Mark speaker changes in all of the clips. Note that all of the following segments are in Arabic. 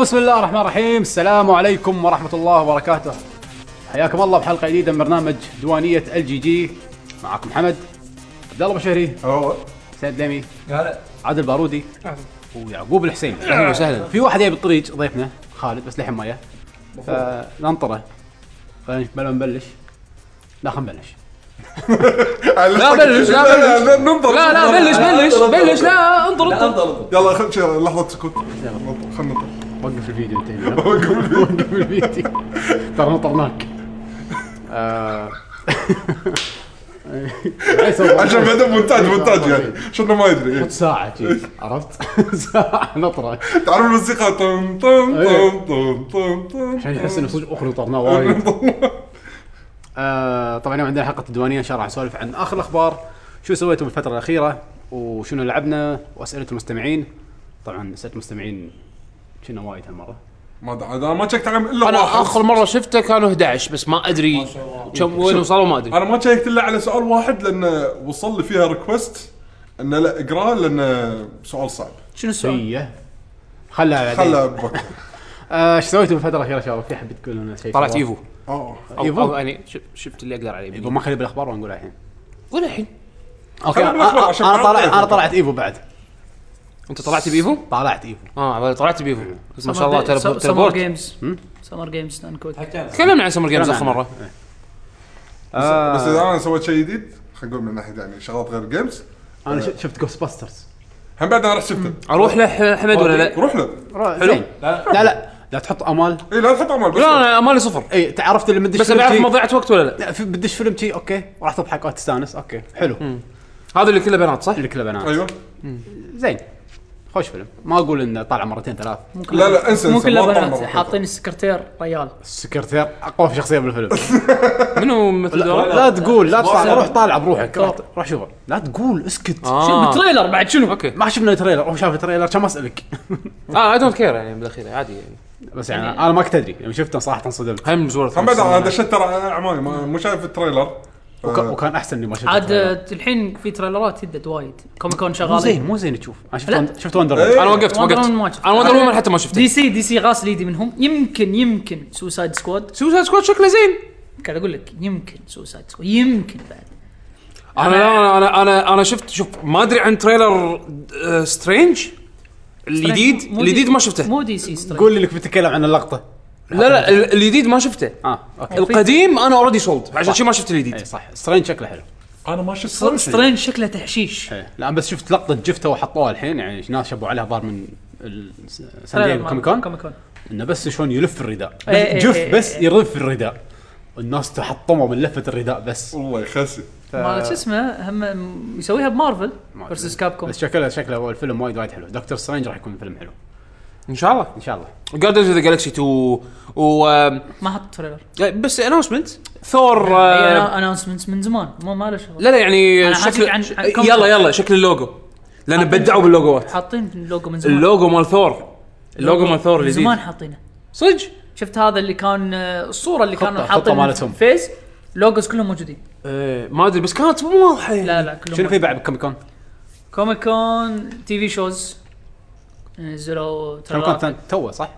Speaker 1: بسم الله الرحمن الرحيم السلام عليكم ورحمة الله وبركاته حياكم الله بحلقة جديدة من برنامج دوانية الجي جي معكم حمد عبد الله بشهري
Speaker 2: هو
Speaker 1: سيد ديمي
Speaker 2: هلا
Speaker 1: عادل بارودي ويعقوب الحسين اهلا وسهلا في واحد جاي بالطريق ضيفنا خالد بس لحين ما جاء فننطره خلينا نش- بلا نبلش لا خلينا نبلش
Speaker 2: لا
Speaker 1: بلش، لا بلش.
Speaker 2: ننظر
Speaker 1: لا لا بلش بلش بلش لا انطر
Speaker 3: لا
Speaker 1: انطر
Speaker 3: انطر
Speaker 2: يلا خل شو- لحظة سكوت ننظر، خل ننظر
Speaker 1: وقف الفيديو انت هنا. وقف الفيديو ترى نطرناك آه.
Speaker 2: عشان بعدين مونتاج مونتاج يعني شنو ما يدري إيه.
Speaker 1: ساعة جي عرفت؟ ساعة نطرة
Speaker 2: تعرف الموسيقى طن طن
Speaker 1: إيه.
Speaker 2: طن طن طن طن
Speaker 1: عشان يحس انه صدق اخر طرناه وايد آه، طبعا اليوم عندنا حلقة الديوانية ان شاء الله راح نسولف عن اخر الاخبار شو سويتوا بالفترة الأخيرة وشنو لعبنا وأسئلة المستمعين طبعا أسئلة المستمعين كنا وايد هالمرة
Speaker 2: ما أدري، انا ما شكت عليهم الا
Speaker 4: انا
Speaker 2: واحد
Speaker 4: اخر مره شفته كانوا 11 بس ما ادري كم وين وصلوا ما ادري
Speaker 2: انا ما شيكت الا على سؤال واحد لان وصل لي فيها ريكوست انه لا اقراه لان سؤال صعب
Speaker 4: شنو السؤال؟
Speaker 1: هي خلها بعدين
Speaker 2: خله بكره
Speaker 1: آه، شو سويتوا بالفترة الأخيرة شباب؟ في أحد يقول لنا شيء
Speaker 4: طلعت ايفو
Speaker 2: اه
Speaker 4: أو-
Speaker 1: إيفو؟
Speaker 4: او يعني ش- شفت اللي اقدر عليه
Speaker 1: يبا ما خلي بالاخبار ونقول الحين
Speaker 4: قول الحين
Speaker 1: اوكي
Speaker 2: خلي بالأخبار
Speaker 1: انا
Speaker 2: عشان
Speaker 1: أنا
Speaker 2: ما
Speaker 1: طلعت
Speaker 2: نطلع.
Speaker 1: انا طلعت ايفو بعد
Speaker 4: انت طلعت بايفو؟
Speaker 1: طلعت ايفو
Speaker 4: اه على بالي طلعت بايفو بس ما شاء الله تلبو-
Speaker 5: سمر
Speaker 4: تلبورت
Speaker 5: جيمز سمر جيمز دان كويك
Speaker 4: تكلمنا عن سمر جيمز
Speaker 1: تكلمنا
Speaker 4: اخر
Speaker 1: عنه.
Speaker 4: مره
Speaker 1: آه.
Speaker 2: بس اذا انا سويت شيء جديد خلينا نقول من ناحيه يعني شغلات غير جيمز
Speaker 1: انا ش- شفت جوست باسترز
Speaker 2: هم بعد انا رحت شفته
Speaker 4: اروح له حمد ولا لا؟
Speaker 2: روح له
Speaker 4: حلو.
Speaker 1: زين لا لا لا تحط امال
Speaker 2: اي إيه، لا تحط امل بس
Speaker 4: لا انا مالي صفر
Speaker 1: اي تعرفت اللي بدش
Speaker 4: بس ابي اعرف مضيعه وقت ولا لا
Speaker 1: بدش فيلم شي اوكي راح تضحك او تستانس اوكي حلو
Speaker 4: هذا اللي كله بنات صح؟
Speaker 1: اللي كله بنات
Speaker 2: ايوه
Speaker 1: زين خوش فيلم ما اقول انه طالع مرتين ثلاث
Speaker 2: لا لا انسى
Speaker 5: مو
Speaker 2: انسى
Speaker 5: كله
Speaker 2: ما أطلع
Speaker 5: بنات
Speaker 2: مرة.
Speaker 5: حاطين السكرتير ريال
Speaker 1: السكرتير اقوى شخصيه بالفيلم
Speaker 4: منو مثل
Speaker 1: لا,
Speaker 4: دور؟
Speaker 1: لا طيب. تقول لا تطلع
Speaker 5: سلام.
Speaker 1: روح طالع بروحك روح روح شوفه لا تقول اسكت
Speaker 4: آه.
Speaker 5: تريلر بعد شنو
Speaker 4: اوكي
Speaker 1: ما شفنا التريلر هو شاف التريلر كم اسالك
Speaker 4: اه اي دونت كير يعني بالاخير عادي يعني
Speaker 1: بس يعني انا ما كنت ادري يوم شفته صراحه انصدمت
Speaker 4: هم زورة
Speaker 2: هم بعد انا دشيت ترى اعمالي ما- مو شايف التريلر
Speaker 1: وك-
Speaker 2: آه،
Speaker 1: وكان احسن اني ما شفت
Speaker 5: عاد
Speaker 1: التريلر.
Speaker 5: آه، الحين في تريلرات هدت وايد كومي كون
Speaker 1: مو
Speaker 5: شغال
Speaker 1: زين مو زين تشوف انا شفت
Speaker 5: لا.
Speaker 1: وند- شفت وندر
Speaker 2: إيه.
Speaker 1: وومن.
Speaker 4: انا وقفت
Speaker 5: وندر
Speaker 4: وقفت
Speaker 5: وومن ما شفته. آه،
Speaker 4: انا وندر وومن حتى ما شفته
Speaker 5: دي سي دي سي غاس ليدي منهم يمكن يمكن سوسايد سكواد
Speaker 4: سوسايد سكواد شكله زين
Speaker 5: قاعد اقول لك يمكن سوسايد سكواد يمكن بعد
Speaker 4: انا لا انا انا انا شفت شوف ما ادري عن تريلر آه، سترينج الجديد
Speaker 5: مو
Speaker 4: الجديد
Speaker 5: دي-
Speaker 4: ما شفته
Speaker 5: مو دي سي سترينج
Speaker 1: قول لي انك بتتكلم عن اللقطه
Speaker 4: لا لا ال- الجديد ما شفته
Speaker 1: اه اوكي
Speaker 4: القديم انا اوريدي سولد عشان
Speaker 1: صح.
Speaker 4: شي ما شفت
Speaker 1: اي
Speaker 5: إيه.
Speaker 4: الجديد
Speaker 1: إيه، صح سترينج شكله حلو
Speaker 2: انا ما شفت صراحة شيء.
Speaker 5: سترينج شكله تحشيش
Speaker 1: إيه. لا بس شفت لقطه جفته وحطوها الحين يعني ناس شبوا عليها ضار من ال- س- سان
Speaker 5: تريلر
Speaker 1: دييغو
Speaker 5: مال
Speaker 1: كومي كون
Speaker 5: كومي كون
Speaker 1: انه بس شلون يلف الرداء بس
Speaker 5: إيه، إيه،
Speaker 1: جف
Speaker 5: إيه،
Speaker 1: بس
Speaker 5: إيه.
Speaker 1: يرف الرداء الناس تحطموا من لفه الرداء بس
Speaker 2: والله يخسي
Speaker 5: مال شو اسمه هم م- يسويها بمارفل
Speaker 1: ما
Speaker 5: فيرسس
Speaker 1: أدري.
Speaker 5: كاب كوم
Speaker 1: بس شكله شكله هو الفيلم وايد وايد حلو دكتور سترينج راح يكون فيلم حلو
Speaker 4: ان شاء الله
Speaker 1: ان شاء الله
Speaker 4: جاردنز اوف ذا جالكسي 2 و آم،
Speaker 5: ما حط تريلر
Speaker 4: بس اناونسمنت ثور آه،
Speaker 5: اناونسمنتس من زمان مو ما له شغل
Speaker 4: لا لا يعني
Speaker 5: إيه، أنا حاسب
Speaker 4: شكل
Speaker 5: عن- عن كم
Speaker 4: يلا
Speaker 5: فيلم.
Speaker 4: يلا شكل اللوجو لان بدعوا باللوجوات
Speaker 5: حاطين اللوجو من زمان
Speaker 4: اللوجو مال ثور اللوجو مال ثور
Speaker 5: من
Speaker 4: الجديد
Speaker 5: زمان حاطينه
Speaker 4: صدق
Speaker 5: شفت هذا اللي كان آه، الصوره اللي كانوا
Speaker 1: خطة- خطة
Speaker 5: حاطينها
Speaker 1: مالتهم.
Speaker 5: في فيز لوجوز كلهم موجودين
Speaker 4: إيه، ما ادري بس كانت مو واضحه يعني.
Speaker 5: لا لا كلهم
Speaker 1: شنو في
Speaker 5: موجودين.
Speaker 1: بعد بكومي كون؟
Speaker 5: كوميك كون تي في شوز نزلوا
Speaker 1: كومي
Speaker 5: تريلرات.
Speaker 1: كون توه صح؟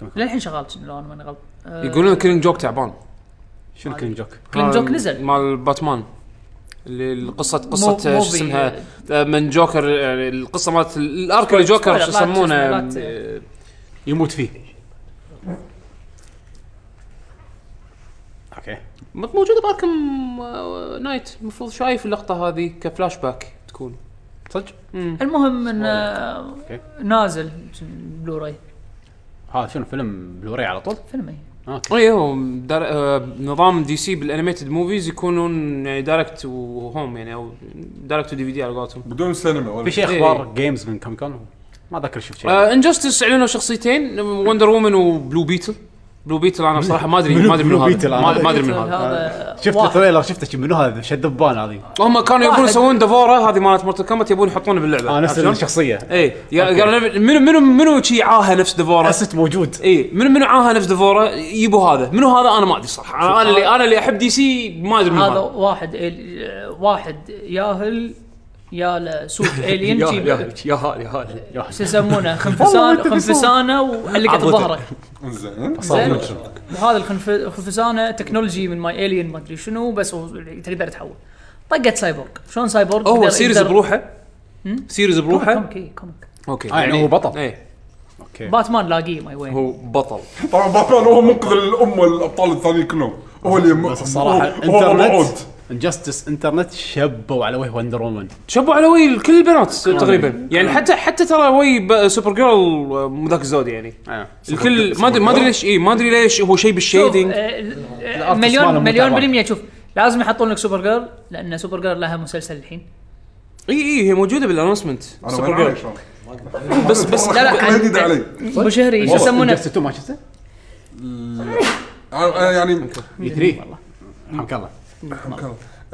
Speaker 1: كومي كون
Speaker 5: آه، للحين شغال شنو لو انا ماني غلط آه،
Speaker 4: يقولون كيلينج جوك تعبان
Speaker 1: شنو كلين جوك؟
Speaker 5: كلين جوك نزل
Speaker 4: مال باتمان اللي القصة قصة
Speaker 5: مو-
Speaker 4: شو
Speaker 5: موفي.
Speaker 4: اسمها آه، من جوكر يعني القصة مالت ال- الارك اللي
Speaker 5: سبويلر،
Speaker 4: جوكر
Speaker 5: لا
Speaker 4: شو يسمونه
Speaker 5: تسميلات.
Speaker 4: آه،
Speaker 1: يموت فيه اوكي
Speaker 4: موجودة باركم آه، نايت المفروض شايف اللقطة هذه كفلاش باك تكون
Speaker 1: صدق
Speaker 5: المهم ان آه،
Speaker 1: أوكي.
Speaker 5: نازل بلوراي
Speaker 1: هذا شنو فيلم بلوري على طول؟
Speaker 5: فيلم إيه. اي
Speaker 4: اي هو دار... آه، نظام دي سي بالانيميتد موفيز يكونون يعني دايركت وهوم يعني او دايركت ودي في دي على قولتهم
Speaker 2: بدون سينما ولا
Speaker 1: في شيء
Speaker 4: إيه. آه،
Speaker 1: اخبار جيمز من كومي كون؟ ما اذكر شفت شيء
Speaker 4: انجستس اعلنوا شخصيتين وندر وومن وبلو بيتل بلو بيتل انا بصراحة ما ادري ما ادري
Speaker 1: بلو
Speaker 4: منو
Speaker 1: بيتل
Speaker 4: هذا
Speaker 1: أنا؟
Speaker 4: ما- ما ادري منو هذا
Speaker 5: هذا
Speaker 1: شفت
Speaker 5: واحد.
Speaker 1: التريلر شفته شي منو هذا شدبان هذه
Speaker 4: هم كانوا يبون
Speaker 5: واحد.
Speaker 4: يسوون دفوره هذه مالت مورتل كومبات يبون يحطونه باللعبه
Speaker 1: اه نفس
Speaker 4: عرفت شلون؟ إيه،
Speaker 1: الشخصيه
Speaker 4: اي يا- قالوا نبي- منو منو منو شي عاها نفس دفوره
Speaker 1: اسد موجود
Speaker 4: اي منو منو عاها نفس دفوره يبوا هذا منو هذا انا ما ادري صراحه انا انا اللي انا اللي احب دي سي ما ادري منو
Speaker 5: هذا
Speaker 4: هذا
Speaker 5: واحد ال- واحد آه، ياهل يا لسوق الين جيب
Speaker 3: يا هال يا هال
Speaker 5: شو يسمونه خنفسان
Speaker 1: أنت بسوق.
Speaker 5: خنفسانه وعلقت
Speaker 3: عضته.
Speaker 5: بظهره
Speaker 2: زين
Speaker 5: زين وهذا الخنف... الخنفسانه تكنولوجي من ماي الين ما ادري شنو بس هو تقدر تحول طقت سايبورغ شلون سايبورغ
Speaker 3: هو
Speaker 5: يقدر-
Speaker 3: سيريز
Speaker 5: يقدر-
Speaker 3: بروحه سيريز بروحه
Speaker 5: كوميك إي، كوميك
Speaker 3: اوكي
Speaker 1: آه، يعني هو بطل.
Speaker 4: إيه.
Speaker 3: ايه
Speaker 1: اوكي
Speaker 5: باتمان لاقيه ما وين
Speaker 3: هو بطل
Speaker 2: طبعا باتمان هو منقذ الام والابطال الثانيين كلهم هو اللي
Speaker 1: بس الصراحه
Speaker 2: هو- هو موعود
Speaker 1: انترنت انجستس انترنت شبوا على وجه وندر وومن
Speaker 4: شبوا على وي كل البنات تقريبا يعني حتى حتى ترى وي ب- سوبر جيرل آه، مو ذاك الزود يعني الكل ما ادري ما ادري ليش اي ما ادري ليش هو شيء
Speaker 5: شوف،
Speaker 4: بالشيدنج
Speaker 5: آه، ال- آه،
Speaker 1: الأرتست ماله
Speaker 5: مليون
Speaker 1: مو
Speaker 5: مليون
Speaker 1: تعبان.
Speaker 5: بالمية شوف لازم يحطون لك سوبر جيرل لان سوبر جيرل لها مسلسل الحين
Speaker 4: اي اي إيه، هي موجوده بالانونسمنت
Speaker 2: انا
Speaker 4: سوبر
Speaker 2: وين
Speaker 4: جيرل
Speaker 2: عايش أنا؟
Speaker 4: بس بس
Speaker 5: لا لا
Speaker 2: ما يدد علي.
Speaker 5: ابو شهري شو يسمونه
Speaker 1: انجستس 2 ما شفته؟
Speaker 2: أنا- أنا يعني
Speaker 1: 3 حمك الله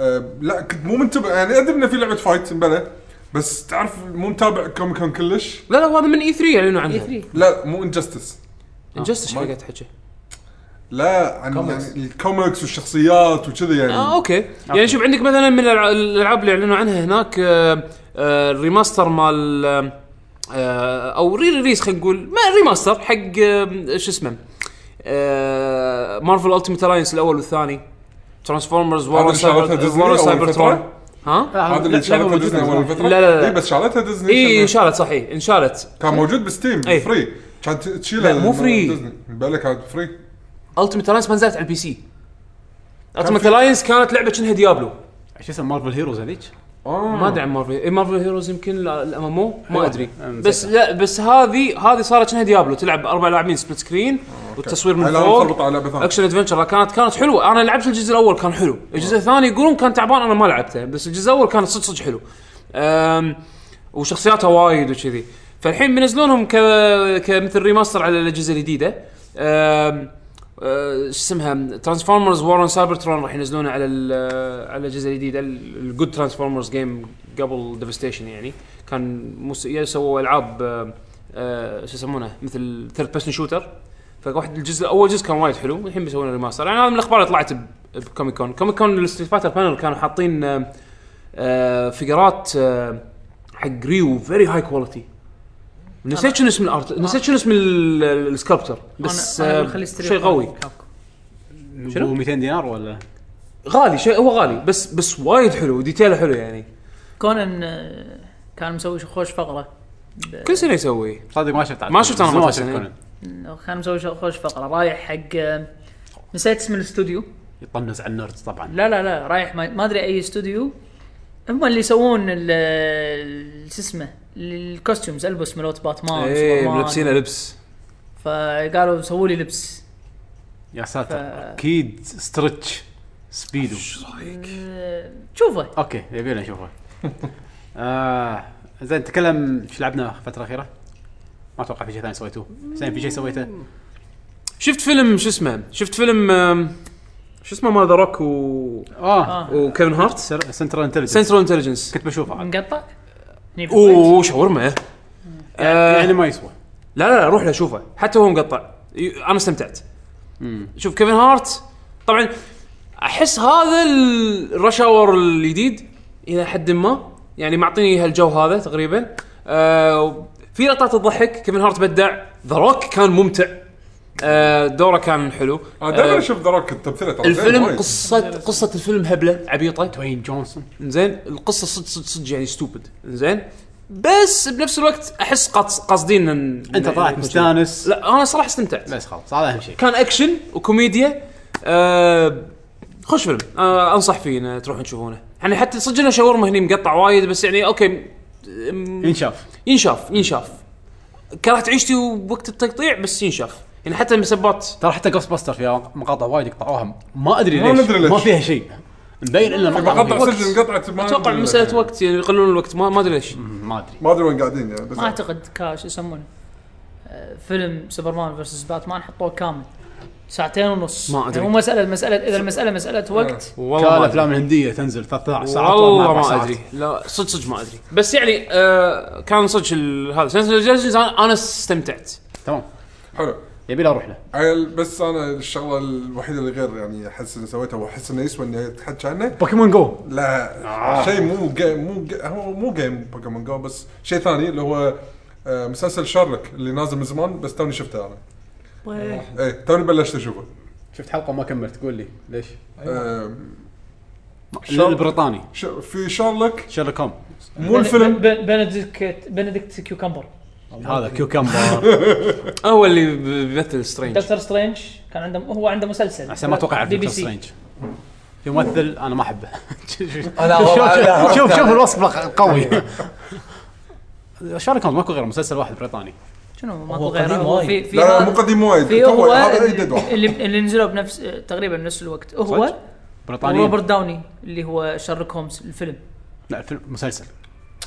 Speaker 2: آه، لا كنت مو منتبه يعني ادري انه في لعبه فايت مبلى بس تعرف مو متابع كوميك كون كلش
Speaker 4: لا لا هذا من E اي 3 اعلنوا
Speaker 5: E
Speaker 4: عنها آه،
Speaker 2: لا مو انجستس
Speaker 4: انجستس حق تحكي
Speaker 2: لا عن يعني الكوميكس والشخصيات وكذا يعني
Speaker 4: اه اوكي يعني شوف عندك مثلا من الألع- الالعاب اللي اعلنوا عنها هناك آه، آه، الريماستر مال آه، او ري ريليز خلينا نقول ما ريماستر حق آه، شو اسمه آه، مارفل التيمت الاينس الاول والثاني ترانسفورمرز
Speaker 2: هذا اللي شالتها ديزني
Speaker 4: وارو
Speaker 2: أول
Speaker 4: سايبر ترون
Speaker 2: فترة؟
Speaker 4: ها؟
Speaker 2: هذا اللي شالتها ديزني اول فتره
Speaker 4: لا، لا، لا.
Speaker 2: إيه، بس شالتها ديزني
Speaker 4: اي
Speaker 2: عشان-
Speaker 4: انشالت صحيح انشالت
Speaker 2: كان موجود بستيم
Speaker 4: إيه.
Speaker 2: فري كانت تشيلها
Speaker 4: لا، مو فري.
Speaker 2: بلا كانت فري
Speaker 4: التيمت الاينس ما نزلت على البي سي التيمت
Speaker 2: في-
Speaker 4: الاينس كانت لعبه شنها ديابلو
Speaker 1: شو اسمه مارفل هيروز هذيك؟
Speaker 2: آه.
Speaker 4: ما ادري مارفل إيه مارفل هيروز يمكن الام ام ما
Speaker 1: آه. أيوة.
Speaker 4: ادري
Speaker 1: أنا
Speaker 4: بس لا بس هذه هذه صارت شنها ديابلو تلعب اربع لاعبين سبليت
Speaker 1: آه،
Speaker 4: سكرين والتصوير من
Speaker 2: على
Speaker 4: فوق
Speaker 2: مرتبط على لعبه ثانيه
Speaker 4: اكشن ادفنشر كانت كانت حلوه انا لعبت الجزء الاول كان حلو الجزء الثاني يقولون كان تعبان انا ما لعبته بس الجزء الاول كان صدق صدق حلو أم، وشخصياتها وايد وكذي فالحين بينزلونهم ك كمثل ريماستر على الاجهزه الجديده أم، أه، شو اسمها ترانسفورمرز وارن سايبرترون راح ينزلونه على ال- على الاجهزه الجديده الجود ترانسفورمرز جيم قبل ديفستيشن يعني كان مس- يا سووا العاب أه، أه، شو يسمونه مثل ثيرد بيرسون شوتر فواحد الجزء اول جزء كان وايد حلو الحين بيسوون ريماستر يعني هذا من الاخبار اللي طلعت ب- بكوميك كون كوميك كون الستريت فايتر بانل كانوا حاطين آه، آه، فقرات آه، حق ريو فيري هاي كواليتي نسيت شنو اسم الارت نسيت شنو اسم ال- ال- السكالبتر بس
Speaker 5: أنا- أنا
Speaker 4: آه،
Speaker 5: بخليه يستريح.
Speaker 4: شيء قوي
Speaker 5: كابكوم.
Speaker 4: شنو؟
Speaker 1: شنو 200 دينار ولا؟
Speaker 4: غالي شيء هو غالي بس بس وايد حلو ديتيله حلو يعني
Speaker 5: كونان آه، كان مسوي شو- خوش فقره ب-
Speaker 4: كل سنه يسوي
Speaker 1: صدق ما شفت عاد.
Speaker 4: ما شفت أنا
Speaker 1: زمان
Speaker 4: مرة سنة.
Speaker 1: كونان.
Speaker 5: كان مسوي شو- خوش فقره رايح حق آه، نسيت اسم الاستوديو
Speaker 1: يطنز على النردز طبعا
Speaker 5: لا لا لا رايح ما, ما ادري اي استوديو هم اللي يسوون ال- ال- شو اسمه الكوستيومز البس ملوت باتمان
Speaker 4: ايه
Speaker 5: سوبرمان.
Speaker 4: ملبسينه لبس
Speaker 5: فقالوا سووا لي لبس
Speaker 1: يا ساتر
Speaker 5: ف-
Speaker 1: اكيد ستريتش سبيدو
Speaker 4: طيب.
Speaker 5: آه، شوفه
Speaker 1: اوكي يبينا نشوفه آه زين نتكلم ايش لعبنا الفتره الاخيره؟ ما اتوقع في شيء ثاني سويتوه حسين في شيء سويته؟
Speaker 4: شفت فيلم شو اسمه شفت فيلم آم، شو اسمه مال ذا روك و...
Speaker 5: آه،
Speaker 1: اه
Speaker 4: وكيفن هارت
Speaker 1: سر- سنترال انتليجنس
Speaker 4: سنترال انتليجنس
Speaker 1: كنت بشوفه عاد
Speaker 5: مقطع هني بالكويت.
Speaker 4: اوه شاورما آه،
Speaker 1: يعني ما يسوى
Speaker 4: لا لا لا روح له شوفه حتى هو مقطع ي- انا استمتعت شوف كيفن هارت طبعا احس هذا ال- الرش اور الجديد الى حد ما يعني معطيني هالجو هذا تقريبا آه في لقطات تضحك كيفن هارت بدع ذا روك كان ممتع آه دوره كان حلو
Speaker 2: آه، دائما
Speaker 4: آه
Speaker 2: اشوف ذراك تمثيله ترى زين
Speaker 4: الفيلم
Speaker 2: وايد.
Speaker 4: قصه قصه الفيلم هبله عبيطه
Speaker 1: دوين جونسون
Speaker 4: زين القصه صدق صدق صدق يعني ستوبد زين بس بنفس الوقت احس قص- قاصدين إن-
Speaker 1: انت طلعت
Speaker 4: إن-
Speaker 1: مستانس
Speaker 4: لا انا صراحه استمتعت
Speaker 1: بس خلاص هذا اهم شيء
Speaker 4: كان اكشن وكوميديا آه خوش فيلم آه انصح فيه إن تروحون تشوفونه يعني حتى صدق انه شاورما هني مقطع وايد بس يعني اوكي م-
Speaker 1: ينشاف
Speaker 4: ينشاف ينشاف كرهت عيشتي وقت التقطيع بس ينشاف يعني حتى المسبات
Speaker 1: ترى حتى جوست باستر فيها مقاطع وايد يقطعوها ما ادري
Speaker 2: ما
Speaker 1: ليش
Speaker 2: ندري ليش.
Speaker 1: ما فيها شيء مبين الا مقاطع
Speaker 2: مقاطع
Speaker 1: فيها.
Speaker 2: سجن انقطعت ما
Speaker 4: اتوقع
Speaker 2: أدري-
Speaker 4: مساله وقت يعني يقللون الوقت ما, ما ادري ليش
Speaker 1: ما ادري
Speaker 2: ما ادري وين قاعدين يعني بس
Speaker 5: ما اعتقد كا شو يسمونه آه، فيلم سوبرمان فيرسس باتمان حطوه كامل ساعتين ونص
Speaker 4: ما أدري.
Speaker 5: يعني مو مساله مساله اذا المساله مساله وقت
Speaker 4: والله ما
Speaker 1: كان
Speaker 4: أدري.
Speaker 1: الافلام الهنديه تنزل ثلاث ساعات ولا
Speaker 4: والله
Speaker 1: أربع
Speaker 4: ما
Speaker 1: ساعات.
Speaker 4: ادري لا صدق صدق ما ادري بس يعني آه كان صدق ال- هذا سنس اوف انا استمتعت
Speaker 1: تمام
Speaker 2: حلو
Speaker 1: يبي لي اروح له
Speaker 2: عيل بس انا الشغله الوحيده اللي غير يعني احس اني سويتها واحس انه يسوى اني اتحكى عنه
Speaker 1: بوكيمون جو
Speaker 2: لا شيء مو جيم مو جيم هو مو جيم بوكيمون جو بس شيء ثاني اللي هو آه، مسلسل شارلك اللي نازل من زمان بس توني شفته انا
Speaker 4: آه.
Speaker 2: ايه توني بلشت اشوفه
Speaker 1: شفت حلقه ما كملت قول لي ليش؟
Speaker 2: آه،
Speaker 1: البريطاني
Speaker 2: ش- في شارلك
Speaker 1: شيرلوك هوم
Speaker 2: مو الفيلم
Speaker 5: بندكت بندكت كيوكمبر
Speaker 1: هذا كيوكمبر
Speaker 4: هو اللي ب- بيمثل سترينج
Speaker 5: دكتور سترينج كان عنده هو عنده مسلسل
Speaker 1: عشان ما اتوقع
Speaker 5: بي بي
Speaker 1: دكتور
Speaker 5: سي
Speaker 1: سترينج يمثل انا ما احبه شوف
Speaker 6: أنا والله-
Speaker 1: شوف-
Speaker 6: لا،
Speaker 1: شوف
Speaker 6: عرفت
Speaker 1: شوف
Speaker 6: أنا.
Speaker 1: الوصف القوي أيوه. شارلوك هوم ماكو غير مسلسل واحد بريطاني
Speaker 5: شنو
Speaker 6: هو
Speaker 5: ماكو غيره
Speaker 6: قديم
Speaker 5: هو في
Speaker 6: وايد.
Speaker 5: في
Speaker 2: لا لا
Speaker 5: هذا-
Speaker 2: مو قديم وايد
Speaker 5: في
Speaker 2: تو
Speaker 5: هو
Speaker 2: هذا جديد واحد
Speaker 5: اللي اللي نزلوا بنفس تقريبا بنفس الوقت هو
Speaker 1: صدق؟ بريطاني
Speaker 5: روبرت داوني اللي هو شارلوك هومز الفيلم
Speaker 1: لا فيلم مسلسل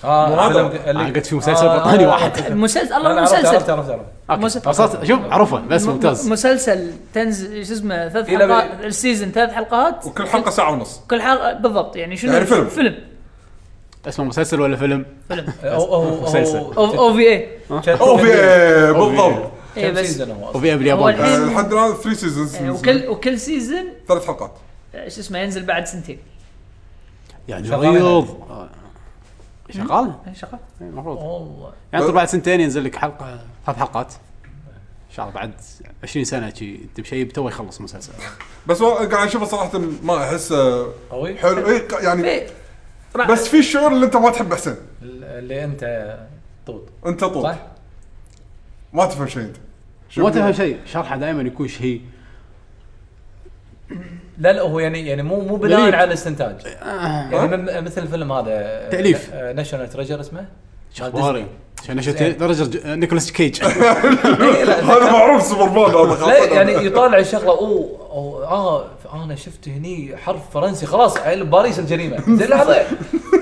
Speaker 6: اه
Speaker 2: هذا.
Speaker 6: فيلم-
Speaker 1: انا
Speaker 6: اللي-
Speaker 1: قلت في مسلسل
Speaker 6: آه،
Speaker 1: بريطاني
Speaker 6: آه،
Speaker 1: واحد
Speaker 6: آه.
Speaker 5: المسلسل
Speaker 6: لا،
Speaker 5: الله
Speaker 6: لا، عرفت- عرفت
Speaker 5: المسلسل
Speaker 6: عرفت عرفت
Speaker 1: اوكي
Speaker 5: مسلسل.
Speaker 1: وصلت شوف عرفه بس ممتاز
Speaker 5: مسلسل تنزل شو اسمه ثلاث
Speaker 6: إلى
Speaker 5: حلقات السيزون ثلاث حلقات
Speaker 2: وكل حلقه ساعه ونص
Speaker 5: كل حلقه بالضبط يعني شنو
Speaker 2: يعني فيلم.
Speaker 5: فيلم
Speaker 1: اسمه مسلسل ولا فيلم؟
Speaker 5: فيلم
Speaker 6: أو- أو- أو-
Speaker 1: مسلسل.
Speaker 5: او في اي
Speaker 6: كم-
Speaker 2: او في إيه،
Speaker 1: أو في
Speaker 2: بالضبط
Speaker 5: إيه،
Speaker 6: كم
Speaker 5: بس-
Speaker 6: سيزون هو أصلاً؟
Speaker 1: وفي باليابان
Speaker 5: أول-
Speaker 2: آه، لحد الان 3 سيزونز
Speaker 5: وكل وكل سيزون
Speaker 2: ثلاث حلقات
Speaker 5: آه، شو اسمه ينزل بعد سنتين
Speaker 1: يعني
Speaker 6: شغالين.
Speaker 1: غيض آه. شغال؟
Speaker 5: إيه، شغال
Speaker 1: إيه، المفروض
Speaker 6: والله
Speaker 1: يعني انت بعد سنتين ينزل لك حلقه ثلاث حلقات ان شاء الله بعد 20 سنه شي انت مشيب تو يخلص مسلسل
Speaker 2: بس هو قاعد اشوفه صراحه ما احسه
Speaker 6: قوي
Speaker 2: حلو إيه، ق- يعني
Speaker 5: في- راح-
Speaker 2: بس في شعور اللي انت ما تحب احسن
Speaker 6: ال- اللي انت طوط
Speaker 2: انت طول
Speaker 6: صح؟
Speaker 2: ما تفهم شيء انت شوف
Speaker 1: ما تفهم شيء شرحه دائما يكون شهي
Speaker 6: لا لا هو يعني يعني مو مو بناء
Speaker 1: غريب.
Speaker 6: على الاستنتاج يعني م- مثل الفيلم هذا
Speaker 1: تأليف.
Speaker 6: ناشونال تريجر اسمه
Speaker 1: شخباري عشان شفت درجه ج- نيكولاس كيج
Speaker 6: إيه، لا،
Speaker 2: هذا معروف سوبر مان هذا
Speaker 6: لا
Speaker 2: خلاص.
Speaker 6: يعني يطالع الشغله اوه أو اه ف- انا شفت هني حرف فرنسي خلاص عيل باريس الجريمه زين لحظه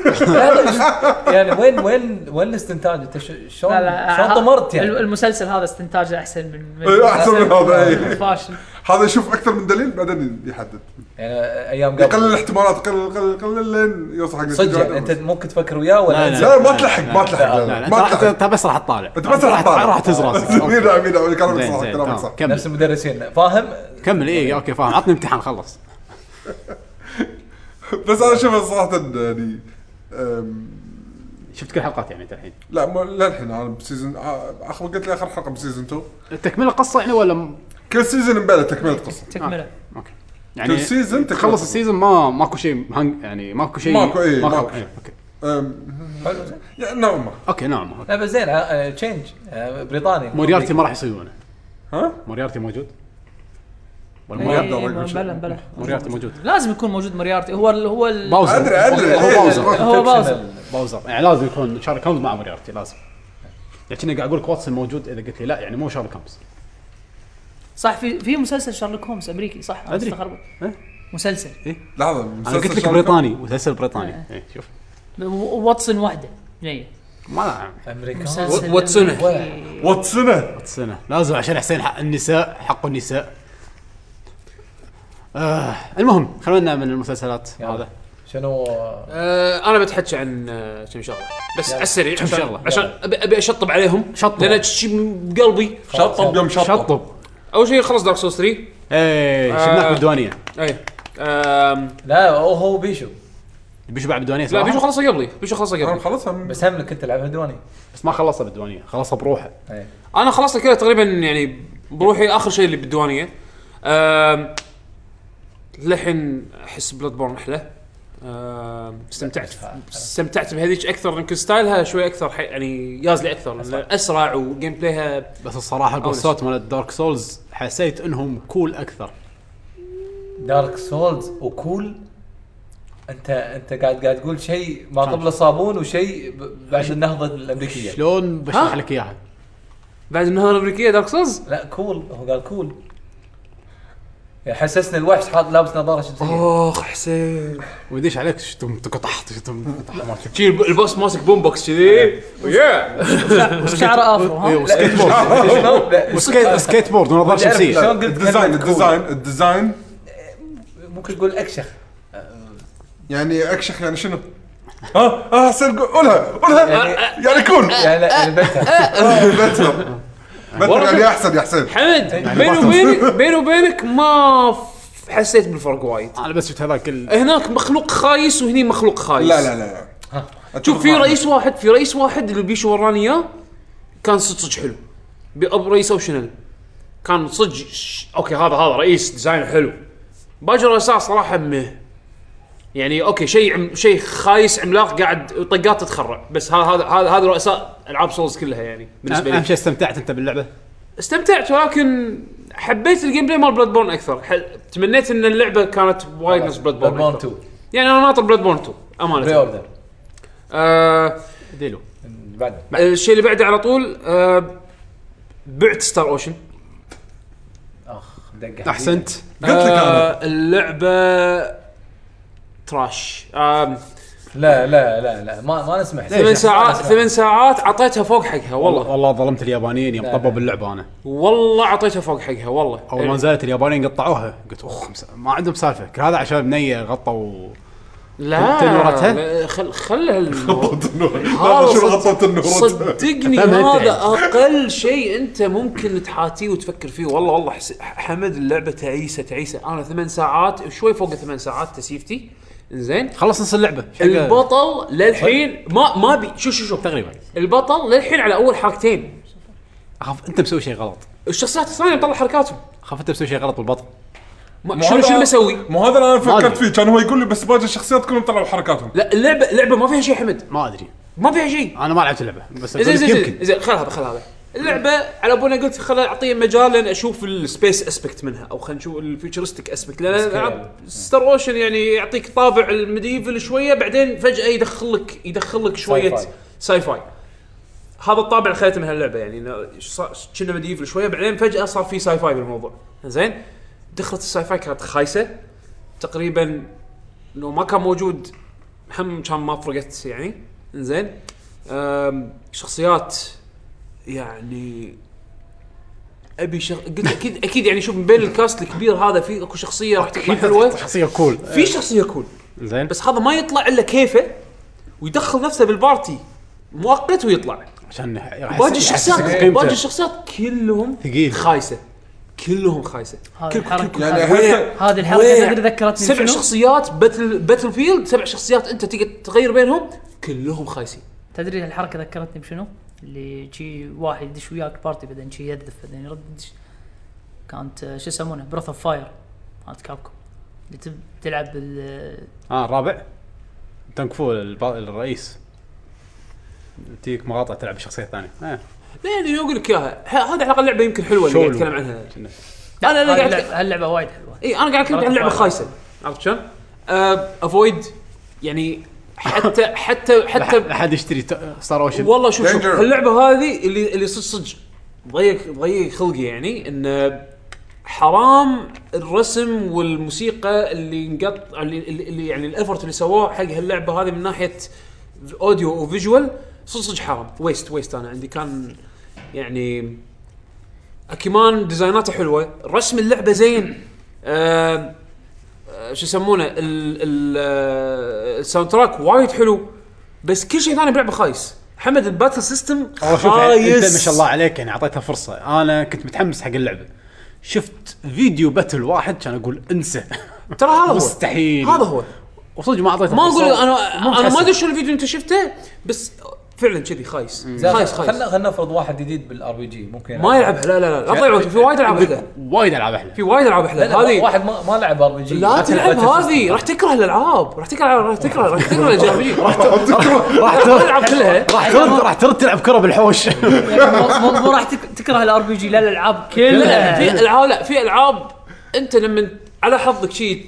Speaker 6: لحظة، يعني وين وين وين الاستنتاج انت ش- شلون
Speaker 5: لا لا
Speaker 6: شلون
Speaker 5: ها-
Speaker 6: طمرت
Speaker 5: الم-
Speaker 6: يعني
Speaker 5: المسلسل هذا استنتاجه احسن من من-
Speaker 2: إيه، أحسن من هذا، إيه.
Speaker 5: فاشل
Speaker 2: هذا يشوف اكثر من دليل بعدين يحدد
Speaker 6: يعني ايام
Speaker 2: يقلل
Speaker 6: قبل
Speaker 2: الاحتمالات يقلل يقلل يقلل لين يوصل حق
Speaker 6: صدق
Speaker 2: النتيجة
Speaker 6: يعني انت
Speaker 2: العادلة.
Speaker 6: ممكن تفكر وياه ولا أنت-
Speaker 2: لا، ما تلحق، ما تلحق.
Speaker 1: لا، لا،
Speaker 2: ما
Speaker 1: انت راح-
Speaker 2: تلحق.
Speaker 1: انت بس راح تطالع
Speaker 2: انت بس راح تطالع.
Speaker 1: راح تهز راسك
Speaker 2: اي
Speaker 1: أوكي.
Speaker 2: نعم اي نعم كلامك
Speaker 1: زين،
Speaker 2: صح
Speaker 1: زين،
Speaker 2: كلامك
Speaker 1: تمام.
Speaker 2: صح
Speaker 1: كمل
Speaker 6: نفس المدرسين فاهم
Speaker 1: كمل اي اوكي فاهم عطني امتحان خلص
Speaker 2: بس انا اشوفه صراحه يعني أم،
Speaker 1: شفت كل حلقات يعني انت الحين
Speaker 2: لا مو- للحين انا بسيزون آه، اخر قلت لي اخر حلقه بسيزون 2
Speaker 1: تكمله قصه يعني ولا م-
Speaker 2: كل سيزون مبلى تكمله قصه
Speaker 5: تكمله
Speaker 1: اوكي
Speaker 2: كل سيزون تكملة
Speaker 1: يعني تخلص
Speaker 2: قصة.
Speaker 1: السيزون ما ماكو شيء مهن- يعني ماكو شيء
Speaker 2: ماكو، إيه،
Speaker 1: ماكو
Speaker 2: ماكو.
Speaker 1: إيه، اوكي
Speaker 2: أم،
Speaker 6: حلو زين.
Speaker 2: يعني نوعا ما
Speaker 1: اوكي نعم أوكي.
Speaker 6: لا بس زين تشينج بريطاني
Speaker 1: موريارتي ما راح يصيدونه
Speaker 2: ها؟
Speaker 1: موريارتي موجود ولا
Speaker 5: إيه،
Speaker 1: موريارتي
Speaker 2: يبدأ الرجل.
Speaker 5: بلا بلا
Speaker 1: موريارتي موجود
Speaker 5: لازم يكون موجود موريارتي هو ال هو ال
Speaker 1: باوزر
Speaker 2: ادري ادري
Speaker 1: هو
Speaker 2: إيه،
Speaker 1: باوزر
Speaker 5: هو باوزر
Speaker 1: باوزر يعني لازم يكون شارك هومز مع موريارتي لازم يعني كنا قاعد اقول لك واتسون موجود اذا قلت لي لا يعني مو شارك هومز
Speaker 5: صح في في مسلسل شارلوك هومز امريكي صح أنا
Speaker 1: أدري.
Speaker 5: استغربت.
Speaker 1: إيه؟
Speaker 5: مسلسل
Speaker 2: لحظه
Speaker 1: انا قلت لك
Speaker 2: شارلوك-
Speaker 1: بريطاني مسلسل بريطاني إيه، شوف
Speaker 5: و- واتسون وحده جايه
Speaker 1: ما
Speaker 6: امريكان
Speaker 5: مسلسل
Speaker 4: واتسون.
Speaker 5: أمريكي.
Speaker 2: واتسنه
Speaker 1: سنه لازم عشان حسين حق النساء حق النساء آه المهم خلونا من المسلسلات
Speaker 6: يلا.
Speaker 1: هذا
Speaker 6: شنو
Speaker 4: آه، انا بتحكي عن آه، كم شغله بس على السريع عشان
Speaker 1: شغلة.
Speaker 4: عشان ابي ابي اشطب عليهم
Speaker 1: شطب.
Speaker 4: لان شيء بقلبي
Speaker 6: شطب
Speaker 2: يوم شطه
Speaker 1: شطب
Speaker 4: اول شيء خلص دارك سولز 3
Speaker 1: ايه شفناك
Speaker 4: آه.
Speaker 1: بالديوانيه
Speaker 4: اي آم،
Speaker 6: لا هو هو بيشو
Speaker 1: بيشو بعد بالديوانيه
Speaker 4: لا
Speaker 1: صراحه
Speaker 4: بيشو خلصها قبلي بيشو خلصها
Speaker 2: انا
Speaker 4: قبلي
Speaker 2: مخلصها من-
Speaker 6: بس هم كنت العب هدواني
Speaker 1: بس ما خلصها بالديوانيه خلصها بروحه
Speaker 6: إيه.
Speaker 4: انا خلصت كذا تقريبا يعني بروحي اخر شيء اللي بالديوانيه آم، للحين احس بلاد بورن احلى آم، استمتعت استمتعت بهذيك اكثر يمكن ستايلها شوي اكثر حي- يعني يازلي اكثر لأن اسرع وجيم بلايها
Speaker 1: بس الصراحه البوسات مال الدارك سولز حسيت انهم كول اكثر
Speaker 6: دارك سولز وكول انت انت قاعد قاعد تقول شيء ما قبل الصابون وشيء ب- بعد النهضه الامريكيه
Speaker 1: شلون بشرح
Speaker 4: ها؟
Speaker 1: لك اياها
Speaker 4: بعد النهار الامريكيه دارك سولز
Speaker 6: لا كول هو قال كول يعني حسسني الوحش حاط لابس نظاره شمسيه
Speaker 4: اخ حسين
Speaker 1: ويدش عليك شتم تقطح شتم تقطح ما شفت
Speaker 4: شي الب- البوس ماسك بوم بوكس كذي يا
Speaker 5: شعره افرو
Speaker 1: إيه،
Speaker 5: ها
Speaker 1: وسكيت بورد
Speaker 6: شلون؟ لا،
Speaker 1: وسكيت سكيت بورد ونظاره
Speaker 6: تعرف
Speaker 1: شمسيه
Speaker 6: شلون قلت
Speaker 2: الديزاين
Speaker 6: كلمة كول؟
Speaker 2: الديزاين الديزاين
Speaker 6: ممكن تقول اكشخ
Speaker 2: يعني اكشخ يعني شنو؟ ها ها حسين قول- قولها قولها
Speaker 6: يعني-
Speaker 2: يعني كول
Speaker 6: يعني لا البتر
Speaker 2: آه، بتر. بدري
Speaker 4: والله
Speaker 2: علي
Speaker 4: شوف-
Speaker 2: احسن يا حسين
Speaker 4: حمد
Speaker 2: يعني
Speaker 4: بيني
Speaker 2: ما
Speaker 4: وبينك بيني وبينك ما ف- حسيت بالفرق وايد
Speaker 1: انا بس شفت هذاك ال-
Speaker 4: هناك مخلوق خايس وهني مخلوق خايس
Speaker 2: لا لا لا
Speaker 4: شوف في رئيس واحد في رئيس واحد اللي بيشو وراني اياه كان صدق صدق حلو بأب رئيس اوشنال كان صدق ش- اوكي هذا هذا رئيس ديزاين حلو باجر الرساس صراحه مه يعني اوكي شيء عم شيء خايس عملاق قاعد طقات تتخرع بس ها- هذا هذا هذا رؤساء العاب سولز كلها يعني بالنسبه لي
Speaker 1: اهم شيء استمتعت انت باللعبه
Speaker 4: استمتعت ولكن حبيت الجيم بلاي مال بلاد بورن اكثر ح... تمنيت ان اللعبه كانت وايد نفس بلاد بورن
Speaker 6: بورن 2
Speaker 4: أكثر. يعني انا ناطر بلاد بورن 2
Speaker 6: بري
Speaker 4: امانه
Speaker 6: اوردر
Speaker 4: آه...
Speaker 1: ديلو
Speaker 6: بعد
Speaker 4: الشيء اللي بعده على طول آه... بعت ستار اوشن
Speaker 6: اخ دقه
Speaker 1: احسنت
Speaker 2: قلت لك انا
Speaker 4: آه... اللعبه تراش آه...
Speaker 6: لا لا لا لا ما ما نسمح
Speaker 1: ليش؟
Speaker 4: ثمان ساعات ثمان ساعات عطيتها فوق حقها والله
Speaker 1: والله ظلمت اليابانيين يوم
Speaker 6: لا،
Speaker 1: طبوا
Speaker 6: لا.
Speaker 1: باللعبه انا
Speaker 4: والله عطيتها فوق حقها والله
Speaker 1: اول ما نزلت اليابانيين قطعوها قلت اخ مس- ما عندهم سالفه كل هذا عشان بنيه غطوا
Speaker 4: لا
Speaker 1: تنورتها؟
Speaker 4: لا، خل خلها النور.
Speaker 2: غطت النور
Speaker 4: هذا
Speaker 2: هذا شنو
Speaker 4: صد-
Speaker 2: غطت النور
Speaker 4: صدقني
Speaker 1: فاهم أنت
Speaker 4: هذا
Speaker 1: يعني.
Speaker 4: اقل شيء انت ممكن تحاتيه وتفكر فيه والله والله حس... حمد اللعبه تعيسه تعيسه انا ثمان ساعات شوي فوق ثمان ساعات تسيفتي زين
Speaker 1: خلص نص اللعبه
Speaker 4: البطل للحين ما ما بي شو شو شو
Speaker 1: تقريبا
Speaker 4: البطل للحين على اول حركتين
Speaker 1: اخاف انت مسوي شيء غلط
Speaker 4: الشخصيات الثانيه مطلع حركاتهم
Speaker 1: اخاف انت مسوي شيء غلط بالبطل
Speaker 4: ما شنو شنو بسوي؟
Speaker 2: مو هذا اللي انا
Speaker 1: ما
Speaker 2: فكرت
Speaker 1: أدري.
Speaker 2: فيه كان هو يقول لي بس باقي الشخصيات كلهم طلعوا حركاتهم
Speaker 4: لا اللعبه اللعبه ما فيها شيء حمد
Speaker 1: ما ادري
Speaker 4: ما فيها شيء
Speaker 1: انا ما لعبت اللعبه بس
Speaker 4: زين
Speaker 1: أقول لك
Speaker 4: زين زين
Speaker 1: طيب، يمكن
Speaker 4: زين خل هذا خل هذا اللعبه على بالنا قلت خل اعطيه مجال لان اشوف السبيس اسبكت منها او خلينا نشوف الفيوتشرستيك اسبكت لان العاب ستار اوشن يعني يعطيك طابع الميديفل شويه بعدين فجاه يدخل لك يدخل لك شويه
Speaker 6: Sci-fi.
Speaker 4: ساي فاي هذا الطابع اللي خليته من هاللعبه يعني إنه صار- كنا ميديفل شويه بعدين فجاه صار في ساي فاي بالموضوع زين دخلت الساي فاي كانت خايسه تقريبا لو ما كان موجود هم كان ما فرقت يعني زين أم، شخصيات يعني ابي شخ... قلت اكيد اكيد يعني شوف من بين الكاست الكبير هذا في اكو شخصيه راح تطلع حلوه
Speaker 1: شخصيه كول
Speaker 4: في شخصيه كول
Speaker 1: زين إيه، بس
Speaker 4: بس هذا ما يطلع الا كيفه ويدخل نفسه بالبارتي مؤقت ويطلع
Speaker 1: عشان يحس-
Speaker 4: باقي
Speaker 1: يحسسك
Speaker 4: الشخصيات
Speaker 1: بقيمته.
Speaker 4: باقي الشخصيات كلهم
Speaker 1: ثقيل.
Speaker 4: خايسه كلهم خايسه
Speaker 5: هذه
Speaker 4: كل-
Speaker 5: الحركة-
Speaker 4: كل-
Speaker 2: يعني
Speaker 5: هذه-
Speaker 2: احس
Speaker 5: هذه الحركه
Speaker 4: وين؟
Speaker 5: تدري ذكرتني
Speaker 4: سبع
Speaker 5: بشنو؟
Speaker 4: شخصيات باتل باتل فيلد سبع شخصيات انت تقدر تغير بينهم كلهم خايسين
Speaker 5: تدري الحركه ذكرتني بشنو؟ اللي شي واحد يدش وياك بارتي بعدين شي يذف بعدين يرد يدش. كانت آه، شو يسمونه بروث اوف فاير مالت كابكم اللي تب- تلعب بال
Speaker 1: اه الرابع تنك فو الب- الرئيس تجيك مقاطع تلعب بشخصيه ثانيه آه.
Speaker 4: لا يعني اقول لك اياها ه- هذه على الاقل لعبه يمكن حلوه اللي
Speaker 1: شولو.
Speaker 4: قاعد اتكلم عنها
Speaker 1: كنا.
Speaker 4: انا انا قاعد
Speaker 5: هاللعبة- هاللعبه وايد حلوه
Speaker 4: اي انا قاعد اتكلم عن لعبه خايسه عرفت شلون؟ افويد يعني حتى حتى حتى
Speaker 1: لا حد يشتري ت- ستار اوشن
Speaker 4: والله شوف شوف
Speaker 2: Danger.
Speaker 4: اللعبه هذه اللي اللي صدق صدق ضيق ضيق خلقي يعني انه حرام الرسم والموسيقى اللي انقط اللي, اللي يعني الافورت اللي سووه حق هاللعبه هذه من ناحيه اوديو وفيجوال صدق صدق حرام ويست ويست انا عندي كان يعني اكيمان ديزايناته حلوه رسم اللعبه زين آه آه، شو يسمونه ال- ال- آه، الساوند تراك وايد حلو بس كل شيء ثاني بلعبه خايس حمد الباتل سيستم
Speaker 1: والله شوف يعني انت
Speaker 4: خايس
Speaker 1: ما شاء الله عليك يعني اعطيتها فرصه انا كنت متحمس حق اللعبه شفت فيديو باتل واحد كان اقول انسى
Speaker 4: ترى هذا هو
Speaker 1: مستحيل
Speaker 4: هذا هو
Speaker 1: وصدق ما اعطيته
Speaker 4: ما اقول
Speaker 1: فرصة.
Speaker 4: انا
Speaker 1: مو
Speaker 4: انا ما
Speaker 1: متحسن.
Speaker 4: ادري شو الفيديو انت شفته بس فعلا كذي خايس خايس خايس
Speaker 6: خلنا خلنا نفرض واحد جديد بالار بي جي ممكن
Speaker 4: ما يلعبها لا لا لا لا تضيعوا في وايد العاب
Speaker 1: أقول لك
Speaker 4: احلى
Speaker 1: وايد العاب احلى
Speaker 4: في وايد العاب احلى
Speaker 6: هذه
Speaker 4: هذه
Speaker 6: واحد ما, ما لعب ار بي جي
Speaker 4: لا تلعب هذه راح تكره الالعاب راح تكره راح تكره راح تكره الالعاب
Speaker 1: راح
Speaker 4: راح
Speaker 1: ترد
Speaker 4: تلعب كلها
Speaker 1: راح ترد راح ترد تلعب كره بالحوش
Speaker 5: مو- مو- مو راح تك- تكره الار بي جي لا الالعاب
Speaker 4: لا في
Speaker 5: كلها
Speaker 4: العاب لا في العاب انت لما على حظك شيء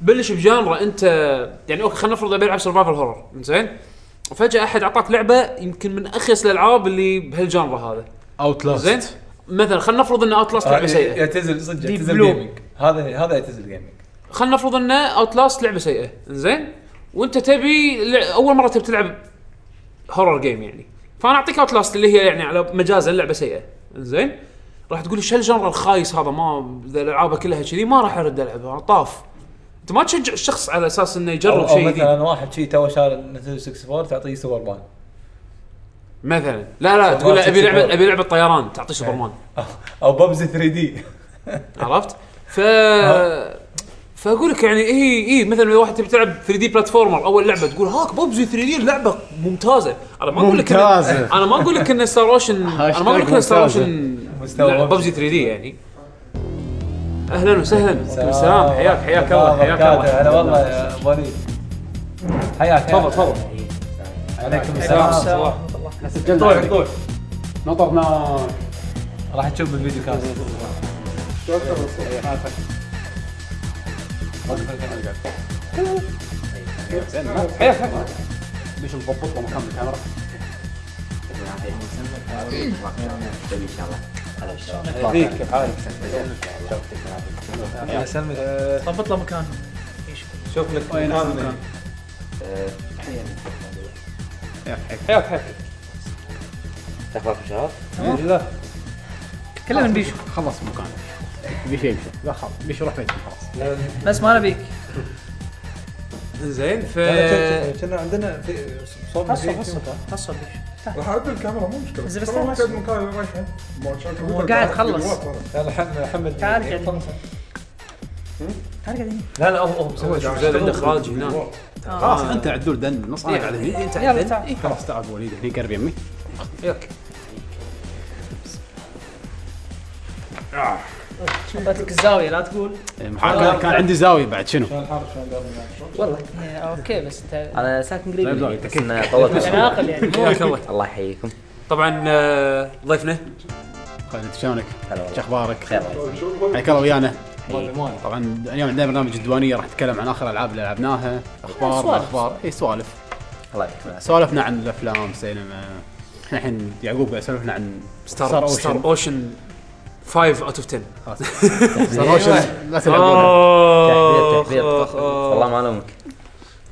Speaker 4: تبلش بجانرا انت يعني اوكي خلينا نفرض ابي العب سرفايفل هورر زين وفجاه احد اعطاك لعبه يمكن من اخيس الالعاب اللي بهالجانرا هذا
Speaker 1: اوت لاست
Speaker 4: زين مثلا خلينا نفرض ان اوت لاست لعبه سيئه
Speaker 6: يعتزل صدق
Speaker 5: Deep
Speaker 6: يعتزل
Speaker 5: Blue.
Speaker 6: جيمنج هذا هذا يعتزل جيمنج
Speaker 4: خلينا نفرض ان اوت لاست لعبه سيئه زين وانت تبي لع- اول مره تبي تلعب هورر جيم يعني فانا اعطيك اوت لاست اللي هي يعني على مجازا لعبه سيئه زين راح تقول لي شو الجنرال الخايس هذا ما اذا الالعاب كلها كذي ما راح ارد العبها طاف انت ما تشجع الشخص على اساس انه
Speaker 6: او
Speaker 4: يجرب
Speaker 6: أو
Speaker 4: شيء جديد
Speaker 6: مثلا واحد شي تو شار نتندو 64 تعطيه سوبر بان
Speaker 4: مثلا لا لا تقول له ابي لعبه ابي لعبه طيران تعطيه
Speaker 6: إيه.
Speaker 4: سوبرمان
Speaker 6: او ببزي 3 دي
Speaker 4: عرفت؟ ف أه. فاقول لك يعني اي اي مثلا اذا واحد تبي تلعب 3 دي بلاتفورمر اول لعبه تقول هاك بوبزي 3 دي لعبه ممتازه انا ما اقول لك إن-
Speaker 1: ممتازة.
Speaker 4: انا ما اقول لك ان ستار اوشن انا ما اقول لك ان ستار اوشن
Speaker 6: مستوى
Speaker 4: لعبة ببجي 3 دي يعني اهلا وسهلا وعليكم السلام حياك حياك الله حياك الله
Speaker 6: آه، هلا والله يا وليد حياك
Speaker 4: تفضل تفضل
Speaker 6: عليكم السلام
Speaker 1: احنا سجلنا
Speaker 6: طول
Speaker 1: عليك.
Speaker 6: طول
Speaker 1: طيب، نطرنا
Speaker 6: راح تشوف بالفيديو كاست
Speaker 1: ليش نضبط له مكان الكاميرا
Speaker 7: ان شاء الله هلا بالشباب
Speaker 1: فيك كيف حالك
Speaker 6: الله يسلمك
Speaker 5: ضبط له مكان
Speaker 6: شوف لك وين هذا
Speaker 4: حياك حياك
Speaker 7: اخباركم شباب؟
Speaker 5: كلمنا بيشو
Speaker 1: خلص مكانك بيش يمشي لا خلاص بيش يروح بيته خلاص
Speaker 5: بس ما نبيك
Speaker 4: زين ف
Speaker 6: كنا عندنا في صوب
Speaker 5: هصل هصل هصل بيشو
Speaker 2: راح اعدل الكاميرا مو مشكله
Speaker 5: زين، بس
Speaker 2: طبعاً
Speaker 5: لا،
Speaker 2: قاعد مكاني رايحه ما شاء الله
Speaker 5: هو
Speaker 2: كمبيوتر
Speaker 5: قاعد
Speaker 2: قاعد
Speaker 5: خلص.
Speaker 2: بالوقت أنا.
Speaker 6: يلا حمد حمد
Speaker 5: تعال قاعد تعال قاعد
Speaker 6: لا لا هو هو مسوي
Speaker 4: شوف زين عنده اخراج هنا
Speaker 2: بالوقت.
Speaker 1: خلاص انت عدول دن نص انا قاعد هني
Speaker 4: انت
Speaker 5: يلا تعال.
Speaker 4: إيه،
Speaker 1: خلاص تعب وليد هني قرب إيه. يمي
Speaker 4: ياك
Speaker 5: اعطيتك الزاويه لا تقول
Speaker 1: إيه، كان كان عندي زاويه بعد شنو؟
Speaker 7: والله
Speaker 5: اوكي إيه، بس انت
Speaker 7: انا ساكن قريب
Speaker 1: طيب،
Speaker 7: مني،
Speaker 1: زاوية،
Speaker 7: بس
Speaker 1: أكيد.
Speaker 7: انه طولت
Speaker 5: يعني
Speaker 7: الشغل.
Speaker 5: عاقل يعني
Speaker 4: حياك الله
Speaker 7: الله يحييكم
Speaker 4: طبعا آه، ضيفنا
Speaker 1: خالد شلونك؟
Speaker 7: هلا والله.
Speaker 1: شو اخبارك؟
Speaker 7: خير والله.
Speaker 1: حياك الله ويانا
Speaker 7: حييكم.
Speaker 1: طبعا اليوم عندنا برنامج الديوانيه راح نتكلم عن اخر الالعاب اللي لعبناها اخبار ما
Speaker 5: سوالف.
Speaker 1: اخبار اي سوالف
Speaker 7: الله يحييكم
Speaker 1: سوالفنا عن الافلام سينما احنا الحين يعقوب قاعد يسولفنا عن
Speaker 4: ستار ستار اوشن 5 اوت اوف 10
Speaker 1: ستار اوشن لا تلعبونها
Speaker 4: آه،
Speaker 7: تحذير تحذير
Speaker 4: آخ، آه.
Speaker 7: والله ما الومك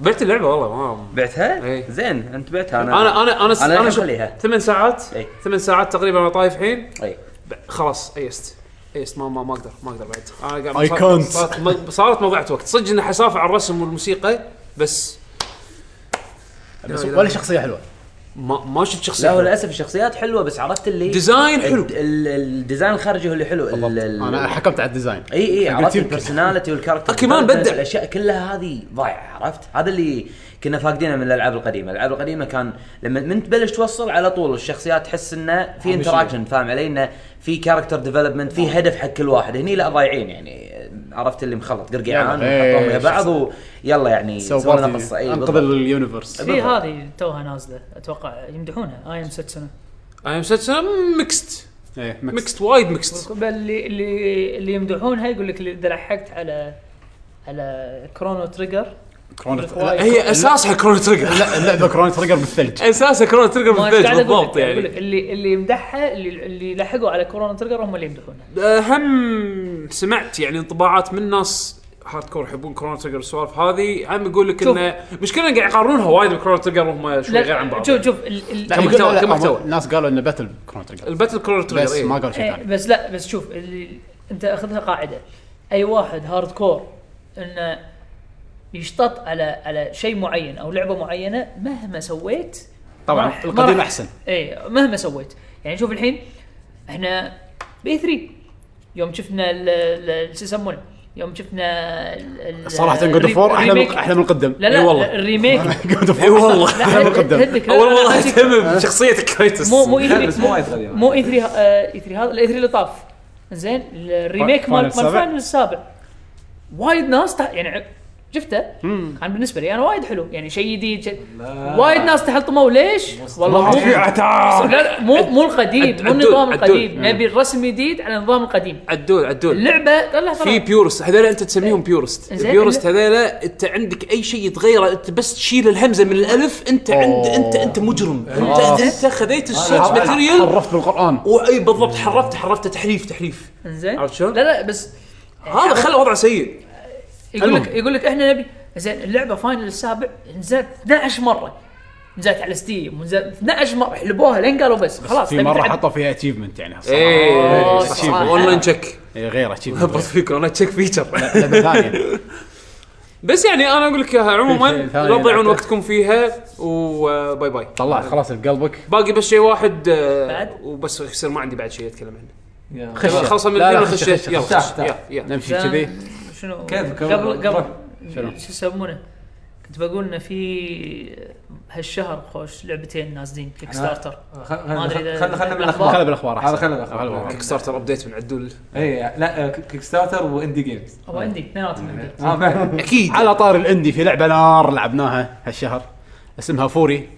Speaker 4: بعت اللعبه والله ما إيه.
Speaker 7: بعتها؟ زين انت بعتها انا
Speaker 4: انا انا انا
Speaker 7: أنا
Speaker 4: انا
Speaker 7: الحين
Speaker 4: شو-
Speaker 7: خليها.
Speaker 4: ثمان ساعات
Speaker 7: إيه.
Speaker 4: ثمان ساعات تقريبا انا طايف الحين
Speaker 7: اي
Speaker 4: ب- خلاص ايست ايست ما ما ما اقدر ما اقدر بعد انا
Speaker 1: I
Speaker 4: صار-
Speaker 1: can't.
Speaker 4: صارت م- صارت مضيعه وقت صدق اني حسافه على الرسم والموسيقى بس
Speaker 1: بس
Speaker 4: لا، لا.
Speaker 1: ولا شخصيه حلوه
Speaker 4: ما ما شفت
Speaker 7: لا هو
Speaker 4: شخصيه
Speaker 7: للاسف الشخصيات حلوه بس عرفت اللي
Speaker 4: ديزاين حلو
Speaker 7: الد- ال- الديزاين الخارجي هو اللي حلو ال- ال-
Speaker 1: انا حكمت على الديزاين
Speaker 7: اي اي
Speaker 1: قلت
Speaker 7: عرفت
Speaker 1: يمكن.
Speaker 7: البرسوناليتي والكاركتر
Speaker 4: كمان
Speaker 7: development،
Speaker 4: بدع.
Speaker 7: الاشياء كلها هذه ضايعه عرفت هذا اللي كنا فاقدينه من الالعاب القديمه الالعاب القديمه كان لما من تبلش توصل على طول الشخصيات تحس انه في انتراكشن فاهم علي انه في كاركتر ديفلوبمنت
Speaker 1: آه.
Speaker 7: في هدف حق كل واحد هني لا ضايعين يعني عرفت اللي مخلط
Speaker 1: يلا،
Speaker 7: قرقعان
Speaker 1: إيه،
Speaker 7: وحطهم ويا بعض ويلا يعني
Speaker 1: سو
Speaker 7: سووا لنا
Speaker 1: بارتي،
Speaker 7: قصه اي
Speaker 1: انقذ
Speaker 7: بالضبط.
Speaker 1: اليونيفرس
Speaker 5: في هذه توها نازله اتوقع يمدحونها اي ام سنه
Speaker 4: اي ام سلسله ميكست
Speaker 1: ايه ميكس
Speaker 4: ميكست وايد ميكست
Speaker 5: بل اللي اللي اللي يمدحونها يقول لك اللي- اذا لحقت على على كرونو تريجر
Speaker 1: كرونو
Speaker 5: لا،
Speaker 4: هي اساسها كرون تريجر
Speaker 1: إيه، لا اللعبه كرونو تريجر بالثلج
Speaker 4: اساسها كرون تريجر
Speaker 5: ما
Speaker 4: بالبيت
Speaker 5: قاعد أقول لك-
Speaker 4: بالضبط
Speaker 5: أقول
Speaker 4: يعني
Speaker 5: لك اللي اللي يمدحها اللي, اللي لحقوا على كورونا تريجر هم اللي يمدحونها
Speaker 4: هم سمعت يعني انطباعات من ناس هارد كور يحبون كرونو تريجر والسوالف هذه هم يقول لك
Speaker 5: شوف.
Speaker 4: انه مشكله قاعد يقارنونها وايد بكرونو تريجر وهم شوي
Speaker 5: لا،
Speaker 4: غير عن بعض
Speaker 5: شوف شوف ال- ال-
Speaker 4: كم محتوى- كم محتوى؟
Speaker 1: الناس قالوا انه باتل كرونو تريجر
Speaker 4: الباتل كرونو تريجر
Speaker 1: بس
Speaker 4: إيه.
Speaker 1: ما قالوا شيء
Speaker 5: إيه
Speaker 1: ثاني
Speaker 5: بس لا بس شوف اللي انت اخذها قاعده اي واحد هارد كور انه يشتط على على شيء معين او لعبه معينه مهما سويت ما
Speaker 1: طبعا
Speaker 5: راح- ما
Speaker 1: القديم
Speaker 5: راح-
Speaker 1: احسن
Speaker 5: اي مهما سويت يعني شوف الحين احنا بي 3 يوم شفنا ال- ال- شو يسمونه يوم شفنا ال- ال-
Speaker 1: صراحه جود اوف
Speaker 5: الري-
Speaker 1: وور احلى من
Speaker 5: الريميك-
Speaker 1: احلى من القدم
Speaker 5: لا لا
Speaker 4: إي والله.
Speaker 5: الريميك
Speaker 1: جود اوف
Speaker 4: اي والله
Speaker 5: لا،
Speaker 1: أحلى من القدم.
Speaker 5: هدك، لا،
Speaker 4: اول
Speaker 5: لا،
Speaker 4: والله
Speaker 5: هدك.
Speaker 4: اهتم بشخصيه كريتوس
Speaker 5: مو مو اي 3
Speaker 6: بس مو وايد غبي.
Speaker 5: مو اي 3 اي 3 هذا الاي 3 اللي طاف زين الريميك مال مال
Speaker 1: فاينل السابع؟
Speaker 5: فاينل السابع وايد ناس تح... يعني شفته كان بالنسبه لي انا وايد حلو يعني شيء جديد شيء... وايد ناس تحطموا ليش؟ والله مو لا لا مو مو القديم مو
Speaker 4: عدول، عدول.
Speaker 5: النظام القديم نبي الرسم جديد على النظام القديم
Speaker 4: عدول عدول
Speaker 5: اللعبه لا لا
Speaker 4: في
Speaker 5: ترى إيه.
Speaker 4: بيورست هذيلا انت تسميهم بيورست
Speaker 5: زين،
Speaker 4: البيورست هذيلا انت عندك اي شيء يتغيره انت بس تشيل الهمزه من الالف انت عند انت انت مجرم
Speaker 1: آه.
Speaker 4: انت انت خذيت السورس ماتيريال
Speaker 1: عرفت بالقران
Speaker 4: واي بالضبط حرفت حرفت تحريف تحريف
Speaker 5: زين
Speaker 4: عرفت شلون؟
Speaker 5: لا لا بس
Speaker 4: هذا خلى وضعه سيء
Speaker 5: يقول لك
Speaker 1: المهم.
Speaker 5: يقول لك احنا نبي زين اللعبه فاينل السابع نزلت 12 مره نزلت على ستيم ونزلت 12 مره حلبوها لين قالوا بس خلاص
Speaker 1: في
Speaker 5: تبي
Speaker 1: مره
Speaker 5: تلعب.
Speaker 1: حطوا فيها اتشيفمنت يعني صراحة.
Speaker 4: ايه
Speaker 5: صح، صح.
Speaker 4: اونلاين تشيك
Speaker 1: إيه، غير
Speaker 4: هبط
Speaker 1: اتشيفمنت
Speaker 4: فيك اونلاين تشيك فيتشر
Speaker 1: لعبه ثانيه
Speaker 4: بس يعني انا اقول لك اياها عموما
Speaker 1: شيء ثاني
Speaker 4: لا تضيعون
Speaker 1: بعد.
Speaker 4: وقتكم فيها وباي باي
Speaker 1: طلعت خلاص بقلبك
Speaker 4: باقي بس شيء واحد آه،
Speaker 5: بعد؟
Speaker 4: وبس يصير ما عندي بعد شيء اتكلم عنه
Speaker 6: يا.
Speaker 1: خش
Speaker 4: خلصنا من
Speaker 1: لا، لا،
Speaker 4: الحين
Speaker 1: خش-
Speaker 4: وخش
Speaker 1: خش-
Speaker 4: يلا
Speaker 1: خش.
Speaker 4: خش.
Speaker 6: تعال.
Speaker 4: يلا يلا
Speaker 1: نمشي كذي
Speaker 5: شنو
Speaker 6: كيف؟
Speaker 5: قبل قبل
Speaker 1: شنو؟
Speaker 5: شو يسمونه كنت بقول انه في هالشهر خوش لعبتين نازلين كيك ستارتر ما أدري إذا-
Speaker 6: خلنا خلنا من
Speaker 1: خلنا
Speaker 6: الاخبار
Speaker 1: بالاخبار
Speaker 6: هذا
Speaker 1: احسن
Speaker 6: خلنا بالأخبار.
Speaker 1: بالاخبار
Speaker 4: كيك ستارتر ابديت من عدول
Speaker 6: اي إيه، لا كيك ستارتر واندي جيمز
Speaker 5: هو عندي اثنيناتهم عندي
Speaker 6: اه فعلا
Speaker 1: آه.
Speaker 4: اكيد
Speaker 1: على طار الاندي في لعبه نار لعبناها هالشهر اسمها فوري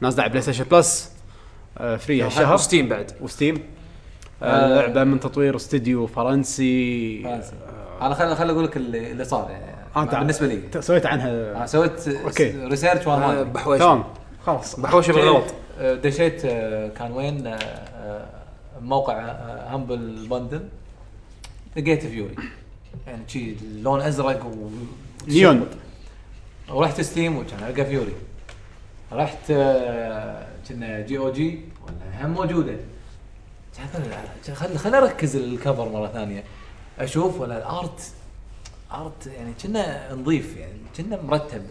Speaker 1: نازله على بلاي ستيشن بلس آه، فري هالشهر
Speaker 4: ستيم بعد
Speaker 1: وستيم
Speaker 6: آه.
Speaker 1: آه، لعبه من تطوير استديو فرنسي
Speaker 6: فانسي. انا خلنا خلنا اقول لك اللي اللي صار
Speaker 1: آه،
Speaker 6: يعني
Speaker 1: أنت-
Speaker 6: بالنسبه لي
Speaker 1: ت- سويت عنها
Speaker 6: أنا سويت
Speaker 1: أوكي.
Speaker 6: ريسيرش وانا ما
Speaker 4: آه،
Speaker 6: أدري.
Speaker 4: بحوشه
Speaker 1: تمام خلاص
Speaker 4: بحوشه بالغلط
Speaker 6: آه، دشيت آه، كان وين آه، آه، موقع همبل باندل لقيت فيوري يعني شي لون ازرق و
Speaker 1: نيون
Speaker 6: ورحت ستيم وكان القى فيوري رحت آه، كنا جي او جي ولا هم موجوده خل خل خل اركز الكفر مره ثانيه اشوف ولا الارت ارت يعني كنا نظيف يعني كنا مرتب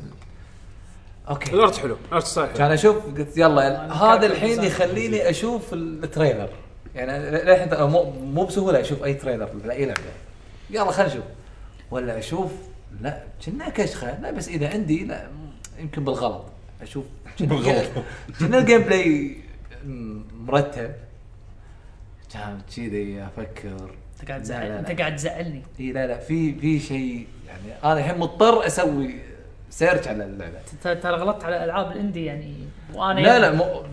Speaker 6: اوكي
Speaker 4: الارت حلو الارت ستايل حلو
Speaker 6: كان اشوف قلت يلا هذا
Speaker 5: كابتن
Speaker 6: الحين
Speaker 5: زين.
Speaker 6: يخليني اشوف التريلر يعني للحين ترى مو مو بسهوله اشوف اي تريلر لاي لعبه يلا خلينا نشوف ولا اشوف لا كنا كشخه لا بس اذا عندي لا م- يمكن بالغلط اشوف بالغلط كنا الجيم بلاي م- مرتب كان كذي افكر
Speaker 5: انت قاعد
Speaker 6: لا،
Speaker 5: تزعل
Speaker 6: لا، لا.
Speaker 5: انت قاعد تزعلني
Speaker 6: اي لا لا في في شيء يعني انا الحين مضطر اسوي سيرش على اللعبه
Speaker 5: ت- ترى غلطت على العاب الاندي يعني وانا
Speaker 6: لا لا مو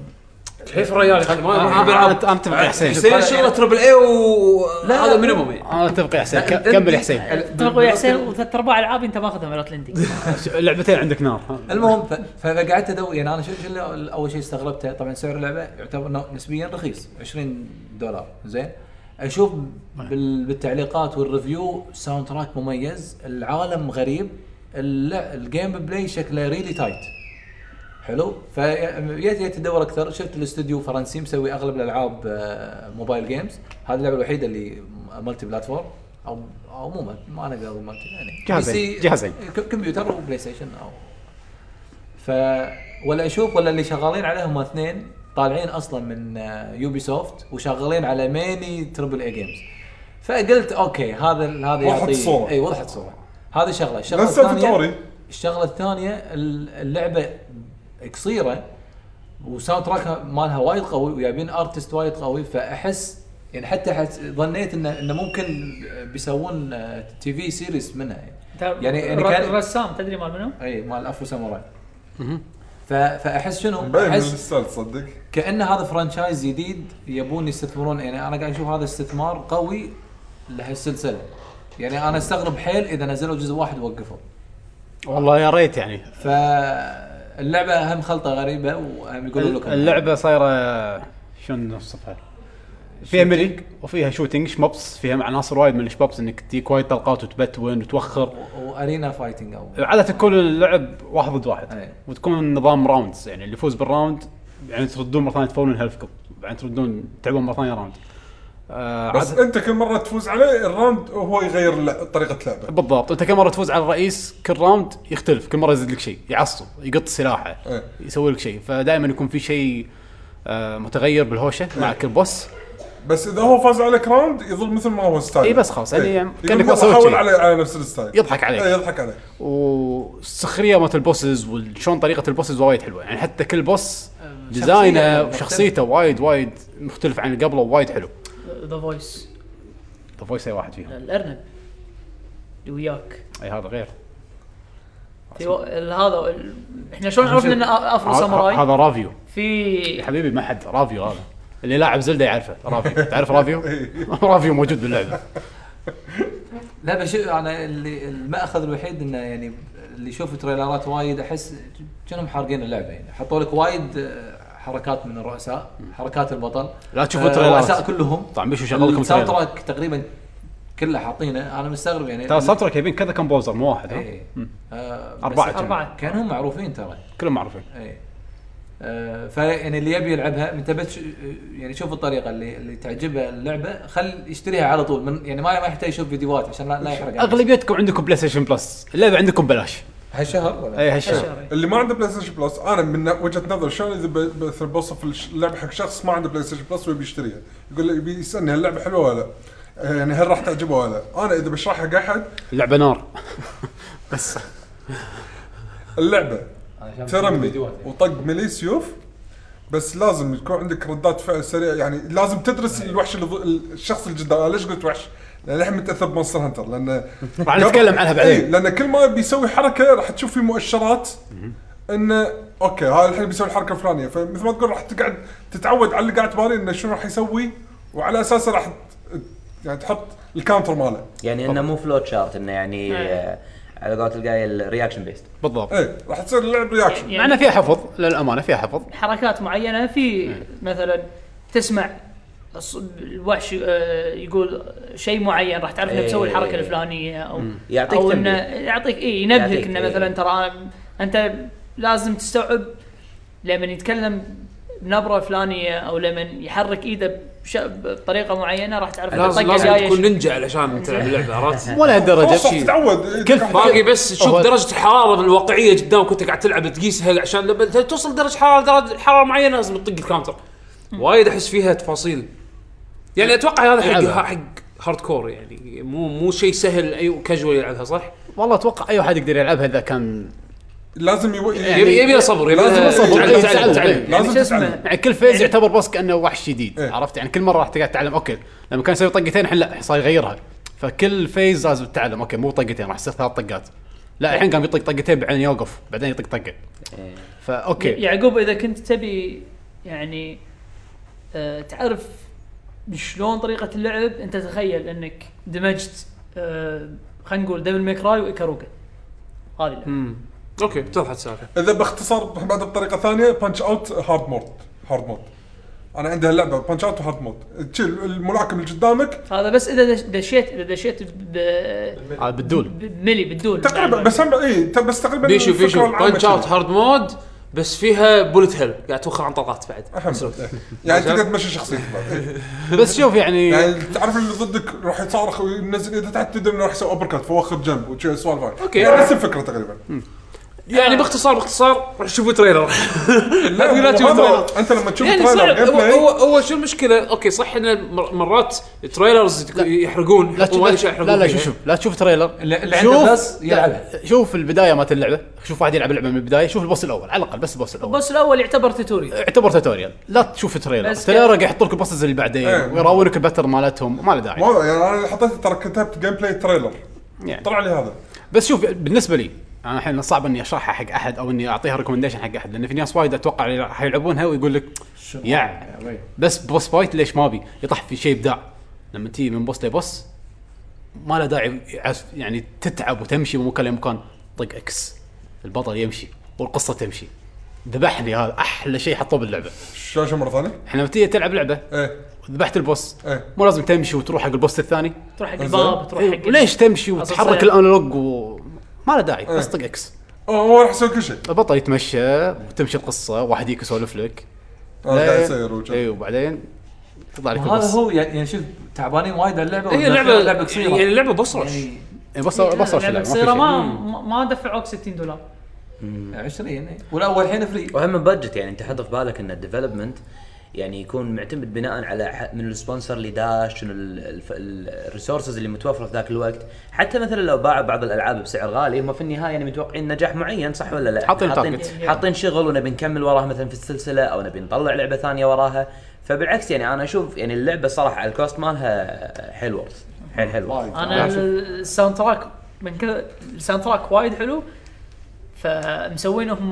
Speaker 4: كيف الرجال ما- ما
Speaker 1: انا
Speaker 4: أحب ألعاب.
Speaker 1: أنا اتفق يا آه، حسين طيب.
Speaker 4: يصير شغله تربل اي وهذا مينيموم يعني
Speaker 1: انا اتفق يا حسين ك- كمل يا حسين
Speaker 5: اتفقوا يا حسين وثلاث ارباع العاب انت ماخذها من الاندي
Speaker 1: لعبتين عندك نار
Speaker 6: المهم ف- فقعدت ادور يعني انا شو شو اللي اول شيء استغربته طبعا سعر اللعبه يعتبر نو- نسبيا رخيص 20 دولار زين اشوف
Speaker 1: نعم.
Speaker 6: بال- بالتعليقات والريفيو ساوند تراك مميز العالم غريب اللع- الجيم بلاي شكله ريلي تايت حلو فجيت جيت ادور اكثر شفت الاستوديو فرنسي مسوي اغلب الالعاب آه، موبايل جيمز هذه اللعبه الوحيده اللي مالتي بلاتفورم او او مو مال- ما انا اقول مالتي يعني
Speaker 1: جهازين-
Speaker 6: PC
Speaker 1: جهازين.
Speaker 6: ك- كمبيوتر وبلاي ستيشن او ف ولا اشوف ولا اللي شغالين عليهم اثنين طالعين اصلا من يوبي سوفت وشغالين على ميني تربل اي جيمز فقلت اوكي هذا هذا
Speaker 2: وضحت
Speaker 6: يعطي
Speaker 2: الصورة.
Speaker 6: اي وضحت الصوره هذه شغله الشغله
Speaker 2: نفس
Speaker 6: الثانيه
Speaker 2: التوتوري
Speaker 6: الشغله الثانيه ال- اللعبه قصيره وساوند تراك مالها وايد قوي وجايبين ارتست وايد قوي فاحس يعني حتى حس ظنيت انه انه ممكن بيسوون آه، تي في سيريز منها يعني يعني- يعني كان-
Speaker 5: الرسام تدري مال منو؟
Speaker 6: اي مال الافرو ساموراي ف- فاحس شنو؟
Speaker 2: مبين من
Speaker 6: احس
Speaker 2: الستايل تصدق
Speaker 6: كان هذا فرانشايز جديد يبون يستثمرون يعني انا قاعد اشوف هذا استثمار قوي لهالسلسله يعني انا استغرب حيل اذا نزلوا جزء واحد وقفوا
Speaker 1: والله يا ريت يعني
Speaker 6: فاللعبه هم خلطه غريبه وهم يقولوا لكم
Speaker 1: اللعبه صايره شلون نوصفها؟ فيها ميلي وفيها شوتنج شمبس فيها عناصر وايد من الشبابس انك تجيك وايد طلقات وتبتون وتوخر
Speaker 6: وارينا فايتنج او
Speaker 1: عادة تكون اللعب واحد ضد واحد
Speaker 2: إيه.
Speaker 6: أي.
Speaker 1: وتكون نظام راوندز يعني اللي يفوز بالراوند يعني تردون مره ثانيه تفولون هيلث كب بعدين تردون تلعبون مره ثانيه راوند آه
Speaker 2: بس
Speaker 1: عادة-
Speaker 2: انت كل مره تفوز عليه الراوند هو يغير لا- طريقه لعبه
Speaker 1: بالضبط انت كل مره تفوز على الرئيس كل راوند يختلف كل مره يزيد لك شيء يعصب يقط سلاحه
Speaker 2: إيه.
Speaker 1: يسوي لك شيء فدائما يكون في شيء آه، متغير بالهوشه مع
Speaker 2: إيه.
Speaker 1: كل بوس
Speaker 2: بس اذا هو فاز عليك راوند يظل مثل ما هو ستايل
Speaker 1: إي بس خلاص، يعني يعني كأنك
Speaker 2: كانك
Speaker 1: ما سويت
Speaker 2: حاول
Speaker 1: شيء.
Speaker 2: على على نفس الستايل
Speaker 1: يضحك عليك.
Speaker 2: إي، يضحك عليك
Speaker 1: والسخريه مالت البوسز وشلون طريقه البوسز وايد حلوه يعني حتى كل بوس
Speaker 6: آه، شخصية
Speaker 1: ديزاينه
Speaker 6: مختلفة.
Speaker 1: وشخصيته وايد وايد مختلف عن اللي قبله ووايد حلو
Speaker 5: ذا فويس
Speaker 1: طيب فويس اي واحد فيهم
Speaker 5: الارنب اللي وياك
Speaker 1: اي هذا غير
Speaker 5: في و- ال- هذا ال- احنا شلون عرفنا ان افرو
Speaker 1: ه- ه-
Speaker 5: ساموراي
Speaker 1: هذا رافيو
Speaker 5: في
Speaker 1: يا حبيبي ما حد رافيو هذا اللي لاعب زلده يعرفه رافيو تعرف رافيو؟
Speaker 2: إي.
Speaker 1: رافيو موجود باللعبه
Speaker 6: لا بس شو- انا اللي الماخذ الوحيد انه يعني اللي يشوف تريلرات وايد احس كانهم حارقين اللعبه يعني حطوا لك وايد آه، حركات من الرؤساء حركات البطل
Speaker 1: لا تشوفوا
Speaker 6: آه،
Speaker 1: تريلرات.
Speaker 6: الرؤساء كلهم
Speaker 1: طبعا بيشو شغلكم
Speaker 6: الساوند
Speaker 1: تريلر
Speaker 6: تراك تقريبا كله حاطينه انا مستغرب يعني
Speaker 1: ترى ساوند تراك يبين كذا كومبوزر مو واحد ها؟
Speaker 6: إيه. آه، بس
Speaker 1: أربعة
Speaker 5: أربعة.
Speaker 6: كانهم معروفين ترى
Speaker 1: كلهم معروفين
Speaker 6: اي آه، آه، فيعني اللي يبي يلعبها انت بس ش- يعني شوف الطريقه اللي اللي تعجبها اللعبه خل يشتريها على طول من يعني ما ما يحتاج يشوف فيديوهات عشان لا, لا يحرق عليه.
Speaker 1: اغلبيتكم عندكم بلاي ستيشن بلس اللعبه عندكم بلاش
Speaker 6: هالشهر ولا
Speaker 1: اي هالشيء
Speaker 5: شهرين.
Speaker 2: اللي ما عنده بلاي ستيشن بلس انا من وجهه نظر شلون اذا ب- مثلا بوصف الش- اللعبه حق شخص ما عنده بلاي ستيشن بلس ويبي يشتريها يقول لي يبي يسالني هاللعبه حلوه ولا لا؟ يعني هل راح تعجبه ولا لا؟ انا اذا بشرحها حق احد
Speaker 1: اللعبه نار بس
Speaker 2: اللعبه
Speaker 6: عشان بشوف
Speaker 2: ترمي
Speaker 6: فيديوهات يعني.
Speaker 2: وطق ملي سيوف بس لازم يكون عندك ردات فعل سريعه يعني لازم تدرس
Speaker 1: أيوة.
Speaker 2: الوحش اللي ضد- الشخص اللي قدام أنا ليش قلت وحش؟ لان الحين متاثر بمونستر هانتر لان
Speaker 1: راح نتكلم عنها
Speaker 2: إيه،
Speaker 1: بعدين
Speaker 2: لان كل ما بيسوي حركه راح تشوف في مؤشرات انه اوكي هذا الحين بيسوي الحركه الفلانيه فمثل ما تقول راح تقعد تتعود على اللي قاعد تباري انه شنو راح يسوي وعلى اساسه راح ت- يعني تحط الكاونتر ماله
Speaker 7: يعني انه مو فلوت شارت انه يعني آه، على قولة القايل رياكشن بيست
Speaker 1: بالضبط
Speaker 2: ايه راح تصير اللعب رياكشن
Speaker 6: يعني
Speaker 1: مع انه فيها حفظ للامانه فيها حفظ
Speaker 5: يعني حركات معينه في مثلا تسمع الص- الوحش آه، يقول شيء معين راح تعرف انه
Speaker 7: إيه.
Speaker 5: مسوي الحركه الفلانيه او
Speaker 7: يعطيك
Speaker 5: او انه
Speaker 7: تنبيه.
Speaker 5: يعطيك اي
Speaker 7: يعطيك
Speaker 5: ينبهك انه
Speaker 7: إيه.
Speaker 5: مثلا ترى أنا- انت لازم تستوعب لما يتكلم بنبره فلانيه او لما يحرك ايده بش- بطريقه معينه راح
Speaker 1: طيب،
Speaker 5: تعرف إنه
Speaker 4: لازم
Speaker 5: طقة
Speaker 4: لازم
Speaker 5: جاية
Speaker 4: تكون
Speaker 5: شنو.
Speaker 4: نينجا علشان تلعب اللعبه عرفت؟
Speaker 1: ولا
Speaker 2: خلاص، راح
Speaker 1: هالدرجه
Speaker 2: تتعود
Speaker 1: كيف
Speaker 4: باقي بس تشوف
Speaker 1: هو-
Speaker 4: درجه الحراره الواقعيه قدامك وانت قاعد تلعب تقيسها عشان لما ت- توصل درجه حراره درجه حراره معينه لازم تطق الكاونتر وايد احس فيها تفاصيل يعني اتوقع هذا
Speaker 1: يلعبها.
Speaker 4: حق حق هارد كور يعني مو مو شيء سهل اي كاجوال يلعبها صح؟
Speaker 1: والله اتوقع اي واحد يقدر يلعبها اذا كان
Speaker 2: لازم
Speaker 1: إيه،
Speaker 2: يو...
Speaker 4: يبي يبي له صبر يبي
Speaker 2: يعني لازم
Speaker 4: له
Speaker 2: صبر.
Speaker 4: تعلم- تعلم-
Speaker 1: تعلم.
Speaker 4: تعلم.
Speaker 5: يعني
Speaker 2: لازم
Speaker 5: شو اسمه؟
Speaker 2: تتعلم.
Speaker 1: يعني كل فيز يعتبر بوس كانه وحش جديد
Speaker 2: إيه.
Speaker 1: عرفت يعني كل مره راح تقعد تتعلم اوكي لما كان يسوي طقتين الحين لا صار يغيرها فكل فيز لازم تتعلم اوكي مو طقتين راح يصير ثلاث طقات لا الحين قام يطق طقتين بعدين يوقف بعدين يطق طقه فاوكي
Speaker 5: يعقوب اذا كنت تبي يعني آه، تعرف شلون طريقه اللعب انت تخيل انك دمجت آه، خلينا نقول دبل ميكراي وايكاروكا هذه اللعبة.
Speaker 4: مم. اوكي اتضحت السالفه
Speaker 2: اذا باختصار بعد بطريقه ثانيه بانش اوت هارد مود هارد مود انا عندي هاللعبه بانش اوت وهارد مود تشيل الملاكم اللي قدامك
Speaker 5: هذا بس اذا دش- دشيت اذا دشيت ب
Speaker 1: هذا بالدول
Speaker 5: بملي بالدول يعني
Speaker 2: تقريبا بس هم اي بس تقريبا
Speaker 4: بيشو
Speaker 2: الفكرة
Speaker 4: بيشو
Speaker 2: العامة
Speaker 4: بانش اوت
Speaker 2: شنو.
Speaker 4: هارد مود بس فيها بولت هيل قاعد توخر عن طلقات بعد
Speaker 2: أحمد. إيه. يعني تقدر تمشي شخصيتك بعد. إيه.
Speaker 1: بس شوف يعني
Speaker 2: يعني تعرف اللي ضدك راح يصارخ وينزل اذا تحت تدري انه راح يسوي اوبر كات فوخر جنب وشي سوالف هاي.
Speaker 4: أوكي.
Speaker 2: يعني نفس الفكره تقريبا
Speaker 4: يعني باختصار باختصار شوفوا تريلر
Speaker 2: لا
Speaker 4: تقول لا
Speaker 2: هو
Speaker 4: تشوف
Speaker 2: هذا-
Speaker 4: تريلر.
Speaker 2: انت لما تشوف
Speaker 4: يعني
Speaker 2: تريلر
Speaker 4: صعب
Speaker 2: جيم
Speaker 4: هو هو,
Speaker 2: بلاي
Speaker 4: هو شو المشكله اوكي صح ان مر- مرات تريلرز يتك- يحرقون
Speaker 1: لا تشوف
Speaker 4: يحطون هذه الأشياء
Speaker 1: لا لا
Speaker 4: يحرقون
Speaker 1: شوف
Speaker 4: فيها.
Speaker 1: شوف لا تشوف تريلر
Speaker 6: اللي- اللي عنده بلس يلعبها.
Speaker 1: شوف البدايه مالت اللعبه شوف واحد يلعب اللعبه من البدايه شوف البوس الاول على الاقل بس البوس الاول
Speaker 5: البوس الاول يعتبر توتوريال
Speaker 1: اعتبر توتوريال لا تشوف تريلر
Speaker 5: بس
Speaker 1: تريلر
Speaker 5: كده.
Speaker 1: قاعد يحط لك البوسز اللي بعدين
Speaker 2: إيه.
Speaker 1: ويراونك الباتر مالتهم ما له داعي
Speaker 2: مو- يعني انا اللي حطيت ترى كتبت جيم بلاي تريلر
Speaker 1: يعني.
Speaker 2: طلع لي هذا
Speaker 1: بس شوف بالنسبه لي انا الحين صعب اني اشرحها حق احد او اني اعطيها ريكومنديشن حق احد لان في ناس وايد اتوقع اللي راح يلعبونها ويقول لك يا
Speaker 6: وي.
Speaker 1: بس بوس فايت ليش ما بي يطح في شيء ابداع لما تيجي من بوس لبوس ما له داعي عس- يعني تتعب وتمشي من مكان لمكان طق اكس البطل يمشي والقصه تمشي ذبحني هذا احلى شيء حطوه باللعبه
Speaker 2: شاشه مره ثانيه
Speaker 1: احنا لما تيجي تلعب لعبه
Speaker 2: ايه
Speaker 1: ذبحت البوس
Speaker 2: إيه.
Speaker 1: مو لازم تمشي وتروح حق البوس الثاني
Speaker 5: تروح حق
Speaker 2: زين.
Speaker 5: الباب تروح حق
Speaker 1: إيه، ليش تمشي وتحرك
Speaker 5: أصلاً-
Speaker 1: الانالوج وما له داعي
Speaker 2: إيه.
Speaker 1: بس طق اكس
Speaker 2: هو- هو راح يسوي كل شيء
Speaker 1: بطل يتمشى وتمشي القصه واحد يجيك يسولف لك
Speaker 2: انا قاعد اسير وجه.
Speaker 6: أيوه.
Speaker 1: اي وبعدين تطلع لك
Speaker 6: وهذا
Speaker 1: البص
Speaker 6: هو يعني يعني شوف تعبانين وايد على
Speaker 5: إيه،
Speaker 6: اللعبه
Speaker 4: هي
Speaker 6: والداخل
Speaker 4: لعبه
Speaker 6: لعبه قصيره
Speaker 4: يعني لعبه بوس رش
Speaker 6: يعني
Speaker 1: إيه، بص بص
Speaker 5: لعبة قصيره ما ما- ما دفعوك 60 دولار
Speaker 6: 20 إيه. والاول الحين فري
Speaker 7: وهم بادجت يعني انت حط في بالك ان الديفلوبمنت يعني يكون معتمد بناء على ح- من السبونسر اللي داش شنو الريسورسز اللي متوفره في ذاك الوقت حتى مثلا لو باعوا بعض الالعاب بسعر غالي هم في النهايه يعني متوقعين نجاح معين صح ولا لا
Speaker 1: حاطين
Speaker 7: حاطين,
Speaker 1: target.
Speaker 7: حاطين شغل ونبي نكمل وراها مثلا في السلسله او نبي نطلع لعبه ثانيه وراها فبالعكس يعني انا اشوف يعني اللعبه صراحه الكوست مالها حيل ورث حيل حيل ورث
Speaker 5: انا الساوند تراك من كذا الساوند تراك وايد حلو فمسوينهم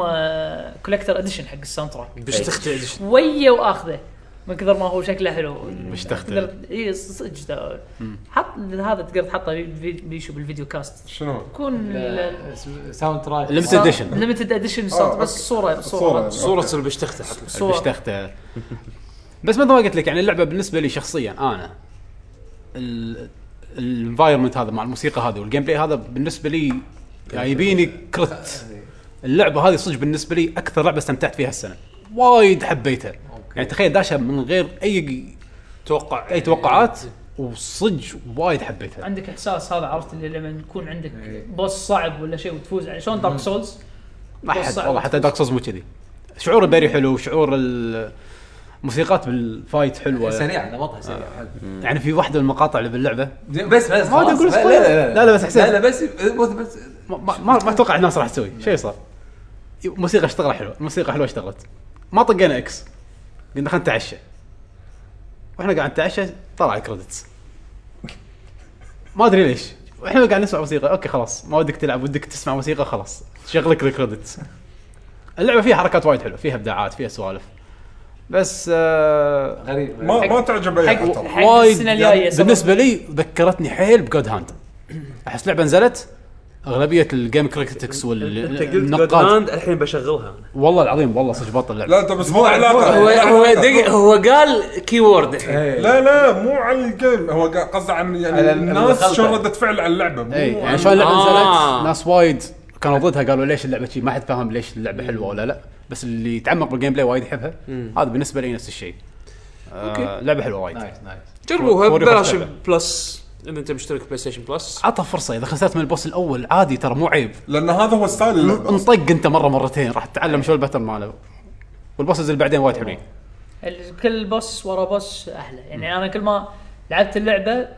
Speaker 5: كولكتر اديشن حق الساوند تراك
Speaker 4: بش تختلف
Speaker 5: شويه واخذه من كثر ما هو شكله حلو
Speaker 1: مش تختلف.
Speaker 5: تقدر- اي صدق ترى. حط هذا تقدر تحطه بالفي- بيشو بالفيديو كاست
Speaker 2: شنو؟
Speaker 5: يكون
Speaker 6: ساوند تراك
Speaker 1: ليمتد اديشن
Speaker 5: ليمتد اديشن
Speaker 2: آه،
Speaker 5: بس
Speaker 2: أوكي.
Speaker 5: الصوره
Speaker 2: الصورة.
Speaker 5: الصوره
Speaker 4: صوره البش تختلف
Speaker 1: مش
Speaker 5: الصوره
Speaker 1: تختار بس مثل ما قلت لك يعني اللعبه بالنسبه لي شخصيا انا الانفايرمنت هذا مع الموسيقى هذه والجيم بلاي هذا بالنسبه لي يعني يبيني كرت اللعبه هذه صدق بالنسبه لي اكثر لعبه استمتعت فيها السنه وايد حبيتها يعني تخيل داشها من غير اي
Speaker 3: توقع
Speaker 1: اي توقعات وصج وايد حبيتها
Speaker 5: عندك احساس هذا عرفت اللي لما يكون عندك بوس صعب ولا شيء وتفوز يعني شلون دارك سولز
Speaker 1: ما
Speaker 5: بس
Speaker 1: حد
Speaker 5: صعب.
Speaker 1: والله حتى دارك سولز مو كذي شعور الباري حلو شعور الموسيقات بالفايت حلوه
Speaker 6: سريع نمطها سريع حلو.
Speaker 5: آه.
Speaker 1: يعني في واحده من المقاطع اللي باللعبه
Speaker 6: زين، بس بس
Speaker 1: ما أقدر أقول
Speaker 6: خلاص.
Speaker 1: spoiler. لا، لا، بس حسين.
Speaker 6: لا لا بس بس- بس
Speaker 1: ما ما ما- ما اتوقع الناس راح تسوي شيء صار موسيقى اشتغلت حلوه الموسيقى حلوه اشتغلت ما طقينا اكس قلنا خلينا نتعشى واحنا قاعد نتعشى طلع الكريدتس ما ادري ليش واحنا قاعد نسمع موسيقى اوكي خلاص ما ودك تلعب ودك تسمع موسيقى خلاص شغلك الكريدتس اللعبه فيها حركات وايد حلوه فيها ابداعات فيها سوالف بس آه
Speaker 6: غريب
Speaker 2: ما ما تعجب اي احد
Speaker 5: حق
Speaker 2: ترى.
Speaker 5: حق
Speaker 1: وايد
Speaker 5: السنه
Speaker 1: يعني
Speaker 5: الجايه سبب.
Speaker 1: بالنسبه لي ذكرتني حيل بجود هاند احس لعبه نزلت اغلبيه الجيم كريتكس
Speaker 3: انت قلت جود
Speaker 1: والنقاد
Speaker 3: هاند الحين بشغلها
Speaker 1: والله العظيم والله صدق بطل اللعبه
Speaker 2: لا انت بس مو على
Speaker 4: هو هو دق- هو قال كي وورد الحين
Speaker 2: لا لا مو على الجيم هو قا- قصده عن يعني
Speaker 6: على
Speaker 2: الناس
Speaker 6: الخلطة. إيه،
Speaker 2: شلون ردة فعل على اللعبه مو
Speaker 1: اي يعني
Speaker 2: عن-
Speaker 1: شلون اللعبه
Speaker 4: آه.
Speaker 1: نزلت ناس وايد كانوا ضدها قالوا ليش اللعبه شي ما حد فاهم ليش اللعبه حلوه ولا لا بس اللي يتعمق بالجيم بلاي وايد يحبها هذا بالنسبه لي نفس الشيء آه
Speaker 4: أوكي.
Speaker 1: لعبه حلوه وايد
Speaker 6: نايس نايس
Speaker 4: جربوها
Speaker 1: فوري
Speaker 4: ببلاش
Speaker 1: فاست لعبة.
Speaker 4: بلس اذا انت مشترك بلاي ستيشن بلس
Speaker 1: عطى فرصه اذا خسرت من البوس الاول عادي ترى مو عيب
Speaker 2: لان هذا هو ستايل اللعبه
Speaker 1: انطق انت مره مرتين راح تتعلم شو الباترن ماله والبوسز اللي بعدين وايد حلوين
Speaker 5: ال- كل بوس ورا بوس احلى يعني انا كل ما لعبت اللعبه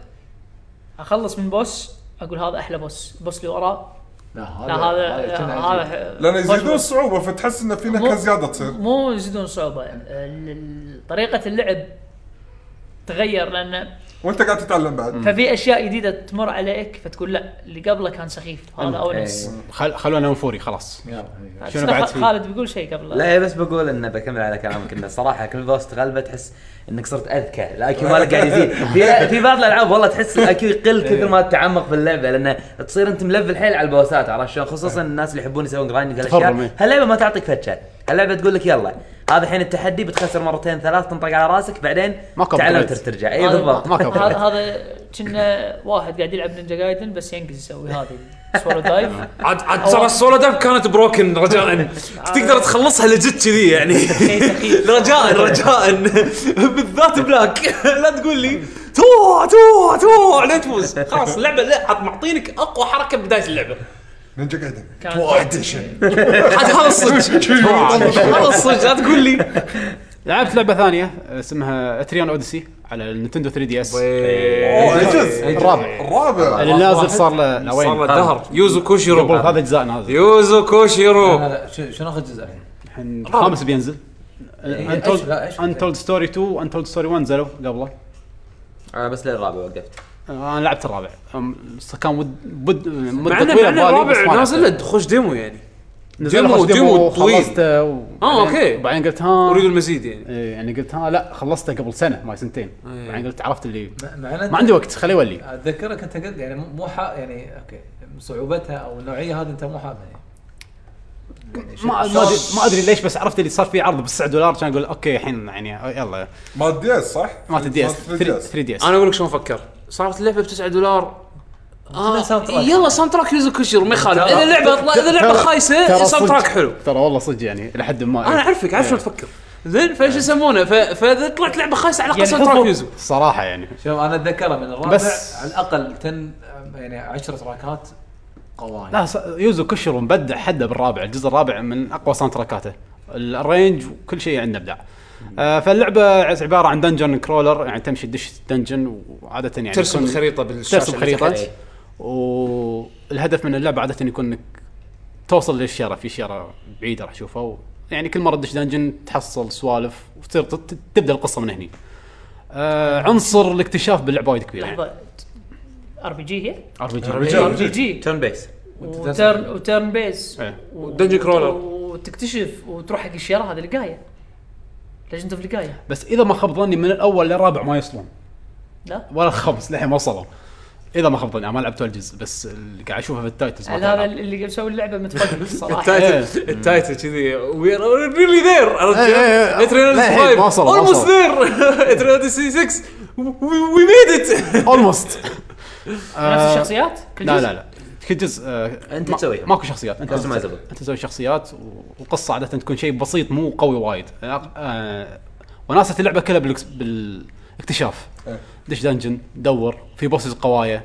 Speaker 5: اخلص من بوس اقول هذا احلى بوس بوس اللي وراه
Speaker 6: لا
Speaker 5: لا هذا هذا
Speaker 2: لان يزيدون
Speaker 5: بوس-
Speaker 2: الصعوبه فتحس ان في نكهه
Speaker 5: مو-
Speaker 2: زياده تصير
Speaker 5: مو يزيدون صعوبه ال- ال- طريقه اللعب تغير لان
Speaker 2: وانت قاعد تتعلم بعد
Speaker 5: ففي اشياء جديده تمر عليك فتقول لا اللي قبله كان سخيف هذا اونس
Speaker 1: خل... خلونا نفوري خلاص شنو
Speaker 5: شنو
Speaker 1: بعد
Speaker 5: بعد
Speaker 1: فيه؟
Speaker 5: خالد بيقول شيء قبل
Speaker 7: لا إيه، بس بقول انه بكمل على كلامك انه صراحه كل بوس تغلبه تحس انك صرت اذكى الاي كيو مالك قاعد يزيد في في بعض الالعاب والله تحس الاي كيو يقل كثر ما تتعمق باللعبه لانه تصير انت ملفل حيل على البوسات عرفت شلون خصوصا الناس اللي يحبون يسوون جرايند
Speaker 1: تفرم،
Speaker 7: هالاشياء
Speaker 1: إيه.
Speaker 7: هاللعبه ما تعطيك فتشه هاللعبه تقول لك يلا هذا الحين التحدي بتخسر مرتين ثلاث تنطق على راسك بعدين
Speaker 1: ماكو
Speaker 7: تعلمت
Speaker 1: upgrades.
Speaker 7: ترجع اي
Speaker 5: هذا-
Speaker 7: بالضبط
Speaker 1: ماكو upgrades.
Speaker 5: هذا هذا كنا واحد قاعد يلعب نينجا جايدن بس ينقز يسوي هذه سولو دايف
Speaker 4: عاد عاد ترى السولو داب كانت بروكن رجاء تقدر تخلصها لجت كذي يعني
Speaker 5: شيء سخيف
Speaker 4: رجاء رجاء بالذات بلاك لا تقول لي توع توع توع لا تفوز خلاص اللعبه لا حط معطينك اقوى حركه بدايه اللعبه
Speaker 2: نينجا قاعدين
Speaker 5: كانت
Speaker 4: عاد هذا الصدق هذا الصدق لا تقول لي
Speaker 1: لعبت لعبه ثانيه اسمها اتريان اوديسي على النينتندو 3 دي اس
Speaker 6: إيه،
Speaker 1: الرابع
Speaker 2: الرابع
Speaker 1: اللي نازل صار له لا وين
Speaker 4: صار له
Speaker 1: هذا-
Speaker 4: دهر يوزو
Speaker 1: قبل
Speaker 4: كوشيرو
Speaker 1: هذا جزائنا هذا
Speaker 4: يوزو كوشيرو
Speaker 6: شنو اخذ جزء الحين؟
Speaker 1: الحين الخامس بينزل
Speaker 6: إيه، إيش- لا، إيش-
Speaker 1: انتولد ستوري 2 وانتولد ستوري 1 نزلوا قبله
Speaker 7: انا آه، بس للرابع وقفت
Speaker 1: انا لعبت الرابع أم، كان ود ود
Speaker 4: مع
Speaker 1: مده
Speaker 4: انه
Speaker 1: طويله ببالي
Speaker 4: مع إنه
Speaker 1: بس ما
Speaker 4: الرابع
Speaker 1: لعبته.
Speaker 4: نازل له خوش ديمو يعني
Speaker 1: نزل
Speaker 4: ديمو-
Speaker 1: أخش
Speaker 4: ديمو طويل.
Speaker 1: وخلصته و-
Speaker 4: آه،
Speaker 1: بعدين-
Speaker 4: أوكي.
Speaker 1: بعدين قلت ها
Speaker 4: اريد المزيد يعني
Speaker 1: إيه، يعني قلت ها لا خلصته قبل سنه ما سنتين
Speaker 4: إيه.
Speaker 1: بعدين قلت عرفت اللي
Speaker 6: مع إن
Speaker 1: ما عندي وقت خليه يولي
Speaker 6: اتذكرك انت قلت يعني مو- مو حا يعني اوكي صعوبتها او النوعيه هذه انت مو حابها يعني.
Speaker 1: ما ما ادري ما ادري ليش بس عرفت اللي صار في عرض ب 9 دولار كان اقول اوكي الحين يعني يلا
Speaker 2: ما الدي اس صح؟
Speaker 1: ما تدي اس
Speaker 2: مال 3
Speaker 1: 3 دي اس
Speaker 4: انا اقول لك شلون افكر صارت اللعبه ب 9 دولار آه
Speaker 6: ساوند تراك.
Speaker 4: يلا ساوند تراك يوزو كوشيرو ما يخالف اذا اللعبه اذا اللعبه خايسه ساوند تراك حلو
Speaker 1: ترى والله صدق يعني لحد ما
Speaker 4: انا اعرفك اعرف
Speaker 1: إيه.
Speaker 4: شلون تفكر زين فايش يسمونه ف- فاذا طلعت لعبه خايسه على الاقل
Speaker 5: يعني
Speaker 4: ساوند تراك
Speaker 5: خذوا-
Speaker 4: يوزو
Speaker 1: صراحه يعني
Speaker 6: شوف انا اتذكرها من الرابع
Speaker 1: بس-
Speaker 6: بس على الاقل 10 يعني 10 تراكات قوانين
Speaker 1: لا س- يوزو كشرو مبدع حده بالرابع الجزء الرابع من اقوى ساوند تراكاته الرينج وكل شيء عنده ابداع آه، فاللعبه عباره عن دنجن كرولر يعني تمشي تدش دنجن وعاده يعني
Speaker 4: ترسم
Speaker 1: يكون-
Speaker 4: الخريطه بالشاشه
Speaker 1: ترسم
Speaker 4: اللي
Speaker 1: خريطه
Speaker 4: تحت.
Speaker 1: إيه. والهدف من اللعبه عاده يكون انك توصل للشيره في شيره بعيده راح تشوفها و... يعني كل مره تدش دنجن تحصل سوالف وتصير تت- تبدا القصه من هني آه عنصر الاكتشاف باللعبه وايد كبير يعني
Speaker 5: لحظه ار بي جي هي؟
Speaker 1: ار بي
Speaker 5: ار
Speaker 1: جي
Speaker 5: بي جي
Speaker 7: تيرن بيس
Speaker 5: وترن وترن بيس
Speaker 1: إيه.
Speaker 5: و-
Speaker 4: ودنجن كرولر.
Speaker 5: وتكتشف وتروح حق الشيره هذا لقايه ليجند اوف لقايه
Speaker 1: بس اذا ما خاب ظني من الاول للرابع ما يوصلون
Speaker 5: لا
Speaker 1: ولا الخمس للحين ما وصلوا اذا ما خاب ظني أنا ما لعبت ولا جزء بس اللي قاعد اشوفه في التايتلز ما إيه.
Speaker 5: هل هذا
Speaker 1: تلعب.
Speaker 5: اللي مسوي اللعبه متقدم الصراحه
Speaker 4: التايتل التايتل كذي وي ار ريلي ذير
Speaker 1: إيه، إيه، إيه. لا، هيك، ما وصلوا، ما
Speaker 4: اولموست
Speaker 1: وصلوا.
Speaker 4: ذير اتريال 6 وي ميد ات
Speaker 1: اولموست
Speaker 5: نفس الشخصيات كل
Speaker 1: لا
Speaker 5: جزء؟
Speaker 1: لا لا كل جزء آه،
Speaker 7: أنت
Speaker 1: ما-
Speaker 7: تسويها.
Speaker 1: ماكو شخصيات انت
Speaker 7: Customizable.
Speaker 1: انت تسوي شخصيات و- والقصه عاده تكون شيء بسيط مو قوي وايد آه، آه، وناسه اللعبه كلها بالإكس- بالاكتشاف
Speaker 2: إيه.
Speaker 1: دش دنجن دور في بوسز قوايا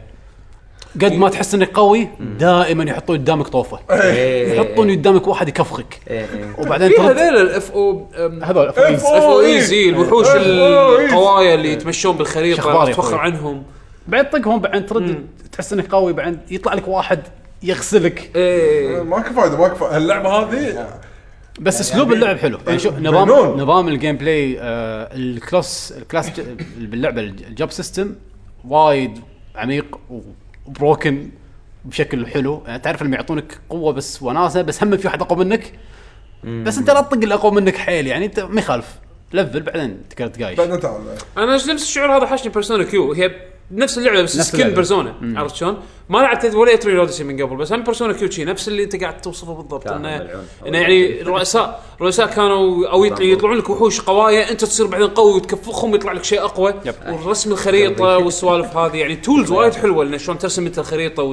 Speaker 1: قد ما تحس انك قوي دائما يحطون قدامك طوفه
Speaker 7: إيه.
Speaker 1: يحطون قدامك واحد يكفخك
Speaker 7: إيه، إيه.
Speaker 1: وبعدين
Speaker 4: في
Speaker 1: ترد-
Speaker 4: هذيل الاف او
Speaker 1: هذول
Speaker 2: إيه،
Speaker 4: اف او ايز
Speaker 2: إيه.
Speaker 4: E الوحوش
Speaker 2: إيه.
Speaker 4: القوايا اللي يتمشون بالخريطه
Speaker 1: شخباري
Speaker 4: تتفخر
Speaker 1: إيه. أخوي.
Speaker 4: عنهم
Speaker 1: بعدين تطقهم بعدين ترد تحس انك قوي بعدين يطلع لك واحد
Speaker 7: إيه.
Speaker 1: يغسلك
Speaker 4: ايه
Speaker 2: ماكو فايده ماكو فايده هاللعبه هذه
Speaker 6: إيه.
Speaker 1: بس اسلوب اللعب حلو يعني شوف نظام
Speaker 2: فنون.
Speaker 1: نظام الجيم بلاي آه الكلاس الكلاس ج- باللعبه الج- الجوب سيستم وايد عميق وبروكن بشكل حلو يعني تعرف لما يعطونك قوه بس وناسه بس هم في واحد اقوى منك بس انت لا تطق اللي اقوى منك حيل يعني انت ما يخالف لفل بعدين تقدر تقايش
Speaker 2: بعدين تعال
Speaker 4: انا نفس الشعور هذا حاشني بيرسونا كيو هي نفس اللعبه بس
Speaker 1: نفس
Speaker 4: سكن
Speaker 1: اللعبة.
Speaker 4: بيرسونا
Speaker 1: مم.
Speaker 4: عرفت شلون؟ ما لعبت ولا تري اوديسي من قبل بس هم بيرسونا كيو شي نفس اللي انت قاعد توصفه بالضبط
Speaker 7: كانوا
Speaker 4: انه
Speaker 7: ملعون.
Speaker 4: انه يعني رؤساء رؤساء كانوا او يطل- يطلعون لك وحوش قوايا انت تصير بعدين قوي وتكفخهم يطلع لك شيء اقوى
Speaker 1: يب.
Speaker 4: والرسم الخريطه والسوالف هذه يعني تولز وايد حلوه انه شلون ترسم انت الخريطه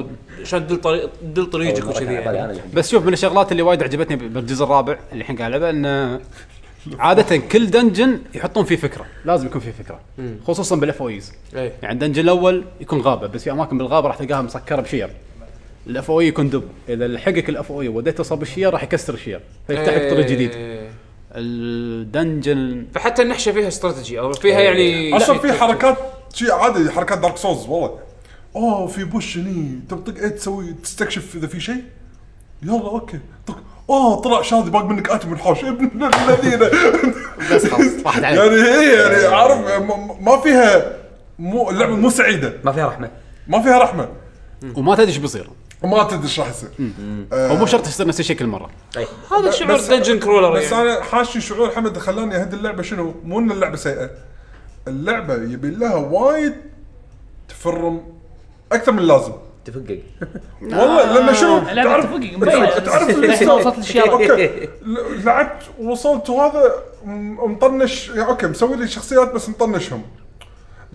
Speaker 4: وشلون تدل طريق تدل طريقك وكذي يعني.
Speaker 1: بس شوف من الشغلات اللي وايد عجبتني بالجزء الرابع اللي الحين قاعد العبه انه عاده كل دنجن يحطون فيه فكره لازم يكون فيه فكره خصوصا بالاف اويز
Speaker 4: إيه.
Speaker 1: يعني الدنجن الاول يكون غابه بس في اماكن بالغابه راح تلقاها مسكره بشير الاف او E يكون دب اذا لحقك الاف او E، وديته صب الشير راح يكسر الشير فيفتح لك طريق جديد
Speaker 4: إيه.
Speaker 1: الدنجن
Speaker 4: فحتى النحشه فيها استراتيجي او
Speaker 1: إيه.
Speaker 4: فيها يعني
Speaker 2: اصلا في حركات شيء إيه، عادي حركات دارك سولز والله اوه في بوش هني تبي تطق ايه تسوي تستكشف اذا في شيء يلا اوكي طق اوه طلع شاذي باق منك اتم من حوش ابن الذين
Speaker 1: بس خلاص راحت عليك
Speaker 2: يعني هي يعني عارف ما- ما فيها مو اللعبه مو سعيده
Speaker 7: ما فيها رحمه
Speaker 2: ما فيها رحمه
Speaker 1: وما تدري ايش بيصير
Speaker 2: وما تدري ايش راح يصير آه،
Speaker 1: ومو شرط يصير نفس الشيء كل مره
Speaker 4: هذا شعور
Speaker 2: بس-
Speaker 4: دنجن كرولر
Speaker 2: بس
Speaker 4: يعني.
Speaker 2: انا حاشي شعور حمد خلاني اهد اللعبه شنو؟ مو ان اللعبه سيئه اللعبه يبي لها وايد تفرم اكثر من اللازم
Speaker 7: تفقق
Speaker 2: والله لان شنو
Speaker 5: اللعبة
Speaker 2: تعرف
Speaker 5: تفقق، مبين.
Speaker 2: تعرف تعرف
Speaker 5: بس
Speaker 2: الستور.
Speaker 5: وصلت الشيارة
Speaker 2: اوكي ل- لعبت وصلت وهذا م- مطنش يعني اوكي مسوي لي شخصيات بس مطنشهم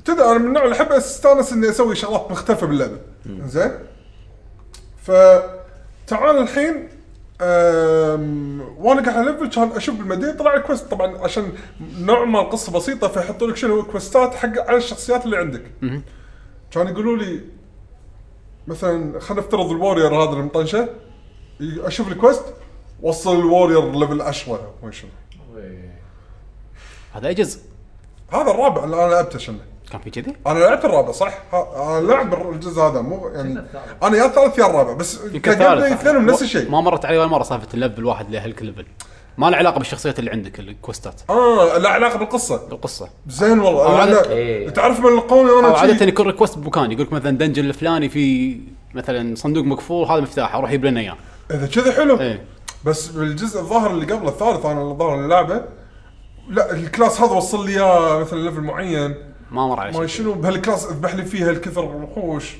Speaker 2: تدري انا من النوع اللي احب استانس اني اسوي شغلات مختلفه باللعبه زين ف تعال الحين أم... وانا قاعد الفل كان اشوف بالمدينه طلع لي كويست طبعا عشان نوع ما القصه بسيطه فيحطوا لك شنو كويستات حق على الشخصيات اللي عندك كان يقولوا لي مثلا خلينا نفترض الوورير هذا اللي مطنشه ي- اشوف الكويست وصل الوورير ليفل 10 ما شنو
Speaker 1: هذا اي جزء
Speaker 2: هذا الرابع اللي انا لعبته شنو
Speaker 1: كان في كذي
Speaker 2: انا لعبت الرابع صح؟ ها- انا لعب الجزء هذا مو يعني انا يا الثالث يا الرابع بس
Speaker 1: يمكن
Speaker 2: كجيم بلاي
Speaker 1: ثالث.
Speaker 2: اثنينهم نفس
Speaker 1: ما
Speaker 2: الشيء
Speaker 1: مرت علي ولا مره سالفه الليفل واحد لهلك ليفل ما له علاقه بالشخصيات اللي عندك الكوستات
Speaker 2: اه لا علاقه بالقصه
Speaker 1: القصه
Speaker 2: زين
Speaker 1: أو
Speaker 2: والله
Speaker 1: عادة-
Speaker 2: أنا-
Speaker 7: إيه.
Speaker 2: تعرف من القوني
Speaker 1: او
Speaker 2: انا
Speaker 1: عاده
Speaker 2: شي-
Speaker 1: يكون ريكوست بمكان يقول لك مثلا دنجن الفلاني في مثلا صندوق مقفول هذا مفتاح اروح اجيب لنا اياه
Speaker 2: اذا كذا حلو
Speaker 1: ايه
Speaker 2: بس بالجزء الظاهر اللي قبله الثالث انا اللي ظاهر اللعبه لا الكلاس هذا وصل لي اياه مثلا ليفل معين
Speaker 1: ما مر على شيء
Speaker 2: ما شنو بهالكلاس اذبح لي فيها الكثر الوحوش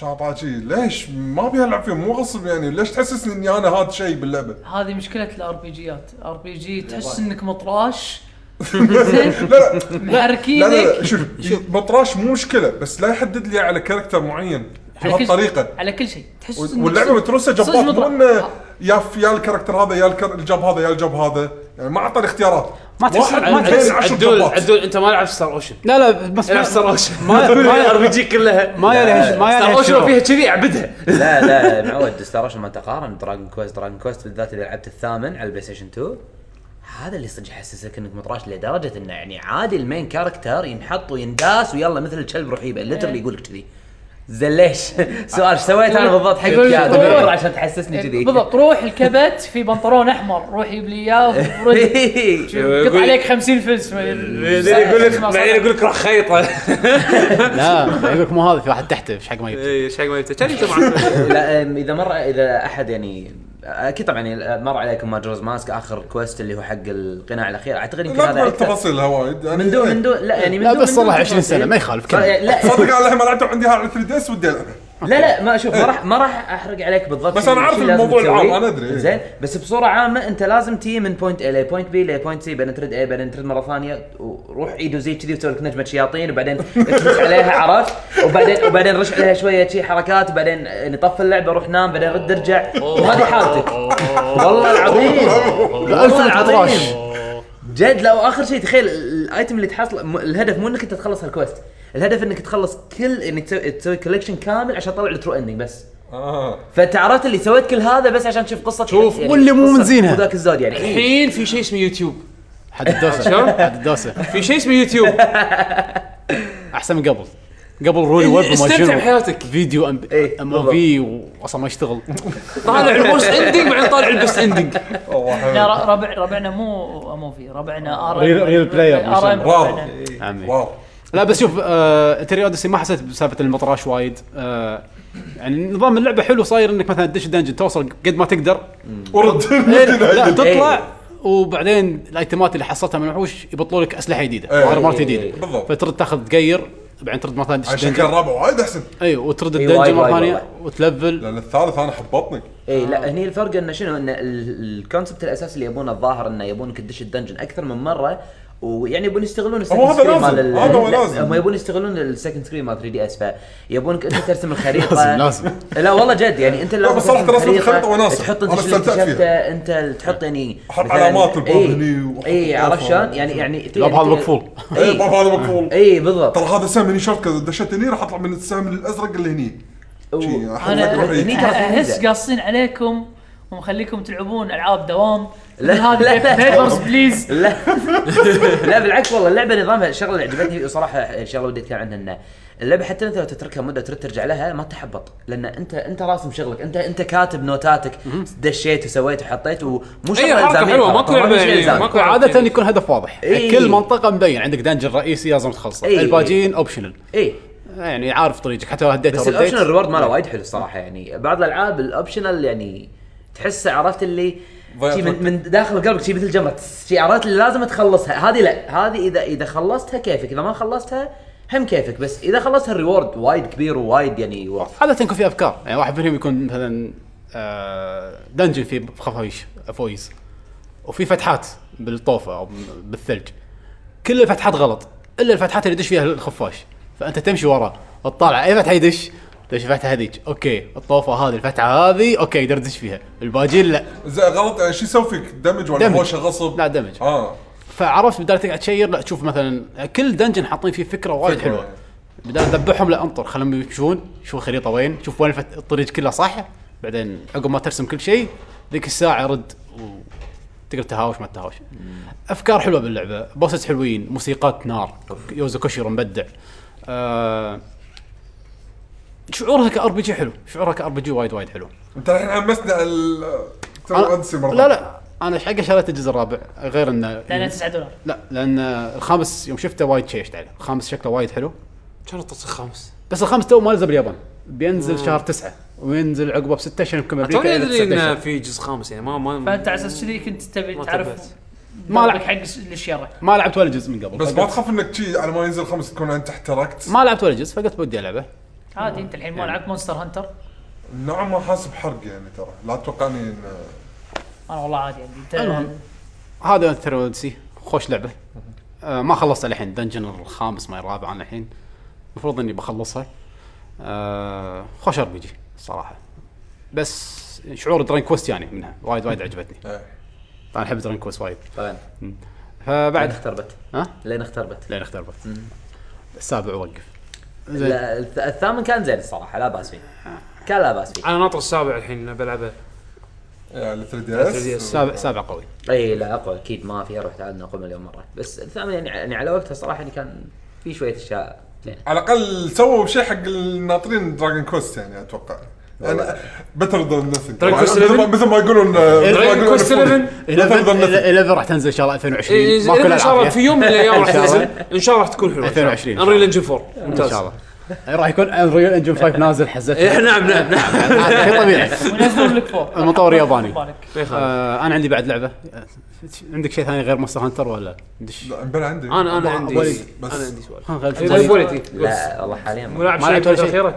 Speaker 2: كان طاجي ليش ما ابي العب فيهم مو غصب يعني ليش تحسسني اني انا هذا شيء باللعبه؟
Speaker 5: هذه مشكلة الار بي جيات، ار بي جي تحس انك مطراش زين
Speaker 2: لا لا لا لا, لا
Speaker 5: محركينك
Speaker 2: شوف بطراش مو مشكله بس لا يحدد لي على كاركتر معين
Speaker 5: على كل شيء-
Speaker 2: بهالطريقه
Speaker 5: على كل شيء تحس
Speaker 2: وال-
Speaker 5: إنك
Speaker 2: واللعبه
Speaker 5: صدق-
Speaker 2: متروسه
Speaker 5: صدق
Speaker 2: جبات مو
Speaker 5: مطرح.
Speaker 2: انه يا ف- يا الكاركتر هذا يا الكر- الجب هذا يا الجب هذا يعني ما اعطاني اختيارات
Speaker 1: ما تحس-
Speaker 2: واحد
Speaker 1: ما
Speaker 2: بين
Speaker 1: تحس-
Speaker 2: عشر
Speaker 4: عدول
Speaker 2: جبات.
Speaker 4: عدول انت ما لعبت ستار اوشن
Speaker 1: لا لا بس
Speaker 4: العب
Speaker 1: ما
Speaker 4: ستار اوشن
Speaker 1: ما
Speaker 7: هاي
Speaker 1: ما-
Speaker 7: ار بي جي كلها
Speaker 1: ما يلها ما
Speaker 4: ستار اوشن فيها
Speaker 1: يلها
Speaker 4: كذي اعبدها
Speaker 7: لا لا معود ستار اوشن ما تقارن دراجون كويست دراجون كويست بالذات اذا لعبت الثامن على البلاي ستيشن 2 هذا اللي صدق يحسسك انك مطراش لدرجه انه يعني عادي المين كاركتر ينحط وينداس ويلا مثل الكلب رحيبه ليترلي يقول لك كذي زين ليش؟ سؤال ايش سويت انا بالضبط حقك
Speaker 5: يقول لك
Speaker 7: يا
Speaker 5: طبيعي.
Speaker 7: دكتور عشان تحسسني كذي
Speaker 5: بالضبط روح الكبت في بنطلون احمر روح جيب لي اياه وبرد. قط عليك 50 فلس
Speaker 4: يقول لك بعدين يقول لك راح خيطه
Speaker 1: لا يقول لك مو هذا في واحد تحته ايش حق ما يبت
Speaker 4: ايش إيه، حق ما يفتح كان يجمع
Speaker 7: لا أم، اذا مر اذا احد يعني اكيد طبعا يعني مر عليكم ماجرز ماسك اخر كويست اللي هو حق القناع الاخير اعتقد يمكن
Speaker 2: لا
Speaker 7: هذا
Speaker 2: تبغى
Speaker 7: اكثر
Speaker 2: تفاصيلها وايد يعني
Speaker 7: من دون
Speaker 2: إيه.
Speaker 7: من دون لا يعني من
Speaker 1: لا
Speaker 7: دون
Speaker 1: بس
Speaker 7: من
Speaker 1: صلح
Speaker 7: دون
Speaker 1: 20 سنه ما يخالف كمل.
Speaker 7: لا
Speaker 2: صدق انا الحين ما لعبته عندي على 3 دي اس ودي العبها
Speaker 7: لا لا ما شوف ما راح ما راح احرق عليك بالضبط
Speaker 2: بس أنا
Speaker 7: شو
Speaker 2: عارف
Speaker 7: لازم
Speaker 2: الموضوع
Speaker 7: تسوي.
Speaker 2: العام، أنا أدري.
Speaker 7: زين بس بصوره عامه انت لازم تي من بوينت A لبوينت بي لبوينت سي بعدين ترد A بعدين ترد مره ثانيه وروح ايد وزي كذي وتسوي لك نجمه شياطين وبعدين ترش عليها عرفت وبعدين وبعدين رش عليها شويه شي حركات وبعدين نطفي اللعبه روح نام بعدين رد ارجع وهذه حالتك والله العظيم والله العظيم جد لو اخر شيء تخيل الايتم اللي تحصل م- الهدف مو انك انت تخلص الكويست الهدف انك تخلص كل انك تسوي, تسوي كولكشن كامل عشان تطلع الترو اندنج بس
Speaker 2: آه.
Speaker 7: فانت عرفت اللي سويت كل هذا بس عشان تشوف قصه شوف
Speaker 1: واللي مو من زينها.
Speaker 7: وذاك الزود يعني
Speaker 4: الحين في شيء اسمه يوتيوب
Speaker 1: حد الدوسه
Speaker 4: شلون؟
Speaker 1: حد الدوسه
Speaker 4: في شيء اسمه يوتيوب
Speaker 1: احسن من قبل قبل رولي ويب وما
Speaker 4: استمتع
Speaker 1: شنو
Speaker 4: بحياتك
Speaker 1: فيديو ام
Speaker 7: إيه،
Speaker 1: ام في واصلا ما يشتغل
Speaker 4: طالع البوست اندنج بعدين طالع البست اندنج
Speaker 2: والله
Speaker 5: لا
Speaker 2: حلو
Speaker 5: ر- ربع ربعنا مو اموفي ربعنا ار
Speaker 8: ريل- ريل بلاير
Speaker 5: ار ام
Speaker 2: واو
Speaker 5: ربعنا.
Speaker 1: عمي.
Speaker 2: واو
Speaker 1: لا بس شوف آه تري اوديسي ما حسيت بسالفه المطراش وايد آه يعني نظام اللعبه حلو صاير انك مثلا تدش دنجن توصل قد ما تقدر
Speaker 2: ورد
Speaker 1: إيه، لا
Speaker 2: المدينة.
Speaker 7: إيه.
Speaker 1: تطلع وبعدين الايتمات اللي حصلتها من الوحوش يبطلوا لك اسلحه جديده
Speaker 2: إيه.
Speaker 1: وارمات جديده
Speaker 2: بالضبط.
Speaker 1: فترد تاخذ تقير بعدين ترد مره ثانيه
Speaker 2: على
Speaker 1: تدش
Speaker 2: شكل
Speaker 1: دنجن
Speaker 2: الرابع وايد احسن
Speaker 1: ايوه وترد
Speaker 7: إيه،
Speaker 1: الدنجن
Speaker 7: وايد،
Speaker 1: مره
Speaker 7: وايد،
Speaker 1: ثانيه
Speaker 7: والله.
Speaker 1: وتلفل
Speaker 2: لان الثالث انا حبطني
Speaker 7: اي إيه،
Speaker 2: آه.
Speaker 7: لا هني الفرق انه شنو ان ال- الكونسبت الاساسي اللي يبونه الظاهر انه يبونك تدش الدنجن اكثر من مره ويعني يبون يستغلون السكند
Speaker 2: هو هذا
Speaker 7: سكرين
Speaker 2: لازم،
Speaker 7: مال ال-
Speaker 2: هذا هو
Speaker 7: لا،
Speaker 2: لازم.
Speaker 7: هم يبون يستغلون السكند سكرين مال 3 دي اس فيبونك انت ترسم الخريطه
Speaker 1: لازم، لازم.
Speaker 7: لا والله جد يعني انت
Speaker 2: لا، بس صراحة رسمة الخريطة وناسة.
Speaker 7: تحط انت
Speaker 2: أنا
Speaker 7: شو اللي
Speaker 2: استمتعت فيها.
Speaker 7: اكتشفته انت تحط يعني
Speaker 2: أحط
Speaker 7: مثلاً-
Speaker 2: علامات الباب
Speaker 7: إي،
Speaker 2: هني وأحط
Speaker 7: اي عرفت شلون يعني يعني
Speaker 1: لا بهذا مقفول.
Speaker 2: اي بابا إيه، هذا مقفول
Speaker 1: إيه.
Speaker 7: اي بالضبط
Speaker 2: ترى هذا سهم هني شورت كذا دشيت هني راح اطلع من السهم الازرق اللي هني شي،
Speaker 7: و-
Speaker 2: أحط لك
Speaker 5: انا
Speaker 2: روحي.
Speaker 7: هني ترى في
Speaker 5: احس
Speaker 7: ميزة.
Speaker 5: قاصين عليكم ومخليكم تلعبون العاب دوام لا
Speaker 7: لا، لا، لا.
Speaker 5: هذه نيبرز بليز
Speaker 7: لا لا بالعكس والله اللعبه نظامها الشغله اللي عجبتني وصراحه شغله ودي اتكلم عنها انه اللعبه حتى انت لو تتركها مده ترد ترجع لها ما تحبط لان انت انت راسم شغلك انت انت كاتب نوتاتك دشيت وسويت وحطيت ومو شغله
Speaker 4: إيه، حركة
Speaker 7: إلزامية
Speaker 4: حلوة،
Speaker 7: ترى،
Speaker 4: ماكو
Speaker 7: ما في
Speaker 4: لعبة
Speaker 7: شيء
Speaker 4: يعني،
Speaker 7: إلزامي.
Speaker 4: ماكو-
Speaker 1: عاده يكون هدف واضح يعني
Speaker 7: إيه.
Speaker 1: كل منطقه مبين عندك دنجن رئيسي لازم تخلصه
Speaker 7: إيه.
Speaker 1: الباجين اوبشنال
Speaker 7: اي
Speaker 1: يعني عارف طريقك حتى لو هديت
Speaker 7: بس
Speaker 1: أو رديت.
Speaker 7: الاوبشنال الريورد ماله وايد حلو الصراحه يعني بعض الالعاب الاوبشنال يعني تحسه عرفت اللي
Speaker 2: ضيعت
Speaker 7: شي
Speaker 2: وقت.
Speaker 7: من, من داخل قلبك شي مثل جمره تس- شي عرفت اللي لازم تخلصها هذه لا هذه اذا اذا خلصتها كيفك اذا ما خلصتها هم كيفك بس اذا خلصتها الريورد وايد كبير ووايد يعني يورث
Speaker 1: عادة يكون في افكار يعني واحد منهم يكون مثلا آه، دنجن في خفايش فويس وفي فتحات بالطوفه او بالثلج كل الفتحات غلط الا الفتحات اللي يدش فيها الخفاش فانت تمشي وراه وتطالع اي فتحه يدش تدش الفتحه هذيك اوكي الطوفه هذه الفتحه هذه اوكي يقدر يدش فيها الباجين لا
Speaker 2: زي غلط يعني شو يسوي فيك دمج ولا
Speaker 1: دمج.
Speaker 2: هوشه غصب
Speaker 1: لا دمج
Speaker 2: اه
Speaker 1: فعرفت بدال تقعد تشير لا تشوف مثلا كل دنجن حاطين فيه فكره وايد
Speaker 2: فكرة.
Speaker 1: حلوه بدال ذبحهم لا انطر خلهم يمشون شوف الخريطه وين شوف وين الفت- الطريق كله صح بعدين عقب ما ترسم كل شيء ذيك الساعه رد تقدر تهاوش ما تهاوش افكار حلوه باللعبه بوسس حلوين موسيقات نار يوزو كوشيرو مبدع آه شعورها كار بي جي حلو شعورها كار بي جي وايد وايد حلو
Speaker 2: انت الحين حمسني على ال- ترى أوديسي مرة
Speaker 1: آه. لا لا انا ايش حق شريت الجزء الرابع غير انه
Speaker 5: لان 9 دولار
Speaker 1: لا لان الخامس يوم شفته وايد شيشت عليه، الخامس شكله وايد حلو،
Speaker 4: شنو الطقس الخامس؟
Speaker 1: بس الخامس تو ما نزل باليابان، بينزل شهر تسعة وينزل عقبه بستة اشهر يمكن
Speaker 4: توني
Speaker 1: بامريكا إلى
Speaker 4: ادري
Speaker 1: تسعة
Speaker 4: انه
Speaker 1: أشهر.
Speaker 4: في جزء خامس يعني ما ما
Speaker 5: فانت على اساس كذي كنت تبي
Speaker 4: ما
Speaker 5: تعرف
Speaker 4: تبعت.
Speaker 1: ما
Speaker 5: ما
Speaker 1: لعب-
Speaker 5: لك حق الشيره
Speaker 1: ما لعبت ولا جزء من قبل
Speaker 2: بس ما
Speaker 1: فقلت-
Speaker 2: تخاف انك شي على ما ينزل خمس تكون انت احترقت
Speaker 1: ما لعبت ولا جزء فقلت بدي العبه
Speaker 5: عادي انت الحين ما لعبت مونستر هانتر
Speaker 2: نوعا ما حاسب حرق يعني ترى لا تتوقعني إن-
Speaker 5: انا والله عادي يعني انت
Speaker 1: المهم. هذا ترودسي خوش لعبه آه ما خلصت الحين دنجن الخامس ما الرابع انا الحين المفروض اني بخلصها آه خوش ار بي جي الصراحه بس شعور درين كويست يعني منها وايد وايد عجبتني
Speaker 2: إيه.
Speaker 1: انا احب درين كويست وايد
Speaker 7: طبعا لين
Speaker 1: فبعد
Speaker 7: اختربت
Speaker 1: ها
Speaker 7: لين اختربت
Speaker 1: لين اختار بث السابع وقف زين
Speaker 7: لا الث- الثامن كان زين الصراحه لا باس فيه كان لا باس فيه
Speaker 4: انا ناطر السابع الحين بلعبه
Speaker 2: يعني 3
Speaker 4: 3DS.
Speaker 2: دي اس
Speaker 1: سابع سابع قوي
Speaker 7: اي لا اقوى اكيد ما فيها روح تعال نقوم اليوم مره بس الثامن يعني يعني على وقتها صراحه يعني كان في شويه اشياء زينه
Speaker 2: على الاقل سووا شيء حق الناطرين دراجون كويست يعني اتوقع يعني بتر ذان نثينج
Speaker 4: Dragon Quest 11
Speaker 2: مثل ما يقولون
Speaker 4: دراجون كويست 11
Speaker 2: بتر ذان نثينج
Speaker 1: 11 راح تنزل ان شاء الله
Speaker 4: إيه،
Speaker 1: 2020 ما كل
Speaker 4: ان شاء الله في
Speaker 1: العافيه
Speaker 4: يوم من الايام راح
Speaker 1: إن شاء
Speaker 4: تنزل
Speaker 1: الله.
Speaker 4: ان شاء الله راح تكون حلوه
Speaker 1: 2020
Speaker 4: انريل انجن 4
Speaker 1: ان شاء
Speaker 4: ممتاز
Speaker 1: الله راح يكون انريل انجن 5 نازل
Speaker 4: إيه،
Speaker 1: حزتنا
Speaker 4: نعم نعم نعم
Speaker 1: شيء طبيعي
Speaker 5: ونزلوا لك فور
Speaker 1: المطور ياباني.
Speaker 5: بالك.
Speaker 4: ما يخالف.
Speaker 1: آه، انا عندي بعد لعبه آه، عندك شيء ثاني غير مونستر هانتر ولا آه، دش
Speaker 2: لا امبلا عندي
Speaker 4: انا انا
Speaker 1: أبو
Speaker 4: عندي
Speaker 1: وليد،
Speaker 4: انا
Speaker 2: بس-
Speaker 4: عندي سؤال
Speaker 1: خلنا نخلف
Speaker 4: طيب
Speaker 1: شوي.
Speaker 4: وليد
Speaker 7: لا والله حاليا ما-
Speaker 4: ملاعب
Speaker 1: ما لعبت
Speaker 4: شيء
Speaker 1: ولا شيء.
Speaker 4: الاخيره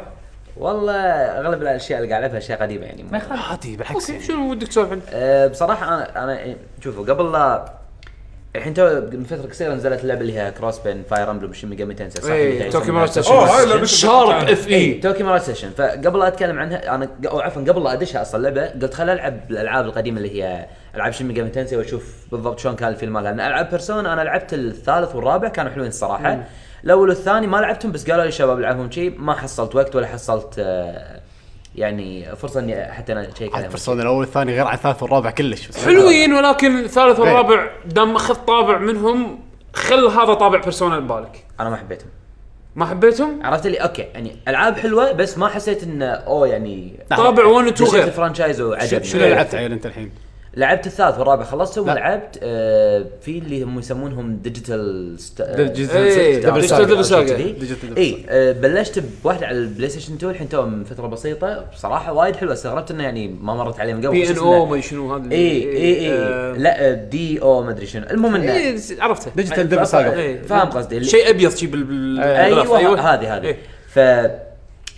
Speaker 7: والله اغلب الاشياء اللي قاعد العبها اشياء قديمه يعني
Speaker 5: ما يخالف
Speaker 1: عادي بالعكس
Speaker 4: اوكي
Speaker 1: يعني.
Speaker 4: شنو ودك تسولف عنه؟
Speaker 7: أه، بصراحه انا انا إيه، شوفوا قبل لا الحين تو من فتره قصيره نزلت اللعبه اللي هي كروس بين فاير امبلم شن ميجامي تنسي صح؟
Speaker 4: اي إيه، توكي مارا ستيشن
Speaker 2: أوه، هاي لعبة
Speaker 4: شارب اف
Speaker 7: اي
Speaker 4: اي
Speaker 7: توكي مارا سيشن فقبل لا اتكلم عنها انا ق- أو عفوا قبل لا ادشها اصلا اللعبه قلت خل العب الالعاب القديمه اللي هي العاب شن ميجامي تنسي واشوف بالضبط شلون كان الفيلم مالها لان العاب بيرسونا انا لعبت الثالث والرابع كانوا حلوين الصراحه الاول والثاني ما لعبتهم بس قالوا لي شباب العبهم شي ما حصلت وقت ولا حصلت آه، يعني فرصه اني حتى انا شيء
Speaker 1: عاد بيرسونا الاول والثاني غير عن الثالث والرابع كلش بس
Speaker 4: حلوين ولكن الثالث
Speaker 7: إيه.
Speaker 4: والرابع دام اخذت طابع منهم خل هذا طابع بيرسونا ببالك
Speaker 7: انا ما حبيتهم
Speaker 4: ما حبيتهم؟
Speaker 7: عرفت لي اوكي يعني العاب حلوه بس ما حسيت انه اوه يعني
Speaker 4: طابع 1 و 2
Speaker 7: مسكت
Speaker 4: غير
Speaker 7: الفرانشايز
Speaker 1: شنو- شنو
Speaker 4: إيه.
Speaker 7: وعجبني
Speaker 1: لعبت عيل انت الحين؟
Speaker 7: لعبت الثالث والرابع خلصته
Speaker 1: لا.
Speaker 7: ولعبت آه في اللي هم يسمونهم آه، ديجيتال ست...
Speaker 4: إيه، ديجيتال ديفل ساجا.
Speaker 7: اي إيه، آه، بلشت بواحده على البلاي ستيشن 2 الحين تو من فتره بسيطه بصراحه وايد حلوه استغربت انه يعني ما مرت علي من قبل
Speaker 4: بي ان او ما شنو هذا
Speaker 7: اي اي اي إيه، لا آه، دي او ما ادري شنو المهم انه
Speaker 4: اي إيه، عرفته
Speaker 1: ديجيتال ديفل ساجا
Speaker 4: إيه.
Speaker 7: فاهم قصدي اللي-
Speaker 4: شيء ابيض شي بال- بال بالغلاف.
Speaker 7: ايوه هذه
Speaker 4: آه،
Speaker 7: هذه
Speaker 4: إيه.
Speaker 7: ف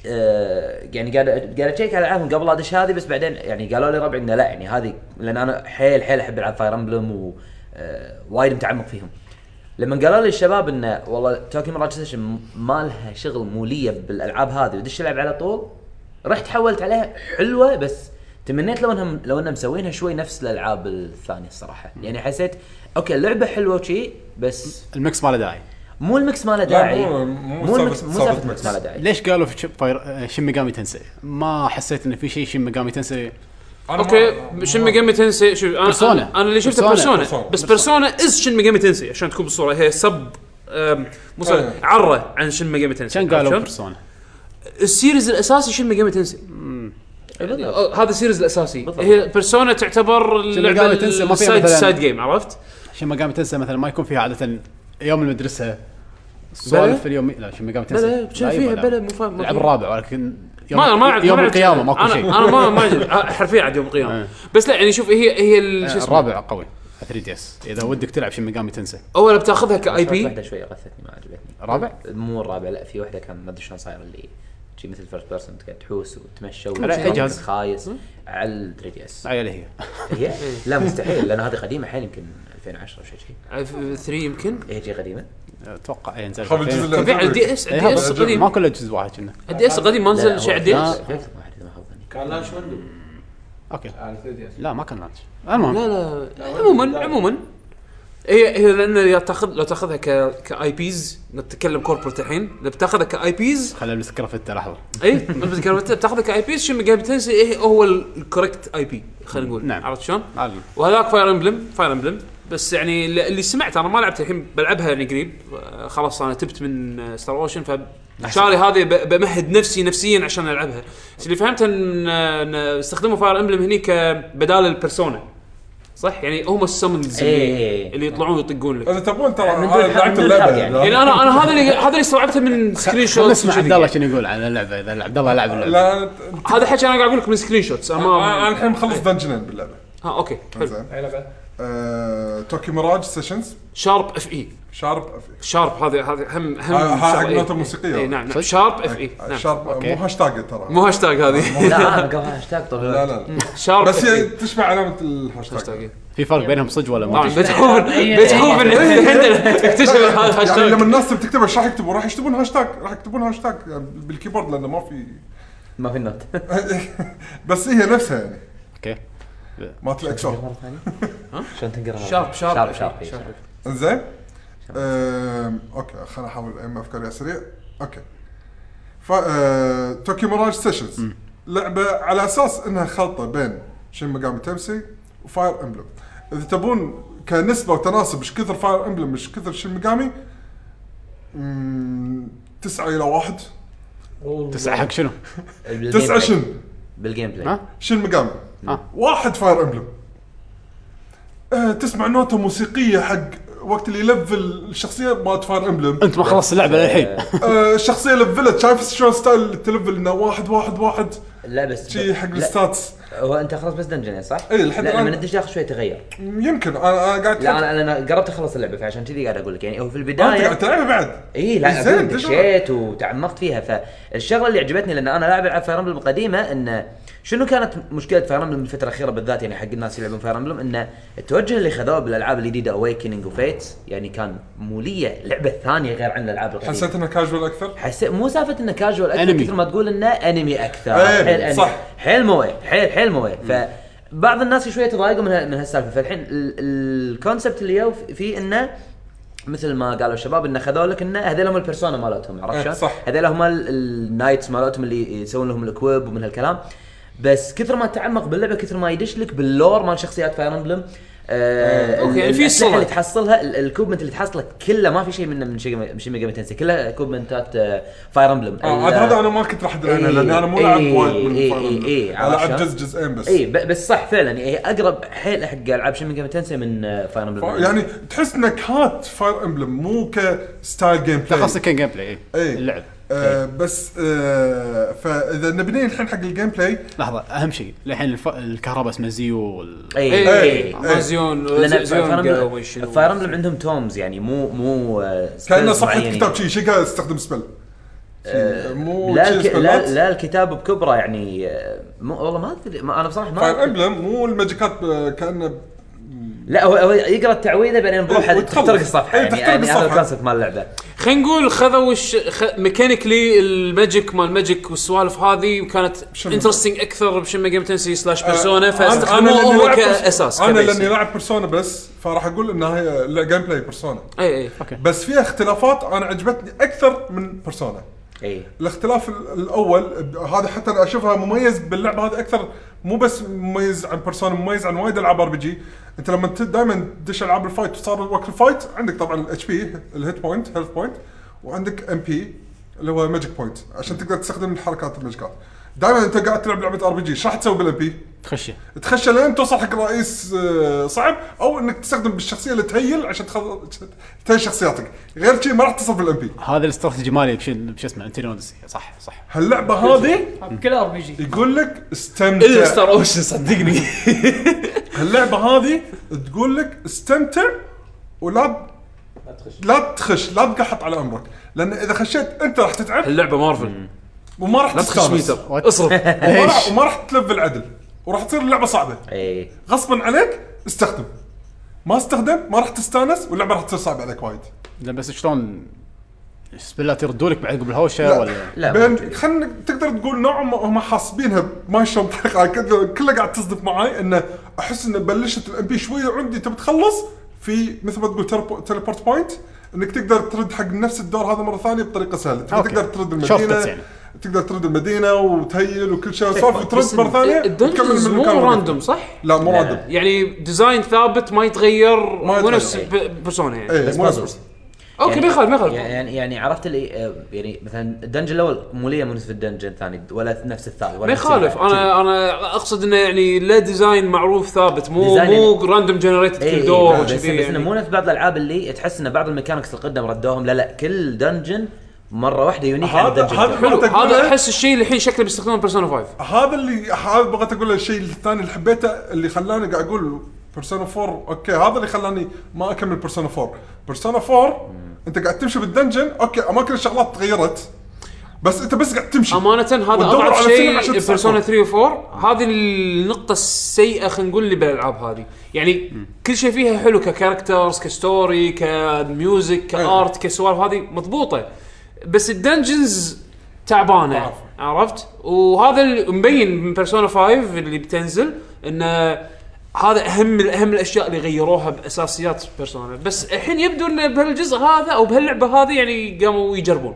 Speaker 7: آه، يعني قاعد قاعد اشيك على العابهم قبل ادش هذه بس بعدين يعني قالوا لي ربعي انه لا يعني هذه لان انا حيل حيل احب العب فاير امبلم و آه، وايد متعمق فيهم. لما قالوا لي الشباب انه والله توكي مراج سيشن ما لها شغل موليه بالالعاب هذه ودش العب على طول رحت حولت عليها حلوه بس تمنيت لو انهم لو انهم مسوينها شوي نفس الالعاب الثانيه الصراحه، يعني حسيت اوكي اللعبه حلوه وشي بس
Speaker 1: المكس ما له داعي
Speaker 7: مو المكس ما له
Speaker 2: لا،
Speaker 7: داعي
Speaker 2: مو- مو
Speaker 7: مو المكس
Speaker 2: سالفة-
Speaker 7: مو
Speaker 2: سالفة
Speaker 7: سالفه المكس ما له داعي
Speaker 1: ليش قالوا في شم- فاير- آه، شن ميجامي تنسي؟ ما حسيت انه في شيء شن ميجامي تنسي
Speaker 2: أنا
Speaker 4: اوكي
Speaker 2: ما-
Speaker 4: شن ميجامي تنسي شوف انا
Speaker 1: Persona.
Speaker 4: انا اللي شفته
Speaker 1: Persona.
Speaker 4: بيرسونا
Speaker 2: Persona.
Speaker 4: بس بيرسونا از شن ميجامي تنسي عشان تكون بالصوره هي سب أم، مو سب-
Speaker 2: أيوه.
Speaker 4: عره عن شن ميجامي تنسي
Speaker 1: عشان قالوا
Speaker 4: عرفت شلون؟
Speaker 1: بيرسونا
Speaker 4: السيريز الاساسي شن ميجامي تنسي
Speaker 1: إيه،
Speaker 7: بالضبط.
Speaker 4: أو- هذا السيريز الاساسي
Speaker 7: بالضبط.
Speaker 4: هي بيرسونا تعتبر اللعبه
Speaker 1: Megami Tensei ما فيها
Speaker 4: السايد
Speaker 1: مثلاً-
Speaker 4: سايد جيم عرفت؟
Speaker 1: شن ميجامي تنسي مثلا ما يكون فيها عاده يوم المدرسه سوالف اليوم لا شن ميجامي تنسي
Speaker 4: بلا، شنو
Speaker 1: لا،
Speaker 4: فيها؟
Speaker 1: يبا، لا.
Speaker 4: بلا، مو فاهم، ما
Speaker 1: العاب
Speaker 4: فيها.
Speaker 1: الرابع ولكن يوم,
Speaker 4: ما ما أعرف-
Speaker 1: يوم
Speaker 4: ما أعرف-
Speaker 1: القيامه ماكو شيء
Speaker 4: انا انا ما ما أعرف. حرفيا عاد يوم القيامه
Speaker 1: إيه.
Speaker 4: بس لا يعني شوف هي هي ال- شو
Speaker 1: آه،
Speaker 4: اسمه
Speaker 1: الرابع قوي 3 دي اس اذا ودك تلعب شن ميجامي تنسي
Speaker 4: اولا بتاخذها كاي
Speaker 7: بس
Speaker 4: بي
Speaker 7: واحده شوي غثتني ما عجبتني
Speaker 1: الرابع؟
Speaker 7: مو الرابع لا في واحده كان ما ادري شلون صاير اللي شي مثل فيرست بيرسون تقعد تحوس وتمشى
Speaker 1: على إعجاز.
Speaker 7: خايس على ال 3 دي اس
Speaker 1: هاي اللي هي
Speaker 7: هي لا مستحيل لان هذه قديمه حيل يمكن 2010 او شيء شيء
Speaker 4: 3 آه، يمكن
Speaker 7: هي شيء قديمه
Speaker 1: اتوقع إيه، نزل
Speaker 2: خلي الجزء
Speaker 1: 2000.
Speaker 2: اللي
Speaker 4: طبيعي الدي اس
Speaker 1: إيه،
Speaker 4: الدي اس
Speaker 1: بس
Speaker 4: القديم
Speaker 1: ما كله جزء واحد كنا
Speaker 4: الدي اس القديم ما نزل شيء على الدي اس
Speaker 7: لا، في واحد إذا ما خاب ظني.
Speaker 6: كان لانش ويندو
Speaker 1: اوكي
Speaker 6: على 3 دي اس
Speaker 1: لا ما كان لانش المهم
Speaker 4: لا لا عموما عموما هي هي لان إيه، يا تاخذ لو تاخذها ك كاي بيز نتكلم كوربريت الحين لو بتاخذها كاي بيز
Speaker 1: خلينا نلبس كرافته لحظه
Speaker 4: اي إيه، بتاخذها كاي بيز شن ميجامي تنسي إيه هو الكوركت اي بي خلينا نقول
Speaker 1: نعم.
Speaker 4: عرفت شلون؟
Speaker 1: عادي.
Speaker 4: وهذاك فاير امبلم فاير امبلم بس يعني اللي اللي سمعت انا ما لعبت الحين بلعبها يعني قريب آه، خلاص انا تبت من آه، ستار اوشن فشاري هذه ب- بمهد نفسي نفسيا عشان العبها بس اللي فهمته ان آه، إن استخدموا فاير امبلم هني كبدال البيرسونا صح يعني هم السمنز
Speaker 7: إيه.
Speaker 4: اللي, اللي يطلعون ويطقون لك
Speaker 2: اذا تبون ترى
Speaker 7: من
Speaker 2: أنا
Speaker 7: دون
Speaker 2: لعبت
Speaker 7: حرق- من دون
Speaker 2: اللعبه
Speaker 7: حرق يعني.
Speaker 2: لا.
Speaker 4: يعني انا انا هذا اللي هذا اللي استوعبته من سكرين
Speaker 1: خلنا
Speaker 4: شوتس
Speaker 1: نسمع
Speaker 4: وشذي.
Speaker 1: عبد الله شنو يقول عن اللعبه اذا عبد الله لعب اللعبه
Speaker 2: لا أنا-
Speaker 4: هذا حكي انا قاعد اقول لك من سكرين شوتس أنا
Speaker 2: انا
Speaker 4: ما
Speaker 2: الحين مخلص دنجنين باللعبه
Speaker 4: ها اوكي حلو
Speaker 2: زين آه، توكي ميراج سيشنز
Speaker 4: شارب اف اي
Speaker 2: شارب أف إيه.
Speaker 4: شارب E. هذه هذه هم هم
Speaker 2: ها- ها
Speaker 4: شغلة،
Speaker 2: حق
Speaker 4: إيه.
Speaker 2: نوتة موسيقية.
Speaker 4: إيه، نعم نعم شارب اف اي نعم
Speaker 2: أيوه. شارب
Speaker 1: أوكي.
Speaker 2: مو هاشتاج ترى
Speaker 4: مو هاشتاج هذه
Speaker 7: لا انا قبل هاشتاج
Speaker 2: لا
Speaker 7: طبعا
Speaker 2: لا لا.
Speaker 4: شارب
Speaker 2: بس يعني
Speaker 4: بس
Speaker 2: هي تشبع علامه الهاشتاج
Speaker 4: هاشتاج
Speaker 1: في فرق بينهم صدق ولا ما
Speaker 4: طبعا
Speaker 1: في؟
Speaker 4: بتخوف بتخوف الحين تكتشف هذا
Speaker 2: يعني لما
Speaker 4: هاشتاج
Speaker 2: الناس بتكتبها ايش راح يكتبون؟ راح يكتبون هاشتاج راح يكتبون هاشتاج يعني بالكيبورد لانه ما في
Speaker 7: ما في النوت
Speaker 2: بس هي نفسها يعني
Speaker 1: اوكي
Speaker 2: مالت الاكسون
Speaker 7: شلون تنقرها
Speaker 4: شارب إيه، شارب
Speaker 7: شارب شارب
Speaker 4: شارب
Speaker 2: انزين أم، اوكي خليني احاول اجمع افكاري على السريع اوكي ف أه، توكي ميراج سيشنز لعبه على اساس انها خلطه بين شين ميجامي تمسي وفاير امبلم اذا تبون كنسبه وتناسب ايش كثر فاير امبلم ايش كثر شين ميجامي مم، تسعة إلى واحد
Speaker 1: تسعه حق شنو؟
Speaker 7: بالجيم
Speaker 2: تسعة
Speaker 7: بلاي.
Speaker 2: شن
Speaker 7: بالجيم بلاي
Speaker 1: ها؟
Speaker 2: شين ميجامي
Speaker 7: آه.
Speaker 1: ها.
Speaker 2: واحد فاير امبلم أه تسمع نوتة موسيقية حق وقت اللي يلفل الشخصية مالت فاير امبلم
Speaker 1: انت ما
Speaker 2: إيه.
Speaker 1: خلصت اللعبه للحين
Speaker 2: آه، الشخصيه لفلت شايف شلون ستايل التلفل انه واحد واحد واحد
Speaker 7: لا بس
Speaker 2: شي حق
Speaker 7: لا،
Speaker 2: الستاتس
Speaker 7: هو انت خلاص بس دنجن صح؟
Speaker 2: إيه، لحد
Speaker 7: لا
Speaker 2: الآن.
Speaker 7: لما ندش داخل شوي تغير
Speaker 2: يمكن انا انا قاعد
Speaker 7: لا انا انا قربت اخلص اللعبه فعشان كذي قاعد اقول لك يعني هو في
Speaker 2: آه، انت قاعد
Speaker 7: البدايه
Speaker 2: تلعبها بعد
Speaker 7: اي لا
Speaker 2: زين،
Speaker 7: أقول لك
Speaker 2: تجربة.
Speaker 7: دشيت وتعمقت فيها فالشغله اللي عجبتني لان انا لاعب العاب فاير امبلم القديمه انه شنو كانت مشكله فاير امبلم الفتره الاخيره بالذات يعني حق الناس اللي يلعبون فاير امبلم انه التوجه اللي خذوه بالالعاب الجديده اويكننج وفيت يعني كان موليه لعبه ثانيه غير عن الالعاب القديمه
Speaker 2: حسيت انها كاجوال اكثر
Speaker 7: حس... مو سالفه انه كاجوال اكثر
Speaker 1: أنمي.
Speaker 7: مثل ما تقول انه انمي اكثر
Speaker 2: إيه،
Speaker 7: حيل أنمي.
Speaker 2: صح.
Speaker 7: حيل مويه حيل حيل مويه ف بعض الناس شويه تضايقوا من ه- من هالسالفه فالحين ال- الكونسبت اللي يو فيه انه مثل ما قالوا الشباب انه خذوا لك انه هذول هم البيرسونا مالتهم عرفت
Speaker 2: إيه،
Speaker 7: شلون؟
Speaker 2: صح.
Speaker 7: هذول هم ال- النايتس مالتهم اللي يسوون لهم الاكويب ومن هالكلام بس كثر ما تعمق باللعبه كثر ما يدش لك باللور مال شخصيات فاير امبلم
Speaker 2: إيه.
Speaker 7: آه
Speaker 4: أوكي،
Speaker 7: ال-
Speaker 4: في
Speaker 7: الأسلحة
Speaker 4: صلة.
Speaker 7: اللي تحصلها ال- الكوبمنت اللي تحصله كله ما في شيء منه من شيء من شيء ميجامي تنسي كله كوبمنتات فاير امبلم
Speaker 2: آه عاد هذا انا ما كنت راح ادري لاني انا مو لاعب
Speaker 7: إيه،
Speaker 2: وايد من
Speaker 7: إيه،
Speaker 2: Fire Emblem.
Speaker 7: إيه،
Speaker 2: انا لعبت
Speaker 7: عشان-
Speaker 2: جزء جزئين بس
Speaker 7: اي بس صح فعلا هي اقرب حيل حق العاب شيء ميجامي تنسي من آه، فاير
Speaker 2: ف-
Speaker 7: امبلم
Speaker 2: يعني تحس نكهات فاير امبلم مو كستايل جيم
Speaker 1: لا
Speaker 2: بلاي
Speaker 1: خاصه كان جيم بلاي
Speaker 2: إيه.
Speaker 1: اي اللعب
Speaker 2: آه بس آه فاذا نبني الحين حق الجيم بلاي
Speaker 1: لحظه اهم شيء للحين الف... الكهرباء اسمه زيو وال...
Speaker 7: اي
Speaker 4: إيه.
Speaker 7: اي
Speaker 4: ما زيون
Speaker 7: لان
Speaker 4: زيون قهوة شنو.
Speaker 7: فاير امبلم عندهم تومز يعني مو مو آه،
Speaker 2: كانه
Speaker 7: spells
Speaker 2: صفحه
Speaker 7: معينين. آه،
Speaker 2: كتاب شي شي قاعد استخدم سبل مو
Speaker 7: لا
Speaker 2: شي
Speaker 7: الك... لا,
Speaker 2: سبلات.
Speaker 7: لا الكتاب بكبره يعني آه، مو والله ما ادري ما- انا بصراحه ما
Speaker 2: فاير امبلم مو الماجيكات آه، كانه
Speaker 7: لا هو, هو يقرا التعويذه بعدين بروحه
Speaker 2: وتخلص.
Speaker 7: تخترق الصفحه
Speaker 2: إيه،
Speaker 7: يعني,
Speaker 2: تخترق
Speaker 7: يعني هذا
Speaker 2: الصفحة.
Speaker 7: الكونسبت مال اللعبه
Speaker 4: خلينا نقول خذوا الش... خ... ميكانيكلي الماجيك مال الماجيك والسوالف هذه وكانت
Speaker 2: شنو؟
Speaker 4: انترستنج اكثر بشن ميجامي تنسي سلاش
Speaker 2: آه،
Speaker 4: بيرسونا
Speaker 2: أنا-
Speaker 4: فاستخدموه
Speaker 2: لأني
Speaker 4: هو
Speaker 2: لاعب بيرس-
Speaker 4: كاساس
Speaker 2: انا
Speaker 4: كبيس.
Speaker 2: لاني لاعب بيرسونا بس فراح اقول انها هي جيم بلاي بيرسونا
Speaker 4: اي اي
Speaker 2: بس فيها اختلافات انا عجبتني اكثر من بيرسونا
Speaker 7: اي
Speaker 2: الاختلاف ال- الاول آه، هذا حتى انا اشوفها مميز باللعبه هذه اكثر مو بس مميز عن بيرسونا مميز عن وايد العاب ار بي جي انت لما دائما تدش العاب الفايت وصار وقت الفايت عندك طبعا الاتش بي الهيت بوينت هيلث بوينت وعندك ام بي اللي هو ماجيك بوينت عشان تقدر تستخدم الحركات الماجيكات دائما انت قاعد تلعب لعبه ار بي جي ايش راح تسوي بالام بي؟
Speaker 1: تخشه
Speaker 2: تخشى لين توصل حق رئيس آه، صعب او انك تستخدم بالشخصيه اللي تهيل عشان تخل... تهيل شخصياتك غير شيء ما راح تصل بالام بي
Speaker 1: هذا الاستراتيجي مالي بش بش اسمه انتيريون أوديسي. صح صح
Speaker 2: هاللعبه هذه
Speaker 5: كل ار بي جي
Speaker 2: يقول لك
Speaker 4: إيه،
Speaker 2: استمتع
Speaker 4: اوشن صدقني
Speaker 2: اللعبه هذه تقول لك استمتع ولا لا تخش لا تقحط على امرك لان اذا خشيت انت راح تتعب
Speaker 4: اللعبه مارفل
Speaker 2: وما راح
Speaker 4: لا تخش
Speaker 2: تستانس
Speaker 4: ميتر اصرف
Speaker 2: وما راح- وما راح تلفل عدل وراح تصير اللعبه صعبه
Speaker 7: اي
Speaker 2: غصبا عليك استخدم ما استخدم ما راح تستانس واللعبه راح تصير صعبه عليك وايد
Speaker 1: زين بس شلون سبلات يردوا لك بعد قبل هوشه ولا
Speaker 7: لا ما
Speaker 2: بين
Speaker 7: أدري.
Speaker 2: خلينا تقدر تقول نوعا ما هم حاصبينها ما شلون بطريقه كذا كلها قاعد تصدف معاي انه احس انه بلشت الام بي شويه عندي تبي تخلص في مثل ما تقول تلبو- تليبورت بوينت انك تقدر ترد حق نفس الدور هذا مره ثانيه بطريقه سهله تبي
Speaker 1: أوكي.
Speaker 2: تقدر ترد المدينه
Speaker 1: Shortcuts يعني.
Speaker 2: تقدر ترد المدينه وتهيل وكل شيء سوالف
Speaker 4: طيب،
Speaker 2: وترد مره ثانيه
Speaker 4: الدنجنز
Speaker 2: من
Speaker 4: إيه، مو
Speaker 2: مكان
Speaker 4: راندوم صح؟
Speaker 2: لا مو راندوم
Speaker 4: يعني ديزاين ثابت ما يتغير
Speaker 2: يتغير.
Speaker 4: ونفس ب- بيرسونا يعني
Speaker 2: إيه،
Speaker 7: بس
Speaker 2: مو
Speaker 7: بازل.
Speaker 2: راندوم.
Speaker 4: اوكي ما يخالف ما يخالف
Speaker 7: يعني يعني عرفت اللي آه، يعني مثلا الدنجن الاول مو لي مو نفس الدنجن الثاني ولا نفس الثالث ولا
Speaker 4: ما
Speaker 7: نفس
Speaker 4: يخالف
Speaker 7: الرابع.
Speaker 4: انا انا اقصد انه يعني له ديزاين معروف ثابت مو
Speaker 7: ديزاين
Speaker 4: مو راندوم جنريتد
Speaker 7: إيه،
Speaker 4: كل
Speaker 7: إيه،
Speaker 4: دور
Speaker 7: بس, بس
Speaker 4: وكذي
Speaker 7: انه
Speaker 4: يعني
Speaker 7: مو نفس بعض الالعاب اللي تحس ان بعض الميكانكس القدم ردوهم لا لا كل دنجن مره واحده يونيك عن
Speaker 2: هذا
Speaker 7: الدنجن
Speaker 2: هذا
Speaker 7: الثاني.
Speaker 2: بغيت أقوله.
Speaker 4: هذا احس الشيء اللي الحين شكله بيستخدمه بيرسونا 5
Speaker 2: هذا اللي هذا بغيت اقول الشيء الثاني اللي حبيته اللي خلاني قاعد اقول بيرسونا 4 اوكي هذا اللي خلاني ما اكمل بيرسونا 4 بيرسونا 4 انت قاعد تمشي بالدنجن اوكي اماكن الشغلات تغيرت بس انت بس قاعد تمشي
Speaker 4: امانه هذا
Speaker 2: وتدور
Speaker 4: اضعف
Speaker 2: على سلم
Speaker 4: شيء
Speaker 2: عشان تستخدمه.
Speaker 4: بيرسونا 3 و4 هذه النقطه السيئه خلينا نقول اللي بالالعاب هذه يعني كل شيء فيها حلو ككاركترز كستوري كميوزك كارت كسوالف هذه مضبوطه بس الدنجنز تعبانه عرفت وهذا اللي مبين من بيرسونا 5 اللي بتنزل انه هذا اهم اهم الاشياء اللي غيروها باساسيات بيرسونا بس الحين يبدو ان بهالجزء هذا او بهاللعبه هذه يعني قاموا يجربون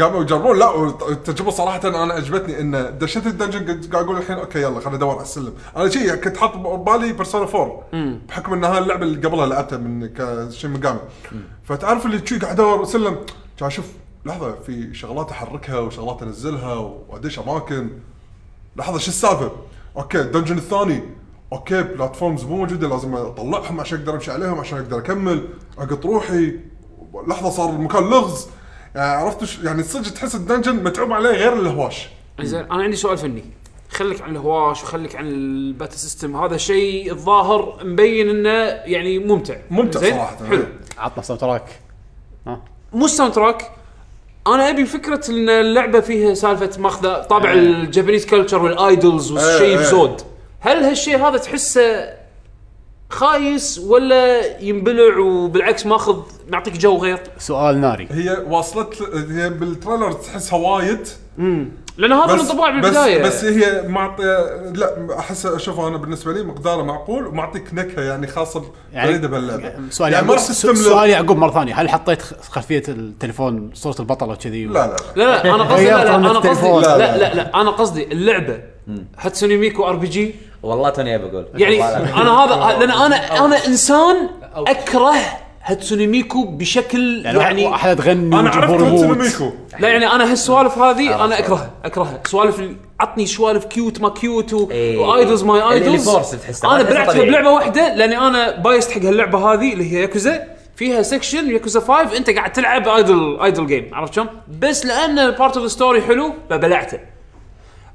Speaker 2: قاموا يجربون لا التجربه صراحه انا عجبتني ان دشيت الدنجن قلت- قاعد اقول الحين اوكي يلا خليني ادور على السلم انا شيء كنت حاط ببالي بيرسونا 4 بحكم انها اللعبه اللي قبلها لعبتها من كشين مقام فتعرف اللي شي قاعد ادور سلم قاعد اشوف لحظه في شغلات احركها وشغلات انزلها وادش اماكن لحظه شو السالفه؟ اوكي الدنجن الثاني اوكي بلاتفورمز مو موجوده لازم اطلعهم عشان اقدر امشي عليهم عشان اقدر اكمل اقط روحي لحظه صار المكان لغز يعني عرفت وش- يعني صدق تحس الدنجن متعوب عليه غير الهواش
Speaker 4: زين انا عندي سؤال فني خليك عن الهواش وخليك عن الباتل سيستم هذا شيء الظاهر مبين انه يعني ممتع
Speaker 2: ممتع إيه.
Speaker 4: زين؟
Speaker 2: صراحه
Speaker 4: حلو
Speaker 1: عطنا ساوند تراك
Speaker 4: مو الساوند تراك انا ابي فكره ان اللعبه فيها سالفه ماخذه طابع
Speaker 7: إيه.
Speaker 4: الجابانيز كلتشر والايدلز
Speaker 2: إيه،
Speaker 4: والشيء
Speaker 2: إيه.
Speaker 4: بزود هل هالشيء هذا تحسه خايس ولا ينبلع وبالعكس ماخذ معطيك جو غير
Speaker 1: سؤال ناري
Speaker 2: هي واصلت هي بالتريلر تحسها وايد
Speaker 4: لان هذا الانطباع من
Speaker 2: بس
Speaker 4: البدايه
Speaker 2: بس هي معطي لا احس اشوفه انا بالنسبه لي مقداره معقول ومعطيك نكهه يعني خاصه
Speaker 1: يعني-
Speaker 2: فريده باللعبه
Speaker 1: سؤال
Speaker 2: يعني
Speaker 1: يعقوب
Speaker 2: ما راح تستمل
Speaker 1: سؤال يعقوب مره ثانيه هل حطيت خلفيه التليفون صوره البطله كذي
Speaker 2: لا لا
Speaker 4: لا لا انا قصدي لا
Speaker 1: غيرت
Speaker 4: لا
Speaker 1: عن
Speaker 4: انا قصدي
Speaker 1: التليفون.
Speaker 2: لا،
Speaker 4: لا لا
Speaker 2: لا.
Speaker 4: لا, لا انا قصدي اللعبه هاتسوني ميكو ار بي جي
Speaker 7: والله توني ابي اقول
Speaker 4: يعني
Speaker 7: والله لا.
Speaker 4: انا هذا لان انا انا انسان اكره هاتسوني ميكو بشكل
Speaker 1: يعني,
Speaker 4: يعني
Speaker 1: احد تغني
Speaker 2: انا عرفت
Speaker 1: والجمهور
Speaker 2: هاتسوني
Speaker 1: يموت
Speaker 2: ميكو
Speaker 4: لا يعني انا هالسوالف هذه انا اكرهها اكرهها سوالف ال- عطني سوالف كيوت ما كيوت و...
Speaker 7: إيه.
Speaker 4: وايدولز ماي
Speaker 7: اللي- اللي
Speaker 4: ايدولز
Speaker 7: forced تحسها،
Speaker 4: انا
Speaker 7: ما تحسها
Speaker 4: بلعت
Speaker 7: طبيعي.
Speaker 4: بلعبه واحده لاني انا بايست حق هاللعبه هذه اللي هي ياكوزا فيها سكشن ياكوزا 5 انت قاعد تلعب ايدل ايدل جيم عرفت شلون؟ بس لان بارت اوف ستوري حلو فبلعته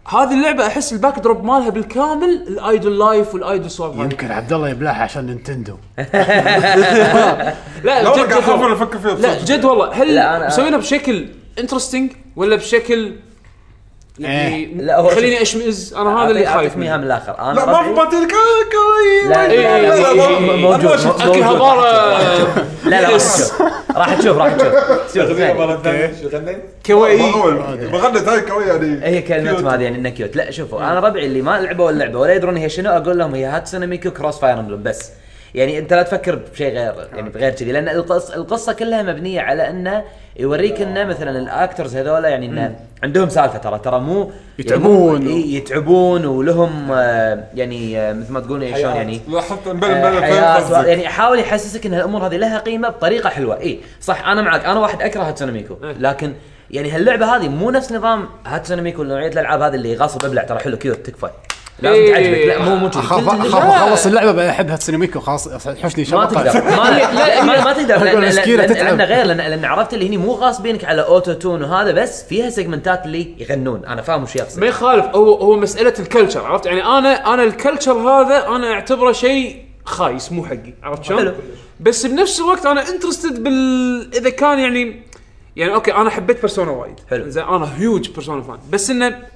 Speaker 4: هذه اللعبه احس الباك دروب مالها بالكامل الايدل لايف والايدل سوالف هذه.
Speaker 1: يمكن عبد الله يبلعها عشان نينتندو
Speaker 2: لا
Speaker 4: لا
Speaker 2: والله قاعد
Speaker 4: جد جد
Speaker 2: احاول
Speaker 4: والله.
Speaker 2: افكر فيها
Speaker 4: لا
Speaker 2: بصدق.
Speaker 4: جد والله
Speaker 7: لا، أنا-
Speaker 4: هل مسوينها بشكل انترستنج ولا بشكل يعني
Speaker 1: إيه.
Speaker 7: لا، هو
Speaker 4: خليني اشمئز انا هذا اللي
Speaker 7: أعطيك- أعطيك
Speaker 4: خايف
Speaker 7: ميها
Speaker 4: منه
Speaker 7: من الاخر انا
Speaker 2: لا ما في
Speaker 7: ربعي-
Speaker 2: باتيك
Speaker 7: لا، لا، لا،
Speaker 4: إيه،
Speaker 2: ما-
Speaker 4: إيه،
Speaker 2: أنا ما
Speaker 7: موجود،
Speaker 2: شفت.
Speaker 7: موجود.
Speaker 4: اكل هبارة
Speaker 7: لا لا راح تشوف راح تشوف راح تشوف شوف زين.
Speaker 2: ما
Speaker 4: كوي
Speaker 2: هو بغنت هاي كوي يعني
Speaker 7: هي كلمات
Speaker 2: كيوت.
Speaker 7: ما هذه يعني انه كيوت لا شوفوا انا ربعي اللي ما لعبوا اللعبه ولا يدرون هي شنو اقول لهم هي هاتسون ميكو كروس فاير امبلم بس يعني انت لا تفكر بشيء غير يعني بغير كذي لان القصه القصه كلها مبنيه على انه يوريك انه مثلا الاكترز هذول يعني انه عندهم سالفه ترى ترى مو يعني
Speaker 1: يتعبون.
Speaker 7: مو- إي، يتعبون ولهم آه، يعني آه، مثل ما تقولون إيه، شلون يعني
Speaker 2: لاحظت مبلى
Speaker 7: آه،
Speaker 2: مبلى
Speaker 7: حياة
Speaker 2: فاهم
Speaker 7: و-
Speaker 2: قصدك.
Speaker 7: يعني احاول يحسسك ان الامور هذه لها قيمه بطريقه حلوه اي إيه، صح انا معك انا واحد اكره هاتسون ميكو
Speaker 4: إيه.
Speaker 7: لكن يعني هاللعبه هذه مو نفس نظام هاتسون ميكو نوعيه الالعاب هذه اللي غصب ابلع ترى حلو كيوت تكفى لازم
Speaker 4: إيه.
Speaker 7: تعجبك لا مو مو كذي.
Speaker 1: اخاف اخاف اخلص اللعبه بقى احب هاتسوني ميكو خلاص حشني
Speaker 7: ما
Speaker 1: شبطه
Speaker 7: تقدر ما لا ما, ما تقدر لأن-
Speaker 1: طيب. أقول مسكينة
Speaker 7: لأن-
Speaker 1: تتعب.
Speaker 7: لان غير لان لان عرفت اللي هني مو غاصبينك على اوتو تون وهذا بس فيها سيجمنتات اللي يغنون انا فاهم وش يقصد
Speaker 4: ما يخالف هو هو مساله الكلتشر عرفت يعني انا انا الكلتشر هذا انا اعتبره شيء خايس مو حقي عرفت شلون؟
Speaker 7: حلو.
Speaker 4: بس بنفس الوقت انا انترستد بال اذا كان يعني يعني اوكي انا حبيت بيرسونا وايد
Speaker 7: حلو.
Speaker 4: زين انا هيوج بيرسونا فان بس انه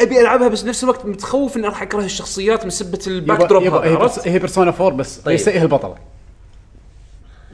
Speaker 4: ابي العبها بس بنفس الوقت متخوف اني راح اكره الشخصيات من سبه الباك دروب
Speaker 1: يبا-
Speaker 4: هذا
Speaker 1: هي
Speaker 4: عرفت؟
Speaker 1: بس- هي بيرسونا 4 بس
Speaker 7: طيب.
Speaker 1: يسيئه البطله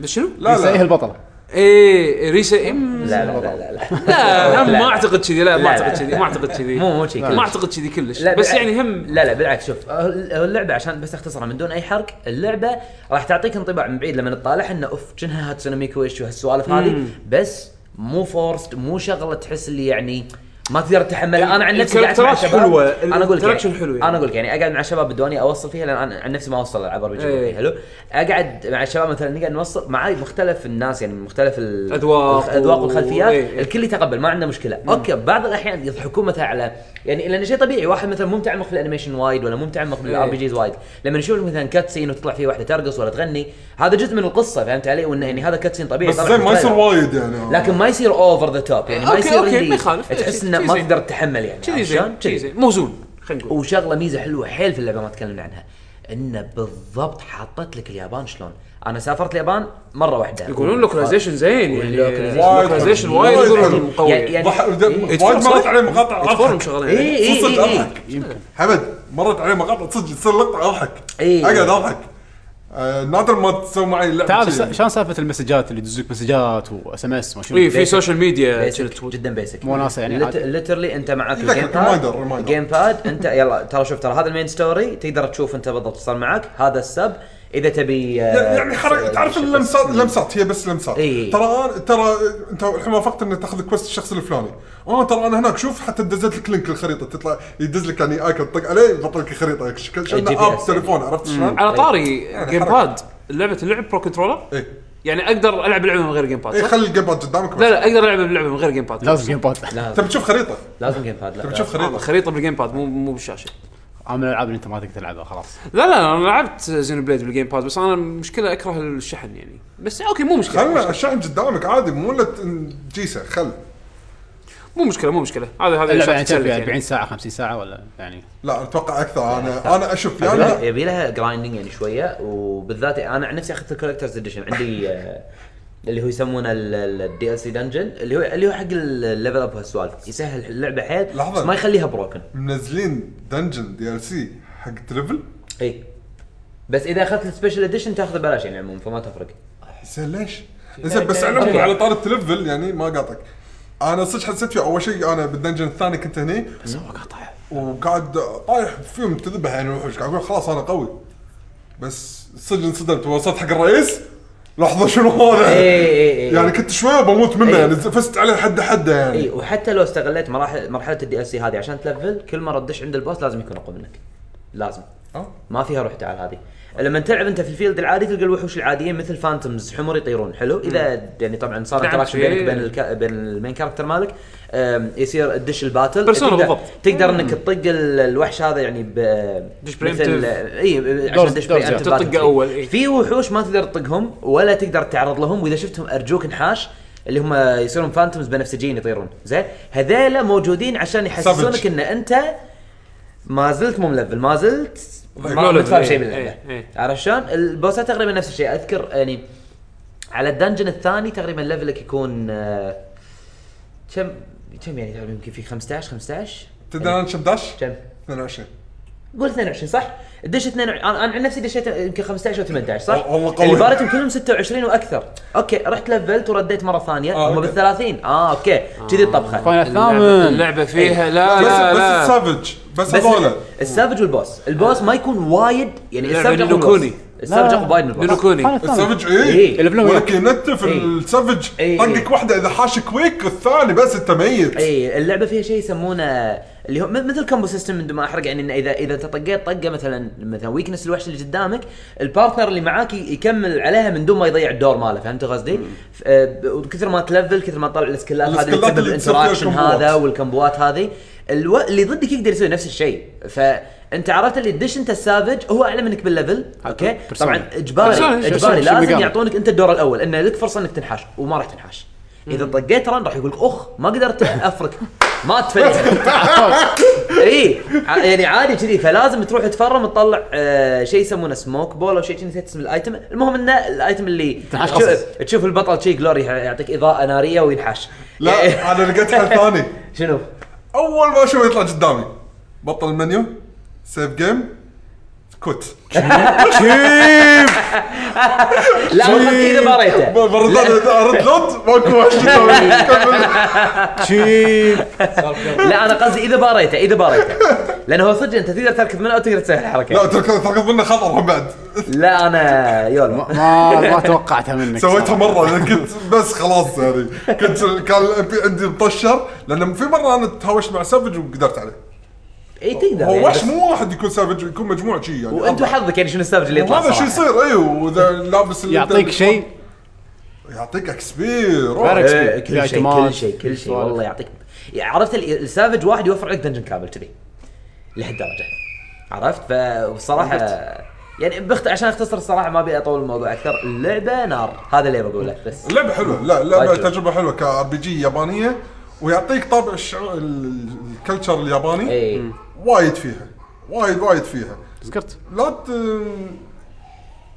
Speaker 4: بس شنو؟
Speaker 2: لا
Speaker 1: يسيئه
Speaker 2: لا
Speaker 1: البطله
Speaker 7: طيب،
Speaker 4: ايه ريسا إيه،
Speaker 7: لا لا لا لا, لا.
Speaker 4: لا هم
Speaker 7: لا.
Speaker 4: ما اعتقد كذي لا ما
Speaker 7: لا، لا.
Speaker 4: اعتقد كذي ما اعتقد كذي
Speaker 7: مو مو شيء
Speaker 4: ما اعتقد كذي كلش
Speaker 7: لا
Speaker 4: بس
Speaker 7: بالع-
Speaker 4: يعني هم
Speaker 7: لا لا بالعكس شوف آه، هو اللعبه عشان بس اختصرها من دون اي حرق اللعبه راح تعطيك انطباع من بعيد لما تطالع انه اوف كأنها هاتسون ميكو ايش وهالسوالف هذه بس مو فورست مو شغله تحس اللي يعني ما تقدر تتحملها انا عن نفسي قاعد مع
Speaker 4: الكاركترات
Speaker 7: شباب
Speaker 4: حلوة،
Speaker 7: انا اقول لك
Speaker 4: الانتراكشن
Speaker 7: يعني
Speaker 4: حلو يعني.
Speaker 7: انا اقول لك يعني اقعد مع شباب بدواني اوصل فيها لان انا عن نفسي ما اوصل العاب ار بي
Speaker 4: إيه.
Speaker 7: جي حلو اقعد مع الشباب مثلا نقعد نوصل معاي مختلف الناس يعني من مختلف ال-
Speaker 4: أذواق
Speaker 7: الاذواق
Speaker 4: و-
Speaker 7: والخلفيات
Speaker 4: إيه، إيه.
Speaker 7: الكل يتقبل ما عنده مشكله اوكي بعض الاحيان يضحكون مثلا على يعني لان شيء طبيعي واحد مثلا مو متعمق بالانيميشن وايد ولا مو متعمق
Speaker 4: إيه.
Speaker 7: بالار بي جيز وايد لما نشوف مثلا كاتسين وتطلع فيه واحده ترقص ولا تغني هذا جزء من القصه فهمت علي وانه يعني هذا كاتسين طبيعي
Speaker 2: بس
Speaker 7: طبعاً
Speaker 2: زين ما يصير
Speaker 7: بالتريلر.
Speaker 2: وايد يعني
Speaker 7: لكن ما يصير اوفر ذا توب يعني ما
Speaker 4: أوكي،
Speaker 7: يصير
Speaker 4: أوكي،
Speaker 7: اللي
Speaker 4: ما يخالف.
Speaker 7: تحس
Speaker 4: شي-
Speaker 7: انه
Speaker 4: شي
Speaker 7: ما
Speaker 4: زين.
Speaker 7: تقدر تتحمل يعني
Speaker 4: كذي
Speaker 7: عرفت شلون؟
Speaker 4: زين
Speaker 7: كذي.
Speaker 4: كذي زين موزون خلينا نقول
Speaker 7: وشغله ميزه حلوه حيل في اللعبه ما تكلمنا عنها انه بالضبط حاطت لك اليابان شلون انا سافرت اليابان مره واحده
Speaker 4: يقولون لوكلايزيشن زين يعني
Speaker 7: واللوكلايزيشن
Speaker 2: وايد
Speaker 4: لوكلايزيشن
Speaker 2: حلو.
Speaker 4: وايد
Speaker 2: وايد
Speaker 4: يقولون
Speaker 2: حلو.
Speaker 4: قوي
Speaker 7: يعني- يعني-
Speaker 2: ضح-
Speaker 7: إيه.
Speaker 2: وايد مرت
Speaker 4: صح؟
Speaker 2: عليه مقاطع
Speaker 4: يتفورم
Speaker 2: اضحك
Speaker 4: شغالين
Speaker 7: اي
Speaker 4: عليه.
Speaker 7: اي
Speaker 2: صدق
Speaker 7: اي
Speaker 2: اضحك حمد مرت عليه مقاطع صدق تصير لقطه اضحك
Speaker 7: إيه.
Speaker 2: اقعد اضحك آه، نادر ما تسوي معي لعبه
Speaker 1: تعال
Speaker 2: شي يعني.
Speaker 1: س- شلون سالفه المسجات اللي تدزوك مسجات واس ام اس وما شنو
Speaker 4: اي في سوشيال ميديا
Speaker 7: بيسك جدا بيسك
Speaker 1: وناسة يعني عادي.
Speaker 7: ليترلي انت معك
Speaker 2: يذكر
Speaker 7: الجيم
Speaker 2: reminder-
Speaker 7: باد
Speaker 2: reminder.
Speaker 7: جيم باد انت يلا ترى شوف ترى هذا المين ستوري تقدر تشوف انت بالضبط صار معك هذا السب اذا تبي آه،
Speaker 2: يعني حركه تعرف اللمسات لمسات هي بس لمسات
Speaker 7: إي.
Speaker 2: ترى أنا- ترى انت الحين وافقت انك تاخذ كويست الشخص الفلاني اه ترى انا هناك شوف حتى دزت لك لينك الخريطه تطلع يدز لك يعني اكل طق عليه يبطل لك الخريطه شكل
Speaker 7: الجي
Speaker 2: شنو
Speaker 7: بي
Speaker 2: اب
Speaker 7: إس.
Speaker 2: تليفون عرفت شلون؟
Speaker 4: على طاري
Speaker 2: يعني
Speaker 4: جيم
Speaker 2: حركة.
Speaker 4: باد لعبه اللعب برو كنترولر
Speaker 2: اي
Speaker 4: يعني اقدر العب لعبه من غير جيم باد
Speaker 2: اي
Speaker 4: صح؟
Speaker 2: خلي الجيم باد قدامك
Speaker 4: لا لا اقدر العب اللعبه من غير جيم باد
Speaker 1: لازم جيم باد
Speaker 7: لازم
Speaker 2: تبي تشوف خريطه
Speaker 7: لازم جيم باد
Speaker 2: تبي
Speaker 7: لا
Speaker 2: تشوف
Speaker 4: آه،
Speaker 2: خريطه
Speaker 4: خريطه بالجيم باد مو مو بالشاشه
Speaker 1: من الالعاب اللي انت ما تقدر تلعبها خلاص
Speaker 4: لا لا انا لعبت زينو بليد بالجيم باد بس انا مشكله اكره الشحن يعني بس اوكي مو مشكله
Speaker 2: خلنا الشحن قدامك عادي مو لا تجيسه خل
Speaker 4: مو مشكله مو مشكله هذا
Speaker 7: طيب،
Speaker 4: هذا
Speaker 1: اللعبه يعني
Speaker 4: شرط
Speaker 1: كم فيها
Speaker 4: يعني.
Speaker 1: 40 ساعه 50 ساعه ولا يعني
Speaker 2: لا اتوقع اكثر انا انا اشوف يا
Speaker 7: يبي-
Speaker 2: إما-
Speaker 7: يبي لها جرايندنج يعني شويه وبالذات انا عن نفسي اخذت الكولكترز اديشن عندي آه، اللي هو يسمونه الدي ال سي دنجن اللي هو اللي هو حق الليفل اب وهالسوالف يسهل اللعبه حيل
Speaker 2: لحظة.
Speaker 7: بس ما يخليها بروكن
Speaker 2: منزلين دنجن دي ال سي حق تريفل
Speaker 7: اي بس اذا اخذت السبيشل اديشن تاخذه ببلاش يعني عموما فما تفرق
Speaker 2: زين ليش؟ زين بس علمكم على طار التلفل يعني ما قاطعك انا صدق حسيت فيه اول شيء انا بالدنجن الثاني كنت هني
Speaker 1: بس هو قاطع
Speaker 2: وقاعد طايح فيهم تذبح يعني وحوش قاعد اقول خلاص انا قوي بس صدق انصدمت وصلت حق الرئيس لحظه شنو هذا؟
Speaker 7: إي
Speaker 4: إيه.
Speaker 7: إي إي.
Speaker 2: يعني كنت شويه بموت منه
Speaker 7: إي.
Speaker 2: يعني فزت عليه حد حده
Speaker 7: اي
Speaker 4: إيه.
Speaker 2: يعني
Speaker 7: وحتى لو استغليت مراحل مرحله الدي ال سي هذه عشان تلفل كل مره تدش عند البوس لازم يكون اقوى منك لازم
Speaker 2: آه.
Speaker 7: ما فيها روح تعال هذه لما تلعب انت في الفيلد العادي تلقى الوحوش العاديين مثل فانتومز حمر يطيرون حلو اذا يعني طبعا صار
Speaker 4: نعم،
Speaker 7: انتراكشن
Speaker 4: في-
Speaker 7: بينك وبين الك... بين المين كاركتر مالك أم، يصير تدش الباتل
Speaker 4: بيرسونا
Speaker 7: تقدر-
Speaker 4: بالضبط.
Speaker 7: تقدر انك تطق ال- الوحش هذا يعني ب
Speaker 4: دش
Speaker 7: مثل
Speaker 4: preemptive.
Speaker 7: اي عشان
Speaker 1: دورز-
Speaker 7: دش
Speaker 1: دورز
Speaker 7: preemptive
Speaker 1: يعني.
Speaker 4: تطق
Speaker 7: battle.
Speaker 4: أول، إيه. إي.
Speaker 7: في وحوش ما تقدر تطقهم ولا تقدر تعرض لهم واذا شفتهم ارجوك انحاش اللي هم يصيرون فانتومز بنفسجيين يطيرون زين هذيلا موجودين عشان يحسسونك ان انت ما زلت مو ملفل ما زلت ما ما
Speaker 4: Technology.
Speaker 7: تفهم شيء
Speaker 4: إيه،
Speaker 7: باللعبه
Speaker 4: إيه، إيه.
Speaker 7: عرفت شلون؟ البوسات تقريبا نفس الشيء اذكر يعني على الدنجن الثاني تقريبا ليفلك يكون آه، كم كم يعني تقريبا يمكن في 15 15
Speaker 2: تدري انا كم داش؟
Speaker 7: كم
Speaker 2: 22
Speaker 7: قول 22 صح؟ دش 22 انا أنا عن نفسي دشيت يمكن 15 او 18 صح؟
Speaker 2: والله قوي.
Speaker 7: اللي بارتهم كلهم 26 واكثر اوكي رحت لفلت ورديت مره ثانيه
Speaker 2: آه،
Speaker 7: هم
Speaker 2: أوكي.
Speaker 7: بال 30 اه اوكي كذي الطبخه
Speaker 1: فاينل
Speaker 4: اللعبه
Speaker 1: الثامن
Speaker 4: اللعبة فيها لا
Speaker 2: بس
Speaker 4: لا لا
Speaker 2: بس السافج بس
Speaker 7: بس
Speaker 2: هذول
Speaker 7: السافج والبوس البوس ما يكون وايد يعني
Speaker 4: لعبة
Speaker 7: السافج أقوى من
Speaker 4: نوكوني.
Speaker 7: البوس. السافج اقوى وايد من البوس
Speaker 4: نوكوني.
Speaker 1: فاينل الثامن
Speaker 2: السافج اي
Speaker 7: إي.
Speaker 1: اللي بلون
Speaker 2: ولك ينتف
Speaker 7: إي.
Speaker 2: السافج
Speaker 7: إي.
Speaker 2: طقك واحده اذا حاشك ويك الثاني بس انت ميت
Speaker 7: اي اللعبه إيه، فيها شيء يسمونه اللي هو م- مثل كومبو سيستم من دون ما احرق يعني انه اذا اذا انت طقيت طقه مثلا مثلا ويكنس الوحش اللي قدامك البارتنر اللي معاك ي- يكمل عليها من دون ما يضيع الدور ماله فهمت قصدي؟ ف- آه، ب- وكثر ما تلفل كثر ما تطلع السكلات هذه اللي
Speaker 2: السكلات
Speaker 7: تسبب
Speaker 2: اللي تصير فيها
Speaker 7: الانتراكشن
Speaker 2: كومبوات.
Speaker 7: هذا والكمبوات هذه الو... اللي ضدك يقدر يسوي نفس الشيء فانت عرفت اللي تدش انت السافج هو اعلى منك بالليفل اوكي
Speaker 1: Persona.
Speaker 7: طبعا اجباري
Speaker 4: Persona.
Speaker 7: اجباري
Speaker 1: Persona.
Speaker 7: إيه، لازم
Speaker 1: Shin Megami.
Speaker 7: يعطونك انت الدور الاول ان لك فرصه انك تنحاش وما راح تنحاش اذا طقيت رن راح يقول اخ ما قدرت افرك ما تفلت اي ع- يعني عادي كذي فلازم تروح تفرم تطلع آه شيء يسمونه سموك بول او شيء كذي نسيت اسم الايتم المهم انه الايتم اللي
Speaker 1: تنحاش
Speaker 7: تشوف-
Speaker 1: قصص.
Speaker 7: تشوف البطل شي جلوري يعطيك اضاءه ناريه وينحاش إيه،
Speaker 2: لا انا لقيت حل ثاني
Speaker 7: شنو؟
Speaker 2: اول ما اشوفه يطلع قدامي بطل المنيو سيف جيم كوت
Speaker 7: لا والله كذا ما ريته
Speaker 2: مرة ثانية ارد لود ماكو وحش قدامي. كمل.
Speaker 1: شيب
Speaker 7: لا انا قصدي اذا باريته اذا باريته لانه هو صدق انت تقدر تركض منه او تقدر تسوي
Speaker 2: لا
Speaker 7: الحركه
Speaker 2: تركض تركض منه خطر هم بعد
Speaker 7: لا انا يولا
Speaker 1: ما ما توقعتها منك
Speaker 2: سويتها
Speaker 1: صراحة.
Speaker 2: مرة لأن كنت بس خلاص يعني كنت كان الام بي عندي مطشر لان في مرة انا تهاوشت مع سافج وقدرت عليه
Speaker 7: اي تقدر يعني
Speaker 2: هو وحش
Speaker 7: بس-
Speaker 2: مو واحد يكون سافج يكون مجموعة شي يعني
Speaker 7: وانت
Speaker 2: أربعة.
Speaker 7: حظك يعني شنو السبج اللي يطلع
Speaker 2: وهذا شو
Speaker 7: صراحه
Speaker 2: يصير ايوه واذا لابس ال-
Speaker 1: يعطيك شيء
Speaker 2: يعطيك اكس بي روح.
Speaker 1: بارك.
Speaker 7: إيه،
Speaker 1: في
Speaker 7: كل شيء
Speaker 1: اعتماد،
Speaker 7: كل شيء كل شيء
Speaker 1: سوالف.
Speaker 7: والله يعطيك يعني عرفت ال- السافج واحد يوفر لك دنجن كامل كذي لهالدرجه عرفت فبصراحه يعني بخت... عشان اختصر الصراحه ما ابي اطول الموضوع اكثر اللعبه نار هذا اللي بقوله بس
Speaker 2: اللعبة حلوة لا اللعبة
Speaker 7: وايد حلوة.
Speaker 2: تجربة حلوة كار بي جي يابانية ويعطيك طابع الشعور ال- الكلتشر الياباني
Speaker 1: إيه.
Speaker 7: اي
Speaker 2: وايد فيها وايد وايد فيها
Speaker 1: سكرت
Speaker 2: لا ت...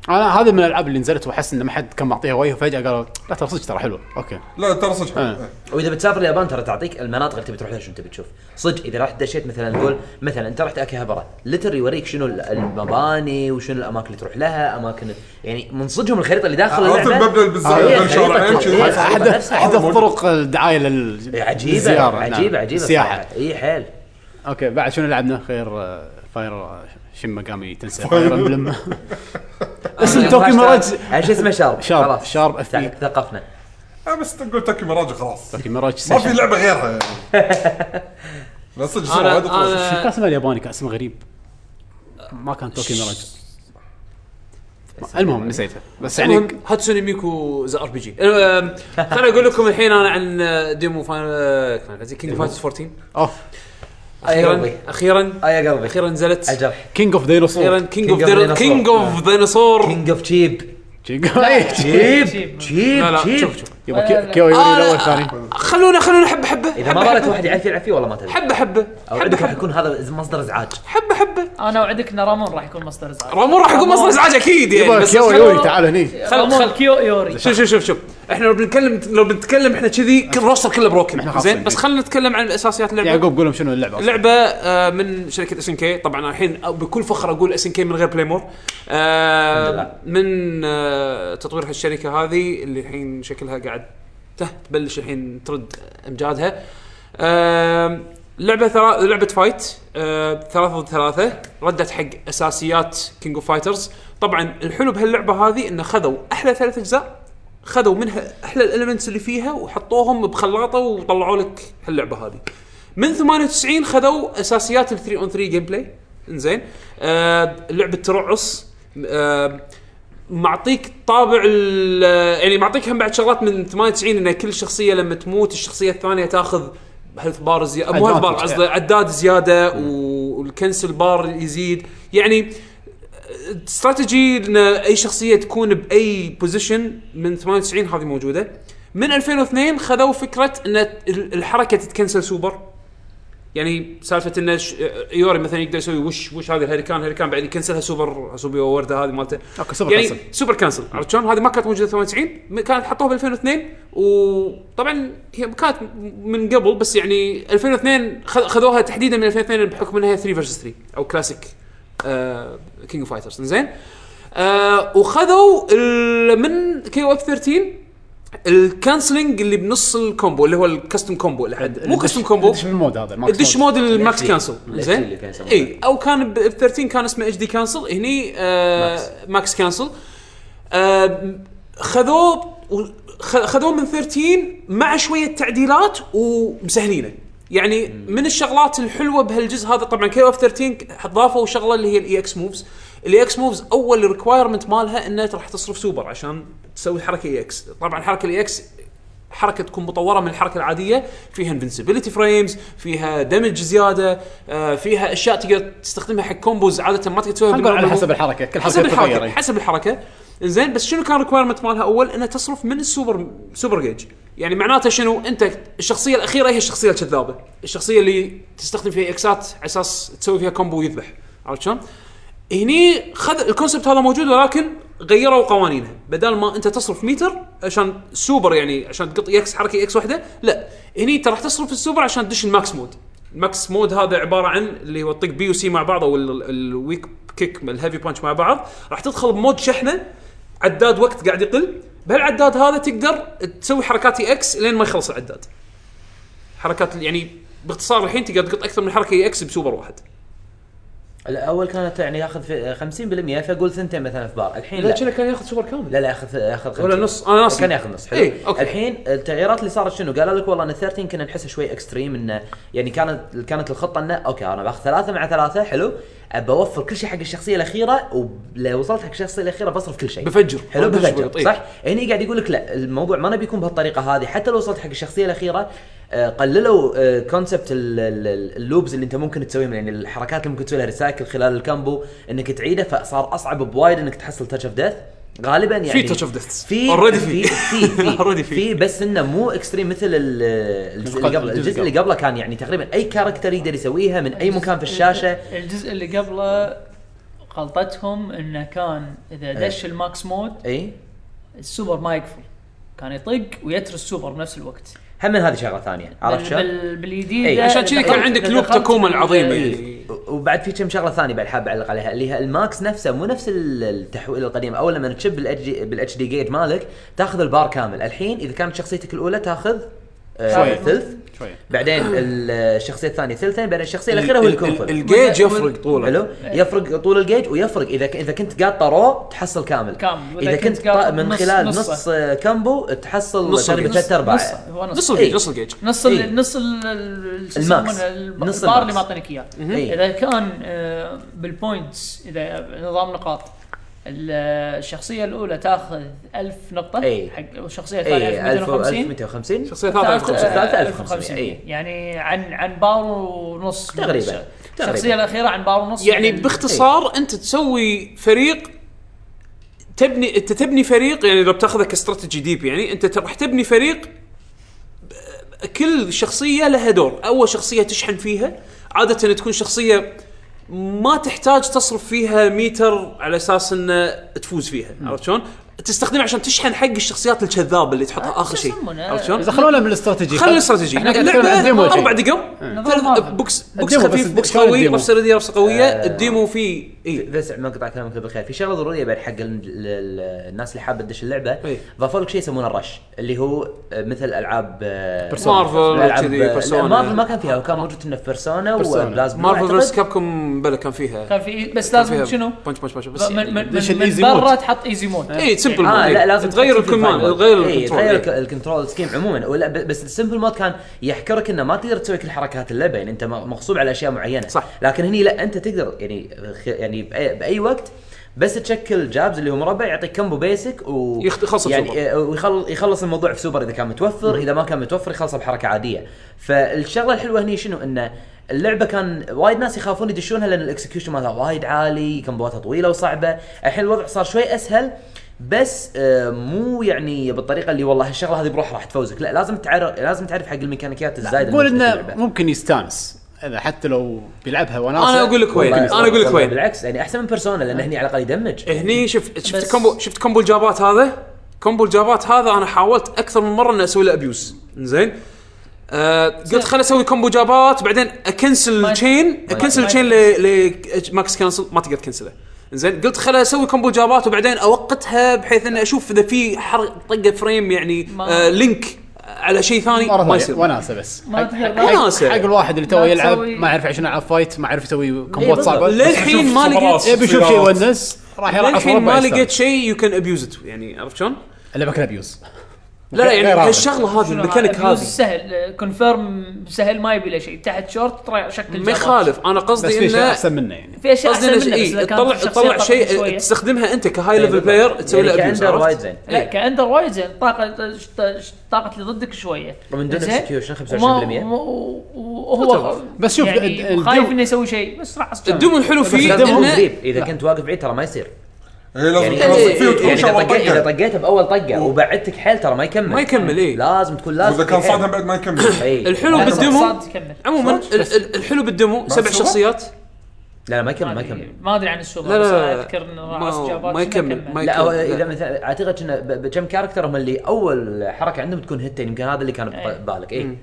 Speaker 1: انا هذه من الالعاب اللي نزلت واحس ان ما حد كان معطيها وجه وفجاه قالوا لا ترى صدق ترى حلوه اوكي
Speaker 2: لا ترى صدق إيه. حلوة.
Speaker 1: آه.
Speaker 7: واذا بتسافر اليابان ترى تعطيك المناطق اللي تبي تروح لها شنو تبي تشوف صدق اذا رحت دشيت مثلا نقول مثلا انت رحت اكاهابرا لتر يوريك شنو ال- المباني وشنو الاماكن اللي تروح لها اماكن يعني من صدقهم الخريطه اللي داخل إيه،
Speaker 2: عرفت
Speaker 7: اللعبه
Speaker 2: المبنى اللي بالزاوية
Speaker 7: هي
Speaker 2: بين
Speaker 7: الخريطة
Speaker 2: شارعين
Speaker 7: تروح-
Speaker 2: كذي؟
Speaker 7: هي
Speaker 1: احد
Speaker 7: الخريطة
Speaker 1: احد
Speaker 7: نفسها.
Speaker 1: أحد
Speaker 2: موجود.
Speaker 1: الطرق الدعايه لل
Speaker 7: عجيبه
Speaker 1: للزيارة،
Speaker 7: عجيبه
Speaker 1: نعم.
Speaker 7: عجيبه
Speaker 1: السياحه
Speaker 7: صراحة. اي حيل
Speaker 1: اوكي بعد شنو لعبنا خير آه، فاير آه، شن مقامي تنسى فاير امبلم اسم توكي ميراج
Speaker 7: ايش اسمه شارب
Speaker 1: شارب،
Speaker 7: خلاص.
Speaker 1: شارب أف بي.
Speaker 7: ثق- ثقفنا
Speaker 2: آه بس تقول تاكي مراجع خلاص
Speaker 1: توكي ميراج
Speaker 2: ما في
Speaker 1: سيشن.
Speaker 2: لعبة غيرها يعني لا صدق صدق
Speaker 4: أنا-
Speaker 2: وايد أطول.
Speaker 1: شو كان اسمه الياباني كان اسمه غريب ما كان توكي ميراج المهم نسيته بس يعني
Speaker 4: يعني هاتسوني ميكو ذا ار بي جي أه، خليني اقول لكم الحين انا عن آه، ديمو فاينل آه، كينج فايترز 14
Speaker 1: اوه
Speaker 7: يا
Speaker 4: اخيرا
Speaker 7: قلبي.
Speaker 4: اخيرا
Speaker 7: آه يا قلبي
Speaker 4: اخيرا نزلت
Speaker 7: الجرح
Speaker 1: كينج اوف ديناصور
Speaker 4: اخيرا كينج
Speaker 7: King of
Speaker 4: اوف
Speaker 7: Dinosaur.
Speaker 4: كينج اوف ديناصور
Speaker 7: كينج اوف تشيب
Speaker 1: شي قال إيه،
Speaker 4: لا
Speaker 5: جيب.
Speaker 7: جيب جيب
Speaker 4: لا
Speaker 7: جيب
Speaker 4: شوف شوف
Speaker 1: يبا كي- كيو يوري الاول ثاني
Speaker 4: خلونا خلونا حبه حبه
Speaker 7: اذا ما
Speaker 4: حبة-
Speaker 7: ضلت
Speaker 4: حبة.
Speaker 7: واحد يعرف يلعب فيه والله ما تدري
Speaker 4: حبه حبه
Speaker 7: او
Speaker 4: حبه
Speaker 7: عندك راح
Speaker 4: حبه
Speaker 7: يكون هذا مصدر ازعاج
Speaker 4: حبه حبه
Speaker 5: انا اوعدك ان رامون راح يكون مصدر ازعاج
Speaker 4: رامون راح يكون مصدر ازعاج اكيد يعني
Speaker 1: يبا
Speaker 4: بس
Speaker 1: كيو
Speaker 4: خلونا-
Speaker 1: يوري تعال هني
Speaker 4: خل-
Speaker 5: رامون
Speaker 4: خل-
Speaker 5: كيو يوري
Speaker 4: شوف شوف شوف شوف احنا لو بنتكلم لو بنتكلم احنا كذي كل روستر كله
Speaker 1: إحنا
Speaker 4: بروكن
Speaker 1: خاصين.
Speaker 4: زين بس خلينا نتكلم عن اساسيات اللعبه
Speaker 1: يعقوب قول لهم شنو اللعبه أصلاً.
Speaker 4: لعبه آه، من شركه اس ان كي طبعا الحين بكل فخر اقول اس ان كي من غير بلاي مور آه،
Speaker 7: الحمد لله.
Speaker 4: من آه، تطوير هالشركه هذه اللي الحين شكلها قاعد ته- تبلش الحين ترد امجادها آم، لعبه ثرا... لعبه فايت آه، ثلاثة ضد ثلاثة ردت حق اساسيات كينج اوف فايترز طبعا الحلو بهاللعبه هذه انه خذوا احلى ثلاث اجزاء خذوا منها احلى الالمنتس اللي فيها وحطوهم بخلاطه وطلعوا لك هاللعبه هذه من 98 خذوا اساسيات ال 3 اون 3 جيم بلاي انزين آه لعبه ترعس آه معطيك طابع ال- يعني معطيك هم بعد شغلات من 98 ان كل شخصيه لما تموت الشخصيه الثانيه تاخذ هيلث بار زياده مو هيلث بار
Speaker 1: Advantage.
Speaker 4: قصدي عداد زياده و- والكنسل بار يزيد يعني استراتيجي ان اي شخصيه تكون باي بوزيشن من 98 هذه موجوده من 2002 خذوا فكره ان ال- الحركه تتكنسل سوبر يعني سالفه ان ش- يوري مثلا يقدر يسوي وش وش هذا الهريكان هريكان بعد يكنسلها سوبر سوبر ورده هذه مالته
Speaker 1: اوكي سوبر
Speaker 4: يعني
Speaker 1: كنسل.
Speaker 4: سوبر كانسل عرفت شلون؟ هذه ما كانت موجوده 98 م- كانت حطوها ب 2002 وطبعا هي كانت من قبل بس يعني 2002 خ- خذوها تحديدا من 2002 بحكم انها 3 فيرسس 3 او كلاسيك آه، كينج اوف فايترز زين آه وخذوا ال- من كي او اف 13 الكانسلنج اللي بنص الكومبو اللي هو الكاستم كومبو اللي حد مو
Speaker 1: الدش-
Speaker 4: كاستم كومبو
Speaker 1: الدش من المود هذا الماكس
Speaker 4: الدش
Speaker 1: مود.
Speaker 4: مود الماكس كانسل
Speaker 7: الاتش دي
Speaker 4: زين
Speaker 7: اللي كان يسمونه.
Speaker 4: اي او كان ب 13 كان اسمه اتش دي كانسل هني آه ماكس كانسل آه خذوه و- خ- خذوه من 13 مع شويه تعديلات ومسهلينه يعني من الشغلات الحلوه بهالجزء هذا طبعا كي اف 13 ضافوا شغله اللي هي E الاي اكس موفز الاي اكس موفز اول ريكوايرمنت مالها انها راح تصرف سوبر عشان تسوي E حركه اي اكس طبعا حركه الاي اكس حركه E تكون مطوره من الحركه العاديه فيها انفنسبيلتي فريمز فيها دمج زياده آه، فيها اشياء تقدر تستخدمها حق كومبوز عاده ما تقدر تسويها
Speaker 1: خلينا نقول على
Speaker 4: بالنورمال
Speaker 1: حسب الحركه كل حركه
Speaker 4: حسب
Speaker 1: تتغير
Speaker 4: الحركه
Speaker 1: إيه.
Speaker 4: حسب الحركه زين بس شنو كان ريكوايرمنت مالها اول انها تصرف من السوبر سوبر جيج يعني معناته شنو انت الشخصيه الاخيره هي الشخصيه الكذابه الشخصيه اللي تستخدم فيها اكسات على اساس تسوي فيها كومبو ويذبح عرفت شلون؟ هني خذ الكونسبت هذا موجود ولكن غيروا قوانينها بدل ما انت تصرف ميتر عشان سوبر يعني عشان تقط اكس حركه اكس واحده لا هني انت راح تصرف السوبر عشان تدش الماكس مود الماكس مود هذا عباره عن اللي هو تطق بي وسي مع بعض او ال- الويك كيك الهيفي بانش مع بعض راح تدخل بمود شحنه عداد وقت قاعد يقل بهالعداد هذا تقدر تسوي حركات اكس لين ما يخلص العداد حركات يعني باختصار الحين تقدر تقط اكثر من حركه اكس بسوبر واحد
Speaker 7: الاول كانت يعني ياخذ في 50% فاقول ثنتين مثلا في بار الحين
Speaker 4: لا
Speaker 7: لا
Speaker 4: كنا كان ياخذ سوبر كامل
Speaker 7: لا لا ياخذ ياخذ
Speaker 4: ولا
Speaker 7: 50.
Speaker 4: نص آه، انا ناس
Speaker 7: كان ياخذ نص حلو
Speaker 4: إيه، أوكي.
Speaker 7: الحين التغييرات اللي صارت شنو قالوا لك والله ان 13 كنا نحسه شوي اكستريم انه يعني كانت كانت الخطه انه اوكي انا باخذ ثلاثه مع ثلاثه حلو ابى اوفر كل شيء حق الشخصيه الاخيره ولو وصلت حق الشخصيه الاخيره بصرف كل شيء
Speaker 4: بفجر
Speaker 7: حلو
Speaker 4: بفجر
Speaker 7: بفجر
Speaker 4: بقط، إيه.
Speaker 7: صح هني قاعد يقول لك لا الموضوع ما نبي يكون بهالطريقه هذه حتى لو وصلت حق الشخصيه الاخيره آه، قللوا كونسبت اللوبز اللي انت ممكن تسويهم يعني الحركات اللي ممكن تسوي لها ريسايكل خلال الكامبو انك تعيده فصار اصعب بوايد انك تحصل تاتش اوف ديث غالبا
Speaker 4: في
Speaker 7: يعني
Speaker 4: touch of deaths.
Speaker 7: في
Speaker 4: Already
Speaker 7: في
Speaker 4: في.
Speaker 7: في في,
Speaker 4: Already
Speaker 7: في.
Speaker 4: في.
Speaker 7: في بس انه مو اكستريم مثل ال- الجزء اللي قبل الجزء اللي قبله كان يعني تقريبا اي كاركتر يقدر يسويها من اي مكان في الشاشه
Speaker 5: الجزء اللي قبله غلطتهم انه كان اذا
Speaker 7: إيه.
Speaker 5: دش الماكس مود
Speaker 7: اي
Speaker 5: السوبر ما يقفل كان يطق ويتر السوبر بنفس الوقت
Speaker 7: هم من هذه شغله ثانيه عرفت
Speaker 5: بال-
Speaker 7: شلون؟
Speaker 5: بال- باليديد
Speaker 7: إيه.
Speaker 4: عشان كذي كان عندك لوب تكوما العظيمه يعني
Speaker 7: وبعد في كم شغله ثانيه بعد حاب اعلق عليها اللي هي الماكس نفسه مو نفس ال- التحويل القديم اول لما تشب بالاتش دي جيج مالك تاخذ البار كامل الحين اذا كانت شخصيتك الاولى تاخذ آه،
Speaker 1: شوية.
Speaker 7: ثلث
Speaker 1: شوية.
Speaker 7: بعدين الشخصيه الثانيه ثلثين بعدين الشخصيه الاخيره
Speaker 4: إيه،
Speaker 7: هو الكونفل
Speaker 4: الجيج يفرق طوله
Speaker 7: حلو يفرق طول الجيج ويفرق اذا ك- اذا كنت قاطه رو تحصل كامل
Speaker 5: كامل. وإذا
Speaker 7: اذا
Speaker 5: كنت
Speaker 7: كنت قاطع
Speaker 5: قاطع
Speaker 7: من
Speaker 5: نص-
Speaker 7: خلال
Speaker 5: نصه.
Speaker 7: نص آه، كامبو تحصل
Speaker 4: نص
Speaker 7: تقريبا
Speaker 4: الجيج.
Speaker 7: ثلاث
Speaker 5: نص
Speaker 7: ارباع
Speaker 5: هو
Speaker 4: نص
Speaker 5: نص
Speaker 4: الجيج
Speaker 7: إيه.
Speaker 4: نص الجيج
Speaker 5: نص
Speaker 7: إيه.
Speaker 5: ال- نص ال- ال- شو
Speaker 7: الماكس.
Speaker 5: يسمونه؟ الب-
Speaker 7: نص
Speaker 5: البار اللي
Speaker 7: الماكس.
Speaker 5: معطينك اياه
Speaker 7: إيه.
Speaker 5: اذا كان آه، بالبوينتس اذا نظام نقاط ال- الشخصيه الاولى تاخذ 1000 نقطه
Speaker 7: إيه.
Speaker 5: حق والشخصيه الثانيه
Speaker 7: اي
Speaker 5: 1250
Speaker 7: 1250
Speaker 4: شخصيه ثالثه 1500.
Speaker 7: الثالثة
Speaker 5: 1500
Speaker 7: إيه.
Speaker 5: يعني عن عن بار ونص
Speaker 7: تقريباً. تقريباً.
Speaker 5: يعني الشخصيه الاخيره عن بار ونص
Speaker 4: يعني
Speaker 5: من-
Speaker 4: باختصار انت تسوي فريق تبني انت تبني فريق يعني لو بتاخذه كاستراتيجي ديب يعني انت ت- راح تبني فريق ب- كل شخصيه لها دور اول شخصيه تشحن فيها عاده تكون شخصيه ما تحتاج تصرف فيها ميتر على اساس انه تفوز فيها عرفت شلون؟ تستخدمها عشان تشحن حق الشخصيات الكذابه اللي تحطها
Speaker 5: آه،
Speaker 4: اخر
Speaker 5: شو
Speaker 4: شيء
Speaker 5: يسمونه؟
Speaker 4: عرفت شلون؟
Speaker 1: اذا خلونا بالاستراتيجي
Speaker 4: خلي الاستراتيجي
Speaker 1: احنا قاعد نتكلم عن
Speaker 4: لعبة
Speaker 1: ديمو
Speaker 4: اربع
Speaker 1: شيء.
Speaker 4: دقائق
Speaker 5: نظام
Speaker 4: ثلاث
Speaker 5: واحد.
Speaker 4: بوكس بوكس
Speaker 1: الديمو
Speaker 4: خفيف
Speaker 1: بس
Speaker 4: بوكس
Speaker 1: شلون
Speaker 4: قوي
Speaker 1: الديمو؟
Speaker 4: رفسه رديه رفسه قويه
Speaker 7: آه.
Speaker 4: الديمو إيه. فيه اي
Speaker 7: بس مقطع كلامك بالخير في شغله ضروريه بعد حق ال- ال- الناس اللي حابه تدش اللعبه
Speaker 4: إيه.
Speaker 7: ضافوا لك شيء يسمونه الرش اللي هو آه، مثل العاب آه،
Speaker 4: Persona. مارفل
Speaker 7: ألعاب-
Speaker 4: وكذي،
Speaker 7: آه، لا،
Speaker 4: Persona.
Speaker 7: مارفل ما كان فيها وكان موجود انه في بيرسونا وبلازما
Speaker 4: مارفل فيرس كاب كوم بلا كان فيها
Speaker 5: كان في إيه؟ بس لازم
Speaker 4: فيها
Speaker 5: شنو؟
Speaker 4: بنش بنش بنش بس إيه،
Speaker 5: من من
Speaker 4: يعني
Speaker 5: من,
Speaker 1: ليش
Speaker 5: من
Speaker 1: الإيزي
Speaker 5: برا
Speaker 1: مود؟
Speaker 5: تحط ايزي مود
Speaker 4: اي سمبل
Speaker 7: اه لا لازم
Speaker 4: تغير
Speaker 7: تكون
Speaker 4: الكمان
Speaker 7: simple mode.
Speaker 4: تغير
Speaker 7: إيه،
Speaker 4: الكنترول
Speaker 7: تغير
Speaker 4: إيه.
Speaker 7: الك- الكنترول سكيم عموما ولا ب- بس السمبل مود كان يحكرك انه ما تقدر تسوي كل حركات اللعبه يعني انت م- مغصوب على اشياء معينه
Speaker 4: صح.
Speaker 7: لكن هني لا انت تقدر يعني خ- يعني باي, بأي وقت بس تشكل جابز اللي هو مربع يعطيك كمبو بيسك و
Speaker 4: يخت- يخلصه بسوبر.
Speaker 7: يعني آه، ويخلص يخلص الموضوع في سوبر اذا كان متوفر اذا ما كان متوفر يخلصه بحركه عاديه فالشغله الحلوه هني شنو انه اللعبه كان وايد ناس يخافون يدشونها لان الاكسكيوشن مالها وايد عالي كمبواتها طويله وصعبه الحين الوضع صار شوي اسهل بس آه، مو يعني بالطريقه اللي والله الشغله هذه بروحها راح تفوزك لا لازم تعرف لازم تعرف حق الميكانيكيات الزايده
Speaker 1: قول
Speaker 7: اللي موجودة في
Speaker 1: انه
Speaker 7: اللعبة.
Speaker 1: ممكن يستانس اذا حتى لو بيلعبها وناسه
Speaker 4: انا اقول لك وين
Speaker 7: والله
Speaker 4: انا اقول لك
Speaker 7: والله
Speaker 4: وين إيه،
Speaker 7: بالعكس يعني احسن من بيرسونا لان هني على الاقل يدمج
Speaker 4: هني شفت شفت
Speaker 5: يعني بس-
Speaker 4: كومبو شفت كومبو الجابات هذا كومبو الجابات هذا انا حاولت اكثر من مره اني اسوي له ابيوز زين آه قلت خليني اسوي كومبو جابات بعدين اكنسل
Speaker 5: ما-
Speaker 4: التشين اكنسل
Speaker 5: ما-
Speaker 4: التشين لماكس كانسل ما تقدر تكنسله زين قلت خليني اسوي كومبو جابات وبعدين اوقتها بحيث اني اشوف اذا في حر طقه فريم يعني
Speaker 5: ما-
Speaker 4: آه لينك على شيء ثاني
Speaker 1: مرة
Speaker 4: ما
Speaker 1: ثانية،
Speaker 4: يصير
Speaker 1: وناسه بس
Speaker 5: ما
Speaker 1: حق-
Speaker 7: إيه.
Speaker 5: تقدر-
Speaker 1: حق-
Speaker 4: وناسة.
Speaker 1: حق الواحد اللي توه
Speaker 5: لا
Speaker 1: يلعب
Speaker 5: تسوي-
Speaker 1: ما يعرف عشان يلعب فايت ما يعرف يسوي كومبات
Speaker 7: بالضبط.
Speaker 1: صعبه
Speaker 4: للحين ما
Speaker 2: بشوف
Speaker 4: لقيت
Speaker 2: خبراس.
Speaker 1: يبي يشوف شيء
Speaker 2: صراط.
Speaker 1: يونس راح يلعب
Speaker 4: للحين ما لقيت شيء يو كان ابيوز ات يعني عرفت شلون؟
Speaker 1: اللعبه كلها ابيوز
Speaker 4: لا لا
Speaker 1: غير
Speaker 4: يعني
Speaker 1: هذا.
Speaker 4: هالشغله هذه
Speaker 5: شنو
Speaker 4: الميكانيك
Speaker 5: عاد؟
Speaker 4: هذه
Speaker 5: سهل كونفيرم سهل ما يبي له شيء تحت شورت طلع شكل
Speaker 4: ما يخالف انا
Speaker 1: بس
Speaker 4: قصدي
Speaker 1: في شيء
Speaker 4: انه
Speaker 1: احسن منه يعني
Speaker 5: في اشياء
Speaker 4: قصدي
Speaker 5: احسن
Speaker 4: انه
Speaker 5: منه بس
Speaker 4: شيء
Speaker 5: اذا
Speaker 4: تطلع
Speaker 5: كانت الشخصية
Speaker 4: تطلع
Speaker 5: طاقتها
Speaker 4: شيء إيه،
Speaker 5: شوية.
Speaker 4: تستخدمها انت كهاي ليفل بلاير
Speaker 7: بالضبط.
Speaker 4: تسوي له
Speaker 7: يعني
Speaker 4: abuse،
Speaker 7: كأندر
Speaker 4: عرفت؟
Speaker 7: وايد زين.
Speaker 5: لا
Speaker 4: إيه.
Speaker 5: كاندر وايد زين طاقه طاقه اللي ضدك شويه
Speaker 7: ومن دون
Speaker 5: زين؟
Speaker 7: execution 25%
Speaker 5: وما- و- وهو
Speaker 1: بس شوف، ال-
Speaker 5: يعني
Speaker 1: ال-
Speaker 5: خايف
Speaker 1: الدم-
Speaker 5: انه يسوي شيء بس راح أصبر.
Speaker 4: الدوم الحلو
Speaker 7: بس
Speaker 4: فيه
Speaker 7: لازم تكون
Speaker 4: انه
Speaker 7: قريب اذا كنت واقف بعيد ترى ما يصير
Speaker 2: إيه، لازم
Speaker 7: يعني
Speaker 2: تخلص
Speaker 4: إيه،
Speaker 2: فيه
Speaker 4: إيه،
Speaker 2: وتخش
Speaker 7: يعني اذا
Speaker 2: اول
Speaker 7: طقيت اذا
Speaker 2: طقه
Speaker 7: طقيته باول طقه وبعدتك حيل ترى ما يكمل
Speaker 4: ما يكمل، إيه.
Speaker 7: لازم تكون لازم
Speaker 2: واذا كان صادم بعد ما يكمل
Speaker 7: إيه.
Speaker 4: الحلو
Speaker 5: لا،
Speaker 4: بالدمو-
Speaker 5: صاد كمل.
Speaker 4: عموما ال- ال- الحلو بالدمو سبع
Speaker 2: تشوفه؟
Speaker 4: شخصيات
Speaker 7: لا لا ما يكمل
Speaker 5: ما
Speaker 7: ما
Speaker 5: ادري
Speaker 7: يكمل
Speaker 5: ما ادري عن السوبر
Speaker 4: لا، لا،
Speaker 5: بس
Speaker 4: لا.
Speaker 5: اذكر انه
Speaker 4: ما-
Speaker 5: راس جابات
Speaker 4: ما
Speaker 5: شنو
Speaker 4: يكمل، ما
Speaker 7: لا هو
Speaker 4: يكمل.
Speaker 7: اذا مثلا اعتقد كنا ب- بكم كاركتر هم اللي اول حركه عندهم تكون هتين يمكن هذا اللي كان
Speaker 5: إيه.
Speaker 7: ببالك اي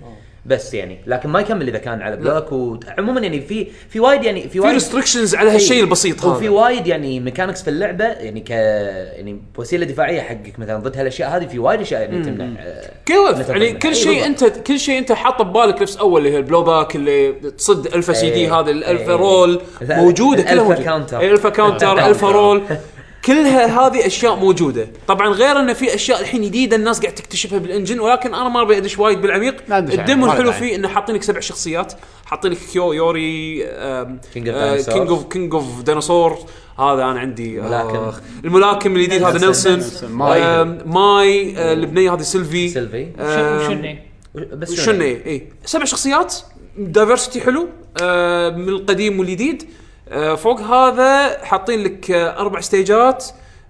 Speaker 7: بس يعني لكن ما يكمل اذا كان على بلوك وعموما يعني في في وايد يعني في
Speaker 4: في
Speaker 7: وايد إيه.
Speaker 4: ريستركشنز على هالشيء البسيط
Speaker 7: وفي
Speaker 4: هذا
Speaker 7: وايد يعني ميكانكس في اللعبه يعني ك يعني وسيله دفاعيه حقك مثلا ضد هالاشياء هذه في وايد اشياء يعني تمنع آه،
Speaker 4: كيف
Speaker 7: مثل
Speaker 4: يعني
Speaker 7: قلنا.
Speaker 4: كل
Speaker 7: إيه،
Speaker 4: شيء
Speaker 7: بالضبط.
Speaker 4: انت كل شيء انت حاطه ببالك نفس اول اللي هي البلو باك اللي تصد الفا سي دي
Speaker 7: إيه.
Speaker 4: هذا الالفا
Speaker 7: إيه.
Speaker 4: رول
Speaker 7: لا،
Speaker 4: موجوده كلها
Speaker 7: الألفا
Speaker 4: موجوده
Speaker 7: كاونتر.
Speaker 4: إيه، الفا كاونتر
Speaker 7: الألفا
Speaker 4: الفا
Speaker 7: كاونتر.
Speaker 4: رول كلها هذه اشياء موجوده طبعا غير انه في اشياء الحين جديده الناس قاعد تكتشفها بالانجن ولكن انا ما ابي ادش وايد بالعميق
Speaker 1: لا ندش
Speaker 4: الدم
Speaker 1: عميق،
Speaker 4: الحلو
Speaker 1: وايد عميق.
Speaker 4: فيه انه حاطينك سبع شخصيات حاطينك كيو يوري آه،
Speaker 7: King of Dinosaurs.
Speaker 4: كينج اوف كينج اوف ديناصور هذا انا عندي
Speaker 7: ملاكم.
Speaker 4: آخ. الملاكم الجديد هذا نيلسون
Speaker 7: نيلسون.
Speaker 1: نيلسون. ماي.
Speaker 4: آم، ماي آه، البنيه هذه سيلفي
Speaker 7: سيلفي
Speaker 4: آم،
Speaker 5: شنو
Speaker 7: بس
Speaker 4: شنو اي إيه؟ سبع شخصيات دايفرسيتي حلو آه من القديم والجديد آه فوق هذا حاطين لك آه اربع ستيجات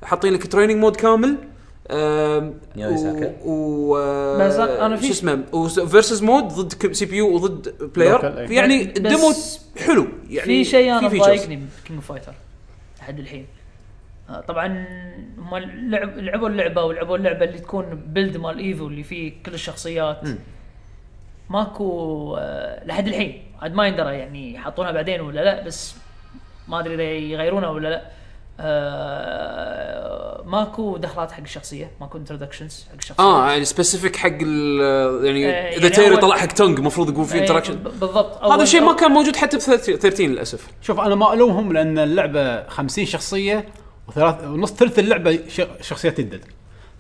Speaker 4: حاطين لك تريننج مود كامل آه
Speaker 7: نيو يساكا.
Speaker 4: و, و آه،
Speaker 5: بس أنا في-
Speaker 4: شو اسمه وفيرسز مود ضد سي بي يو وضد
Speaker 1: Local،
Speaker 4: بلاير
Speaker 1: أي.
Speaker 4: يعني
Speaker 5: بس-
Speaker 4: الدمو حلو يعني
Speaker 5: في شيء انا
Speaker 4: في features.
Speaker 5: مضايقني بكينج فايتر لحد الحين آه، طبعا هم لعب لعبوا اللعبه ولعبوا اللعبه اللي تكون بيلد مال ايفو اللي فيه كل الشخصيات ماكو آه، لحد الحين عاد ما يندرى يعني يحطونها بعدين ولا لا بس ما ادري اذا يغيرونها ولا لا آه، ماكو دخلات حق الشخصيه ماكو انتروداكشنز حق الشخصيه
Speaker 4: اه يعني سبيسيفيك حق ال- يعني
Speaker 5: آه،
Speaker 4: اذا
Speaker 5: يعني
Speaker 4: تيري
Speaker 5: أول-
Speaker 4: طلع حق تونج المفروض يكون في
Speaker 5: أي،
Speaker 4: انتراكشن
Speaker 5: إيه، ب- بالضبط
Speaker 4: هذا
Speaker 5: أول-
Speaker 4: الشيء ما كان موجود حتى ب 13 للاسف
Speaker 1: شوف انا ما الومهم لان اللعبه 50 شخصيه وثلاث ونص ثلث اللعبه ش- شخصيات جدد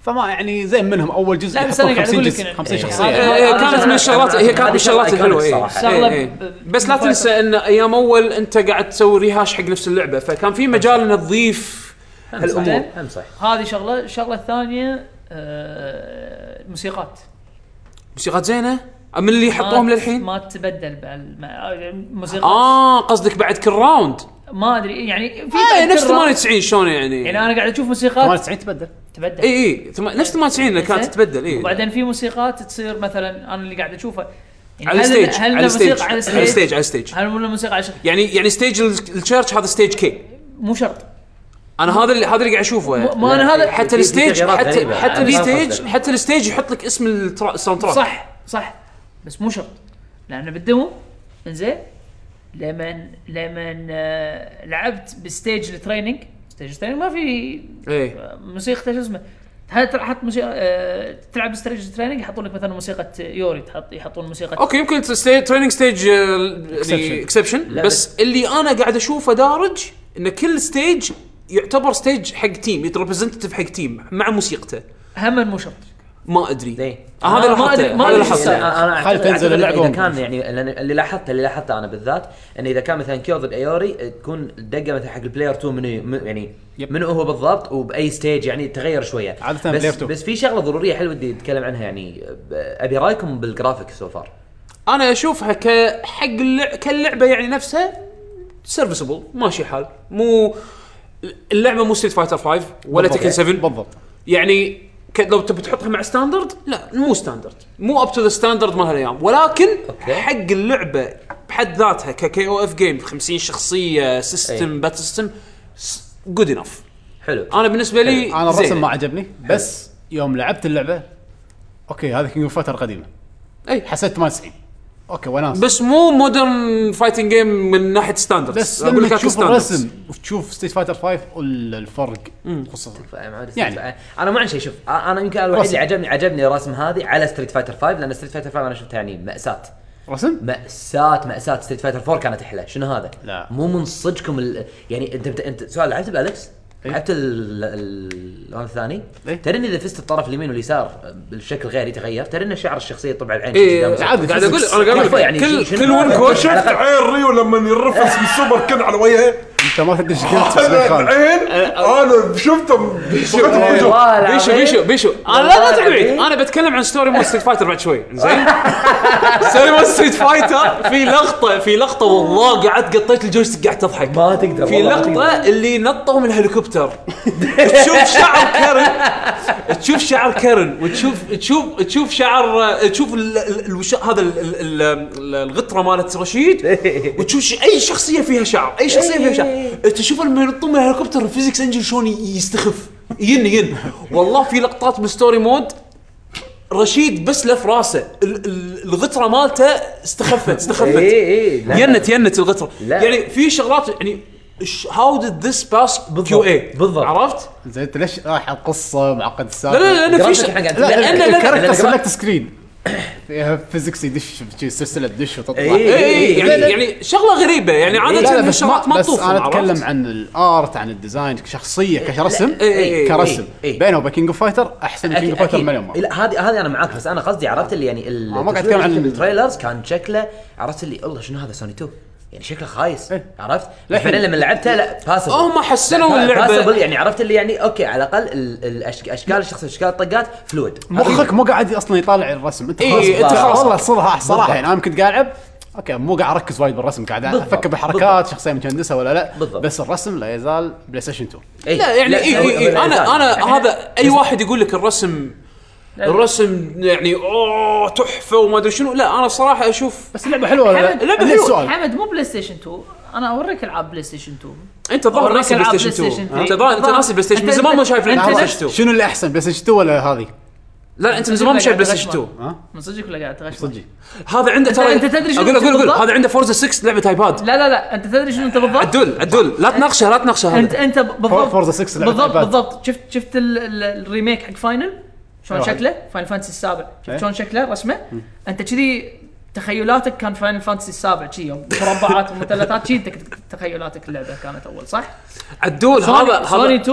Speaker 1: فما يعني زين منهم اول جزء
Speaker 5: لا، بس
Speaker 1: يحطون
Speaker 5: أنا قاعد
Speaker 1: 50
Speaker 5: أقول لك
Speaker 1: جزء
Speaker 5: إن-
Speaker 1: 50
Speaker 5: إيه.
Speaker 1: شخصيه
Speaker 5: هذا-
Speaker 4: هي
Speaker 5: أنا-
Speaker 4: كانت
Speaker 5: أنا-
Speaker 4: من الشغلات هي كانت من الشغلات
Speaker 7: هذه
Speaker 4: الحلوه إيه.
Speaker 7: صراحة.
Speaker 5: شغله
Speaker 4: إيه، إيه.
Speaker 5: ب-
Speaker 4: بس لا
Speaker 5: بفايتر.
Speaker 4: تنسى ان ايام اول انت قاعد تسوي ريهاش حق نفس اللعبه فكان في مجال ان تضيف هالامور
Speaker 5: زين.
Speaker 7: هم صح
Speaker 5: هذه شغله الشغله الثانيه آه، الموسيقات
Speaker 4: موسيقى زينه من اللي
Speaker 5: ما-
Speaker 4: يحطوهم للحين
Speaker 5: ما تبدل بالموسيقى
Speaker 4: آه. اه قصدك بعد كل راوند
Speaker 5: آه، ما ادري يعني في
Speaker 4: ايه
Speaker 5: بعد
Speaker 4: نفس
Speaker 5: كرة.
Speaker 4: 98 شلون يعني
Speaker 5: يعني انا قاعد اشوف موسيقات
Speaker 1: 98 تبدل
Speaker 5: تبدل
Speaker 4: اي اي ثم- نفس 98 اللي كانت
Speaker 5: زين؟
Speaker 4: تتبدل إيه. اي
Speaker 5: وبعدين في موسيقات تصير مثلا انا اللي قاعد اشوفها يعني
Speaker 4: على
Speaker 5: هل-
Speaker 4: الستيج
Speaker 5: هل
Speaker 4: على الستيج
Speaker 5: موسيقى على
Speaker 4: على الستيج
Speaker 5: الستيج
Speaker 4: على الستيج
Speaker 5: هل ولا موسيقى على الشخص
Speaker 4: يعني يعني ستيج ال- التشيرش هذا ستيج كي
Speaker 5: مو شرط
Speaker 4: انا هذا اللي هذا اللي قاعد اشوفه
Speaker 5: ما انا هذا
Speaker 4: حتى
Speaker 7: في- في
Speaker 4: الستيج
Speaker 7: تغييرات
Speaker 4: حتى
Speaker 7: غريبة.
Speaker 4: حتى
Speaker 7: أنا ما
Speaker 4: الستيج
Speaker 7: أفضل.
Speaker 4: حتى الستيج يحط لك اسم الترا- الساوند تراك
Speaker 5: صح صح بس مو شرط لان بالدمو انزين لما لما آه، لعبت بستيج التريننج ستيج التريننج ما في
Speaker 4: ايه
Speaker 5: آه، موسيقى شو اسمه هل تر- حط موسيقى آه، تلعب ستيج التريننج يحطون لك مثلا موسيقى يوري تحط يحطون موسيقى
Speaker 4: اوكي يمكن ستي- تريننج ستيج اكسبشن
Speaker 7: لا،
Speaker 4: آه، بس اللي انا قاعد اشوفه دارج ان كل ستيج يعتبر ستيج حق تيم ريبريزنتيف حق تيم مع موسيقته
Speaker 5: هم مو شرط
Speaker 4: ما ادري
Speaker 7: ليه؟
Speaker 4: آه، هذا
Speaker 5: ما
Speaker 4: اللي
Speaker 5: أدري- ما
Speaker 4: لاحظته هذا
Speaker 5: أدري
Speaker 4: اللي
Speaker 5: شو
Speaker 7: يعني
Speaker 4: لاحظته
Speaker 7: انا أنا
Speaker 1: خالد
Speaker 7: أعتقد-
Speaker 1: تنزل
Speaker 7: أعتقد
Speaker 1: اللعبة
Speaker 7: اذا
Speaker 1: وانت
Speaker 7: كان يعني لأن اللي لاحظته اللي لاحظته انا بالذات ان اذا كان مثلا كيو ضد ايوري تكون الدقه مثلا حق البلاير 2 منو من يعني
Speaker 1: يب.
Speaker 7: منو هو بالضبط وباي ستيج يعني تغير شويه
Speaker 1: عادة
Speaker 7: بس
Speaker 1: بلاير 2.
Speaker 7: بس في شغله ضروريه حلوه ودي اتكلم عنها يعني ب- ابي رايكم بالجرافيك سو فار
Speaker 4: انا اشوفها ك حق اللع... كاللعبه يعني نفسها سيرفيسبل ماشي الحال مو اللعبه مو ستريت فايتر 5 ولا تكن 7
Speaker 1: بالضبط
Speaker 4: يعني ك- لو تبي تحطها مع ستاندرد لا مو ستاندرد مو اب تو ذا ستاندرد مال هالايام ولكن
Speaker 7: أوكي.
Speaker 4: حق اللعبه بحد ذاتها ككي او اف جيم 50 شخصيه سيستم باتل سيستم جود انف
Speaker 7: حلو
Speaker 4: انا بالنسبه لي
Speaker 1: انا الرسم
Speaker 4: زين.
Speaker 1: ما عجبني بس يوم لعبت اللعبه اوكي هذا كينج اوف فتره قديمه
Speaker 4: اي
Speaker 1: حسيت 98 اوكي وناس
Speaker 4: بس مو مودرن فايتنج جيم من ناحيه ستاندردز
Speaker 1: بس
Speaker 4: أقول لك
Speaker 1: لما
Speaker 4: هاك
Speaker 1: تشوف
Speaker 4: standards.
Speaker 1: الرسم وتشوف ستيت فايتر 5 وال- الفرق خصوصا
Speaker 7: فاهم عاد
Speaker 1: يعني.
Speaker 7: يعني انا ما عندي شيء شوف أ- انا يمكن الوحيد
Speaker 1: رسم.
Speaker 7: اللي عجبني عجبني الرسم هذه على ستريت فايتر 5 لان ستريت فايتر 5 انا شفتها يعني ماساه
Speaker 1: رسم
Speaker 7: مأساة مأساة ستريت فايتر 4 كانت احلى، شنو هذا؟
Speaker 1: لا.
Speaker 7: مو من صدقكم ال... يعني انت بت... انت سؤال لعبت بالكس؟
Speaker 1: إيه.
Speaker 7: لعبت ال- ال- اللون الثاني؟
Speaker 1: إيه.
Speaker 7: ترى اني اذا فزت الطرف اليمين واليسار بالشكل غير يتغير، ترى ان شعر الشخصيه طبع العين
Speaker 4: إيه،
Speaker 7: قدام
Speaker 1: عادي،
Speaker 4: قاعد اقول انا قاعد اقول
Speaker 7: يعني
Speaker 4: كل
Speaker 7: شي-
Speaker 4: كل
Speaker 7: شنو
Speaker 4: ون
Speaker 7: هذا؟
Speaker 2: انت
Speaker 4: كوتش
Speaker 2: شفت عين ريو لما يرفس بالسوبر كن على وجهه
Speaker 1: انت ما تدري ايش قلت بس
Speaker 2: انا
Speaker 1: بالخال.
Speaker 2: العين انا شفته
Speaker 4: إيه.
Speaker 2: شفته
Speaker 7: والله
Speaker 4: بيشو
Speaker 7: العظيم.
Speaker 4: بيشو بيشو انا لا لا تبعد انا بتكلم عن ستوري مود ستريت فايتر بعد شوي زين ستوري مود ستريت فايتر في لقطه في لقطه والله قعدت قطيت الجويستيك قاعد تضحك
Speaker 7: ما تقدر
Speaker 4: في
Speaker 7: والله ما تقدر.
Speaker 4: لقطه اللي نطوا من الهليكوبتر تشوف شعر كارن تشوف شعر كارن وتشوف تشوف تشوف شعر تشوف ال- ال- الوش هذا ال- ال- ال- الغطره مالت رشيد وتشوف ش- اي شخصيه فيها شعر اي شخصيه فيها شعر
Speaker 7: إيه.
Speaker 4: تشوف لما ينطون من الهليكوبتر الفيزكس انجن شلون ي- يستخف ين ين والله في لقطات بالستوري مود رشيد بس لف راسه ال- ال- الغتره مالته استخفت استخفت
Speaker 7: اي اي إيه، لا.
Speaker 4: ينت ينت الغتره
Speaker 7: لا.
Speaker 4: يعني في شغلات يعني هاو ديد ذس باس كيو اي
Speaker 7: بالضبط.
Speaker 4: إيه، عرفت؟
Speaker 1: زين انت ليش رايح القصه معقد
Speaker 4: لا
Speaker 1: السالفه
Speaker 4: لا لا في ش...
Speaker 7: جرافيك حق أنت.
Speaker 1: لا
Speaker 7: لأن- لأن-
Speaker 1: لان الكاركتر
Speaker 7: لأن-
Speaker 1: سلكت سكرين فيها فيزكس يدش شي سلسله تدش وتطلع
Speaker 7: إيه.
Speaker 4: إيه، إيه،
Speaker 1: لا،
Speaker 4: يعني
Speaker 1: لا.
Speaker 4: يعني شغله غريبه يعني
Speaker 1: إيه، لا
Speaker 4: عاده
Speaker 1: لا
Speaker 4: إن
Speaker 1: بس ما
Speaker 4: الشغلات ما
Speaker 1: بس
Speaker 4: تطوف
Speaker 1: انا اتكلم عن الارت عن الديزاين كشخصيه كرسم
Speaker 4: إيه، إيه،
Speaker 1: كرسم
Speaker 7: إيه، إيه.
Speaker 1: بينه وبين كينج اوف فايتر احسن من كينج اوف فايتر مليون مره
Speaker 7: لا هذه هذه انا معاك بس انا قصدي عرفت اللي يعني ال-
Speaker 1: ما قاعد أتكلم عن-
Speaker 7: التريلرز كان شكله عرفت اللي الله شنو هذا سوني 2 يعني شكله خايس
Speaker 1: إيه.
Speaker 7: عرفت؟
Speaker 1: لا،
Speaker 7: بعدين
Speaker 1: الحين-
Speaker 7: لما لعبتها لا باسبل
Speaker 4: هم حسنوا اللعبة.
Speaker 7: يعني عرفت اللي يعني اوكي على الاقل ال- الأش- اشكال الشخص اشكال الطقات فلويد
Speaker 1: مخك مو قاعد اصلا يطالع الرسم انت
Speaker 4: إيه،
Speaker 1: خلاص
Speaker 4: أنت خلاص.
Speaker 1: والله صراحه صراحه
Speaker 7: بالضبط.
Speaker 1: يعني انا كنت قاعد العب اوكي مو قاعد اركز وايد بالرسم قاعد افكر
Speaker 7: بالضبط.
Speaker 1: بالحركات شخصيه متهندسه ولا لا
Speaker 7: بالضبط.
Speaker 1: بس الرسم لا يزال بلاي ستيشن 2
Speaker 7: إيه.
Speaker 4: لا يعني
Speaker 1: إيه،
Speaker 4: اي اي اي انا انا هذا اي واحد يقول لك الرسم الرسم يعني اوه تحفه وما ادري شنو لا انا صراحه اشوف
Speaker 1: بس اللعبه حلوه ولا
Speaker 5: حمد-
Speaker 1: لا؟
Speaker 4: اللعبة
Speaker 1: هذا
Speaker 4: حلوة.
Speaker 1: السؤال
Speaker 5: حمد مو بلاي ستيشن 2 انا اوريك العاب بلاي ستيشن 2
Speaker 4: انت ظهر
Speaker 5: أوريك
Speaker 4: ناسي
Speaker 5: ألعاب
Speaker 4: بلاي ستيشن
Speaker 5: بلاي ستيشن
Speaker 4: 2 انت
Speaker 5: 2.
Speaker 4: ظاهر انت ناسي بلاي ستيشن من
Speaker 5: أنت-
Speaker 4: زمان ما شايف لك
Speaker 5: أنت-
Speaker 4: بلاي
Speaker 5: أنت-
Speaker 4: ستيشن 2
Speaker 1: شنو اللي احسن بلاي ستيشن 2 ولا هذه؟
Speaker 4: لا انت من زمان ما شايف بلاي ستيشن 2
Speaker 1: ها؟
Speaker 5: من صدقك ولا قاعد تغش
Speaker 1: صدق
Speaker 4: هذا عنده ترى
Speaker 5: أنت تدري شنو
Speaker 4: اقول اقول اقول
Speaker 5: بالضبط؟
Speaker 4: هذا عنده فورزا 6 لعبه ايباد
Speaker 5: لا لا لا انت تدري شنو انت بالضبط؟
Speaker 4: الدول الدول لا تناقشه لا تناقشه
Speaker 5: انت
Speaker 4: هذا
Speaker 5: انت بالضبط
Speaker 1: فورزا 6 لعبة
Speaker 5: بالضبط
Speaker 1: iPad.
Speaker 5: بالضبط شفت شفت ال- ال- الريميك حق فاينل شلون
Speaker 1: أيوة.
Speaker 5: شكله؟ فاينل فانتسي السابع
Speaker 1: إيه.
Speaker 5: شفت شلون شكله رسمه؟ انت كذي تخيلاتك كان فاينل فانتسي السابع شي يوم مربعات ومثلثات شي انت كنت- تخيلاتك اللعبه كانت اول صح؟
Speaker 4: الدول هذا
Speaker 5: سوني سوني
Speaker 4: هذا
Speaker 5: 2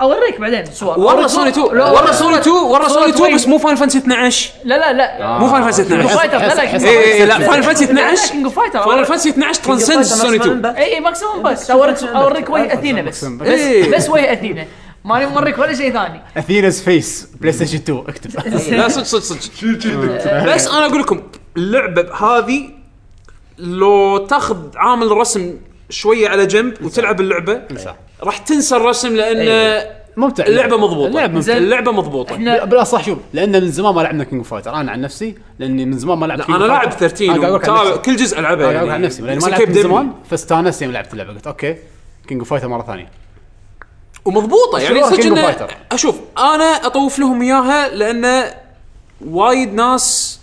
Speaker 5: اوريك بعدين صور
Speaker 4: ورا سوني 2
Speaker 5: لا،
Speaker 4: ورا سوني 2 ورا
Speaker 5: صورة
Speaker 4: سوني 2
Speaker 5: وين؟
Speaker 4: بس مو فاين فانسي 12
Speaker 5: لا لا لا
Speaker 4: مو فاين فانسي
Speaker 5: كينج
Speaker 4: 12
Speaker 5: اوف فايتر لا
Speaker 1: حس-
Speaker 5: لا كينج
Speaker 1: حس-
Speaker 4: اي اي إيه، لا فاين فانسي
Speaker 5: لا،
Speaker 4: 12
Speaker 5: كينج اوف
Speaker 1: آه.
Speaker 5: فايتر
Speaker 4: فاين فانسي 12
Speaker 1: طيب،
Speaker 4: ترانسند سوني 2
Speaker 5: اي اي ماكسيموم إيه، بس اوريك اوريك وجه اثينا بس
Speaker 1: ماكسيموم
Speaker 5: بس
Speaker 4: إيه.
Speaker 5: بس وجه اثينا ماني موريك ولا شيء ثاني
Speaker 1: اثيناز فيس بلاي ستيشن 2 اكتب
Speaker 4: لا صدق صدق صدق
Speaker 2: شي شي
Speaker 4: بس انا اقول لكم اللعبه هذه لو تاخذ عامل الرسم شويه على جنب وتلعب اللعبه راح تنسى الرسم لان
Speaker 1: أيوة.
Speaker 7: إيه.
Speaker 1: ممتع
Speaker 4: اللعبه مضبوطه
Speaker 1: اللعبه ممتعة.
Speaker 4: اللعبه مضبوطه
Speaker 1: احنا بلا صح شوف لان من زمان ما لعبنا كينج فايتر انا عن نفسي لاني من زمان ما لعبت
Speaker 4: لا، انا لاعب 13 ومتابع
Speaker 1: ومتابع
Speaker 4: كل جزء العبه
Speaker 1: انا يعني عن نفسي لان ما لعبت من
Speaker 4: سكيب
Speaker 1: زمان فاستانست يوم لعبت اللعبه قلت اوكي كينج فايتر مره ثانيه
Speaker 4: ومضبوطه يعني
Speaker 1: شعور
Speaker 4: صدق
Speaker 1: King of
Speaker 4: إنه-
Speaker 1: Fighter.
Speaker 4: اشوف انا اطوف لهم اياها لان وايد ناس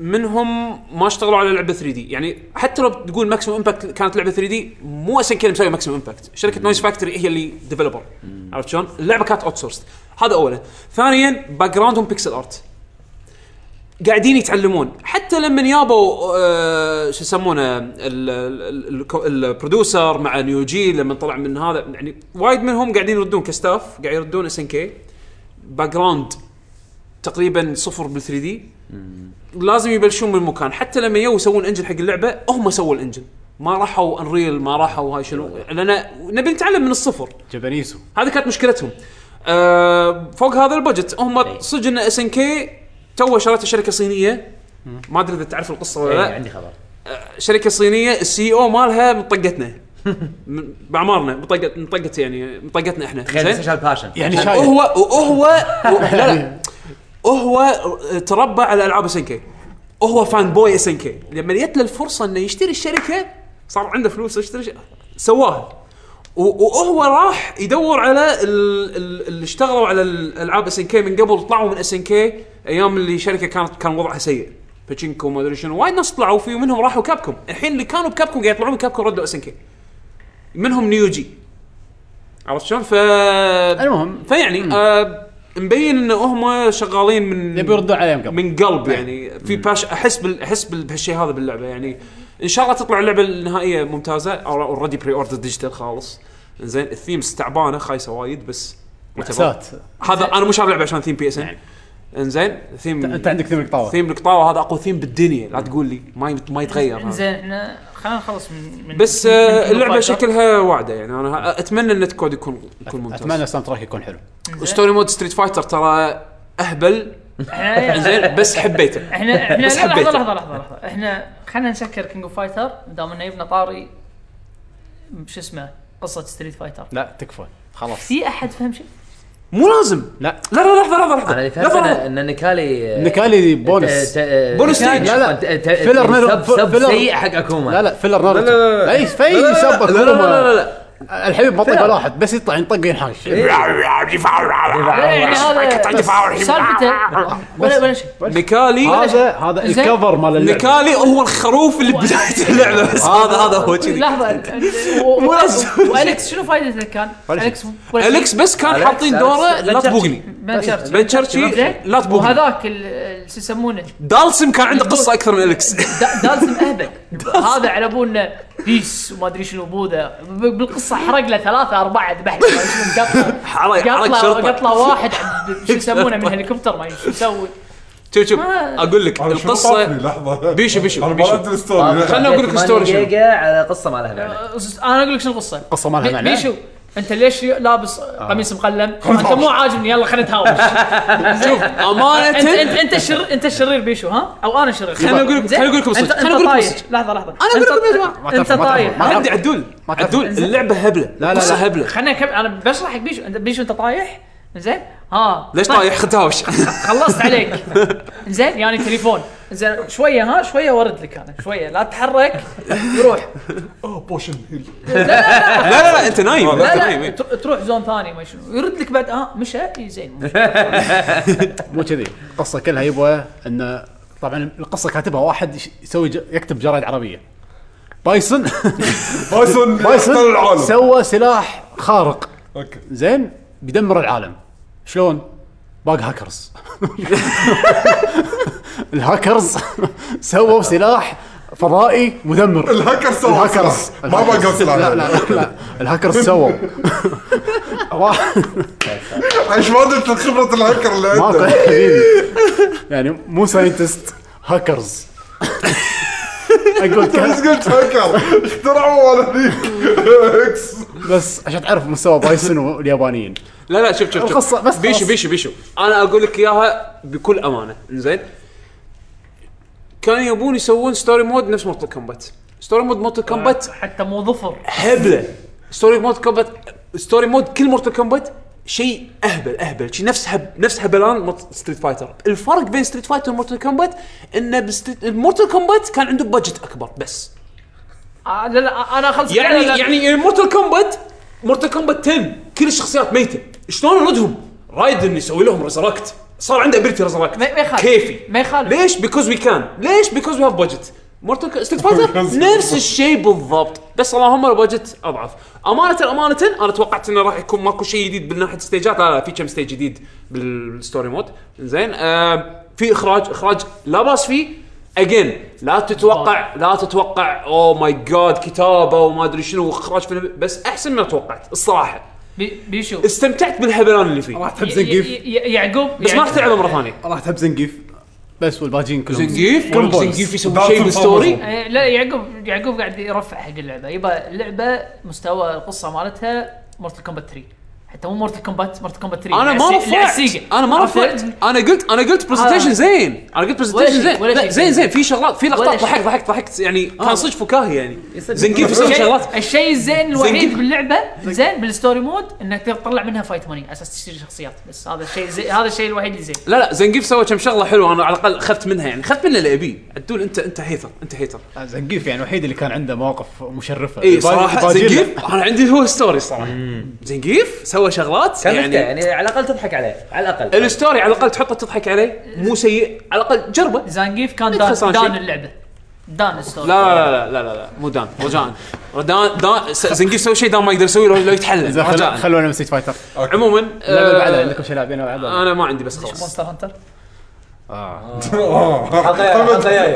Speaker 4: منهم ما اشتغلوا على لعبه 3 دي يعني حتى لو تقول ماكسيموم امباكت كانت لعبه 3 دي مو اسن كل مسوي ماكسيموم امباكت شركه نويز فاكتوري هي اللي ديفلوبر عرفت شلون اللعبه كانت اوت سورس هذا اولا ثانيا باك جراوندهم بيكسل ارت قاعدين يتعلمون حتى لما يابوا آه، شو يسمونه ال- ال- ال- البرودوسر مع نيوجي لما طلع من هذا يعني وايد منهم قاعدين يردون كستاف قاعد يردون اس ان كي باك جراوند تقريبا صفر بال 3 دي لازم يبلشون من المكان حتى لما يو يسوون انجن حق اللعبه هم سووا الانجن ما راحوا انريل ما راحوا هاي شنو لان نبي نتعلم من الصفر
Speaker 1: جابانيسو
Speaker 4: هذه كانت مشكلتهم آه فوق هذا البجت
Speaker 7: إيه.
Speaker 4: هم صدق ان اس ان كي تو شرت شركه صينيه ما ادري اذا تعرف القصه ولا
Speaker 7: إيه،
Speaker 4: لا
Speaker 7: عندي خبر
Speaker 4: شركه صينيه السي او مالها مطقتنا من- باعمارنا مطقت مطقت يعني مطقتنا احنا
Speaker 7: تخيل
Speaker 4: زين؟
Speaker 7: بس شال باشن
Speaker 1: يعني شايف
Speaker 4: هو هو لا لا هو تربى على العاب اس ان كي هو فان بوي اس ان كي لما جت له الفرصه انه يشتري الشركه صار عنده فلوس يشتري ش- سواها و- وهو راح يدور على ال- ال- اللي اشتغلوا على الالعاب اس ان كي من قبل طلعوا من اس ان كي ايام اللي شركه كانت كان وضعها سيء باتشينكو ما ادري شنو وايد ناس طلعوا في منهم راحوا كابكم الحين اللي كانوا بكابكم قاعد يطلعون من كابكم ردوا اس ان كي منهم نيوجي عرفت شلون ف
Speaker 1: المهم
Speaker 4: فيعني آه مبين ان هم شغالين من
Speaker 1: يبي يردون عليهم قبل طيب.
Speaker 4: من قلب يعني في باش احس بال احس بال- بهالشيء هذا باللعبه يعني ان شاء الله تطلع اللعبه النهائيه ممتازه اوريدي بري اوردر ديجيتال خالص زين الثيمز تعبانه خايسه وايد بس
Speaker 1: مأساة
Speaker 4: هذا انا مو شاري اللعبه عشان ثيم بي اس ان انزين ثيم
Speaker 1: انت عندك ثمن قطاوه
Speaker 4: ثيم القطاوه هذا اقوى ثيم بالدنيا لا تقول لي ما يت- ما يتغير هذا.
Speaker 5: زين احنا خلينا نخلص من, من
Speaker 4: بس
Speaker 5: من-
Speaker 4: آه،
Speaker 5: من
Speaker 4: اللعبه
Speaker 5: Fighter.
Speaker 4: شكلها واعده يعني انا اتمنى ان الكود يكون يكون ممتاز
Speaker 1: اتمنى الساوند تراك يكون حلو
Speaker 4: وستوري مود ستريت فايتر ترى اهبل
Speaker 5: احنا
Speaker 4: زين بس حبيته
Speaker 5: احنا احنا
Speaker 4: بس
Speaker 5: لا، لحظه
Speaker 4: حبيته.
Speaker 5: لحظه لحظه لحظه احنا خلينا نسكر كينج اوف فايتر دام انه يبنى طاري شو اسمه قصه ستريت فايتر
Speaker 1: لا تكفى خلاص
Speaker 5: في احد فهم شيء؟
Speaker 4: مو لازم
Speaker 1: لا
Speaker 4: لا لا لحظه لحظه
Speaker 7: انا
Speaker 4: لحظه
Speaker 7: اللي
Speaker 4: لحظه
Speaker 7: فهمت
Speaker 4: لحظه
Speaker 7: ان نكالي
Speaker 1: نكالي
Speaker 7: آه،
Speaker 1: بونس
Speaker 4: بونس
Speaker 1: ستيج. لا، لا. فيلر
Speaker 7: فيلر
Speaker 1: نيرو-
Speaker 7: سب سب
Speaker 1: فيلر-
Speaker 7: سيء حق اكوما
Speaker 1: لا لا فيلر ناروتو
Speaker 4: لا، لا، لا.
Speaker 1: اي اي
Speaker 4: لا، لا، لا،
Speaker 1: شاب
Speaker 4: لا لا لا لا لا
Speaker 1: لا الحبيب بطل ولا واحد بس يطلع ينطق ينحاش
Speaker 5: لا، يعني هذا سالفته ولا ولا شيء
Speaker 4: نكالي
Speaker 1: هذا هذا
Speaker 5: زين.
Speaker 1: الكفر مال اللعبه
Speaker 4: نكالي هو الخروف اللي ببدايه اللعبه بس هذا هذا هو كذي
Speaker 5: لحظه و- و- والكس شنو فائدته كان؟
Speaker 1: ولا شيء.
Speaker 5: الكس ولا شيء.
Speaker 4: اليكس بس كان
Speaker 7: أليكس-
Speaker 4: حاطين دوره
Speaker 7: أليكس-
Speaker 4: لا
Speaker 7: بنشرشي.
Speaker 4: تبوقني
Speaker 5: بن شرشي.
Speaker 4: بن شرشي،
Speaker 5: زين؟
Speaker 4: لا تبوقني.
Speaker 5: وهذاك ال- ال- شو يسمونه
Speaker 4: دالسم كان عنده قصه اكثر من اليكس
Speaker 5: دا- دالسم اهبل هذا على ابونا بيس وما ادري شنو بوذا ب- بالقصه حرق له ثلاثه اربعه ذبح له ما أدري شنو، قتله
Speaker 4: حرق حرق
Speaker 5: قتله
Speaker 4: شرطه
Speaker 5: قتله واحد عند- شو يسمونه من هليكوبتر ما أدري شو يسوي
Speaker 4: شوف شوف
Speaker 5: ما-
Speaker 4: اقول لك
Speaker 2: أنا شنو طافني؟
Speaker 4: القصه
Speaker 2: لحظه
Speaker 4: بيشو- بيشو-
Speaker 2: انا ما
Speaker 4: بيشو. آه،
Speaker 2: أدري الستوري لا.
Speaker 4: خلنا أقول لك ستوري شنو.
Speaker 7: آه، جيجا على قصه ما لها معنى
Speaker 5: أه، انا اقول لك شنو القصه
Speaker 1: قصة ما لها
Speaker 5: بي-
Speaker 1: معنى.
Speaker 5: بيشو انت ليش لابس
Speaker 1: آه.
Speaker 5: قميص مقلم؟ انت مو عاجبني يلا خلينا نتهاوش
Speaker 4: شوف
Speaker 5: انت انت
Speaker 4: امانه
Speaker 5: انت الشرير انت الشرير بيشو ها؟ او انا شرير
Speaker 4: خليني أقول لكم-
Speaker 5: زين؟
Speaker 4: خليني أقول لكم
Speaker 5: أنت-
Speaker 4: صدق.
Speaker 5: أنت
Speaker 4: خليني أقول لكم
Speaker 5: طايح.
Speaker 4: صدق.
Speaker 5: لحظه لحظه
Speaker 4: أنا أقول لكم يا جماعة.
Speaker 1: ما
Speaker 5: انت
Speaker 1: تعرفون- ما
Speaker 5: طايح
Speaker 1: تعرفون.
Speaker 4: عدي عدول
Speaker 1: ما تعرف-
Speaker 4: عدول اللعبه هبله
Speaker 1: لا، لا،
Speaker 4: قصه
Speaker 1: لا.
Speaker 4: هبله
Speaker 5: خليني اكمل انا بشرح حق بيشو انت بيشو انت طايح زين؟ ها
Speaker 4: ليش
Speaker 5: طيب،
Speaker 4: طايح خداوش
Speaker 5: خلصت عليك زين يعني تليفون زين شويه ها شويه ورد لك انا شويه لا تتحرك يروح
Speaker 2: أوه، بوشن هيل
Speaker 4: لا لا لا انت نايم
Speaker 5: لا
Speaker 4: انت
Speaker 5: لا
Speaker 4: نايم
Speaker 5: تر- تروح زون ثاني ما شنو يرد لك بعد ها مشى إي، زين
Speaker 1: مو كذي القصه كلها يبغى انه طبعا القصه كاتبها واحد يش- يسوي ج- يكتب جرايد عربيه بايسون
Speaker 2: بايسون يحتل
Speaker 1: بايسون
Speaker 2: العالم
Speaker 1: سوى سلاح خارق
Speaker 2: اوكي
Speaker 1: زين بيدمر العالم شلون؟ باق هاكرز الهاكرز سووا سلاح فضائي مدمر
Speaker 2: الهاكر سوى
Speaker 1: الهاكرز
Speaker 2: سلاح. ما بقى سلاح
Speaker 1: لا لا لا الهاكرز سووا واحد-
Speaker 2: ايش ما درت خبره الهاكر اللي
Speaker 1: ماكو
Speaker 2: عنده
Speaker 1: حبيبي يعني مو ساينتست هاكرز اقول
Speaker 2: بس
Speaker 1: كلام
Speaker 2: قلت هاكر اخترعوا ولا ذيك اكس
Speaker 1: بس عشان تعرف مستوى بايسون واليابانيين
Speaker 4: لا لا شوف شوف
Speaker 1: القصة
Speaker 4: شوف
Speaker 1: بس
Speaker 4: بيشو
Speaker 1: خلاص.
Speaker 4: بيشو بيشو انا اقول لك اياها بكل امانه زين كانوا يبون يسوون ستوري مود نفس مورتال كومبات ستوري مود مورتل كومبات
Speaker 5: حتى مو ظفر
Speaker 4: هبله ستوري مود كومبات ستوري مود كل مورتل كومبات شيء اهبل اهبل شيء نفس هب نفس هبلان ستريت فايتر الفرق بين ستريت فايتر ومورتل كومبات انه بمورتل كومبات كان عنده بادجت اكبر بس
Speaker 5: آه لا لا انا خلص
Speaker 4: يعني
Speaker 5: لا- لا-
Speaker 4: يعني مورتل كومبات مورتل كومبات 10 كل الشخصيات ميته شلون ردهم رايدن يسوي لهم ريزركت صار عنده ابيلتي ريزركت
Speaker 5: ما- ما يخالف.
Speaker 4: كيفي
Speaker 5: ما يخالف.
Speaker 4: ليش بيكوز وي كان ليش بيكوز وي هاف بادجت مورتل ستريت فايتر نفس الشيء بالضبط بس اللهم البادجت اضعف امانه امانه انا توقعت انه راح يكون ماكو شيء جديد من ناحيه ستيجات لا لا في كم ستيج جديد بالستوري مود زين آه في اخراج اخراج لا باس فيه اجين لا تتوقع لا تتوقع oh او ماي جاد كتابه وما ادري شنو واخراج فيلم بس احسن ما توقعت الصراحه
Speaker 5: بي- بيشو
Speaker 4: استمتعت بالهبلان اللي فيه
Speaker 1: راح تحب
Speaker 5: ي- ي-
Speaker 1: زنقيف
Speaker 5: ي- يعقوب
Speaker 4: بس ما راح
Speaker 5: يعقوب-
Speaker 4: تلعبه مره ثانيه
Speaker 1: راح تحب زنقيف بس والباجين كلهم
Speaker 4: زنقيف
Speaker 1: كلهم بويز.
Speaker 4: زنقيف يسوي
Speaker 2: That's
Speaker 4: شيء
Speaker 2: the
Speaker 4: بالستوري
Speaker 2: problem.
Speaker 5: آه، لا يعقوب يعقوب قاعد يرفع حق اللعبه يبا لعبه مستوى القصه مالتها مورتل كومبات 3 حتى مو مورتل كومبات مورتل كومبات 3
Speaker 4: انا ما
Speaker 5: العسي-
Speaker 4: رفعت
Speaker 5: العسيقة.
Speaker 4: انا ما رفعت انا قلت انا قلت برزنتيشن زين انا قلت برزنتيشن
Speaker 5: شيء،
Speaker 4: زين
Speaker 5: آه. ولا
Speaker 4: لا
Speaker 5: شيء.
Speaker 4: زين زين في شغلات في
Speaker 5: ولا
Speaker 4: لقطات
Speaker 5: شيء. آه.
Speaker 4: ضحكت ضحكت ضحكت يعني كان صدق فكاهي يعني
Speaker 7: يصدق.
Speaker 4: زنقيف يسوي شغلات
Speaker 5: الشيء- الشيء الزين الوحيد
Speaker 4: زنقيف.
Speaker 5: باللعبه زين بالستوري مود انك تقدر تطلع منها فايت ماني على اساس تشتري شخصيات بس هذا الشيء زي هذا الشيء الوحيد اللي زين
Speaker 4: لا لا زنقيف سوى كم شغله حلوه انا على الاقل اخذت منها يعني اخذت منها اللي ابيه عدول انت انت هيثر انت هيثر
Speaker 1: زنقيف يعني الوحيد اللي كان عنده مواقف مشرفه
Speaker 4: اي
Speaker 1: الباجي-
Speaker 4: صراحه
Speaker 1: الباجين لا.
Speaker 4: إيه، زنقيف انا عندي هو ستوري صراحه زنقيف سوى شغلات
Speaker 7: كان يعني,
Speaker 4: يعني
Speaker 7: يعني على الاقل تضحك عليه على الاقل
Speaker 4: الستوري على الاقل تحطه تضحك عليه مو سيء على الاقل جربه
Speaker 5: زانجيف كان
Speaker 4: يدخل
Speaker 5: دان,
Speaker 4: صار
Speaker 5: دان
Speaker 4: شيء.
Speaker 5: اللعبه دان الستوري
Speaker 4: لا لا لا لا لا, لا مو دان رجاء دان دان س- زنقيف سوى شيء دان ما يقدر يسويه لو لو يتحلل
Speaker 1: زين، خل-
Speaker 4: رجاء
Speaker 1: خلونا من ستيت فايتر
Speaker 4: عموما
Speaker 1: اللعبه اللي
Speaker 4: آه،
Speaker 1: بعدها عندكم شيء لاعبينه بعدها؟
Speaker 4: انا ما عندي بس خلاص
Speaker 5: مونستر هانتر
Speaker 1: آه.
Speaker 6: حلقة- حلقة-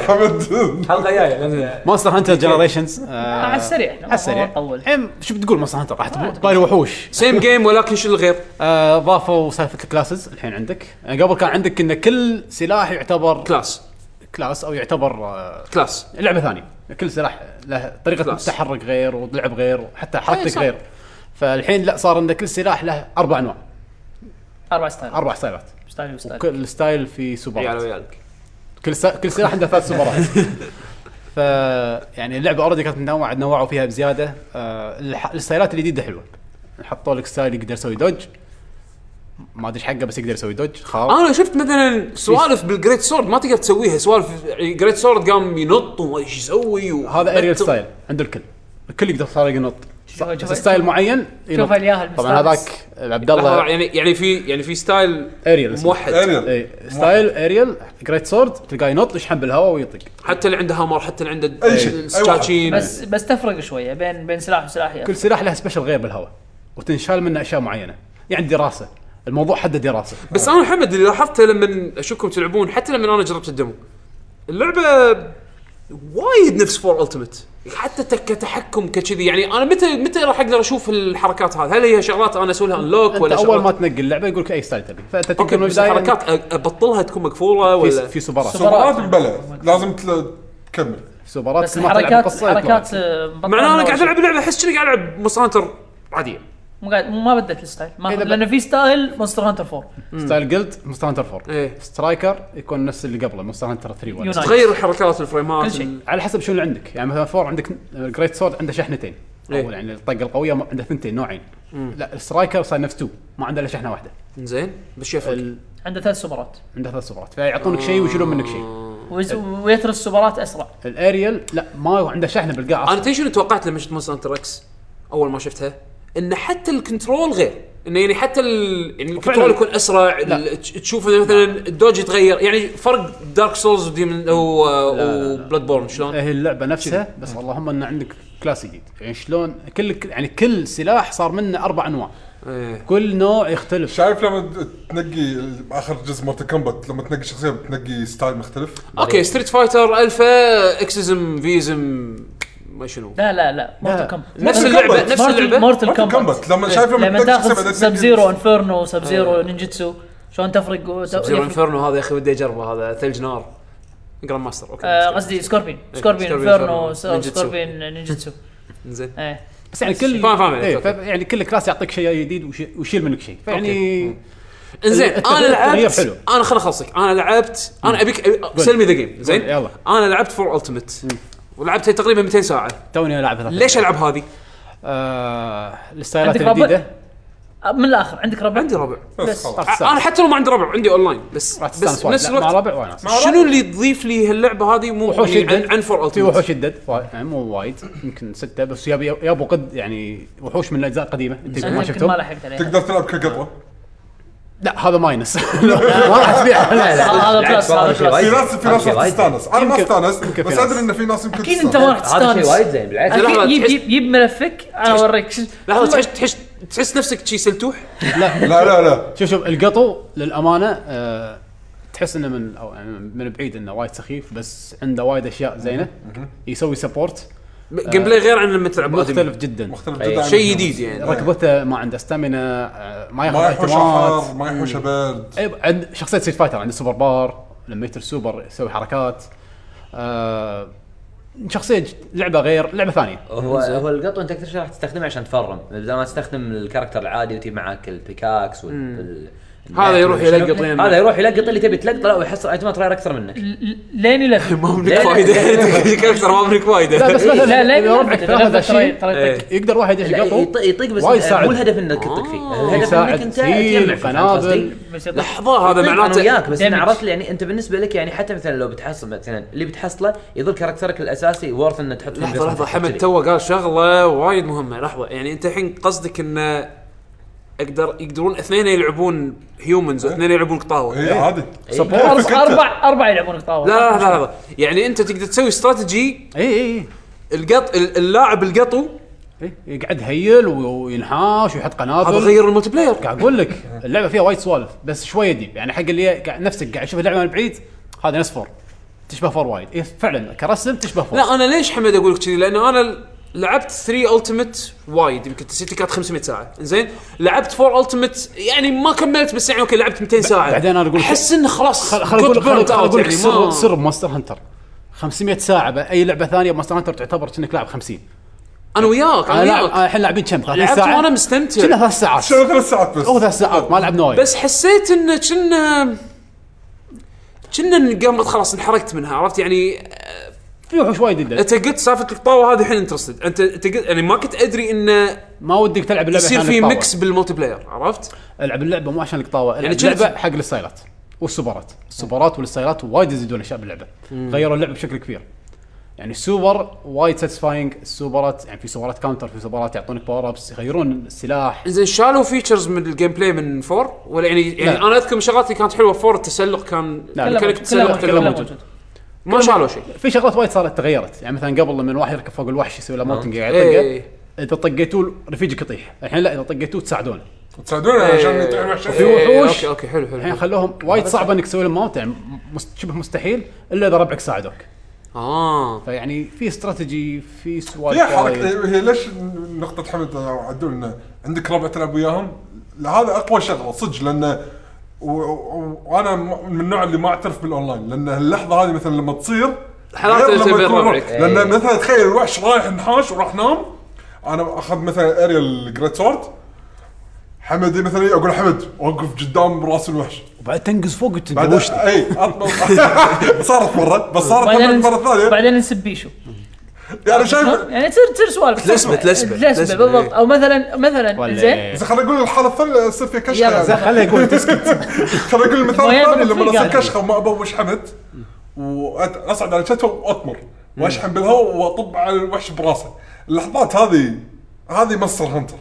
Speaker 2: حمد
Speaker 6: حلقه جايه لان
Speaker 1: مونستر هانتر جنريشنز
Speaker 5: على السريع
Speaker 1: آه، على السريع
Speaker 5: طول آه،
Speaker 1: الحين شو بتقول مونستر هانتر راح تبو- تباري وحوش
Speaker 4: سيم جيم ولكن شنو الغير؟
Speaker 1: آه، ضافوا سالفه الكلاسز الحين عندك يعني قبل كان عندك ان كل سلاح يعتبر
Speaker 4: كلاس
Speaker 1: كلاس او يعتبر آه،
Speaker 4: كلاس
Speaker 1: لعبه ثانيه كل سلاح له طريقه
Speaker 4: كلاس.
Speaker 1: تحرك غير ولعب غير وحتى حركتك
Speaker 4: صح.
Speaker 1: غير فالحين لا صار ان كل سلاح له اربع انواع
Speaker 5: اربع ستايل
Speaker 1: اربع ستايلات
Speaker 5: ستايل
Speaker 4: طيب.
Speaker 5: وستايل
Speaker 1: وكل ستايل في
Speaker 4: عيال
Speaker 1: سوبرات
Speaker 4: ويالك
Speaker 1: كل سا... كل سلاح عنده ثلاث سوبرات ف يعني اللعبه اوريدي كانت منوعه نوعوا فيها بزياده آه... الح... الستايلات الجديده حلوه حطوا لك ستايل يقدر يسوي دوج ما ادري إيش حقه بس يقدر يسوي دوج خلاص
Speaker 4: انا شفت مثلا سوالف بالجريت سورد ما تقدر تسويها سوالف يعني جريت سورد قام ينط وما ايش يسوي و...
Speaker 1: هذا اريال ستايل عند الكل الكل يقدر صار ينط
Speaker 5: شوف-
Speaker 1: بس ستايل معين ينط
Speaker 5: الياهل
Speaker 1: طبعا
Speaker 5: مستانس.
Speaker 1: هذاك عبد
Speaker 4: لحظة،
Speaker 1: الله
Speaker 4: يعني يعني في يعني في ستايل
Speaker 1: اريال اسمه.
Speaker 4: موحد
Speaker 2: اريل
Speaker 1: اي ستايل اريال جريت سورد تلقاه ينط يشحن بالهواء ويطق
Speaker 4: حتى اللي عنده هامر حتى اللي عنده آه،
Speaker 2: أي شيء، أي واحد.
Speaker 4: السكاكين
Speaker 5: بس بس تفرق شويه بين بين سلاح وسلاح يعني
Speaker 1: كل سلاح له سبيشل غير بالهواء وتنشال منه اشياء معينه يعني دراسه الموضوع حده دراسه
Speaker 4: بس انا محمد اللي لاحظته لما اشوفكم تلعبون حتى لما انا جربت الدمو اللعبه وايد نفس فور التمت حتى تك- كتحكم ككذي يعني انا متى متى راح اقدر اشوف الحركات هذه؟ هل هي شغلات انا اسوي لها انلوك
Speaker 1: انت
Speaker 4: ولا
Speaker 1: اول ما
Speaker 4: شغلات؟
Speaker 1: تنقل اللعبه يقول لك اي ستايل تبي فانت
Speaker 4: اوكي
Speaker 1: تقدر من
Speaker 4: بس
Speaker 1: البدايه
Speaker 4: الحركات أ- ابطلها تكون مقفوله
Speaker 1: في
Speaker 4: ولا
Speaker 1: في سوبرات
Speaker 2: سوبرات بلا لازم تل- تكمل
Speaker 1: سوبرات
Speaker 5: بس
Speaker 1: كل ما تلعب
Speaker 5: الحركات
Speaker 1: القصة يطلع
Speaker 5: الحركات
Speaker 1: لك.
Speaker 5: آه، مبطلة
Speaker 4: معناه انا
Speaker 5: من
Speaker 4: قاعد
Speaker 5: أول
Speaker 4: العب لعبه احس كأني قاعد العب مونستر هانتر عاديه
Speaker 5: شيء. مو قاعد ما بدلت الستايل ما
Speaker 1: إيه، لا،
Speaker 5: لانه في ستايل مونستر هانتر 4
Speaker 1: ستايل جلد مونستر هانتر 4
Speaker 4: ايه
Speaker 1: سترايكر يكون نفس اللي قبله مونستر هانتر 3 ولا
Speaker 5: يونايت.
Speaker 4: تغير الحركات الفريمات
Speaker 5: كل شيء.
Speaker 4: ال-
Speaker 1: على حسب شنو اللي عندك يعني مثلا فور عندك جريت سورد عنده شحنتين
Speaker 4: إيه.
Speaker 1: اول يعني الطقه القويه م- عنده ثنتين نوعين لا السترايكر صار نفس تو ما عنده الا شحنه واحده
Speaker 4: زين بس شو يفرق؟
Speaker 1: ال...
Speaker 5: عنده ثلاث سوبرات
Speaker 1: عنده ثلاث سوبرات فيعطونك شيء ويشيلون منك
Speaker 4: آه.
Speaker 1: شيء
Speaker 5: ويز- ويترى السوبرات اسرع
Speaker 1: الاريال لا ما عنده شحنه بالقاع
Speaker 4: انا
Speaker 1: أصلاً.
Speaker 4: تدري شنو توقعت لما شفت مونستر هانتر اكس اول ما شفتها؟ ان حتى الكنترول غير انه يعني حتى ال... يعني الكنترول يكون اسرع ال- تش- تشوف إنه مثلا الدوج يتغير يعني فرق دارك سولز وديمن وبلاد بورن
Speaker 5: إيه.
Speaker 4: شلون؟
Speaker 1: هي اللعبه إيه، نفسها بس اللهم ان عندك كلاس جديد يعني شلون كل يعني كل سلاح صار منه اربع انواع
Speaker 4: إيه.
Speaker 1: كل نوع يختلف
Speaker 2: شايف لما ت- تنقي اخر جزء مالت كومبات لما تنقي شخصيه بتنقي ستايل مختلف
Speaker 4: اوكي ستريت فايتر الفا اكسزم فيزم ما شنو
Speaker 5: لا لا لا
Speaker 1: لا.
Speaker 5: مورتل كومبات
Speaker 4: نفس
Speaker 2: Mortal
Speaker 4: اللعبه
Speaker 2: Kombat.
Speaker 4: نفس اللعبه
Speaker 5: مورتل
Speaker 2: مالت
Speaker 5: كومبات
Speaker 2: كومبات لما شايف لما
Speaker 5: لما
Speaker 2: تنقي شخصيه بعدين
Speaker 5: تاخذ
Speaker 2: تنقي-
Speaker 5: سب زيرو انفيرنو سب زيرو نينجتسو شلون تفرق و-
Speaker 4: زيرو
Speaker 5: يفرق.
Speaker 4: انفيرنو هذا يا اخي ودي اجربه هذا ثلج نار جراند ماستر اوكي
Speaker 5: آه، قصدي سكوربين سكوربين
Speaker 4: سكوربين،
Speaker 5: انفيرنو
Speaker 4: Inferno، Ninjutsu.
Speaker 5: سكوربين نينجتسو
Speaker 4: زين
Speaker 5: ايه
Speaker 1: بس يعني كل
Speaker 4: فاهم- فاهم عليك،
Speaker 1: إيه،
Speaker 4: أوكي.
Speaker 1: ف- يعني كل كلاس يعطيك شيء جديد وش- ويشيل منك شيء فيعني
Speaker 4: انزين
Speaker 1: التغيير-
Speaker 4: انا
Speaker 1: التغيير
Speaker 4: لعبت
Speaker 1: طيب. حلو.
Speaker 4: انا خل اخلصك انا لعبت انا ابيك أبي- سلمي ذا جيم زين
Speaker 1: يلا.
Speaker 4: انا لعبت فور التمت ولعبتها تقريبا 200 ساعه
Speaker 1: توني العبها
Speaker 4: ليش العب هذه
Speaker 1: آه الستايلات
Speaker 5: عندك رابع؟
Speaker 1: الجديده
Speaker 5: من الاخر عندك ربع
Speaker 4: عندي ربع
Speaker 2: بس
Speaker 5: بس.
Speaker 2: خلاص
Speaker 1: راح
Speaker 4: ع-
Speaker 1: تستانس.
Speaker 4: انا حتى لو ما عندي ربع عندي اونلاين بس
Speaker 1: راح
Speaker 4: بس
Speaker 1: تستانس
Speaker 4: بنفس
Speaker 1: وايد لا، مع
Speaker 4: الوقت
Speaker 1: رابع وناس
Speaker 4: شنو اللي تضيف لي هاللعبه هذه مو
Speaker 1: وحوش
Speaker 4: يعني عن
Speaker 1: يدد.
Speaker 4: عن فور
Speaker 1: في
Speaker 4: التيمت
Speaker 1: وحوش جدد وايد- مو وايد يمكن سته بس يابي يابو قد يعني وحوش من الاجزاء القديمه انت يمكن ما
Speaker 5: يمكن ما
Speaker 1: شفتهم
Speaker 5: لحقت عليها
Speaker 2: تقدر تلعب كقطوه
Speaker 1: لا هذا ماينس ما راح تبيع لا لا
Speaker 5: هذا
Speaker 7: لعبت
Speaker 5: بلس،
Speaker 7: والله
Speaker 5: هذا بلس.
Speaker 7: شيء
Speaker 2: في
Speaker 7: وايد
Speaker 2: ناس في
Speaker 7: هذا
Speaker 2: ناس
Speaker 7: شيء
Speaker 2: راح
Speaker 7: وايد.
Speaker 2: تستانس انا ما
Speaker 1: يمكن-
Speaker 2: استانس
Speaker 1: يمكن في ناس.
Speaker 2: بس ادري ان في ناس يمكن
Speaker 5: اكيد انت
Speaker 2: تستانس.
Speaker 5: ما راح
Speaker 7: هذا شيء وايد
Speaker 5: تستانس
Speaker 7: زين بالعكس
Speaker 5: أكيد
Speaker 4: لحظة،
Speaker 5: يب
Speaker 4: تحس-
Speaker 5: يب يب ملفك انا اوريك شو-
Speaker 4: لحظه تحس تحس تحس نفسك شي سلتوح
Speaker 2: لا لا لا
Speaker 1: شوف شوف القطو للامانه آه تحس انه من أو يعني من بعيد انه وايد سخيف بس عنده وايد اشياء زينه يسوي سبورت
Speaker 4: جيم بلاي غير عن لما تلعب ادمي
Speaker 1: آه. مختلف جدا
Speaker 2: مختلف
Speaker 7: أي.
Speaker 2: جدا عن
Speaker 4: شيء جديد يعني
Speaker 1: ركبته ما عنده ستامينا آه ما ياخذ
Speaker 2: ما يحوش حار
Speaker 1: اهتمامات
Speaker 2: ما يحوش برد
Speaker 1: اي عند شخصيه سيت فايتر عنده سوبر بار لما يتر سوبر يسوي حركات آه شخصيه ج- لعبه غير لعبه ثانيه
Speaker 7: هو هو القط انت اكثر شيء راح تستخدمه عشان تفرم بدل ما تستخدم الكاركتر العادي وتجيب معاك البيكاكس وال ال-
Speaker 4: هذا يروح يلقط لين
Speaker 7: هذا يروح يلقط اللي تبي تلقطه لا ويحصل ايتمات راير اكثر منك
Speaker 5: ل- ل- لين يلفك
Speaker 4: ما منك
Speaker 7: لا، لا.
Speaker 4: فايده كاركتر ما منك
Speaker 1: لا
Speaker 4: فايده
Speaker 1: بس مثلا
Speaker 5: لا، لا،
Speaker 1: إذا
Speaker 5: لا،
Speaker 1: ربعك
Speaker 5: لا،
Speaker 1: ثلاثة
Speaker 5: لا، ترى-
Speaker 1: شيء،
Speaker 5: ترى-
Speaker 4: إيه.
Speaker 1: يطيق واحد يدش
Speaker 7: لا، يط-
Speaker 1: قطو
Speaker 7: يطيق بس
Speaker 1: وايد
Speaker 7: آه،
Speaker 1: ساعد.
Speaker 7: مو الهدف انك تطق
Speaker 4: آه.
Speaker 7: فيه الهدف
Speaker 1: يساعد
Speaker 7: انك انت
Speaker 1: فيل،
Speaker 7: تجمع فيه، فهمت
Speaker 1: قنابل.
Speaker 7: قصدي؟
Speaker 5: بس يطلع.
Speaker 4: لحظه هذا
Speaker 7: طيب، انا
Speaker 4: معناته
Speaker 7: وياك بس انا
Speaker 5: damage.
Speaker 7: عرفت لي يعني انت بالنسبه لك يعني حتى مثلا لو بتحصل مثلا اللي بتحصله يظل كاركترك الاساسي وورث انه تحط فيه
Speaker 4: لحظه
Speaker 7: investment
Speaker 4: لحظه
Speaker 7: في
Speaker 4: حمد
Speaker 7: كذي.
Speaker 4: تو قال شغله وايد مهمه لحظه يعني انت الحين قصدك انه اقدر يقدرون اثنين يلعبون هيومنز واثنين يلعبون قطاوه
Speaker 2: اي إيه، عادي
Speaker 1: إيه.
Speaker 5: أربع-
Speaker 2: كيفك أنت؟
Speaker 5: اربع اربع يلعبون
Speaker 4: لا
Speaker 5: قطاوه
Speaker 4: لا لا، لحظه يعني انت تقدر تسوي استراتيجي
Speaker 1: اي اي اي
Speaker 4: القط ال- اللاعب القطو
Speaker 1: إيه، يقعد هيل وينحاش ويحط
Speaker 4: هذا
Speaker 1: قنابل
Speaker 4: غير الملتي بلاير
Speaker 1: قاعد اقول لك اللعبه فيها وايد سوالف بس شويه ديب يعني حق اللي قاعد- نفسك قاعد تشوف اللعبه من بعيد هذا نفس فور تشبه فور وايد إيه فعلا كرسم تشبه فور
Speaker 4: لا انا ليش حمد اقول لك كذي لانه انا ل- لعبت 3 التيمت وايد يمكن تسيتي كانت 500 ساعه زين لعبت 4 التيمت يعني ما كملت بس يعني اوكي لعبت 200 ساعه
Speaker 1: بعدين أنا أقول-
Speaker 4: احس انه خلاص
Speaker 1: خل اقول لك
Speaker 4: got burnt
Speaker 1: خل
Speaker 4: out
Speaker 1: اقول لك
Speaker 4: يعني
Speaker 1: سر
Speaker 4: ما-
Speaker 1: سر ماستر هنتر 500 ساعه باي لعبه ثانيه ماستر هنتر تعتبر كأنك لاعب 50
Speaker 4: انا وياك
Speaker 1: انا
Speaker 4: انا
Speaker 1: لاعب
Speaker 4: وياك
Speaker 1: أنا الحين لاعبين كم 30
Speaker 4: لعبت
Speaker 1: ساعه
Speaker 4: وانا مستمتع
Speaker 1: كنا ثلاث ساعات
Speaker 2: شنو ثلاث ساعات بس
Speaker 1: او ثلاث ساعات ما لعبنا وايد
Speaker 4: بس حسيت انه كنا كنا إن قامت خلاص انحركت منها عرفت يعني
Speaker 1: في وحوش وايد جدا
Speaker 4: انت قلت سالفه القطاوه هذه الحين انترستد انت انت قلت يعني ما كنت ادري انه
Speaker 1: ما ودك تلعب اللعبه
Speaker 4: يصير
Speaker 1: عشان
Speaker 4: في
Speaker 1: القطاوة.
Speaker 4: ميكس بالملتي بلاير عرفت؟
Speaker 1: العب اللعبه مو عشان القطاوه يعني
Speaker 4: كنا-
Speaker 1: اللعبه حق الستايلات والسوبرات السوبرات والستايلات وايد يزيدون اشياء باللعبه غيروا اللعبه بشكل كبير يعني السوبر وايد ساتيسفاينج السوبرات يعني في سوبرات كاونتر في سوبرات يعطونك باور ابس يغيرون السلاح
Speaker 4: زين شالوا فيتشرز من الجيم بلاي من فور ولا يعني يعني
Speaker 1: لا.
Speaker 4: انا اذكر من الشغلات اللي كانت حلوه فور التسلق كان
Speaker 1: لا،
Speaker 5: كله
Speaker 1: كلام-
Speaker 4: ميكانيك
Speaker 5: موجود،
Speaker 4: التسلق
Speaker 5: كله موجود،
Speaker 4: كان
Speaker 5: كله
Speaker 4: موجود
Speaker 5: موجود
Speaker 4: ما شالوا شيء
Speaker 1: في شغلات وايد صارت تغيرت يعني مثلا قبل لما الواحد يركب فوق الوحش يسوي له مونتنج قاعد يطقه
Speaker 4: إيه.
Speaker 1: اذا طقيتوه رفيجك يطيح الحين لا اذا طقيتوه تساعدونه
Speaker 2: تساعدوني عشان
Speaker 4: إيه.
Speaker 2: يطيحون
Speaker 1: في
Speaker 2: وحشين.
Speaker 4: إيه، إيه،
Speaker 1: وحوش.
Speaker 4: اوكي اوكي حلو حلو
Speaker 1: الحين
Speaker 4: حلو.
Speaker 1: خلوهم وايد صعب انك تسوي لهم ماونت يعني مست- شبه مستحيل الا اذا ربعك ساعدوك
Speaker 4: اه
Speaker 1: فيعني في استراتيجي في سوالف
Speaker 2: هي
Speaker 1: وايد.
Speaker 2: حركه إيه، هي ليش نقطه حمد عدول انه عندك ربع تلعب وياهم لا، هذا اقوى شغله صدق لانه و- و- وانا م- من النوع اللي ما اعترف بالاونلاين لان اللحظه هذه مثلا لما تصير
Speaker 4: حالات
Speaker 2: غير
Speaker 4: اللي
Speaker 2: لما
Speaker 4: تبين
Speaker 2: يكون-
Speaker 4: ربعك.
Speaker 2: لان
Speaker 5: إيه.
Speaker 2: مثلا تخيل الوحش رايح نحاش وراح نام انا اخذ مثلا اريال جريت سورد حمد مثلا اقول حمد وقف قدام راس الوحش إيه،
Speaker 1: وبعد تنقز فوق
Speaker 2: بعدين
Speaker 1: وتدوشني
Speaker 2: اي أطلق. صارت مره بس صارت
Speaker 5: بعدين
Speaker 2: مره ثانيه
Speaker 5: بعدين نسب بيشو
Speaker 2: يعني شايف
Speaker 5: يعني تصير تصير سوالف
Speaker 4: لسبة- لسبة- لسبة،
Speaker 5: لسبه بالضبط
Speaker 4: إيه.
Speaker 5: او مثلا مثلا
Speaker 1: ولا-
Speaker 5: زين
Speaker 2: بس خليني اقول الحاله الثانيه يصير فيها كشخه
Speaker 5: يلا،
Speaker 2: يعني.
Speaker 1: خليه يقول تسكت
Speaker 2: خليني اقول المثال
Speaker 5: ما
Speaker 2: الثاني
Speaker 5: يبغى
Speaker 2: لما
Speaker 5: فيقة.
Speaker 2: اصير كشخه وما ابوش حمد واصعد على شتوى واطمر واشحن بالهواء واطب على الوحش براسه اللحظات هذه هذه مصر هنتر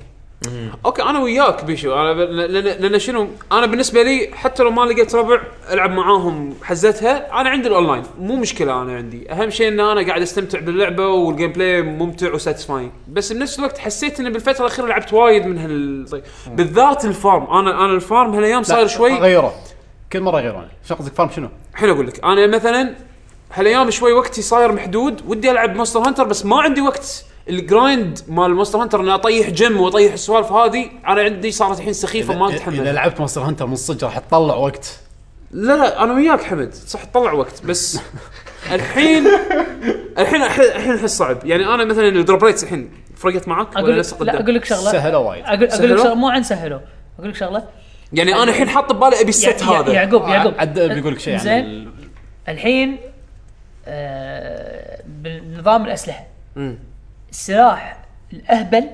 Speaker 4: اوكي انا وياك بيشو انا ب- لان لان شنو انا بالنسبه لي حتى لو ما لقيت ربع العب معاهم حزتها انا عندي الاونلاين مو مشكله انا عندي اهم شيء ان انا قاعد استمتع باللعبه والجيم بلاي ممتع وساتسفاينج بس بنفس الوقت حسيت ان بالفتره الاخيره لعبت وايد من هال طيب. بالذات الفارم انا انا الفارم هالايام صاير شوي
Speaker 1: غيروه كل مره يغيرونه شو قصدك فارم شنو؟
Speaker 4: الحين اقول لك انا مثلا هالايام شوي وقتي صاير محدود ودي العب مونستر هانتر بس ما عندي وقت الجرايند مال مونستر هانتر اني اطيح جيم واطيح السوالف هذه انا عندي صارت الحين سخيفه ما
Speaker 1: اذا
Speaker 4: اتحمل
Speaker 1: لعبت مونستر هانتر من صدق راح تطلع وقت
Speaker 4: لا لا انا وياك حمد صح تطلع وقت بس الحين الحين أح- الحين احس صعب يعني انا مثلا الدروب ريتس الحين فرقت معك ولا
Speaker 5: اقول
Speaker 4: لسه
Speaker 5: لك لا
Speaker 4: قدام
Speaker 5: اقول لك شغله
Speaker 1: سهله وايد
Speaker 5: اقول اقول
Speaker 4: سهلوا؟
Speaker 5: لك شغله مو عن سهلوا اقول لك شغله
Speaker 4: يعني انا الحين حاط ببالي ابي
Speaker 5: يع-
Speaker 4: الست
Speaker 5: يع-
Speaker 4: هذا
Speaker 1: آه،
Speaker 5: يعقوب يعقوب
Speaker 4: يعني.
Speaker 1: يعني عد بيقول لك شيء
Speaker 5: زين
Speaker 1: يعني
Speaker 5: الحين آه بال- نظام الاسلحه السلاح الاهبل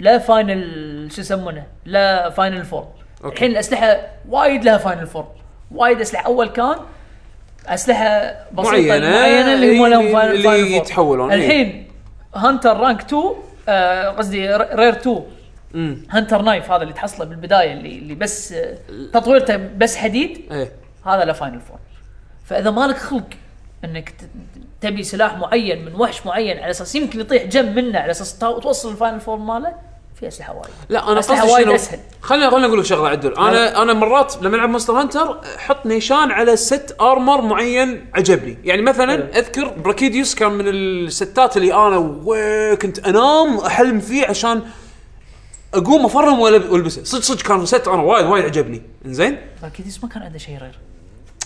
Speaker 5: لا فاينل شو يسمونه لا فاينل فور الحين الاسلحه وايد لها فاينل فور وايد اسلحه اول كان اسلحه بسيطه
Speaker 4: معينة،
Speaker 5: معينه, اللي هم لهم
Speaker 4: اللي-
Speaker 5: فاينل
Speaker 4: اللي
Speaker 5: فاينل فور.
Speaker 4: يتحولون، إيه.
Speaker 5: الحين هانتر رانك 2 آه، قصدي ر- رير 2
Speaker 4: امم
Speaker 5: هانتر نايف هذا اللي تحصله بالبدايه اللي اللي بس آه، تطويرته بس حديد
Speaker 4: ايه
Speaker 5: هذا لا فاينل فور فاذا مالك خلق انك ت- تبي سلاح معين من وحش معين على اساس يمكن يطيح جنب منه على اساس تو- توصل الفاينل فور ماله في اسلحه وايد
Speaker 4: لا انا
Speaker 5: أسلحة
Speaker 4: قصدي
Speaker 5: وايد
Speaker 4: شنو
Speaker 5: أسهل.
Speaker 4: خليني خليني اقول لك شغله عدل انا انا مرات لما العب مونستر هانتر احط نيشان على ست ارمر معين عجبني يعني
Speaker 5: إيه.
Speaker 4: مثلا اذكر براكيديوس كان من الستات اللي انا وي- كنت انام احلم فيه عشان اقوم افرم وألب- والبسه صدق صدق كان ست انا وايد وايد عجبني انزين
Speaker 5: اكيد ما كان عنده شيء غير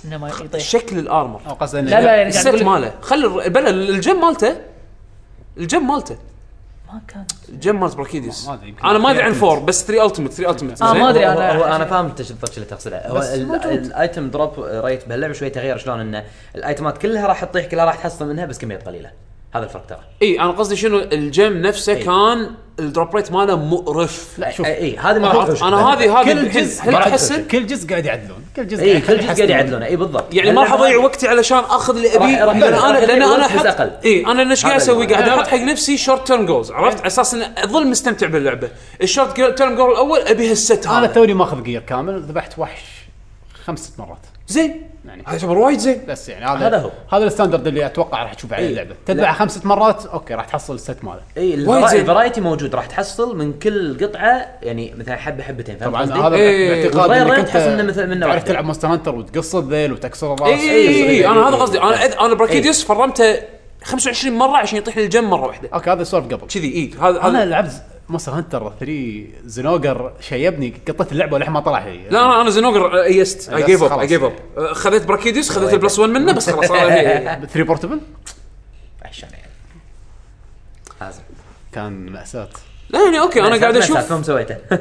Speaker 5: انه ما يطيح
Speaker 4: شكل الارمر
Speaker 1: او قصدي
Speaker 5: لا طيب. لا قاعد أقول
Speaker 4: الست
Speaker 5: لك
Speaker 4: ماله خلي الر- بلا الجيم مالته الجيم مالته
Speaker 5: ما كان
Speaker 4: الجيم مالت براكيديوس
Speaker 1: ما أدري، يمكن
Speaker 4: انا ما ادري عن
Speaker 1: Ultimate.
Speaker 4: فور بس 3 التمت 3 التمت
Speaker 5: آه، ما أدري،
Speaker 7: هو-
Speaker 5: أنا-
Speaker 7: هو- هو انا
Speaker 5: عشان-
Speaker 7: فاهم التش- التطش اللي تقصده هو
Speaker 1: بس
Speaker 7: ال-
Speaker 1: موجود.
Speaker 7: الايتم دروب ريت بهاللعبه شوي تغير شلون انه الايتمات كلها راح تطيح كلها راح تحصل منها بس كميه قليله هذا الفرق ترى
Speaker 4: اي انا قصدي شنو الجيم نفسه
Speaker 7: إي.
Speaker 4: كان الدروب ريت ماله مؤرف
Speaker 7: لا شوف اي هذا ما راح
Speaker 4: عرفت؟ انا هذه هذه
Speaker 7: كل
Speaker 4: الحين
Speaker 7: جزء
Speaker 4: هل تحسن
Speaker 1: كل جزء قاعد يعدلون إيه، كل جزء
Speaker 7: اي كل جزء
Speaker 1: يحسنون.
Speaker 7: قاعد يعدلونه اي بالضبط
Speaker 4: يعني ما راح اضيع وقتي علشان اخذ اللي ابيه
Speaker 7: راح- راح-
Speaker 4: لان انا
Speaker 7: راح
Speaker 4: لان
Speaker 7: يضيع
Speaker 4: انا
Speaker 7: وقت بس أقل.
Speaker 4: احط اي انا ايش قاعد
Speaker 7: هذا
Speaker 4: اسوي؟
Speaker 7: اللي-
Speaker 4: قاعد احط حق نفسي شورت تيرم جولز عرفت؟ على اساس اني اظل مستمتع باللعبه الشورت تيرم جول الاول ابي هالست
Speaker 1: انا
Speaker 4: هذا
Speaker 1: توني ماخذ جير كامل ذبحت وحش خمس ست مرات
Speaker 4: زين
Speaker 1: يعني
Speaker 4: هذا يعتبر وايد زين
Speaker 1: بس يعني هذا
Speaker 7: هذا هو.
Speaker 1: هذا الستاندرد اللي اتوقع راح تشوف عليه
Speaker 7: إي.
Speaker 1: اللعبه
Speaker 7: لا.
Speaker 1: تذبح خمس ست مرات اوكي راح تحصل الست ماله
Speaker 7: اي
Speaker 4: وايد زين.
Speaker 7: الفرايتي موجود راح تحصل من كل قطعه يعني مثلا حبه حبتين فاهم
Speaker 1: طبعا
Speaker 7: قصدي؟
Speaker 1: هذا
Speaker 4: إي.
Speaker 1: باعتقاد
Speaker 7: والغير
Speaker 1: انك
Speaker 7: غير
Speaker 1: انت
Speaker 7: تحس إنه مثل- منه
Speaker 1: تعرف
Speaker 7: واحدة.
Speaker 1: تلعب مونستر هانتر وتقص الذيل وتكسر الراس
Speaker 4: اي اي اي اي انا إيه، هذا قصدي انا
Speaker 7: آه، إي.
Speaker 4: أذ- انا براكيديوس فرمته 25 مره عشان يطيح لي الجيم مره واحده
Speaker 1: اوكي هذا السولف قبل
Speaker 4: كذي اي هذا
Speaker 1: انا
Speaker 4: هذا
Speaker 1: لعبت مونستر هانتر 3 زنوجر شيبني قطيت اللعبه للحين ما طلع لي
Speaker 4: لا انا انا زنوجر يست اي
Speaker 1: بس
Speaker 4: جيف اب اي
Speaker 1: خلاص.
Speaker 4: جيف اب أه، خذيت براكيديوس خذيت البلس 1 منه بس خلاص أنا- إي، إي.
Speaker 1: 3 بورتبل
Speaker 7: عشان يعني لازم
Speaker 1: كان ماساه
Speaker 4: لا يعني اوكي انا قاعد اشوف
Speaker 7: كم سويته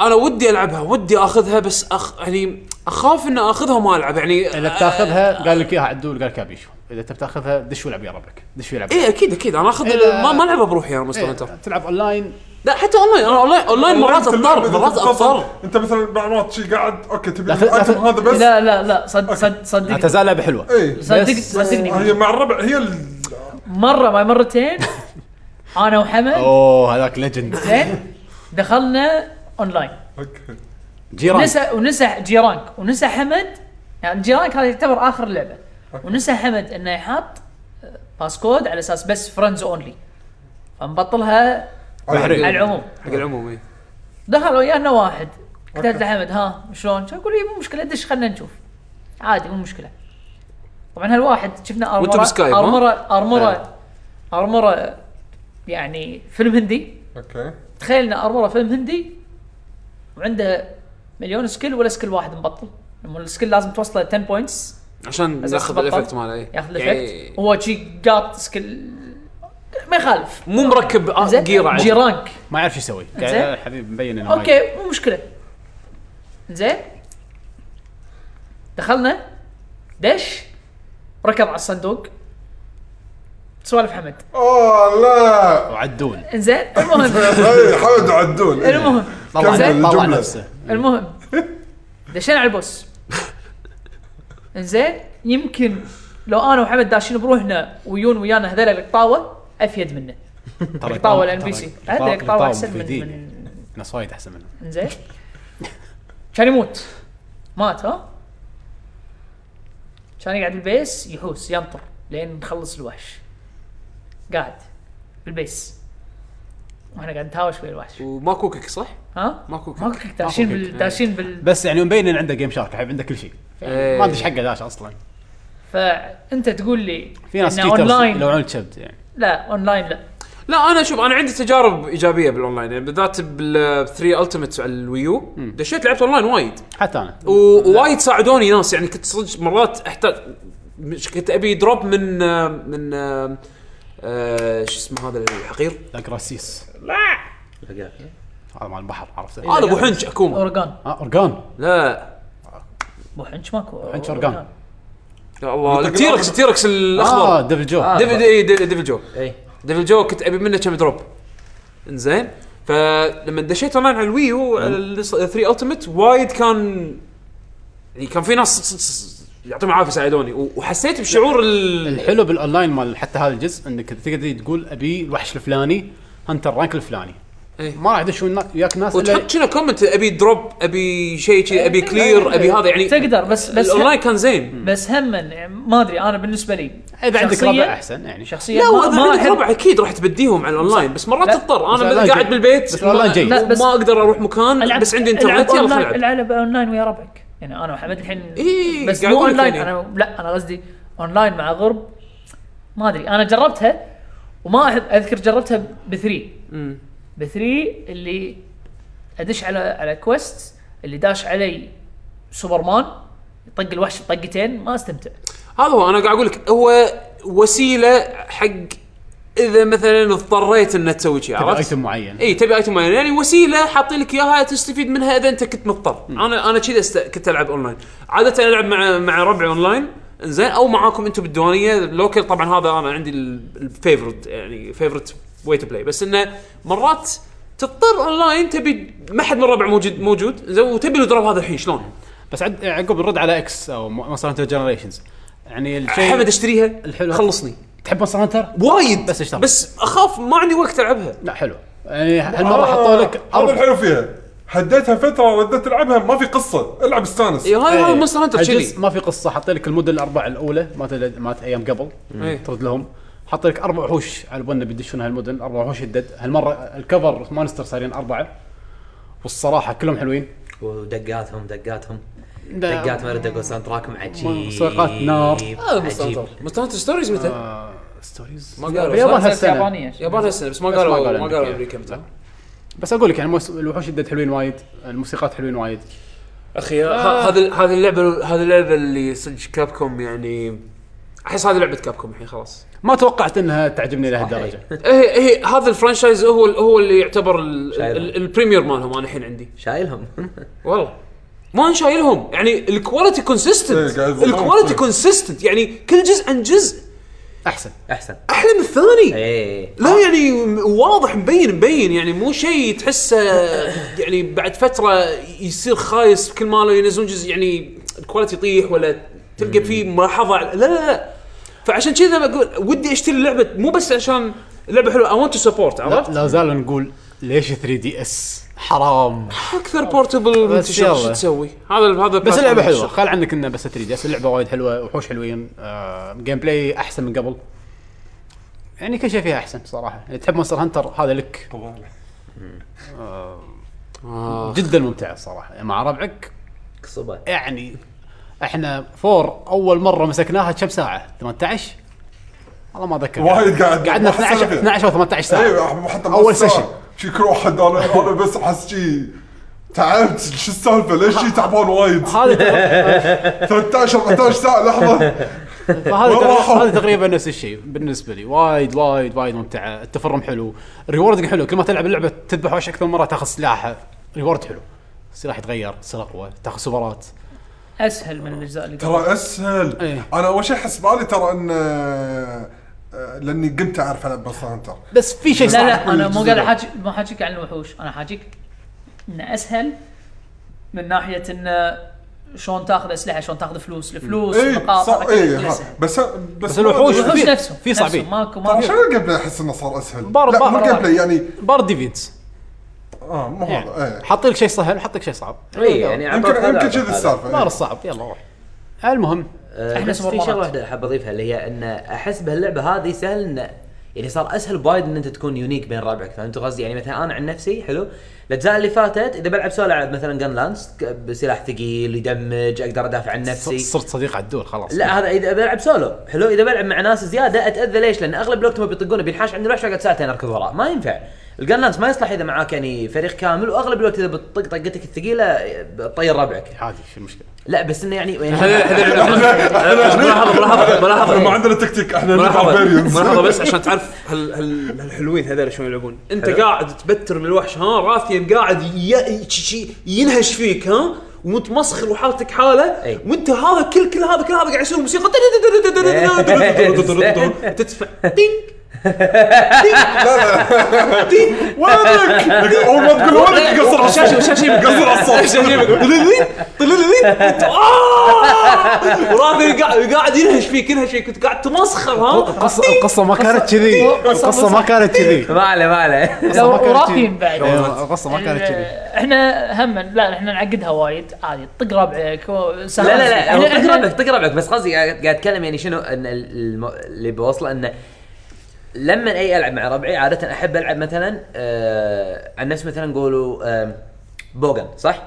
Speaker 4: انا ودي العبها ودي اخذها بس أخ... يعني اخاف ان اخذها وما العب يعني
Speaker 1: اذا بتاخذها قال لك اياها عدول قال لك يا بيشو اذا انت بتاخذها دش والعب يا ربك دش والعب
Speaker 4: اي اكيد اكيد انا اخذ
Speaker 1: إلا-
Speaker 4: ما ما العبها بروحي انا مستر
Speaker 1: إيه،
Speaker 4: هانتر
Speaker 1: تلعب اونلاين
Speaker 4: لا حتى اونلاين انا اونلاين اونلاين مرات
Speaker 2: أنت اللعبة
Speaker 4: اضطر
Speaker 2: إذا
Speaker 4: مرات
Speaker 2: تبي توصل-
Speaker 4: اضطر
Speaker 2: انت مثلا بعض شي قاعد اوكي تبي
Speaker 1: لا ت- لا ت-
Speaker 2: الآيتم هذا بس
Speaker 5: لا لا لا صد صد
Speaker 1: لا
Speaker 5: صدقني
Speaker 1: تزال لعبه حلوه
Speaker 2: اي
Speaker 5: صدق
Speaker 1: بس-
Speaker 2: آه، هي
Speaker 5: صدقني
Speaker 2: مع الربع هي ال-
Speaker 5: مره ما مرتين انا وحمد
Speaker 1: اوه هذاك ليجند
Speaker 5: زين دخلنا اونلاين
Speaker 2: اوكي
Speaker 1: جيران
Speaker 5: نسى ونسى جيرانك ونسى حمد يعني جيرانك هذا يعتبر اخر لعبه ونسى حمد انه يحط آه، باسكود على اساس بس فرندز اونلي فنبطلها على العموم
Speaker 4: حق العموم إيه. اي
Speaker 5: دخل ويانا واحد قلت له حمد ها شلون؟ شو يقول لي مو مشكله دش خلينا نشوف عادي مو مشكله طبعا هالواحد شفنا
Speaker 4: وأنتم بسكايب، ها؟
Speaker 5: ارمره ارمره ارمره ارمره يعني فيلم هندي
Speaker 2: اوكي
Speaker 5: تخيلنا ارموره فيلم هندي وعنده مليون سكيل ولا سكيل واحد مبطل لما السكيل لازم توصله 10 بوينتس
Speaker 4: عشان ناخذ الافكت ماله اي
Speaker 5: ياخذ
Speaker 4: يعني
Speaker 5: الافكت هو شي قاط سكيل ما يخالف
Speaker 4: مو مركب آه،
Speaker 5: زين
Speaker 4: جير عادي
Speaker 5: جيرانك
Speaker 1: ما يعرف شو يسوي قاعد
Speaker 5: زين.
Speaker 1: يا حبيبي مبين انه ما يعرف.
Speaker 5: اوكي مو مشكله زين دخلنا دش ركب على الصندوق سوالف حمد
Speaker 2: اوه لا
Speaker 1: وعدول
Speaker 5: انزين المهم
Speaker 2: اي حمد عدول إيه. إي.
Speaker 5: المهم
Speaker 1: طلع
Speaker 5: زين.
Speaker 1: طلع
Speaker 2: الجملة.
Speaker 1: نفسه
Speaker 5: المهم دشينا على البوس انزين يمكن لو انا وحمد داشين بروحنا ويون ويانا هذول القطاوه افيد منه القطاوه الان بي سي هذول القطاوه احسن من من
Speaker 1: ناس وايد احسن منه
Speaker 5: انزين كان يموت مات ها كان يقعد بالبيس يحوس ينطر لين نخلص الوحش قاعد بالبيس واحنا قاعد نتهاوش ويا الوحش
Speaker 4: وماكو كيك صح؟
Speaker 5: ها
Speaker 4: ماكو كيك
Speaker 5: ما كنت داشين
Speaker 1: ماكو كيك.
Speaker 5: بال... داشين بال
Speaker 1: بس يعني مبين انه عنده جيم شارك الحين عنده كل شيء
Speaker 4: إيه.
Speaker 1: ما ادري ايش حقه داش اصلا
Speaker 5: فانت تقول لي
Speaker 1: في ناس
Speaker 5: إن
Speaker 1: كيترز
Speaker 5: اونلاين
Speaker 1: يلوعون الكبد يعني
Speaker 5: لا اونلاين لا
Speaker 4: لا انا شوف انا عندي تجارب ايجابيه بالاونلاين يعني بالذات بال 3 التمت على الويو دشيت لعبت اونلاين وايد
Speaker 1: حتى انا
Speaker 4: و- ووايد ساعدوني ناس يعني كنت صدق مرات احتاج مش كنت ابي دروب من آه، من آه، آه، شو اسمه هذا الحقير؟
Speaker 7: إيه،
Speaker 1: ذاك راسيس هذا مال البحر آه، عرفته
Speaker 4: انا ابو حنج اكوما
Speaker 5: اورجان
Speaker 1: اه اورجان
Speaker 4: لا
Speaker 5: بو حنش ماكو
Speaker 1: حنش أورجان.
Speaker 4: يا الله التيركس التيركس
Speaker 1: اه
Speaker 4: الاخضر
Speaker 1: دبل جو
Speaker 7: آه. إيه.
Speaker 4: ديفل إي، ديفل ديفل جو
Speaker 7: اي
Speaker 4: ديفل جو كنت ابي منه كم دروب انزين فلما دشيت اونلاين على الويو على ال 3 التمت وايد كان يعني كان في ناس ص- ص- ص- يعطيهم العافيه ساعدوني و- وحسيت بشعور ال...
Speaker 1: الحلو بالاونلاين مال حتى هذا الجزء انك تقدر تقول ابي الوحش الفلاني هنتر رانك الفلاني
Speaker 4: إيه.
Speaker 1: ما راح يدشون وياك ناس
Speaker 4: وتحط شنو كومنت ابي دروب ابي شيء شي ابي كلير
Speaker 5: إيه.
Speaker 4: ابي هذا يعني
Speaker 5: تقدر بس بس
Speaker 4: الاونلاين كان زين
Speaker 5: بس هم يعني ما ادري انا بالنسبه لي
Speaker 1: اذا عندك
Speaker 5: شخصياً-
Speaker 1: ربع احسن يعني
Speaker 5: شخصيا
Speaker 4: لا
Speaker 5: ما,
Speaker 4: واذا
Speaker 5: ما
Speaker 4: عندك
Speaker 5: احب
Speaker 4: ربع اكيد راح تبديهم على الاونلاين بس مرات
Speaker 5: لا.
Speaker 4: تضطر
Speaker 1: بس
Speaker 4: انا
Speaker 1: الأونلاين
Speaker 4: قاعد
Speaker 1: جيد.
Speaker 4: بالبيت
Speaker 1: بس الأونلاين جيد.
Speaker 5: لا، بس-
Speaker 4: ما اقدر اروح مكان بس عندي انترنت يلا خلينا
Speaker 5: العب
Speaker 4: نلعب
Speaker 5: العب اونلاين ويا ربعك يعني انا وحمد الحين
Speaker 4: إيه،
Speaker 5: بس
Speaker 4: قاعد
Speaker 5: مو
Speaker 4: أقول لك
Speaker 5: اونلاين
Speaker 4: يعني.
Speaker 5: انا لا انا قصدي اونلاين مع غرب ما ادري انا جربتها وما احب اذكر جربتها بثري بثري اللي ادش على على كويست اللي داش علي سوبرمان يطق الوحش طقتين ما استمتع
Speaker 4: هذا هو انا قاعد اقول لك هو وسيله حق اذا مثلا اضطريت انك تسوي شيء
Speaker 1: تبي
Speaker 4: عرفت؟
Speaker 1: ايتم معين
Speaker 4: اي تبي ايتم معين يعني وسيله حاطين لك اياها تستفيد منها اذا انت كنت مضطر انا انا كذا است... كنت العب اونلاين عاده العب مع مع ربعي اونلاين زين او معاكم انتم بالديوانيه لوكل طبعا هذا انا عندي الفيفورت يعني فيفورت واي تو بلاي بس انه مرات تضطر اونلاين تبي ما حد من الربع موجود موجود زين وتبي الدروب هذا الحين شلون؟
Speaker 1: بس عد عقب نرد على اكس او مونستر هانتر جنريشنز يعني الشيء
Speaker 4: حمد اشتريها
Speaker 1: الحلو.
Speaker 4: خلصني
Speaker 1: تحب مونستر هانتر؟
Speaker 4: وايد
Speaker 1: بس اشتغل.
Speaker 4: بس اخاف ما عندي وقت العبها
Speaker 1: لا حلو يعني هالمره
Speaker 4: آه،
Speaker 1: حطوا لك
Speaker 2: هذا
Speaker 1: أربع-
Speaker 2: الحلو فيها حديتها فتره ردت تلعبها ما في قصه العب استانس
Speaker 4: اي هاي هاي
Speaker 1: إيه.
Speaker 4: مونستر هانتر
Speaker 1: الجزء
Speaker 4: كذي
Speaker 1: ما في قصه حاطين لك المدن الاربعه الاولى مالت مالت ايام قبل
Speaker 4: إيه.
Speaker 1: ترد لهم حاط لك اربع وحوش على بالنا بيدشون هالمدن اربع وحوش يدد هالمره الكفر مانستر صارين اربعه والصراحه كلهم حلوين
Speaker 7: ودقاتهم دقاتهم
Speaker 1: لا،
Speaker 5: نعم.
Speaker 7: دقات ما ارد اقول ساوند تراكهم عجيب
Speaker 1: موسيقات نار.
Speaker 4: آه،
Speaker 5: آه،
Speaker 7: عجيب
Speaker 4: مونستر هانتر ستوريز متى؟
Speaker 1: آه، ستوريز
Speaker 4: ما قالوا
Speaker 1: باليابان
Speaker 5: مسلسلات
Speaker 1: هالسنة.
Speaker 5: يابانيه
Speaker 4: يابان هالسنه بس ما
Speaker 1: بس ما
Speaker 4: قالوا
Speaker 1: قالوا
Speaker 4: ما
Speaker 1: أمريكا.
Speaker 4: قالوا امريكا متى
Speaker 1: بس اقول لك يعني موس- الوحوش يدد حلوين وايد الموسيقات حلوين وايد
Speaker 4: اخي ه- هذا هذه اللعبه هذه اللعبه اللي صدق كاب كوم يعني احس هذه لعبه كاب كوم الحين خلاص
Speaker 1: ما توقعت انها تعجبني لهالدرجه
Speaker 4: ايه ايه هذا الفرانشايز هو ال- هو اللي يعتبر ال-
Speaker 7: شايلهم.
Speaker 4: ال- البريمير مالهم انا الحين عندي
Speaker 7: شايلهم
Speaker 4: والله ما نشايلهم يعني الكواليتي كونسيستنت
Speaker 2: إيه، قاعد يضبطون.
Speaker 4: الكواليتي كونسيستنت يعني كل جزء عن جزء
Speaker 1: احسن
Speaker 7: احسن
Speaker 4: احلى من الثاني
Speaker 2: إيه.
Speaker 7: اي
Speaker 4: لا يعني واضح مبين مبين يعني مو شيء تحسه يعني بعد فتره يصير خايس كل ما ينزلون جزء يعني الكواليتي يطيح ولا تلقى فيه ملاحظه على- لا لا لا فعشان كذا بقول ودي اشتري اللعبه مو بس عشان اللعبه حلوه اي ونت تو سبورت عرفت؟
Speaker 1: لا زال نقول ليش 3 دي اس حرام
Speaker 4: اكثر بورتبل
Speaker 1: بس
Speaker 4: منتشر شو
Speaker 1: يلا.
Speaker 4: تسوي؟ هذا هذا
Speaker 1: بس
Speaker 4: platform
Speaker 1: اللعبه حلوه
Speaker 4: منتشر.
Speaker 1: خل عنك انها بس 3 دي اس اللعبه وايد حلوه وحوش حلوين آه، جيم بلاي احسن من قبل يعني كل شيء فيها احسن صراحه يعني تحب مونستر هانتر هذا لك جدا ممتعه صراحه يعني مع ربعك
Speaker 7: قصبه
Speaker 5: إيه.
Speaker 1: يعني احنا فور اول مره مسكناها كم ساعه 18 والله ما اذكر
Speaker 2: وايد قاعد-
Speaker 1: قعدنا
Speaker 2: ما حسينا
Speaker 1: 12
Speaker 2: فيها.
Speaker 1: 12 او 18 ساعه
Speaker 2: ايوه حتى
Speaker 1: اول
Speaker 2: بالساعة.
Speaker 1: سيشن
Speaker 2: شي كل واحد انا انا بس احس شي تعبت شو السالفه ليش شي تعبان وايد
Speaker 1: هذا
Speaker 2: 13 14 ساعه لحظه
Speaker 1: فهذا
Speaker 2: والله.
Speaker 1: تقريبا هذا تقريبا نفس الشيء بالنسبه لي وايد وايد وايد ممتعه التفرم حلو الريوردنج حلو كل ما تلعب اللعبه تذبح وحش اكثر من مره تاخذ سلاحه ريورد حلو السلاح يتغير تصير اقوى تاخذ سوبرات
Speaker 5: اسهل من الاجزاء اللي قبل
Speaker 2: ترى اسهل
Speaker 1: إيه.
Speaker 2: انا اول شيء حس بالي ترى ان آه، لاني قمت اعرف العب بس هانتر
Speaker 1: بس في شيء
Speaker 5: لا
Speaker 1: صعب
Speaker 5: لا انا مو
Speaker 2: الجزء
Speaker 5: قاعد
Speaker 2: ده.
Speaker 5: احاجي ما حاجيك عن الوحوش انا حاجيك انه اسهل من ناحيه انه شلون تاخذ اسلحه شلون تاخذ فلوس الفلوس
Speaker 2: اي
Speaker 5: المقاطع
Speaker 2: صع-
Speaker 5: كل
Speaker 2: إيه،
Speaker 5: شيء
Speaker 2: ها.
Speaker 5: اسهل.
Speaker 2: بس بس
Speaker 1: بس الوحوش
Speaker 5: الوحوش
Speaker 1: في-
Speaker 5: نفسهم
Speaker 1: في طيب.
Speaker 5: نفسهم.
Speaker 1: صعبين.
Speaker 5: ماكو
Speaker 2: ترى
Speaker 5: ماكو
Speaker 2: شنو الجيم بلاي احس انه صار اسهل
Speaker 1: بار-
Speaker 2: لا مو
Speaker 1: بار-
Speaker 2: الجيم بلاي يعني
Speaker 1: بار ديفينس
Speaker 2: اه مو هذا
Speaker 1: يعني
Speaker 2: إيه.
Speaker 1: حاط لك شيء سهل حاط لك شيء صعب
Speaker 7: اي يعني
Speaker 2: يمكن
Speaker 7: عطوك هذا،
Speaker 2: يمكن
Speaker 7: عطوك
Speaker 2: كذي
Speaker 7: هذا.
Speaker 2: السالفه
Speaker 1: بار
Speaker 2: إيه.
Speaker 1: الصعب يلا روح المهم
Speaker 7: آه،
Speaker 5: إحنا
Speaker 7: بس في
Speaker 5: سوبر
Speaker 7: شغله
Speaker 5: مارات.
Speaker 7: واحده احب اضيفها اللي هي ان احس بهاللعبه هذه سهل ان يعني صار اسهل بوايد ان انت تكون يونيك بين ربعك فهمت قصدي يعني مثلا انا عن نفسي حلو الاجزاء اللي فاتت اذا بلعب سولو العب مثلا جن لانس ك- بسلاح ثقيل يدمج اقدر ادافع عن نفسي
Speaker 1: صرت صديق عدول خلاص
Speaker 7: لا هذا اذا بلعب سولو حلو اذا بلعب مع ناس زياده اتاذى ليش؟ لان اغلب الوقت ما بيطقونه بينحاش عندي الوحش اقعد ساعتين اركض وراه ما ينفع الجنانس ما يصلح اذا معاك يعني فريق كامل واغلب الوقت اذا بتطق طقتك الثقيله بتطير ربعك
Speaker 1: عادي شو المشكله
Speaker 7: لا بس انه يعني
Speaker 4: ملاحظه ملاحظه
Speaker 2: احنا ما
Speaker 4: ملاحظه
Speaker 2: عندنا تكتيك احنا
Speaker 4: ملاحظه
Speaker 2: باربيريانز
Speaker 4: ملاحظه بس عشان تعرف هال هال هالحلوين هذول شلون يلعبون انت قاعد تبتر من الوحش ها راثيا قاعد ي- ي- شي- شي ينهش فيك ها
Speaker 3: وانت مسخر وحالتك حاله
Speaker 7: أي.
Speaker 3: وانت هذا كل كل هذا كل هذا قاعد يسوي موسيقى تدفع تينك
Speaker 2: ولدك اول ما تقول ولدك يقصر على الصوت
Speaker 4: شاشة شاشة
Speaker 2: يقصر على الصوت
Speaker 3: وراضي قاعد قاعد ينهش فيك ينهش فيك كنت قاعد تمسخر ها
Speaker 1: القصه القصه ما كانت كذي القصه ما كانت كذي
Speaker 7: ما عليه ما عليه
Speaker 5: لو
Speaker 1: ما كانت شي.
Speaker 5: رافين بعد أه.
Speaker 1: إيه، القصه ما كانت
Speaker 5: ال-
Speaker 1: كذي
Speaker 5: احنا هم لا احنا نعقدها وايد عادي طق ربعك و-
Speaker 7: لا
Speaker 5: سهل.
Speaker 7: لا لا هو
Speaker 5: احنا-
Speaker 7: طق
Speaker 5: احنا-
Speaker 7: ربعك طق ربعك بس قصدي قاعد قاعد اتكلم يعني شنو ان ال- الم- اللي بوصله انه لما اي العب مع ربعي عاده احب العب مثلا آه عن نفس مثلا قولوا آه بوغن صح؟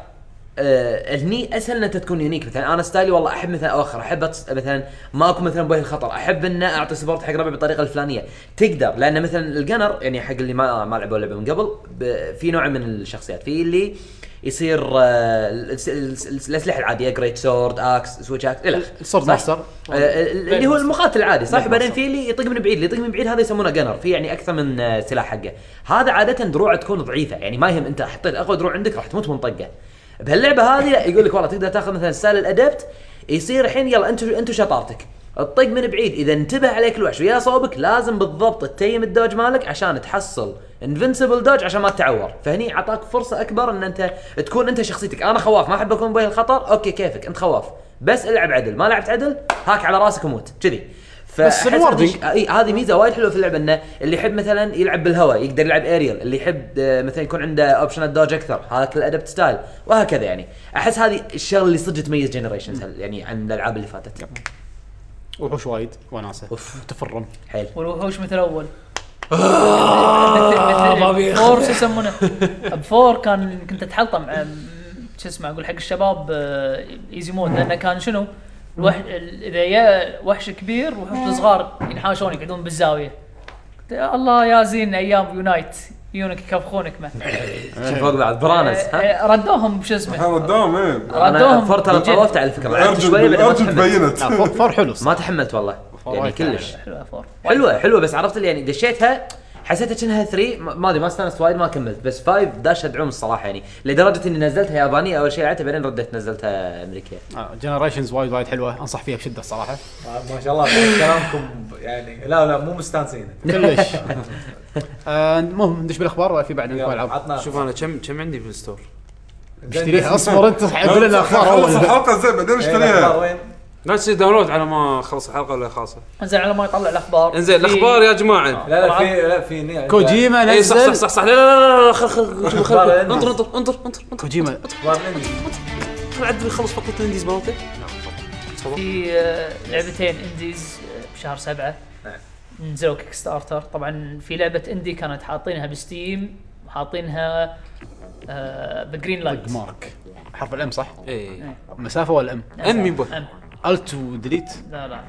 Speaker 7: آه هني اسهل ان انت تكون يونيك مثلا انا ستايلي والله احب مثلا اوخر احب أتص... مثلا ما اكون مثلا بوجه الخطر احب ان اعطي سبورت حق ربعي بالطريقه الفلانيه تقدر لان مثلا الجنر يعني حق اللي ما ما لعبوا اللعبه من قبل ب... في نوع من الشخصيات في اللي يصير آه الس- الس- الاسلحه العاديه جريت سورد اكس سويتش اكس الى آخره.
Speaker 1: السورد
Speaker 7: صح؟
Speaker 1: ماستر.
Speaker 7: آه، اللي هو المقاتل العادي صح
Speaker 1: نعم،
Speaker 7: بعدين
Speaker 1: صح.
Speaker 7: في اللي يطق من بعيد اللي يطق من بعيد هذا يسمونه جنر في يعني اكثر من آه، سلاح حقه هذا عاده دروعه تكون ضعيفه يعني ما يهم انت حطيت اقوى دروع عندك راح تموت من طقه بهاللعبه هذه لا يقول لك والله تقدر تاخذ مثلا سال الادبت يصير الحين يلا انت انت شطارتك الطق من بعيد اذا انتبه عليك الوحش ويا صوبك لازم بالضبط تتيم الدوج مالك عشان تحصل انفنسبل دوج عشان ما تتعور فهني عطاك فرصه اكبر ان انت تكون انت شخصيتك انا خواف ما احب اكون بوجه الخطر اوكي كيفك انت خواف بس العب عدل ما لعبت عدل هاك على راسك وموت كذي
Speaker 1: بس
Speaker 7: فأحس
Speaker 1: rewarding.
Speaker 7: هذه- اي هذه ميزه وايد حلوه في اللعبه انه اللي يحب مثلا يلعب بالهواء يقدر يلعب اريال اللي يحب آه، مثلا يكون عنده اوبشن الدوج اكثر هذاك الادبت ستايل وهكذا يعني احس هذه الشغله اللي صدق تميز جنريشنز يعني عن الالعاب اللي فاتت
Speaker 1: وحوش وايد وناسه
Speaker 7: أوف.
Speaker 1: تفرم
Speaker 7: حيل
Speaker 5: والوحوش مثل اول ما فور شو يسمونه فور كان كنت اتحلطم مع- شو اسمه اقول حق الشباب آه، ايزي مود لانه كان شنو الوح... ال- اذا يا وحش كبير وحوش صغار ينحاشون يقعدون بالزاويه قلت يا الله يا زين ايام يونايت يونك يكفخونك مع
Speaker 7: فوق بعض برانس ها
Speaker 5: آه، ردوهم شو اسمه
Speaker 2: هذا الدوام ايه
Speaker 7: انا
Speaker 5: ردوهم
Speaker 7: فور ترى
Speaker 5: بالجد.
Speaker 7: طوفت على فكره لعبت
Speaker 2: ارجل
Speaker 7: شويه بعدين ما
Speaker 1: لا،
Speaker 2: ارجل
Speaker 7: تحملت
Speaker 2: تبينت
Speaker 1: فور- فور حلو صح.
Speaker 7: ما تحملت والله يعني
Speaker 1: وايد
Speaker 7: كلش
Speaker 5: حلوه فور
Speaker 7: حلوه حلوه بس عرفت اللي يعني دشيتها حسيتها كأنها 3 ما- ما ادري ما استانست وايد ما كملت بس 5 داش ادعم الصراحه يعني لدرجه اني نزلتها يابانيه اول شيء لعبتها بعدين رديت نزلتها امريكيه
Speaker 1: جنريشنز وايد وايد حلوه انصح فيها بشده الصراحه
Speaker 8: ما شاء الله كلامكم يعني لا لا مو مستانسين
Speaker 1: كلش آه، المهم ندش بالاخبار ولا في بعد عندكم العاب
Speaker 8: عطنا
Speaker 4: شوف انا كم كم عندي بالستور
Speaker 1: اشتريها اصبر انت اقول لنا اخبار
Speaker 2: خلص
Speaker 1: اول
Speaker 2: الحلقه زين بعدين
Speaker 8: الأخبار
Speaker 1: إيه،
Speaker 2: اشتريها
Speaker 8: وين؟
Speaker 4: لا تصير داونلود على ما اخلص الحلقه ولا خاصه
Speaker 5: انزين على ما يطلع الاخبار
Speaker 4: انزين
Speaker 5: في-
Speaker 4: الاخبار يا جماعه
Speaker 8: لا لا في لا في نية.
Speaker 1: كوجيما
Speaker 4: اي إيه، صح صح
Speaker 1: نزل
Speaker 4: صح صح لا لا لا لا خل خل شوف، خل
Speaker 8: أخبار
Speaker 4: انطر
Speaker 8: الإنديز.
Speaker 4: انطر انطر انطر انطر
Speaker 1: كوجيما
Speaker 8: أخبار نية.
Speaker 4: خل عد يخلص فقره الانديز مالته تفضل.
Speaker 5: في آه، لعبتين انديز آه، بشهر سبعة
Speaker 4: نعم.
Speaker 5: نزلوا كيك ستارتر طبعا في لعبة اندي كانت حاطينها بستيم حاطينها آه، بجرين لايت
Speaker 1: مارك حرف الام صح؟
Speaker 4: اي
Speaker 1: مسافه ولا ام؟
Speaker 4: أم يبا.
Speaker 5: أم.
Speaker 1: الت وديليت
Speaker 5: لا لا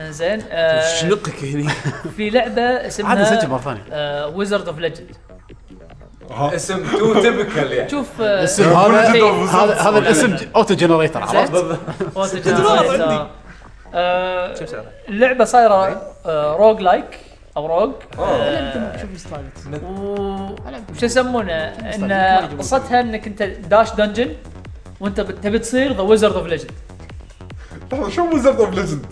Speaker 5: انزين آه،
Speaker 4: شنقك هني
Speaker 5: في لعبة
Speaker 1: عادي سجل مره
Speaker 5: اسمها آه،
Speaker 1: ثانيه
Speaker 5: ويزرد اوف ليجند
Speaker 8: اسم تو تبكل يعني
Speaker 5: شوف آه،
Speaker 1: الاسم هذا
Speaker 5: شيء-
Speaker 1: هذا هذا الاسم ج- اوتو جنريتر عرفت؟
Speaker 5: فوتو جنريتر. آه، اللعبة صايرة آه، روج لايك او روج آه، وش يسمونه ان قصتها انك انت داش دنجن وانت بت- تبي تصير ذا ويزرد اوف ليجند
Speaker 2: لحظه طيب، شو ويزرد اوف ليجند؟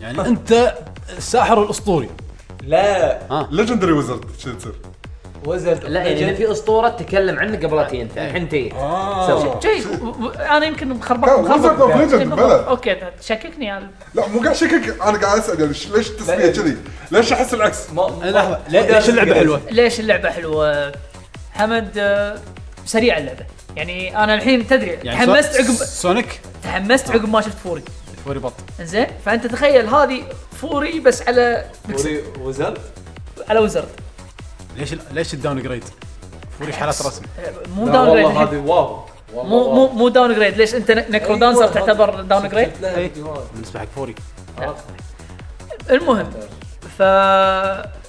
Speaker 1: يعني انت الساحر الاسطوري
Speaker 8: لا
Speaker 4: آه.
Speaker 2: ليجندري ويزرد شو تصير؟
Speaker 8: وزن
Speaker 7: لا يعني إن في اسطوره تتكلم عنك قبل لا تجي انت الحين تجي سوي.
Speaker 5: شيء و- و- انا يمكن مخربط
Speaker 2: لا، Wizard of Legend،
Speaker 5: إيه، بالضبط.
Speaker 2: بلى.
Speaker 5: اوكي تشككني على
Speaker 2: لا مو قاعد شكك انا قاعد اسال يعني ش- ليش التسميه كذي؟ ليش احس العكس؟
Speaker 4: إيه،
Speaker 1: لحظه ليش اللعبه حلوه؟
Speaker 5: ليش اللعبه حلوه حمد آه، سريعه اللعبه يعني انا الحين تدري
Speaker 1: يعني
Speaker 5: تحمست
Speaker 1: سو-
Speaker 5: عقب
Speaker 1: سونيك
Speaker 5: تحمست عقب ما شفت فوري
Speaker 1: فوري بط
Speaker 5: انزين فانت تخيل هذه فوري بس على
Speaker 8: وزن
Speaker 5: على وزرد
Speaker 1: ليش ليش الداون جريد؟ فوري حالات رسم
Speaker 5: مو
Speaker 8: لا
Speaker 5: داون جريد
Speaker 8: والله هذه واو والله
Speaker 5: مو مو
Speaker 8: واو.
Speaker 5: مو داون جريد ليش انت نكرو دانسر
Speaker 8: أيوة،
Speaker 5: تعتبر
Speaker 8: هذه-
Speaker 5: داون جريد
Speaker 8: شفت لها
Speaker 1: أي.
Speaker 8: فيديوهات.
Speaker 1: بالنسبه حق فوري
Speaker 5: المهم ف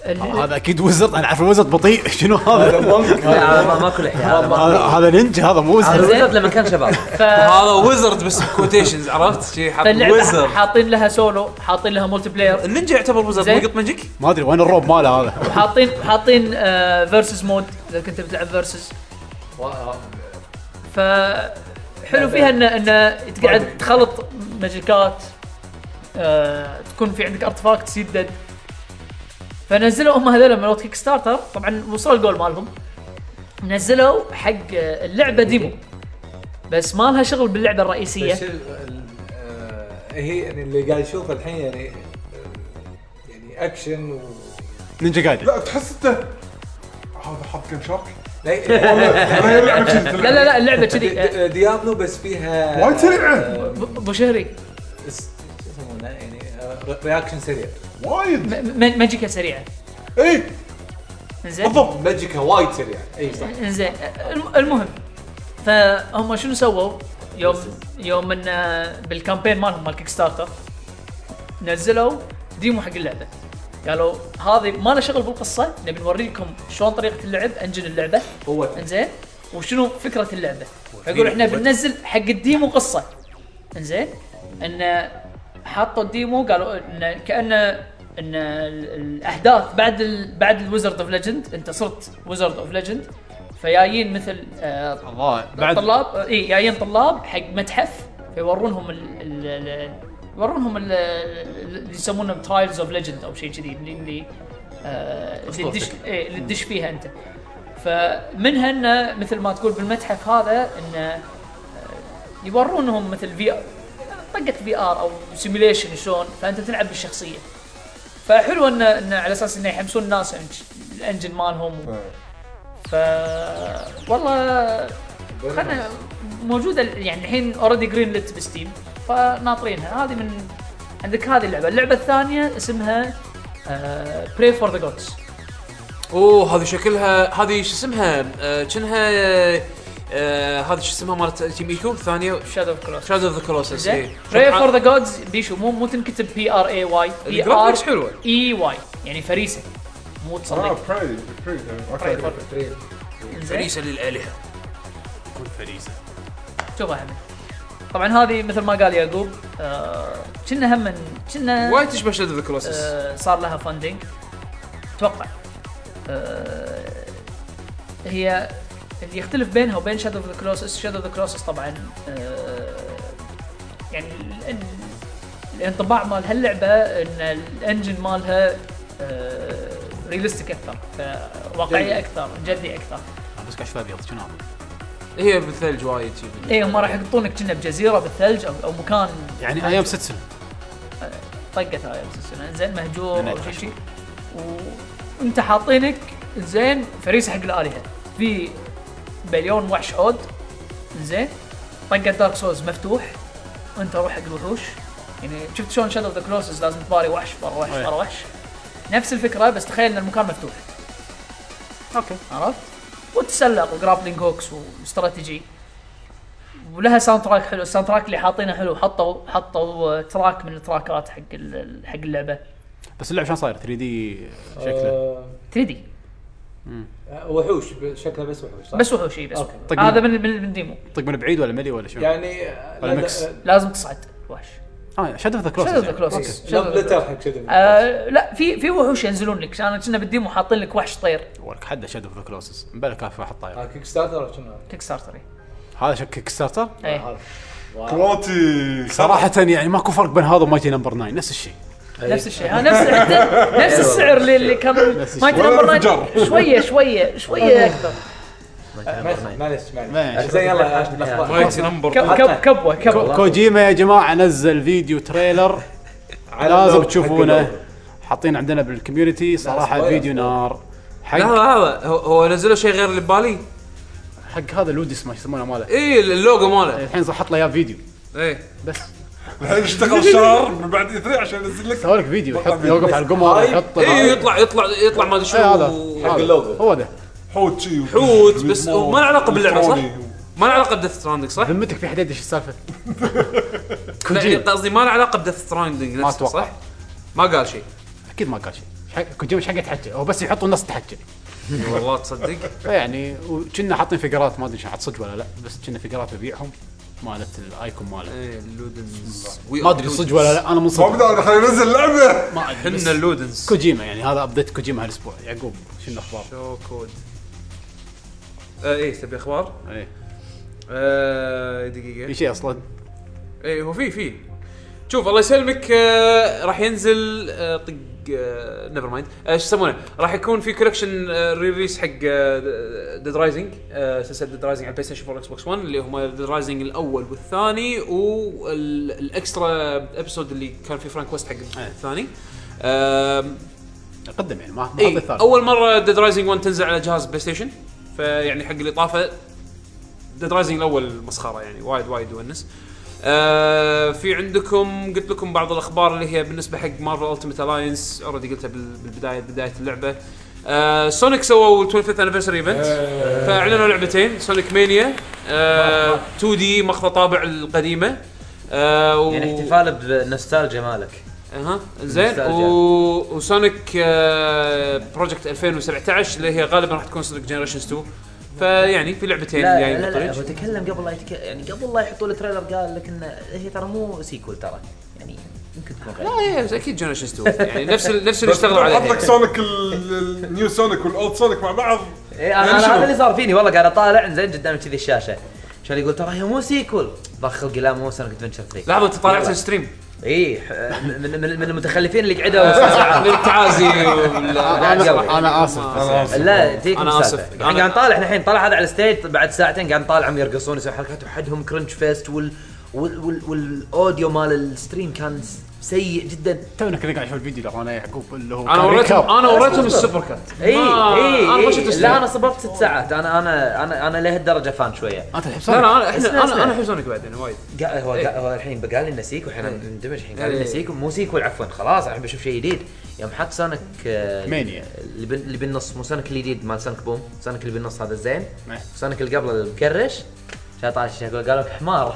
Speaker 8: آه،
Speaker 5: ال-
Speaker 1: هذا اكيد وزرد انا عارف الوزرد بطيء شنو هذا؟
Speaker 8: هذا مونك
Speaker 7: لا هذا ما- ما كل احياء
Speaker 1: هذا هذا نينجا هذا مو
Speaker 7: هذا
Speaker 1: وزرد
Speaker 7: الوزرد لما كان شباب
Speaker 5: ف
Speaker 4: هذا ويزرد بس كوتيشنز عرفت شي حط
Speaker 5: فاللعبه
Speaker 4: ويزرد
Speaker 5: حاطين لها سولو حاطين لها مولتي بلاير
Speaker 4: النينجا يعتبر ويزرد
Speaker 5: زين.
Speaker 4: يقط ماجيك
Speaker 1: ما ادري وين الروب ماله هذا
Speaker 5: حاطين حاطين آه، فيرسز مود اذا كنت بتلعب فيرسز
Speaker 8: واو.
Speaker 5: ف حلو فيها ان ان تقعد تخلط ماجيكات آه، تكون في عندك ارتفاكت يدد فنزلوا هم هذول مالوت كيك ستارتر طبعا وصلوا الجول مالهم نزلوا حق آه، اللعبه ديمو بس ما لها شغل باللعبه الرئيسيه
Speaker 8: بس ال- ال- آه، هي يعني اللي قاعد يشوفه الحين يعني آه، يعني اكشن و
Speaker 1: نينجا جايدن
Speaker 2: لا تحس انت هذا حاط كم شارك
Speaker 8: لا، يعني
Speaker 2: والله هي لعبه كذي
Speaker 5: لا لا لا اللعبه
Speaker 8: دي-
Speaker 5: كذي آه،
Speaker 8: دي- ديابلو بس فيها
Speaker 2: وايد سريعه
Speaker 8: آه،
Speaker 5: ب- ابو شهري
Speaker 8: اس- شو يسمونه يعني آه، ري- رياكشن سريع
Speaker 2: وايد إيه.
Speaker 5: م- م- ماجيكا سريعه
Speaker 2: اي
Speaker 5: زين
Speaker 2: بالضبط
Speaker 8: ماجيكا وايد سريع اي صح
Speaker 5: زين الم- المهم فهم شنو سووا؟ يوم يوم ان آه، بالكامبين مالهم مال كيك ستارتر نزلوا ديمو حق اللعبه قالوا هذه ما لها شغل بالقصه نبي نوريكم شلون طريقه اللعب انجن اللعبه
Speaker 8: قوة
Speaker 5: انزين وشنو فكره اللعبه فيقول احنا بننزل حق الديمو قصه انزين ان حطوا الديمو قالوا ان كانه ان ال- الاحداث بعد ال... بعد الويزرد اوف ليجند انت صرت ويزرد اوف ليجند فجايين مثل آه
Speaker 1: الله
Speaker 5: بعد
Speaker 1: بعد
Speaker 5: طلاب اي جايين طلاب حق متحف فيورونهم ال... ال... ال... يورونهم ال... ال- اللي يسمونهم ترايلز اوف ليجند او شيء كذي اللي اللي آه اللي تدش إيه اللي تدش فيها انت فمنها انه مثل ما تقول بالمتحف هذا انه آه، يورونهم مثل في طقه في ار او سيميليشن شلون فانت تلعب بالشخصيه فحلو انه انه على اساس انه يحمسون الناس عن الانجن مالهم ف والله خلنا موجوده يعني الحين اوريدي جرين لت بستيم فناطرينها هذه من عندك هذه اللعبه اللعبه الثانيه اسمها آه، براي فور ذا جودز
Speaker 4: اوه هذه شكلها هذه شو اسمها آه، كأنها آه، هذه شو اسمها مالت تيميكو الثانيه
Speaker 5: شادو اوف كلوس
Speaker 4: شادو اوف ذا كلوسس
Speaker 5: براي فور ذا جودز بيشو مو مو تنكتب بي ار اي واي بي ار
Speaker 4: الجرافيكس حلوه
Speaker 5: اي واي يعني فريسه مو
Speaker 2: اه
Speaker 5: تصدق
Speaker 2: براي براي
Speaker 5: براي فور
Speaker 2: اوكي
Speaker 5: إنزين.
Speaker 4: فريسه للالهه
Speaker 1: كل فريسه
Speaker 5: شوف يا حمد طبعا هذه مثل ما قال يعقوب آه، كنا هم كنا
Speaker 4: وايد تشبه شادو اوف ذا كلوسس
Speaker 5: آه، صار لها فندنج اتوقع آه، هي اللي يختلف بينها وبين شادو اوف ذا كلوسس شادو اوف ذا كلوسس طبعا آه، يعني ال- ال- الانطباع مال هاللعبه ان الانجن مالها آه، ريلستيك اكثر واقعيه اكثر جدي اكثر
Speaker 1: بس كشف ابيض شنو هذا؟
Speaker 4: هي بالثلج وايد شي.
Speaker 5: اي إيه، هم راح يحطونك كنا بجزيره بالثلج او او مكان
Speaker 1: يعني ايام ست سنين
Speaker 5: طقت هاي السنه زين مهجور
Speaker 1: من
Speaker 5: او
Speaker 1: أي
Speaker 5: شيء شيء وانت حاطينك زين فريسه حق الالهه في مليون وحش عود زين طقت دارك سولز مفتوح وانت روح حق الوحوش يعني شفت شلون شادو اوف ذا كلوسز لازم تباري وحش برا وحش
Speaker 1: أي.
Speaker 5: برا وحش نفس الفكره بس تخيل ان المكان مفتوح
Speaker 1: اوكي
Speaker 5: عرفت وتسلق وجرابلينج هوكس واستراتيجي ولها ساوند تراك حلو الساوند تراك اللي حاطينه حلو حطوا حطوا آه، تراك من التراكات حق ال- حق اللعبه
Speaker 1: بس اللعب شلون صاير 3 دي شكله
Speaker 5: 3 دي
Speaker 8: آه، وحوش ب- شكلها بس وحوش صح؟
Speaker 5: بس وحوش اي بس
Speaker 8: طيب. أوكي.
Speaker 5: وحوش.
Speaker 1: طق
Speaker 5: هذا من من من ديمو
Speaker 1: طق من بعيد ولا ملي ولا شنو؟
Speaker 8: يعني آه،
Speaker 1: ولا
Speaker 8: لا-
Speaker 1: ميكس.
Speaker 8: آه،
Speaker 5: لازم تصعد وحش
Speaker 1: اه شادو اوف ذا كلوسس
Speaker 5: شادو ذا كلوسس
Speaker 8: لا بلتر حق شذي.
Speaker 5: آه لا في في وحوش ينزلون لك انا كنا بالديمو حاطين لك وحش طير
Speaker 1: ولك يعني. حد شادو اوف ذا كلوسس مبلا كان في واحد طاير
Speaker 8: آه، كيك ستارتر ولا شنو هذا؟
Speaker 5: كيك ستارتر
Speaker 1: هذا شك كيك ستارتر
Speaker 5: اي
Speaker 8: آه، هذا.
Speaker 2: كراتي
Speaker 1: صراحة يعني ماكو فرق بين هذا ومايتي نمبر 9 نفس الشيء
Speaker 5: نفس الشيء ها نفس حتى نفس السعر اللي, اللي كان مايتي نمبر 9 شويه شويه شويه اكثر
Speaker 8: معلش معليش
Speaker 1: معليش.
Speaker 8: معليش زين يلا آه، الأخبار.
Speaker 4: وايد نمبر
Speaker 5: كب كب كبوه كبوه
Speaker 1: كو- كوجيما يا جماعة نزل فيديو تريلر
Speaker 8: على
Speaker 1: لازم
Speaker 8: اللوب، حق
Speaker 1: تشوفونه
Speaker 8: اللوب.
Speaker 1: حاطين عندنا بالكوميونتي صراحة
Speaker 8: سبويلر.
Speaker 1: فيديو نار حق
Speaker 4: لا لا هو- هو نزلوا شيء غير اللي ببالي
Speaker 1: حق هذا الوديس ما يسمونه ماله
Speaker 4: اي إيه، اللوجو ماله طيب.
Speaker 1: الحين صح حط له اياه فيديو
Speaker 4: اي
Speaker 1: بس
Speaker 2: الحين اشتغل شهر من بعد اي 3 عشان ينزل لك
Speaker 1: سوى لك فيديو يحط
Speaker 2: بس-
Speaker 1: يوقف على القمر
Speaker 8: هاي-
Speaker 1: يحط
Speaker 4: اي
Speaker 1: هذا.
Speaker 4: إيه، يطلع يطلع يطلع ما ادري
Speaker 1: طيب. إيه، هذا
Speaker 4: شنو
Speaker 1: هذا.
Speaker 8: اللوجو.
Speaker 1: هو ده
Speaker 2: حوت شي
Speaker 4: حوت، بس وما له علاقة باللعبة، صح؟
Speaker 2: إلكتروني.
Speaker 4: ما له علاقه بديث ستراندنج صح؟
Speaker 1: ذمتك في حد يدري ايش السالفة؟
Speaker 4: لا
Speaker 1: كوجيما
Speaker 4: قصدي ما له علاقه بديث ستراندنج
Speaker 1: ما
Speaker 4: نفسه
Speaker 1: أتوقع.
Speaker 4: صح؟ ما قال شيء
Speaker 1: اكيد ما قال شيء حق- كوجيما ايش حق يتحجى هو بس يحط الناس تحجى
Speaker 4: إي والله تصدق
Speaker 1: فيعني وكنا حاطين فقرات ما ادري شحط صدق ولا لا بس كنا فقرات ببيعهم مالت الايكون ماله
Speaker 4: اي اللودنز
Speaker 1: ما ادري صدق ولا لا انا من
Speaker 2: ما
Speaker 1: صدق
Speaker 2: بدأ خلينا ننزل لعبه
Speaker 1: ما ادري
Speaker 4: احنا
Speaker 1: بس
Speaker 4: اللودنز
Speaker 1: كوجيما يعني هذا ابديت كوجيما هالاسبوع يعقوب شنو الاخبار؟
Speaker 4: شو كود آه، ايه إيه، تبي اخبار؟
Speaker 1: إيه.
Speaker 4: آه، دقيقه
Speaker 1: في شيء اصلا
Speaker 4: اي إيه، هو في في شوف الله يسلمك آه، راح ينزل آه، طق آه، نيفر مايند ايش يسمونه راح يكون في كولكشن ريليس حق آه، ديد رايزنج سلسله ديد رايزنج على البلاي ستيشن 4 اكس بوكس 1 اللي هم ديد رايزنج الاول والثاني والاكسترا ابيسود اللي كان في فرانك ويست حق الثاني آم،
Speaker 1: قدم يعني ما ما حط
Speaker 4: اي
Speaker 1: الثالث
Speaker 4: اول مره ديد رايزنج 1 تنزل على جهاز بلاي ستيشن فيعني حق اللي طافه ديد رايزنج الاول مسخره يعني وايد وايد يونس آه في عندكم قلت لكم بعض الاخبار اللي هي بالنسبه حق مارفل التيمت الاينس اوريدي قلتها بال- بالبدايه بدايه اللعبه آه سونيك سووا ال 25th anniversary ايفنت
Speaker 7: إيه.
Speaker 4: فاعلنوا لعبتين سونيك مانيا آه 2 دي ماخذه طابع القديمه آه و-
Speaker 7: يعني احتفال بنوستالجيا مالك
Speaker 4: اها زين
Speaker 7: نوستالجيا.
Speaker 4: و... وسونيك آه، بروجكت 2017 اللي هي غالبا راح تكون سونيك جنريشنز 2 فيعني في لعبتين
Speaker 7: لا
Speaker 4: جايين
Speaker 7: لا, لا
Speaker 4: بالطريق
Speaker 7: هو تكلم قبل لا يتك... يعني قبل لا يحطوا له تريلر قال لك انه هي ترى مو سيكول ترى يعني يمكن تكون غير
Speaker 4: لا هي اكيد جنريشنز 2 يعني نفس ال- نفس اللي اشتغلوا
Speaker 2: حط لك
Speaker 4: عليها
Speaker 2: سونيك ال- ال- النيو سونيك والاولد سونيك مع بعض
Speaker 7: إيه انا,
Speaker 2: يعني
Speaker 7: أنا
Speaker 2: شنو؟
Speaker 7: هذا اللي صار فيني والله قاعد اطالع زين قدام كذي الشاشه شلون يقول ترى هي مو سيكول بخلق لا مو سونيك ادفنشر 3
Speaker 4: لحظه انت طالعت الستريم
Speaker 7: اي من, من, من المتخلفين اللي قعدوا
Speaker 4: للتعازي
Speaker 7: أنا-
Speaker 1: أنا آسف. أنا
Speaker 4: آسف
Speaker 7: لا تجيك
Speaker 4: أنا
Speaker 7: أنا
Speaker 4: آسف.
Speaker 7: آسف يعني
Speaker 4: أنا-
Speaker 7: قاعد طالع احنا الحين طالع هذا على الستيج بعد ساعتين قاعد طالعهم يرقصون يسوون حركات وحدهم كرنش فيست وال وال وال والاوديو مال الستريم كان س- سيء جدا
Speaker 1: تونا كنا قاعد نشوف الفيديو اللي انا يعقوب اللي هو
Speaker 4: انا
Speaker 1: كان
Speaker 4: وريتهم
Speaker 1: ريكاب.
Speaker 4: انا وريتهم السوبر كات
Speaker 7: اي
Speaker 4: ما-
Speaker 7: اي
Speaker 4: انا ما
Speaker 7: إي.
Speaker 4: شفت
Speaker 7: لا
Speaker 4: الستريم
Speaker 7: انا صبرت ست ساعات انا انا انا انا لهالدرجه فان شويه
Speaker 1: انت الحين
Speaker 4: لا لا انا
Speaker 7: اسمع،
Speaker 4: احنا انا
Speaker 7: اسمع.
Speaker 4: انا احب سونيك بعدين وايد
Speaker 7: قا- هو قا- هو الحين قال لنا سيكو احنا نندمج الحين قال
Speaker 4: إيه.
Speaker 7: لنا سيكو مو سيكو عفوا خلاص الحين بشوف شيء جديد يوم حط سونيك آه،
Speaker 1: مانيا.
Speaker 7: اللي بال- اللي بالنص مو سونيك الجديد مال سونيك بوم سونيك اللي بالنص هذا الزين
Speaker 1: إيه.
Speaker 7: سونيك اللي قبله المكرش شاط على الشاشة، قال لك حمار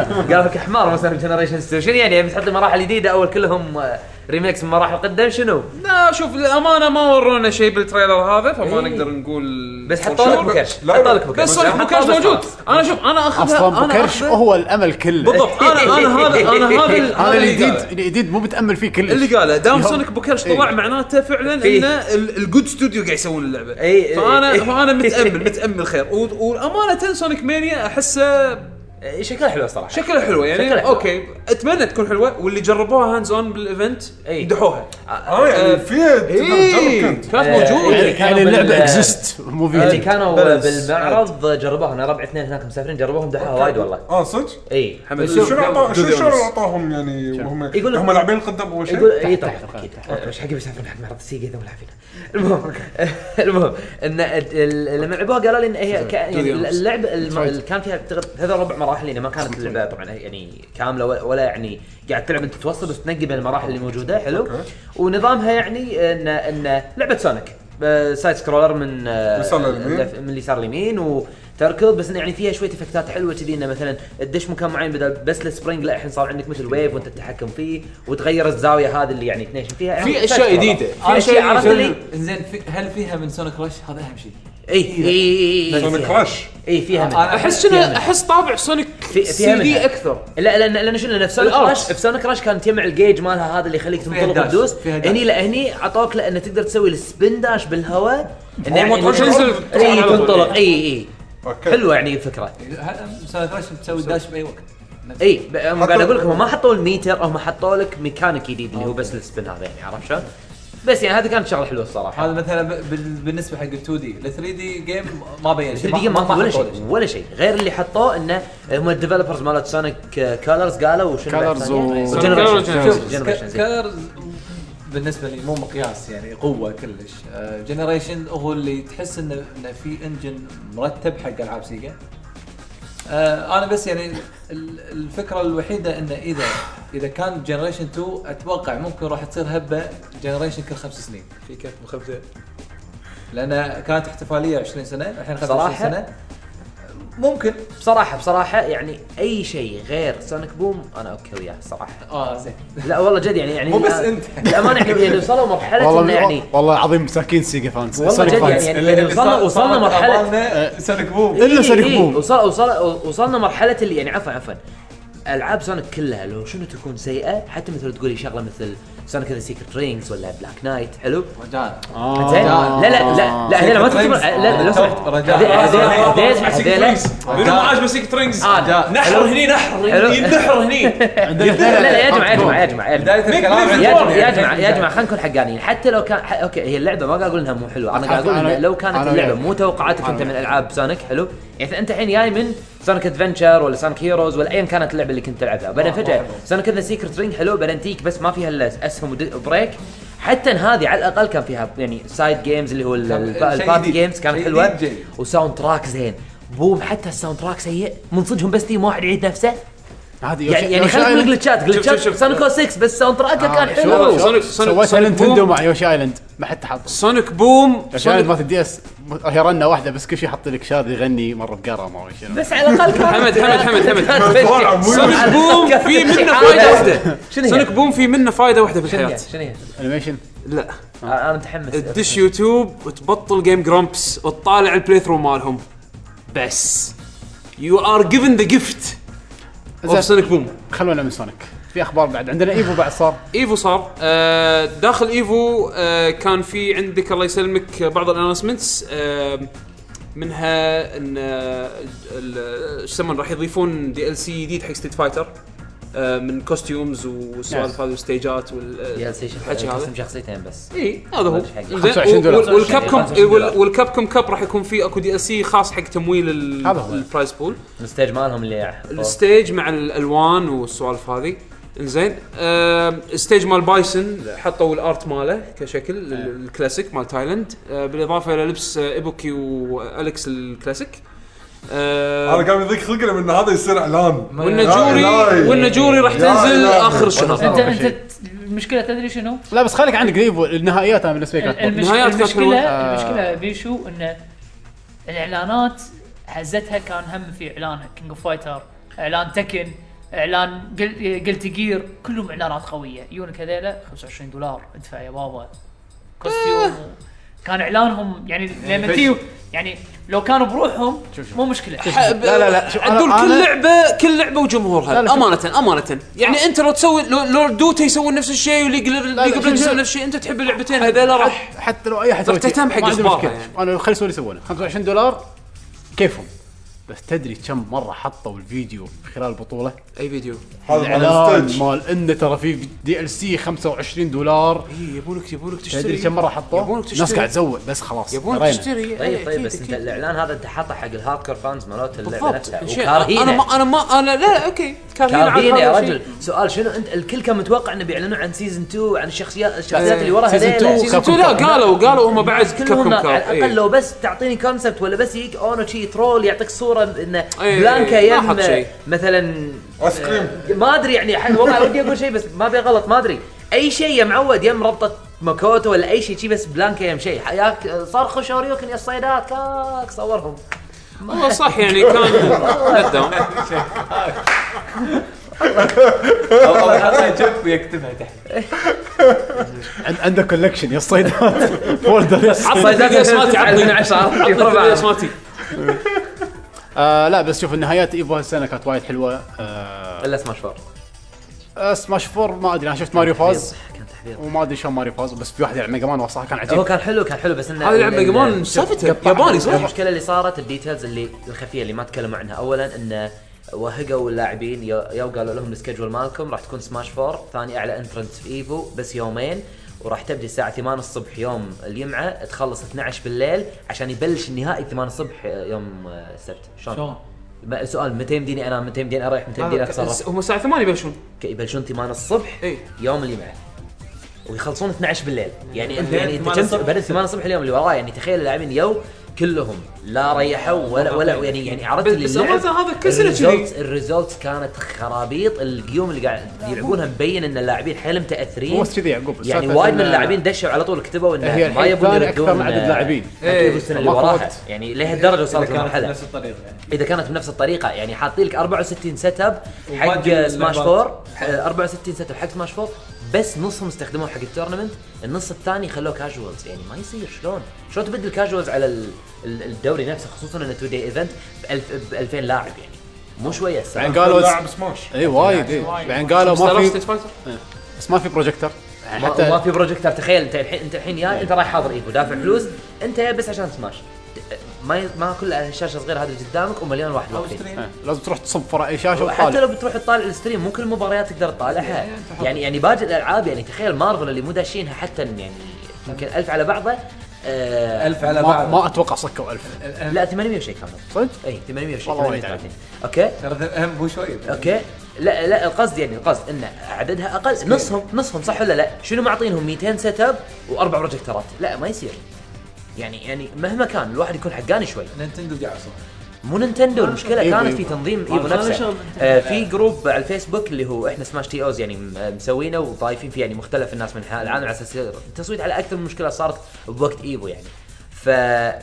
Speaker 7: قال لك حمار مثلا جنريشن ستو شنو يعني بتحط مراحل جديده اول كلهم آه، ريميكس من مراحل قدام شنو؟
Speaker 4: لا شوف للامانه ما ورونا شيء بالتريلر هذا فما
Speaker 7: إيه.
Speaker 4: نقدر نقول
Speaker 7: بس حطوا لك
Speaker 4: شو-
Speaker 7: بكرش
Speaker 2: لا،
Speaker 7: حطوا لك بكرش
Speaker 4: بس سونيك
Speaker 7: حطوا
Speaker 4: بوكاش
Speaker 7: بس
Speaker 4: موجود
Speaker 7: خلاص.
Speaker 4: انا شوف انا اخذها
Speaker 1: اصلا
Speaker 4: انا
Speaker 1: بكرش
Speaker 4: أخذها-
Speaker 1: هو الامل كله
Speaker 4: بالضبط انا انا هذا انا هذا ال-
Speaker 1: انا
Speaker 4: هذا
Speaker 1: الجديد
Speaker 4: قاله.
Speaker 1: الجديد مو متامل فيه كلش
Speaker 4: اللي قاله دام
Speaker 1: يهم.
Speaker 4: سونيك بوكاش طلع
Speaker 1: إيه.
Speaker 4: معناته فعلا
Speaker 7: في-
Speaker 4: ان ال- الجود ستوديو قاعد يسوون اللعبه
Speaker 7: إي، إي،
Speaker 4: فانا
Speaker 7: إي.
Speaker 4: فانا متامل متامل خير و- والامانه سونيك مانيا احسه
Speaker 7: إيه، شكلها حلو صراحه
Speaker 4: شكلها حلوه يعني
Speaker 7: شكلها حلوة.
Speaker 4: اوكي اتمنى تكون حلوه واللي جربوها هاندز اون بالايفنت
Speaker 7: إي.
Speaker 4: مدحوها
Speaker 2: اه
Speaker 4: آه، إيه.
Speaker 2: يعني فيها تجرب كنت
Speaker 4: كانت موجوده
Speaker 1: يعني
Speaker 7: اللي كانوا
Speaker 1: يعني اللعبه
Speaker 7: بال-
Speaker 1: اكزيست مو
Speaker 7: اللي
Speaker 1: فيديو
Speaker 7: يعني كانوا
Speaker 4: بلس.
Speaker 7: بالمعرض جربوها انا ربع اثنين هناك مسافرين جربوها مدحوها وايد والله
Speaker 2: اه صدق
Speaker 7: اي
Speaker 2: شنو اعطاهم شنو شنو اعطاهم يعني وهم
Speaker 7: يقول لك-
Speaker 2: هم لاعبين القدم اول
Speaker 7: يقول
Speaker 2: شيء
Speaker 7: اي طبعا أكيد. أه، مش حقي مسافرين حق معرض سيجا ذا ملاعبين المهم المهم ان ال- ال- لما لعبوها قالوا لي ان هي ك- يعني اللعبه الم- اللي كان فيها أعتقد هذا ربع مراحل يعني ما كانت اللعبه طبعا يعني كامله ولا- ولا يعني قاعد تلعب انت توصل بس تنقي بين المراحل اللي موجوده حلو ونظامها يعني ان ان لعبه سونيك آه، سايد سكرولر من آه،
Speaker 2: يسار لليمين.
Speaker 7: من اليسار اليمين وتركض بس إن يعني فيها شويه افكتات حلوه كذي انه مثلا تدش مكان معين بدل بس السبرينج لا الحين صار عندك مثل ويف وانت تتحكم فيه وتغير الزاويه هذه اللي يعني تنيشن فيها يعني
Speaker 4: في اشياء
Speaker 7: فكرة.
Speaker 4: جديده
Speaker 6: انا
Speaker 4: في
Speaker 6: شيء
Speaker 4: اشياء
Speaker 6: عرفت
Speaker 4: جديده
Speaker 6: اللي زين في- هل فيها من سونيك رش هذا اهم شيء
Speaker 7: اي اي اي اي
Speaker 2: سونيك
Speaker 7: فيها-
Speaker 2: رش
Speaker 7: اي إيه، فيها من.
Speaker 6: أنا
Speaker 4: احس شنو احس طابع سونيك
Speaker 7: في- فيها
Speaker 4: سي دي
Speaker 7: منها.
Speaker 4: اكثر
Speaker 7: لا لان لان شنو لان في سونيك
Speaker 4: الأرض.
Speaker 7: رش في سونيك رش كان تجمع الجيج مالها هذا اللي يخليك تنطلق
Speaker 6: داش،
Speaker 7: وتدوس
Speaker 6: فيها داش.
Speaker 7: هني لا هني عطوك لانه تقدر تسوي السبين داش بالهواء انه
Speaker 4: أول ما
Speaker 7: يعني-
Speaker 4: تروح تنزل، تروح
Speaker 7: اي
Speaker 4: على طول.
Speaker 7: تنطلق اي اي
Speaker 2: اوكي
Speaker 7: حلوه يعني الفكره
Speaker 6: هل سونيك رش بتسوي داش باي وقت
Speaker 7: اي ب- هم
Speaker 2: حطوا-
Speaker 7: قاعد اقول لك هم ما حطوا الميتر هم حطوا لك ميكانيك جديد اللي هو بس السبن هذا يعني عرفت شلون؟ بس يعني هذه كانت شغله حلوه الصراحه
Speaker 6: هذا مثلا ب- بال- بالنسبه حق ال 2 دي ال 3 دي جيم ما بين شيء
Speaker 7: دقيقة ما في
Speaker 6: حطوا
Speaker 7: ولا شيء ولا شيء غير اللي حطوه انه هم الديفلوبرز مالت سونيك كالرز قالوا وشنو بعد
Speaker 1: Colors
Speaker 7: ثانية؟
Speaker 1: و-
Speaker 7: Generations.
Speaker 4: Colors
Speaker 7: Generations. Generations.
Speaker 6: ك- كار بالنسبه لي مو مقياس يعني قوه كلش جنريشن هو اللي تحس انه انه في انجن مرتب حق العاب سيجا آه، انا بس يعني ال- الفكره الوحيده انه اذا اذا كان جنريشن 2 اتوقع ممكن راح تصير هبه جنريشن كل خمس سنين
Speaker 8: في كيف مخبزه
Speaker 6: لان كانت احتفاليه 20 سنه الحين 25
Speaker 7: صراحة؟
Speaker 6: سنه ممكن
Speaker 7: بصراحة بصراحة يعني اي شيء غير سونيك بوم انا اوكي وياه صراحة
Speaker 6: اه زين
Speaker 7: لا والله جد يعني يعني
Speaker 8: مو بس
Speaker 7: الآن-
Speaker 8: أنت.
Speaker 7: للامانة يعني يعني وصلوا مرحلة انه
Speaker 1: والله
Speaker 7: يعني
Speaker 1: والله العظيم مساكين سيجا فانز
Speaker 7: والله
Speaker 1: سونيك
Speaker 7: جد
Speaker 1: فانز
Speaker 7: يعني يعني وصلنا وصلنا مرحلة
Speaker 8: آه، سونيك بوم
Speaker 1: إلا
Speaker 7: إيه
Speaker 1: سونيك
Speaker 7: إيه
Speaker 1: بوم.
Speaker 7: وصل وصل وصلنا مرحله اللي يعني عفوا عفوا العاب سونيك كلها لو شنو تكون سيئه حتى مثل تقولي شغله مثل سونيك ذا سيكرت رينجز ولا بلاك نايت حلو
Speaker 6: رجاء
Speaker 7: زين لا لا لا لا هذيلا ما تعتبر
Speaker 6: Secret Rings.
Speaker 7: لا لا لو سمحت
Speaker 6: رجاء.
Speaker 7: هذي- هذي-
Speaker 3: آه،
Speaker 7: هذيلا
Speaker 3: مع سيكرت
Speaker 7: هذيلا
Speaker 3: رينجز منو ما عاجبه سيكرت رينجز؟
Speaker 7: آه، دا.
Speaker 6: نعم،
Speaker 3: نحر هني نحر
Speaker 7: حلو.
Speaker 3: ينحر هني
Speaker 1: عندنا
Speaker 7: لا لا يا جماعه يا جماعه يا جماعه يا جماعه
Speaker 6: بدايه الكلام
Speaker 3: ميك-
Speaker 6: عن-
Speaker 3: ميك-
Speaker 7: يا جماعه يا جماعه يا جماعه خلينا نكون حقانيين حتى لو كان ح... اوكي هي اللعبه ما قاعد اقول انها مو حلوه انا قاعد اقول
Speaker 1: أنا-
Speaker 7: إن لو كانت
Speaker 1: أنا
Speaker 7: اللعبه
Speaker 1: وياك.
Speaker 7: مو توقعاتك انت من العاب سونيك حلو يعني انت الحين جاي من سونيك ادفنشر ولا سونيك هيروز ولا ايا كانت اللعبه اللي كنت تلعبها بعدين فجاه سونيك ذا سيكرت رينج حلو بعدين تيك بس ما فيها الا اسهم ود- وبريك حتى إن هذه على الاقل كان فيها يعني سايد جيمز اللي هو ال-
Speaker 6: كان
Speaker 7: الب-
Speaker 6: شيء
Speaker 7: البارتي
Speaker 6: جديد.
Speaker 7: جيمز كانت
Speaker 6: شيء
Speaker 7: حلوه
Speaker 6: جديد جيد.
Speaker 7: وساوند تراك زين بوب حتى الساوند تراك سيء منصجهم بس تيم واحد يعيد نفسه
Speaker 1: هذه
Speaker 7: يعني يعني خليك من الجلتشات
Speaker 4: شوف-
Speaker 7: جلتشات
Speaker 4: شوف-
Speaker 7: سانكو 6 بس ساوند تراكه
Speaker 1: آه،
Speaker 4: آه،
Speaker 7: كان حلو
Speaker 4: شوف. سونيك- سونيك-
Speaker 1: سويتها
Speaker 4: سونيك
Speaker 1: نينتندو
Speaker 4: بوم.
Speaker 1: مع يوشي ايلاند ما حد حط
Speaker 4: سونيك بوم
Speaker 1: يوشي ايلاند
Speaker 4: سونيك
Speaker 1: مالت الدي اس هي رنه واحده بس كل شيء حط لك شاذ يغني مره بقره ما ادري شنو
Speaker 7: بس على الاقل كان
Speaker 4: حمد- حمد- حمد- حمد. سونيك
Speaker 7: سونيك
Speaker 4: بوم في منه فايده واحده سونيك بوم في منه فايده واحده بالحياه
Speaker 7: شنو هي؟
Speaker 4: آه.
Speaker 1: انيميشن
Speaker 4: لا
Speaker 7: انا متحمس
Speaker 4: تدش يوتيوب وتبطل جيم جرامبس وتطالع البلاي ثرو مالهم بس يو ار جيفن ذا جيفت اوف سونيك بوم
Speaker 1: خلونا من سونيك في اخبار بعد عندنا ايفو بعد صار
Speaker 4: ايفو صار آه داخل ايفو آه كان في عندك الله يسلمك بعض الانونسمنتس آه منها ان آه، ال- شو يسمون راح يضيفون دي ال سي جديد حق ستيت فايتر آه من كوستيومز والسوالف
Speaker 1: Yes.
Speaker 4: هذه آه، وستيجات والحكي هذا
Speaker 7: اسم شخصيتين بس
Speaker 4: اي إيه، هذا هو
Speaker 7: خمسة وعشرين
Speaker 4: زين
Speaker 1: دولار.
Speaker 4: والكاب كوم
Speaker 6: 25 دولار.
Speaker 4: والكاب كوم كاب راح يكون فيه اكو دي ال سي خاص حق تمويل ال-
Speaker 1: هذا هو.
Speaker 4: البرايز بول
Speaker 7: الستيج مالهم اللي حطوه.
Speaker 4: الستيج مع الالوان والسوالف هذه انزين آم، الستيج مال بايسن حطوا الارت ماله كشكل
Speaker 1: إيه.
Speaker 4: ال- الكلاسيك مال تايلند آه، بالاضافه الى لبس آه، ايبوكي والكس الكلاسيك آه،
Speaker 2: انا قام يضيق خلقي لما ان هذا يصير اعلان
Speaker 4: وان
Speaker 2: لا
Speaker 4: جوري
Speaker 2: إلهي.
Speaker 4: وان جوري راح
Speaker 2: لا
Speaker 4: تنزل
Speaker 2: إلهي.
Speaker 4: اخر الشهر
Speaker 5: انت
Speaker 1: أول
Speaker 5: انت
Speaker 1: شيء.
Speaker 5: ت- المشكله تدري شنو؟
Speaker 1: لا بس خليك عندك ايفو النهائيات انا بالنسبه لي
Speaker 5: ال-
Speaker 1: كانت
Speaker 5: المش...
Speaker 4: نهايات كانت
Speaker 5: المشكله
Speaker 1: حلوة.
Speaker 5: المشكله بيشو ان الاعلانات حزتها كان هم في اعلان كينج اوف فايتر اعلان تكن اعلان قلت جير كلهم اعلانات قويه يونك هذيلا 25 دولار ادفع يا بابا كوستيوم كان اعلانهم يعني لما تيو يعني لو كانوا بروحهم مو مشكله
Speaker 1: لا لا لا شوف، أنا-
Speaker 4: عدول
Speaker 1: أنا-
Speaker 4: كل لعبه كل لعبه وجمهورها
Speaker 1: لا، شوف.
Speaker 4: امانه امانه يعني انت لو تسوي لو, لو دوتا يسوون نفس الشيء وليج ليج
Speaker 1: شوف،
Speaker 4: اوف ليجندز
Speaker 1: شوف.
Speaker 4: يسوون نفس الشيء انت تحب اللعبتين هذيلا راح
Speaker 1: حتى لو اي احد يسوي
Speaker 4: تهتم
Speaker 1: شيء،
Speaker 4: حق
Speaker 1: ما عندي
Speaker 4: إخبارها
Speaker 1: مشكلة.
Speaker 4: يعني.
Speaker 1: انا خلي يسوون اللي يسوونه 25 دولار كيفهم بس تدري كم مره حطوا الفيديو خلال البطوله؟
Speaker 4: اي فيديو
Speaker 2: هذا على
Speaker 1: الاعلان
Speaker 2: الستيج
Speaker 1: مال انه ترى في دي ال سي 25 دولار
Speaker 4: اي يبونك يبونك تشتري
Speaker 1: تدري كم مره
Speaker 4: يبونك
Speaker 1: حطوه؟
Speaker 4: تشتري.
Speaker 1: الناس قاعد تزوق بس خلاص
Speaker 4: يبونك
Speaker 1: درينا.
Speaker 4: تشتري
Speaker 7: طيب
Speaker 4: إي،
Speaker 7: طيب
Speaker 4: أيوة، أكيد،
Speaker 7: بس انت
Speaker 4: أكيد.
Speaker 7: الاعلان هذا انت حاطه حق الهاردكور فانز مالوت اللعبه
Speaker 4: بالضبط
Speaker 7: نفسها
Speaker 4: شيء- انا
Speaker 7: وكارهينه
Speaker 4: ما انا ما انا لا لا، اوكي كارهين على
Speaker 7: كارهينه يا
Speaker 4: هذا الشيء.
Speaker 7: رجل سؤال شنو انت الكل كان متوقع انه بيعلنوا عن سيزون 2 عن الشخصيات
Speaker 4: إيه،
Speaker 7: الشخصيات اللي وراها
Speaker 1: Season
Speaker 7: هذيلا.
Speaker 1: 2
Speaker 7: Season
Speaker 1: كاب
Speaker 4: تو لا قالوا قالوا هم بعد كابكم
Speaker 7: كلهم على
Speaker 4: كاب
Speaker 7: الاقل
Speaker 4: إي.
Speaker 7: لو بس تعطيني كونسبت ولا بس يجيك اونو شي ترول يعطيك صوره انه
Speaker 4: إيه،
Speaker 7: بلانكا
Speaker 4: إيه، ما حط
Speaker 7: يم
Speaker 4: شيء.
Speaker 7: مثلا
Speaker 2: ايس كريم
Speaker 7: ما ادري يعني حل والله ودي اقول شيء بس ما ابي غلط ما ادري اي شيء يا معود يم ربطه ماكوتو ولا اي شيء شي بس بلانكا يم شيء ياك صرخوا شوريوكن يا الصيدات كاك صورهم
Speaker 4: والله صح يعني كان قدام
Speaker 8: او أو حاطين جف يكتبها تحت
Speaker 1: عن- عندك كولكشن يا الصيدات فولدر يا الصيدات.
Speaker 4: عطني الدي اس مالتي عطني
Speaker 7: 12
Speaker 4: عطني الدي اس مالتي
Speaker 1: آه لا بس شوف النهايات ايفو هالسنه كانت وايد حلوه آه
Speaker 7: الا سماش فور
Speaker 1: آه، سماش فور ما ادري انا شفت ماريو فاز
Speaker 7: كان تحبيط
Speaker 1: وما ادري شلون ماريو فاز بس في واحد على ميجا مان وصح كان
Speaker 7: هو
Speaker 1: عجيب
Speaker 7: كان حلو كان حلو بس انه
Speaker 4: هذه لعبه
Speaker 7: إن-
Speaker 4: جمان سالفته ياباني صح؟
Speaker 7: المشكله اللي صارت الديتيلز اللي الخفيه اللي ما تكلموا عنها اولا انه وهقوا اللاعبين يو قالوا لهم السكجول مالكم راح تكون سماش فور ثاني اعلى انترنس في ايفو بس يومين وراح تبدي الساعه 8 الصبح يوم الجمعه تخلص 12 بالليل عشان يبلش النهائي 8 الصبح يوم السبت شلون؟
Speaker 6: شلون؟
Speaker 7: ما- سؤال متى يمديني انام متى يمديني اريح متى يمديني اتصرف؟
Speaker 4: هم الساعه 8 يبلشون
Speaker 7: يبلشون 8 الصبح
Speaker 4: اي
Speaker 7: يوم الجمعه ويخلصون 12 بالليل يعني انت يعني انت
Speaker 8: 8
Speaker 7: كنت بعدين 8 الصبح اليوم اللي وراه يعني تخيل اللاعبين يو كلهم لا ريحوا ولا ولا يعني يعني عرفت
Speaker 4: بس-
Speaker 7: اللي
Speaker 4: بس أمانة هذا كل سنة كذي.
Speaker 7: الريزولتس كانت خرابيط القيوم اللي قاعد يلعبونها مبين ان اللاعبين حيل متاثرين
Speaker 1: هو بس كذي يعقوب
Speaker 7: يعني
Speaker 1: السالفة
Speaker 7: وايد من
Speaker 1: إنه-
Speaker 7: اللاعبين دشوا على طول كتبوا انه
Speaker 1: هي
Speaker 7: ما
Speaker 1: الحين
Speaker 7: يبون
Speaker 1: ثاني
Speaker 7: يردون
Speaker 1: اكثر من عدد لاعبين
Speaker 7: ايه السنه اللي
Speaker 1: ما
Speaker 7: وراها
Speaker 1: فوت.
Speaker 7: يعني لهالدرجه
Speaker 8: اذا
Speaker 7: وصلت
Speaker 8: كانت
Speaker 7: المرحله
Speaker 8: نفس الطريقه يعني
Speaker 7: اذا كانت بنفس الطريقه يعني حاطين لك 64 سيت اب حق
Speaker 8: وباقي
Speaker 7: سماش
Speaker 8: اللعبات.
Speaker 7: فور ح- 64 سيت اب حق سماش فور بس نصهم استخدموه حق التورنمنت النص الثاني خلوه كاجوالز يعني ما يصير شلون شلون تبدل كاجوالز على ال- ال- الدوري نفسه خصوصا انه تو داي ايفنت ب 2000 لاعب يعني مو شويه السالفه
Speaker 1: بعدين قالوا إيه،
Speaker 2: لاعب سماش
Speaker 1: اي وايد اي بعدين قالوا ما في إيه.
Speaker 4: فايتر
Speaker 1: بس ما في بروجيكتر
Speaker 7: يعني
Speaker 1: حتى-
Speaker 7: حتى ما في بروجكتر تخيل انت الحين انت الحين جاي انت رايح حاضر ايفو دافع فلوس انت جاي بس عشان سماش ما ي- ما كل الشاشه صغيره هذه اللي قدامك ومليون واحد
Speaker 6: او
Speaker 7: واقفين
Speaker 6: ستريم
Speaker 1: إيه، لازم تروح تصب ورا اي شاشه
Speaker 7: حتى
Speaker 1: وتطالع
Speaker 7: لو بتروح تطالع الستريم مو كل المباريات تقدر تطالعها يعني يعني باقي الالعاب يعني تخيل مارفل اللي مو داشينها حتى يعني يمكن ألف على بعضه آه
Speaker 6: الف على
Speaker 1: ما,
Speaker 6: بعض
Speaker 1: ما اتوقع صكوا 1000
Speaker 7: لا 800 وشيء كانوا
Speaker 1: صدق؟
Speaker 7: اي 800 وشيء
Speaker 1: والله وايد
Speaker 7: 830 اوكي
Speaker 6: ترى ذا- هم مو شوي
Speaker 7: اوكي لا لا القصد يعني القصد ان عددها اقل نصهم نصهم صح ولا لا؟ شنو معطينهم 200 سيت اب واربع بروجكترات؟ لا ما يصير يعني يعني مهما كان الواحد يكون حقاني شوي
Speaker 6: نينتندو قاعد
Speaker 7: مو نينتندو المشكله
Speaker 1: إيفو،
Speaker 7: كانت
Speaker 1: إيفو.
Speaker 7: في تنظيم ايفو
Speaker 3: أنا
Speaker 7: نفسه
Speaker 3: شغل
Speaker 7: آه، في جروب على الفيسبوك اللي هو احنا سماش تي اوز يعني م- مسوينه وطايفين فيه يعني مختلف الناس من حال العالم على اساس يصير تصويت على اكثر من مشكله صارت بوقت ايفو يعني ف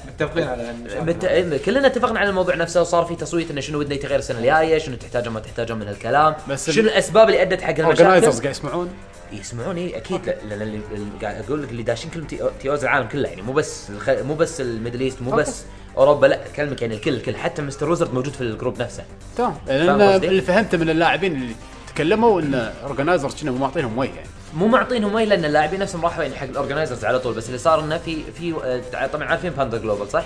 Speaker 6: متفقين على هالمشاكل.
Speaker 7: مت... إيه، كلنا اتفقنا على الموضوع نفسه وصار في تصويت انه شنو ودنا يتغير السنه الجايه شنو تحتاجه ما تحتاجه من الكلام
Speaker 1: بس
Speaker 7: بس
Speaker 1: ال-
Speaker 7: شنو الاسباب اللي ادت حق المشاكل
Speaker 1: اورجنايزرز قاعد يسمعون
Speaker 7: يسمعوني اكيد لان اللي اللي قاعد اقول لك اللي داشين كلمه تي- تي اوز العالم كله يعني مو بس الخ... مو بس الميدل ايست مو بس اوروبا لا اكلمك يعني الكل الكل حتى مستر وزرد موجود في الجروب نفسه
Speaker 1: تمام
Speaker 7: فاهم
Speaker 1: لان
Speaker 7: قصدي؟
Speaker 1: اللي فهمته من اللاعبين اللي تكلموا ان اورجنايزرز كنا مو معطينهم وجه يعني
Speaker 7: مو معطينهم مي لان اللاعبين نفسهم راحوا يعني حق الاورجنايزرز على طول بس اللي صار انه في في آه، طبعا عارفين باندا جلوبال صح؟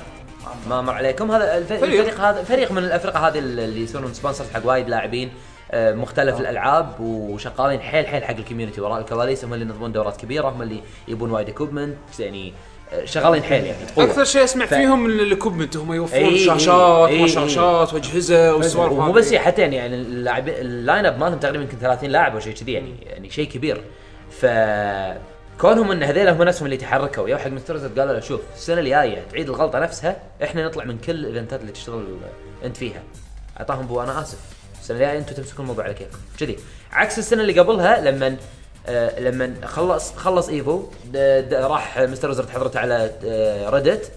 Speaker 7: ما مر عليكم هذا الف-
Speaker 4: فريق.
Speaker 7: الفريق هذا فريق من الافرقه هذه اللي يسوون سبونسرز حق وايد لاعبين آه، مختلف الالعاب وشغالين حيل حيل حق الكوميونتي وراء الكواليس هم اللي ينظمون دورات كبيره هم اللي يبون وايد اكوبمنت يعني آه، شغالين حيل يعني بقوه
Speaker 4: اكثر شيء اسمع
Speaker 7: ف-
Speaker 4: فيهم الاكوبمنت هم يوفرون
Speaker 7: إي،
Speaker 4: شاشات
Speaker 7: إي،
Speaker 4: ما
Speaker 7: إي.
Speaker 4: شاشات واجهزه والسوالف
Speaker 7: ومو
Speaker 4: هذه.
Speaker 7: بس هي، حتى يعني يعني اللاعبين اللاين اب مالهم تقريبا يمكن 30 لاعب او شيء كذي يعني يعني شيء كبير ف كونهم ان هذيلا هم نفسهم اللي تحركوا يا حق مستر زد قالوا له شوف السنه اللي جايه تعيد الغلطه نفسها احنا نطلع من كل الايفنتات اللي تشتغل انت فيها اعطاهم بو انا اسف السنه اللي جايه انتم تمسكون الموضوع على كيفكم كذي عكس السنه اللي قبلها لما آه لما خلص خلص ايفو د- د- راح مستر وزرد حضرته على آه ريدت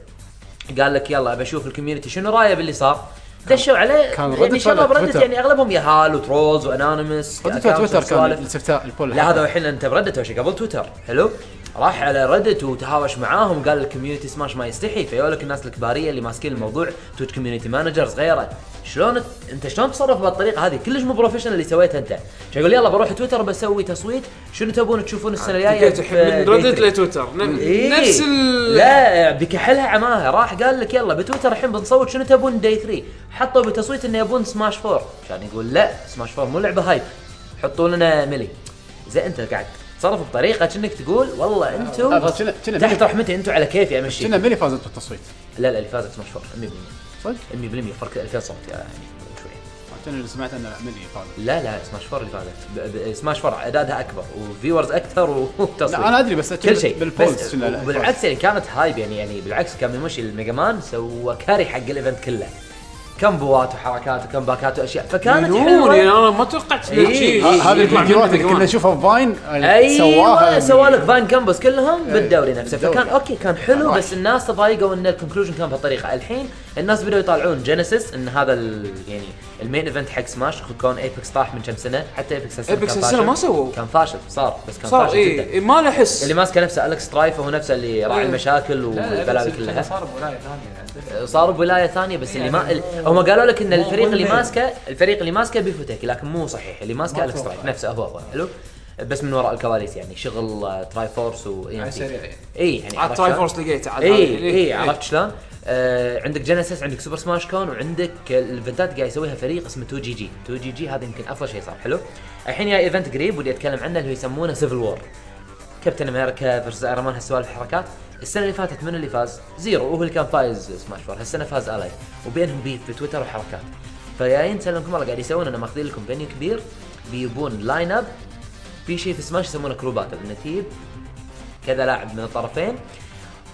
Speaker 7: قال لك يلا بشوف الكوميونتي شنو رايه باللي صار دشوا عليه
Speaker 1: كان
Speaker 7: يعني
Speaker 1: Reddit
Speaker 7: شباب
Speaker 1: ولا
Speaker 7: ريدت
Speaker 1: Twitter؟
Speaker 7: يعني اغلبهم يهال وترولز وانونيمس
Speaker 1: ردت
Speaker 7: accounts
Speaker 1: تويتر كان
Speaker 7: وسوالف.
Speaker 1: الاستفتاء البول
Speaker 7: لا هذا الحين انت بردت وش قبل تويتر حلو راح على ردت وتهاوش معاهم قال الكوميونتي سماش ما يستحي فيولك الناس الكباريه اللي ماسكين الموضوع توت كوميونتي مانجرز غيره شلون ت- انت شلون تتصرف بالطريقه هذه كلش مو بروفيشنال اللي سويته انت شو يقول يلا بروح تويتر بسوي تصويت شنو تبون تشوفون
Speaker 1: آه،
Speaker 7: السنه الجايه
Speaker 4: تلقيت الحين
Speaker 7: في
Speaker 4: من ريدت
Speaker 7: Day 3.
Speaker 4: لتويتر ن-
Speaker 7: إيه.
Speaker 4: نفس ال
Speaker 7: لا بكحلها عماها راح قال لك يلا بتويتر الحين بنصوت شنو تبون داي 3 حطوا بتصويت انه يبون سماش 4 عشان يقول لا سماش 4 مو لعبه هايب حطوا لنا ملي زي انت قاعد تتصرف بطريقه كأنك تقول والله
Speaker 1: لا،
Speaker 7: انتم
Speaker 1: بس كنا- كنا
Speaker 7: تحت
Speaker 1: ملي-
Speaker 7: رحمتي انتم على كيفي امشي
Speaker 1: كنا ملي فازت بالتصويت
Speaker 7: لا لا اللي فازت سماش 4 100%
Speaker 1: صدق؟
Speaker 7: 100% فرق 2000 صوت يعني شوي
Speaker 1: كنا اللي سمعت ان ملي فازت
Speaker 7: لا لا سماش 4 اللي فازت ب- ب- سماش 4 اعدادها اكبر وفيورز اكثر و- وتصويت
Speaker 1: لا انا ادري بس
Speaker 7: كل شيء
Speaker 1: بالبولز
Speaker 7: بس
Speaker 1: كنا- لا،
Speaker 7: بالعكس يعني كانت هايب يعني يعني بالعكس كان يمشي الميجا مان سوى كاري حق الايفنت كله كم بوات وحركات وكم باكات واشياء فكانت
Speaker 4: مليون يعني
Speaker 7: حلوه
Speaker 4: انا ما توقعت إن
Speaker 7: إيه.
Speaker 4: شيء
Speaker 1: ه- هذه
Speaker 4: يطلع منه
Speaker 1: الفيديوهات اللي
Speaker 4: كمان.
Speaker 1: كنا نشوفها بفاين يعني
Speaker 7: ايوه
Speaker 1: سواها
Speaker 7: سوالك فاين كامبوس كلهم بالدوري نفسه
Speaker 1: بالدوري.
Speaker 7: فكان اوكي كان حلو بس الناس تضايقوا ان الكونكلوجن كان بهالطريقه الحين الناس بدأوا يطالعون جينيسيس ان هذا ال- يعني المين ايفنت حق سماش كون ايبكس طاح من كم سنه حتى ايبكس هالسنة
Speaker 4: Apex
Speaker 7: كان
Speaker 4: هالسنة
Speaker 7: فاشل.
Speaker 4: ما سووه.
Speaker 7: كان فاشل صار بس كان
Speaker 4: صار
Speaker 7: فاشل جدا
Speaker 4: اي ما له حس
Speaker 7: اللي ماسكه نفسه الكس ترايف هو نفسه اللي راعي
Speaker 4: إيه.
Speaker 7: المشاكل والبلاوي
Speaker 6: كلها
Speaker 7: كلها
Speaker 6: صار بولايه ثانيه
Speaker 7: صار بولايه ثانيه بس اللي ما ال- هم قالوا لك ان
Speaker 6: مو-
Speaker 7: الفريق
Speaker 6: مو
Speaker 7: اللي
Speaker 6: المين.
Speaker 7: ماسكه الفريق اللي ماسكه بيفوتك لكن مو صحيح اللي ماسكه
Speaker 6: ما
Speaker 7: الكس
Speaker 6: أتوقع.
Speaker 7: ترايف نفسه هو هو حلو بس من وراء الكواليس يعني شغل آه، تراي فورس و
Speaker 6: على السريع يعني.
Speaker 7: اي يعني
Speaker 4: عاد
Speaker 7: عرفت
Speaker 4: تراي
Speaker 7: شلون؟
Speaker 4: فورس لقيته عاد
Speaker 7: اي
Speaker 4: هذه.
Speaker 7: اي إيه، عرفت شلون؟ آه عندك جينيسيس عندك سوبر سماش كون وعندك الايفنتات قاعد يسويها فريق اسمه 2 جي جي 2 جي جي هذا يمكن افضل شيء صار حلو الحين جاي ايفنت قريب ودي اتكلم عنه اللي هو يسمونه سيفل وور كابتن امريكا فيرسز ايرون مان هالسوالف الحركات السنه اللي فاتت من اللي فاز زيرو وهو اللي كان فايز سماش فور هالسنه فاز الاي وبينهم بيف في تويتر وحركات فجايين سلمكم الله قاعد يسوون انه ماخذين لكم فينيو كبير بيبون لاين اب في شيء في سماش يسمونه كرو باتل انه تجيب كذا لاعب من الطرفين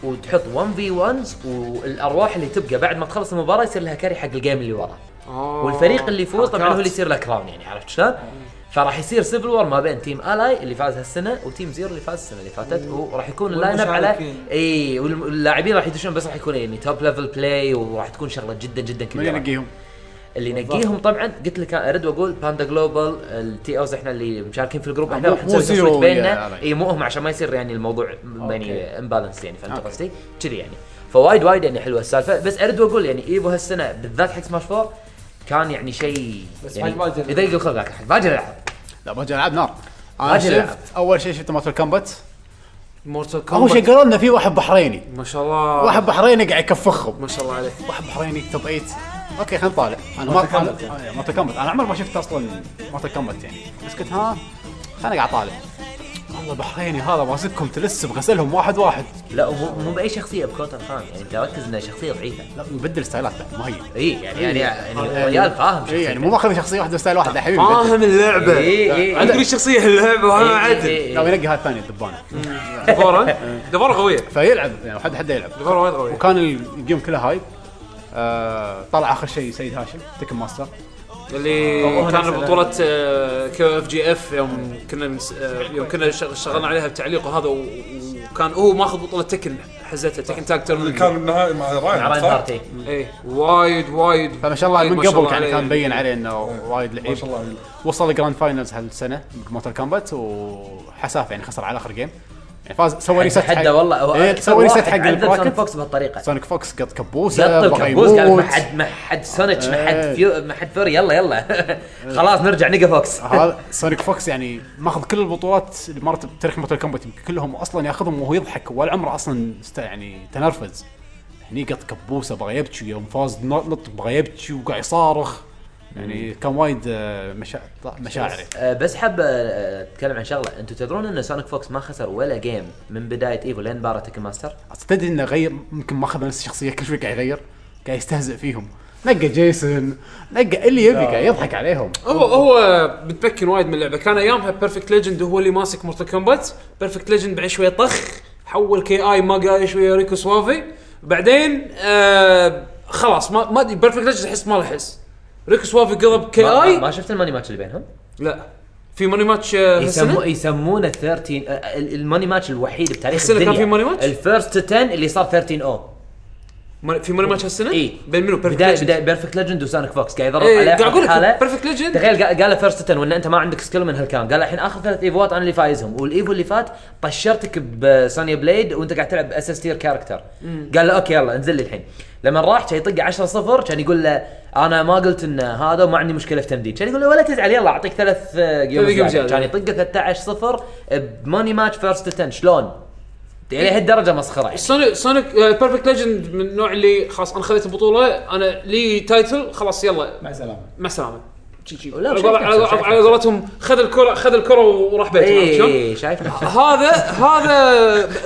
Speaker 7: وتحط 1 في 1 والارواح اللي تبقى بعد ما تخلص المباراه يصير لها كاري حق الجيم اللي وراه
Speaker 4: آه.
Speaker 7: والفريق اللي يفوز طبعا هو
Speaker 4: حركات.
Speaker 7: اللي يصير له كراون يعني عرفت شلون؟ فراح يصير سيفل وور ما بين تيم الاي اللي فاز هالسنه وتيم زيرو اللي فاز السنه اللي فاتت وراح يكون اللاين اب على
Speaker 6: والمشاركين.
Speaker 7: اي والم- واللاعبين راح يدشون بس راح يكون يعني توب ليفل بلاي وراح تكون شغله جدا جدا
Speaker 1: من
Speaker 7: كبيره
Speaker 1: ينقيهم
Speaker 7: اللي ينقيهم طبعا قلت لك ارد واقول باندا جلوبال التي اوز احنا اللي مشاركين في الجروب احنا
Speaker 1: مو-
Speaker 7: راح
Speaker 1: مو
Speaker 7: نسوي
Speaker 1: زيرو
Speaker 7: تصويت
Speaker 1: يا
Speaker 7: بيننا
Speaker 1: علي.
Speaker 7: اي مو هم عشان ما يصير يعني الموضوع م- يعني امبالانس يعني فهمت قصدي؟ كذي يعني فوايد وايد يعني حلوه السالفه بس ارد واقول يعني ايفو هالسنه بالذات حق سماش 4 كان يعني شيء
Speaker 6: بس
Speaker 7: يعني
Speaker 6: حق باجر.
Speaker 7: يضيق الخلق حق باجر العب
Speaker 1: لا باجي العاب نار انا
Speaker 7: واجد ألعاب.
Speaker 1: شفت اول شيء شفت مارتل كامبات
Speaker 4: مورتال
Speaker 1: اول شيء
Speaker 4: كومبات
Speaker 1: قالوا لنا في واحد بحريني
Speaker 4: ما شاء الله
Speaker 1: واحد بحريني قاعد يكفخهم
Speaker 4: ما شاء الله عليه
Speaker 1: واحد بحريني توب 8 اوكي خلينا نطالع انا ما آه، أنا- مارتل كامبات انا عمري ما شفت اصلا مارتل كامبات يعني بس قلت ها خليني قاعد طالع والله بحريني هذا ماسكهم تلس بغسلهم واحد واحد
Speaker 7: لا ومو مو باي شخصيه بكوتر خان يعني انت ركز انها شخصيه ضعيفه
Speaker 1: لا مبدل ستايلات بعد ما هي
Speaker 7: اي يعني يعني يعني
Speaker 1: آه،
Speaker 7: الرجال فاهم
Speaker 1: اي إيه، يعني مو ماخذ شخصيه واحده ستايل واحد يا حبيبي بدل.
Speaker 4: فاهم اللعبه
Speaker 7: اي اي
Speaker 4: عندك ليش شخصيه اللعبه وهذا
Speaker 7: إيه.
Speaker 4: عدل
Speaker 1: لا وينقي هاي الثانيه الدبانه
Speaker 4: دفوره دفوره قويه
Speaker 1: فيلعب يعني حد حد يلعب
Speaker 4: دفوره وايد قويه
Speaker 1: وكان ال- الجيم كله هايب آه طلع اخر شيء سيد هاشم تكن ماستر
Speaker 4: اللي كان بطولة آه، كيو اف جي اف يوم كنا منس- آه، يوم كنا شغ- شغلنا عليها بتعليق وهذا و- وكان هو ماخذ بطولة تكن حزتها تكن تاك
Speaker 2: اللي
Speaker 4: تورنمنت
Speaker 2: كان النهائي مع راين
Speaker 7: راين
Speaker 2: صح؟
Speaker 7: هارتي
Speaker 4: اي وايد وايد
Speaker 1: فما شاء الله
Speaker 4: وايد
Speaker 1: من
Speaker 4: ما شاء
Speaker 1: قبل
Speaker 4: الله
Speaker 1: يعني كان
Speaker 4: عليه.
Speaker 1: مبين عليه انه وايد لعيب
Speaker 2: ما شاء الله عليه.
Speaker 1: وصل الجراند فاينلز هالسنه بموتر كومبات وحسافه يعني خسر على اخر جيم يعني فاز سوى ريست حق
Speaker 7: حده والله هو
Speaker 1: إيه،
Speaker 7: أكثر
Speaker 1: سوى ريست
Speaker 7: واحد
Speaker 1: حق
Speaker 7: عذب سونيك
Speaker 1: البراكت
Speaker 7: فوكس بهالطريقه
Speaker 1: سونيك فوكس قط كبوسه
Speaker 7: قط
Speaker 1: بقى
Speaker 7: الكبوس قال ما
Speaker 1: يموت.
Speaker 7: حد ما حد سونيك ما حد
Speaker 1: إيه.
Speaker 7: فيو ما حد فوري يلا يلا خلاص نرجع نيجا فوكس
Speaker 1: هذا سونيك فوكس يعني ماخذ كل البطولات اللي مرت بتاريخ موتر كومبات يمكن كلهم اصلا ياخذهم وهو يضحك ولا عمره اصلا است- يعني تنرفز هني قط كبوسه بغى يبكي يوم فاز نط نط بغى يبكي وقاعد يصارخ يعني كان وايد آه، مشا... مشاعري
Speaker 7: آه، بس حاب آه، اتكلم عن شغله انتم تدرون ان سونيك فوكس ما خسر ولا جيم من بدايه ايفو لين بارا تيكن ماستر
Speaker 1: تدري انه غير يمكن ماخذ نفس الشخصيه كل شوي قاعد يغير قاعد يستهزئ فيهم نقى جيسون نقى اللي يبي
Speaker 4: آه.
Speaker 1: قاعد يضحك عليهم
Speaker 4: هو هو متمكن وايد من اللعبه كان ايامها بيرفكت ليجند هو اللي ماسك مورتال كومبات بيرفكت ليجند بعد شويه طخ حول كي اي ما قال شويه ريكو سوافي بعدين آه خلاص ما ما ادري بيرفكت ليجند احس ما له حس ريكو سوافي قلب كي
Speaker 7: ما, ما
Speaker 4: اي
Speaker 7: شفت الماني ماتش اللي بينهم
Speaker 4: لا في ماني ماتش آه،
Speaker 7: يسمو
Speaker 4: هالسنة؟
Speaker 7: يسمونه 13 آه، آه، الماني ماتش الوحيد بتاريخ
Speaker 4: السنة
Speaker 7: الدنيا
Speaker 4: كان في ماني ماتش؟
Speaker 7: الفيرست 10 اللي صار 13 او
Speaker 4: ما- في ماني ماتش هالسنه؟
Speaker 7: إي.
Speaker 4: بين منو بيرفكت
Speaker 7: بدايه
Speaker 4: ليجند؟
Speaker 7: بدايه بيرفكت ليجند وسانك فوكس قاعد يضرب
Speaker 4: إيه،
Speaker 7: عليه
Speaker 4: قاعد اقول
Speaker 7: حالة.
Speaker 4: لك بيرفكت ليجند
Speaker 7: تخيل قا- قال له تن وان انت ما عندك سكيل من هالكلام قال الحين اخر ثلاث ايفوات انا اللي فايزهم والايفو اللي فات طشرتك بسانيا بليد وانت قاعد تلعب اس اس تير كاركتر قال له اوكي يلا انزل لي الحين لما راح كان يطق 10 0 كان يقول له انا ما قلت ان هذا وما عندي مشكله في تمديد كان يقول له ولا تزعل يلا اعطيك ثلاث آه،
Speaker 4: ثلاث يعني.
Speaker 7: جيمز
Speaker 4: جيمز
Speaker 7: زيادة. كان
Speaker 4: زيادة.
Speaker 7: يطق 13 0 بماني ماتش فيرست 10 شلون؟ يعني لهالدرجه مسخره يعني.
Speaker 4: سونيك سونيك بيرفكت ليجند آه، من النوع اللي خلاص انا خذيت البطوله انا لي تايتل خلاص يلا
Speaker 6: مع السلامه
Speaker 4: مع السلامه شي شي
Speaker 7: لا،
Speaker 4: على
Speaker 7: شايف
Speaker 4: قول-
Speaker 7: نفسه،
Speaker 4: على
Speaker 7: شايف
Speaker 4: على
Speaker 7: نفسه.
Speaker 4: قولتهم خذ الكره خذ الكره وراح بيته عرفت شلون؟
Speaker 7: اي إيه، شايف
Speaker 4: هذا هذا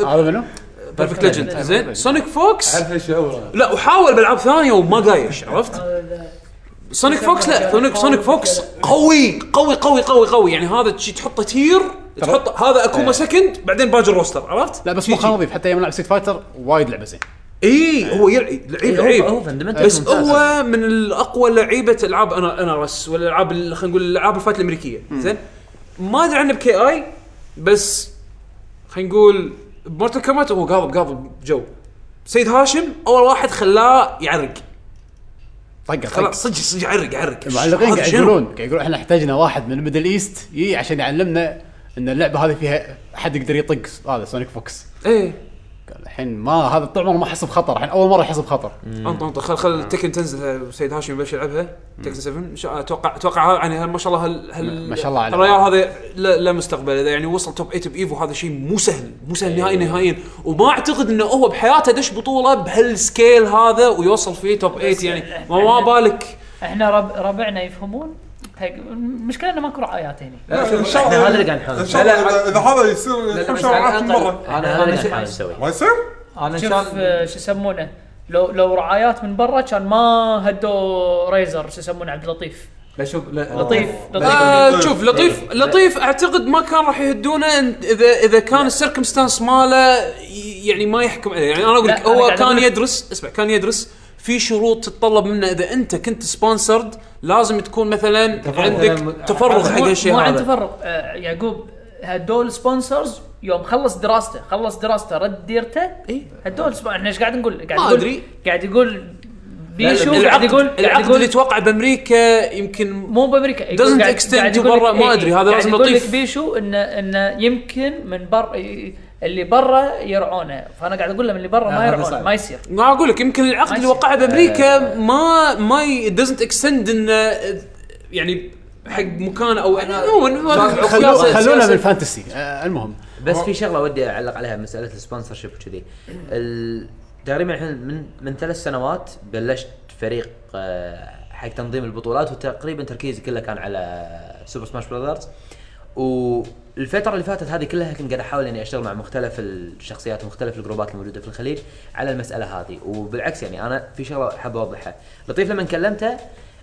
Speaker 1: هذا منو؟
Speaker 4: بيرفكت ليجند زين سونيك فوكس
Speaker 8: عارف ايش هو؟
Speaker 4: لا وحاول بالعاب ثانيه وما قايش عرفت؟ سونيك فوكس لا سونيك سونيك فوكس قوي قوي قوي قوي قوي يعني هذا شي تحطه تير تحط
Speaker 7: إيه.
Speaker 4: هذا اكوما سكند بعدين باجر روستر عرفت؟
Speaker 1: لا بس مو
Speaker 4: شي-
Speaker 1: خلينا
Speaker 4: شي.
Speaker 1: نضيف حتى يوم لعب ستيت فايتر وايد لعبه زين
Speaker 4: اي هو يلعب لعيب
Speaker 7: إيه،
Speaker 4: لعيب
Speaker 7: هو- هو fundamental
Speaker 4: بس
Speaker 7: ممتاز.
Speaker 4: هو من الاقوى لعيبه العاب انا انا رس ولا العاب ال- خلينا نقول العاب الفايت الامريكيه زين ما ادري عنه بكي اي بس خلينا نقول بمورتال كومبات هو قاضب قاضب جو سيد هاشم اول واحد خلاه يعرق
Speaker 1: طقه طقة.
Speaker 4: خلاص صدق صدق يعرق يعرق
Speaker 1: المعلقين
Speaker 4: هذا
Speaker 1: قاعد
Speaker 4: شنو؟
Speaker 1: طيب، يقولون قاعد يقولون احنا احتاجنا واحد من الميدل ايست يجي عشان يعلمنا ان اللعبه هذه فيها حد يقدر يطق هذا سونيك فوكس
Speaker 4: ايه
Speaker 1: قال الحين ما هذا طول عمره ما حس بخطر الحين اول مره يحس بخطر
Speaker 4: انطر انطر خل خل تكن تنزل سيد هاشم يبلش يلعبها تكن 7 إن شاء- اتوقع اتوقع ها- يعني هل- ما شاء الله هل هل
Speaker 1: ما شاء الله عليه.
Speaker 4: الريال هذا لا, لا مستقبل اذا يعني وصل توب 8 بايفو هذا شيء مو سهل مو سهل نهائي
Speaker 1: إيه.
Speaker 4: نهائيا وما اعتقد انه هو بحياته دش بطوله بهالسكيل هذا ويوصل فيه توب 8
Speaker 1: إيه.
Speaker 4: يعني ما, ما بالك
Speaker 5: احنا رب... ربعنا يفهمون هيك المشكله انه ماكو رعايات هنا
Speaker 2: لا، ان شاء
Speaker 7: احنا
Speaker 2: الله
Speaker 7: هذا اللي قاعد نحاول.
Speaker 2: ان شاء
Speaker 6: لا، لا،
Speaker 2: الله اذا هذا يصير كل
Speaker 6: بس
Speaker 2: شيء معاه
Speaker 6: على
Speaker 2: كل
Speaker 6: الأقل-
Speaker 2: مره
Speaker 7: انا
Speaker 6: انا
Speaker 7: هذا اللي
Speaker 6: شو-
Speaker 7: قاعد نسوي
Speaker 2: ما يصير؟
Speaker 6: انا ان
Speaker 5: شوف
Speaker 6: شاء الله
Speaker 5: آه، شو يسمونه لو لو رعايات من برا كان ما هدوا ريزر شو يسمونه عبد اللطيف
Speaker 6: لا شوف لا-
Speaker 5: لطيف لطيف
Speaker 4: آه شوف لطيف لطيف اعتقد ما كان راح يهدونه إن- اذا اذا كان السيركمستانس ماله ي- يعني ما يحكم عليه يعني انا اقول لك
Speaker 5: لا، أنا
Speaker 4: هو
Speaker 5: قاعد
Speaker 4: كان
Speaker 5: أقول لك-
Speaker 4: يدرس اسمع كان يدرس في شروط تتطلب منه اذا انت كنت سبونسرد لازم تكون مثلا عندك تفرغ حق
Speaker 5: مو-
Speaker 4: هالشيء
Speaker 5: مو عن
Speaker 4: هذا
Speaker 5: تفرق آه، يعقوب هدول سبونسرز يوم خلص دراسته خلص دراسته رد ديرته
Speaker 4: إي.
Speaker 5: هدول سبون- احنا ايش قاعد نقول قاعد
Speaker 4: ما
Speaker 5: نقول
Speaker 4: أدري.
Speaker 5: قاعد يقول بيشو قاعد
Speaker 4: العقد,
Speaker 5: يقول قاعد
Speaker 4: العقد اللي
Speaker 5: يقول
Speaker 4: توقع بامريكا يمكن
Speaker 5: مو بامريكا يقول
Speaker 4: Doesn't
Speaker 5: قاعد-
Speaker 4: extend
Speaker 5: قاعد
Speaker 4: to
Speaker 5: يقول لك-
Speaker 4: برا، ما
Speaker 5: إي-
Speaker 4: أدري،
Speaker 5: إي،
Speaker 4: هذا
Speaker 5: قاعد
Speaker 4: لازم
Speaker 5: يقول لك
Speaker 4: لطيف.
Speaker 5: بيشو انه انه يمكن من برا إي- اللي برا يرعونه فانا قاعد اقول لهم اللي برا ما
Speaker 6: هذا
Speaker 5: يرعونه
Speaker 6: صعب.
Speaker 5: ما يصير
Speaker 4: ما اقول لك يمكن العقد
Speaker 5: ما
Speaker 4: اللي
Speaker 5: يصير.
Speaker 4: وقعه بامريكا ما ما دزنت اكستند انه يعني حق مكان او
Speaker 8: خلو-
Speaker 1: خلو-
Speaker 4: عموما
Speaker 1: خلونا بالفانتسي آه، المهم
Speaker 7: بس في شغله ودي اعلق عليها مساله السبونسر شيب وكذي ال- تقريبا الحين من من ثلاث سنوات بلشت فريق آه، حق تنظيم البطولات وتقريبا تركيزي كله كان على سوبر سماش براذرز والفتره اللي فاتت هذه كلها كنت قاعد احاول اني اشتغل مع مختلف الشخصيات ومختلف الجروبات الموجوده في الخليج على المساله هذه وبالعكس يعني انا في شغله حاب اوضحها لطيف لما كلمته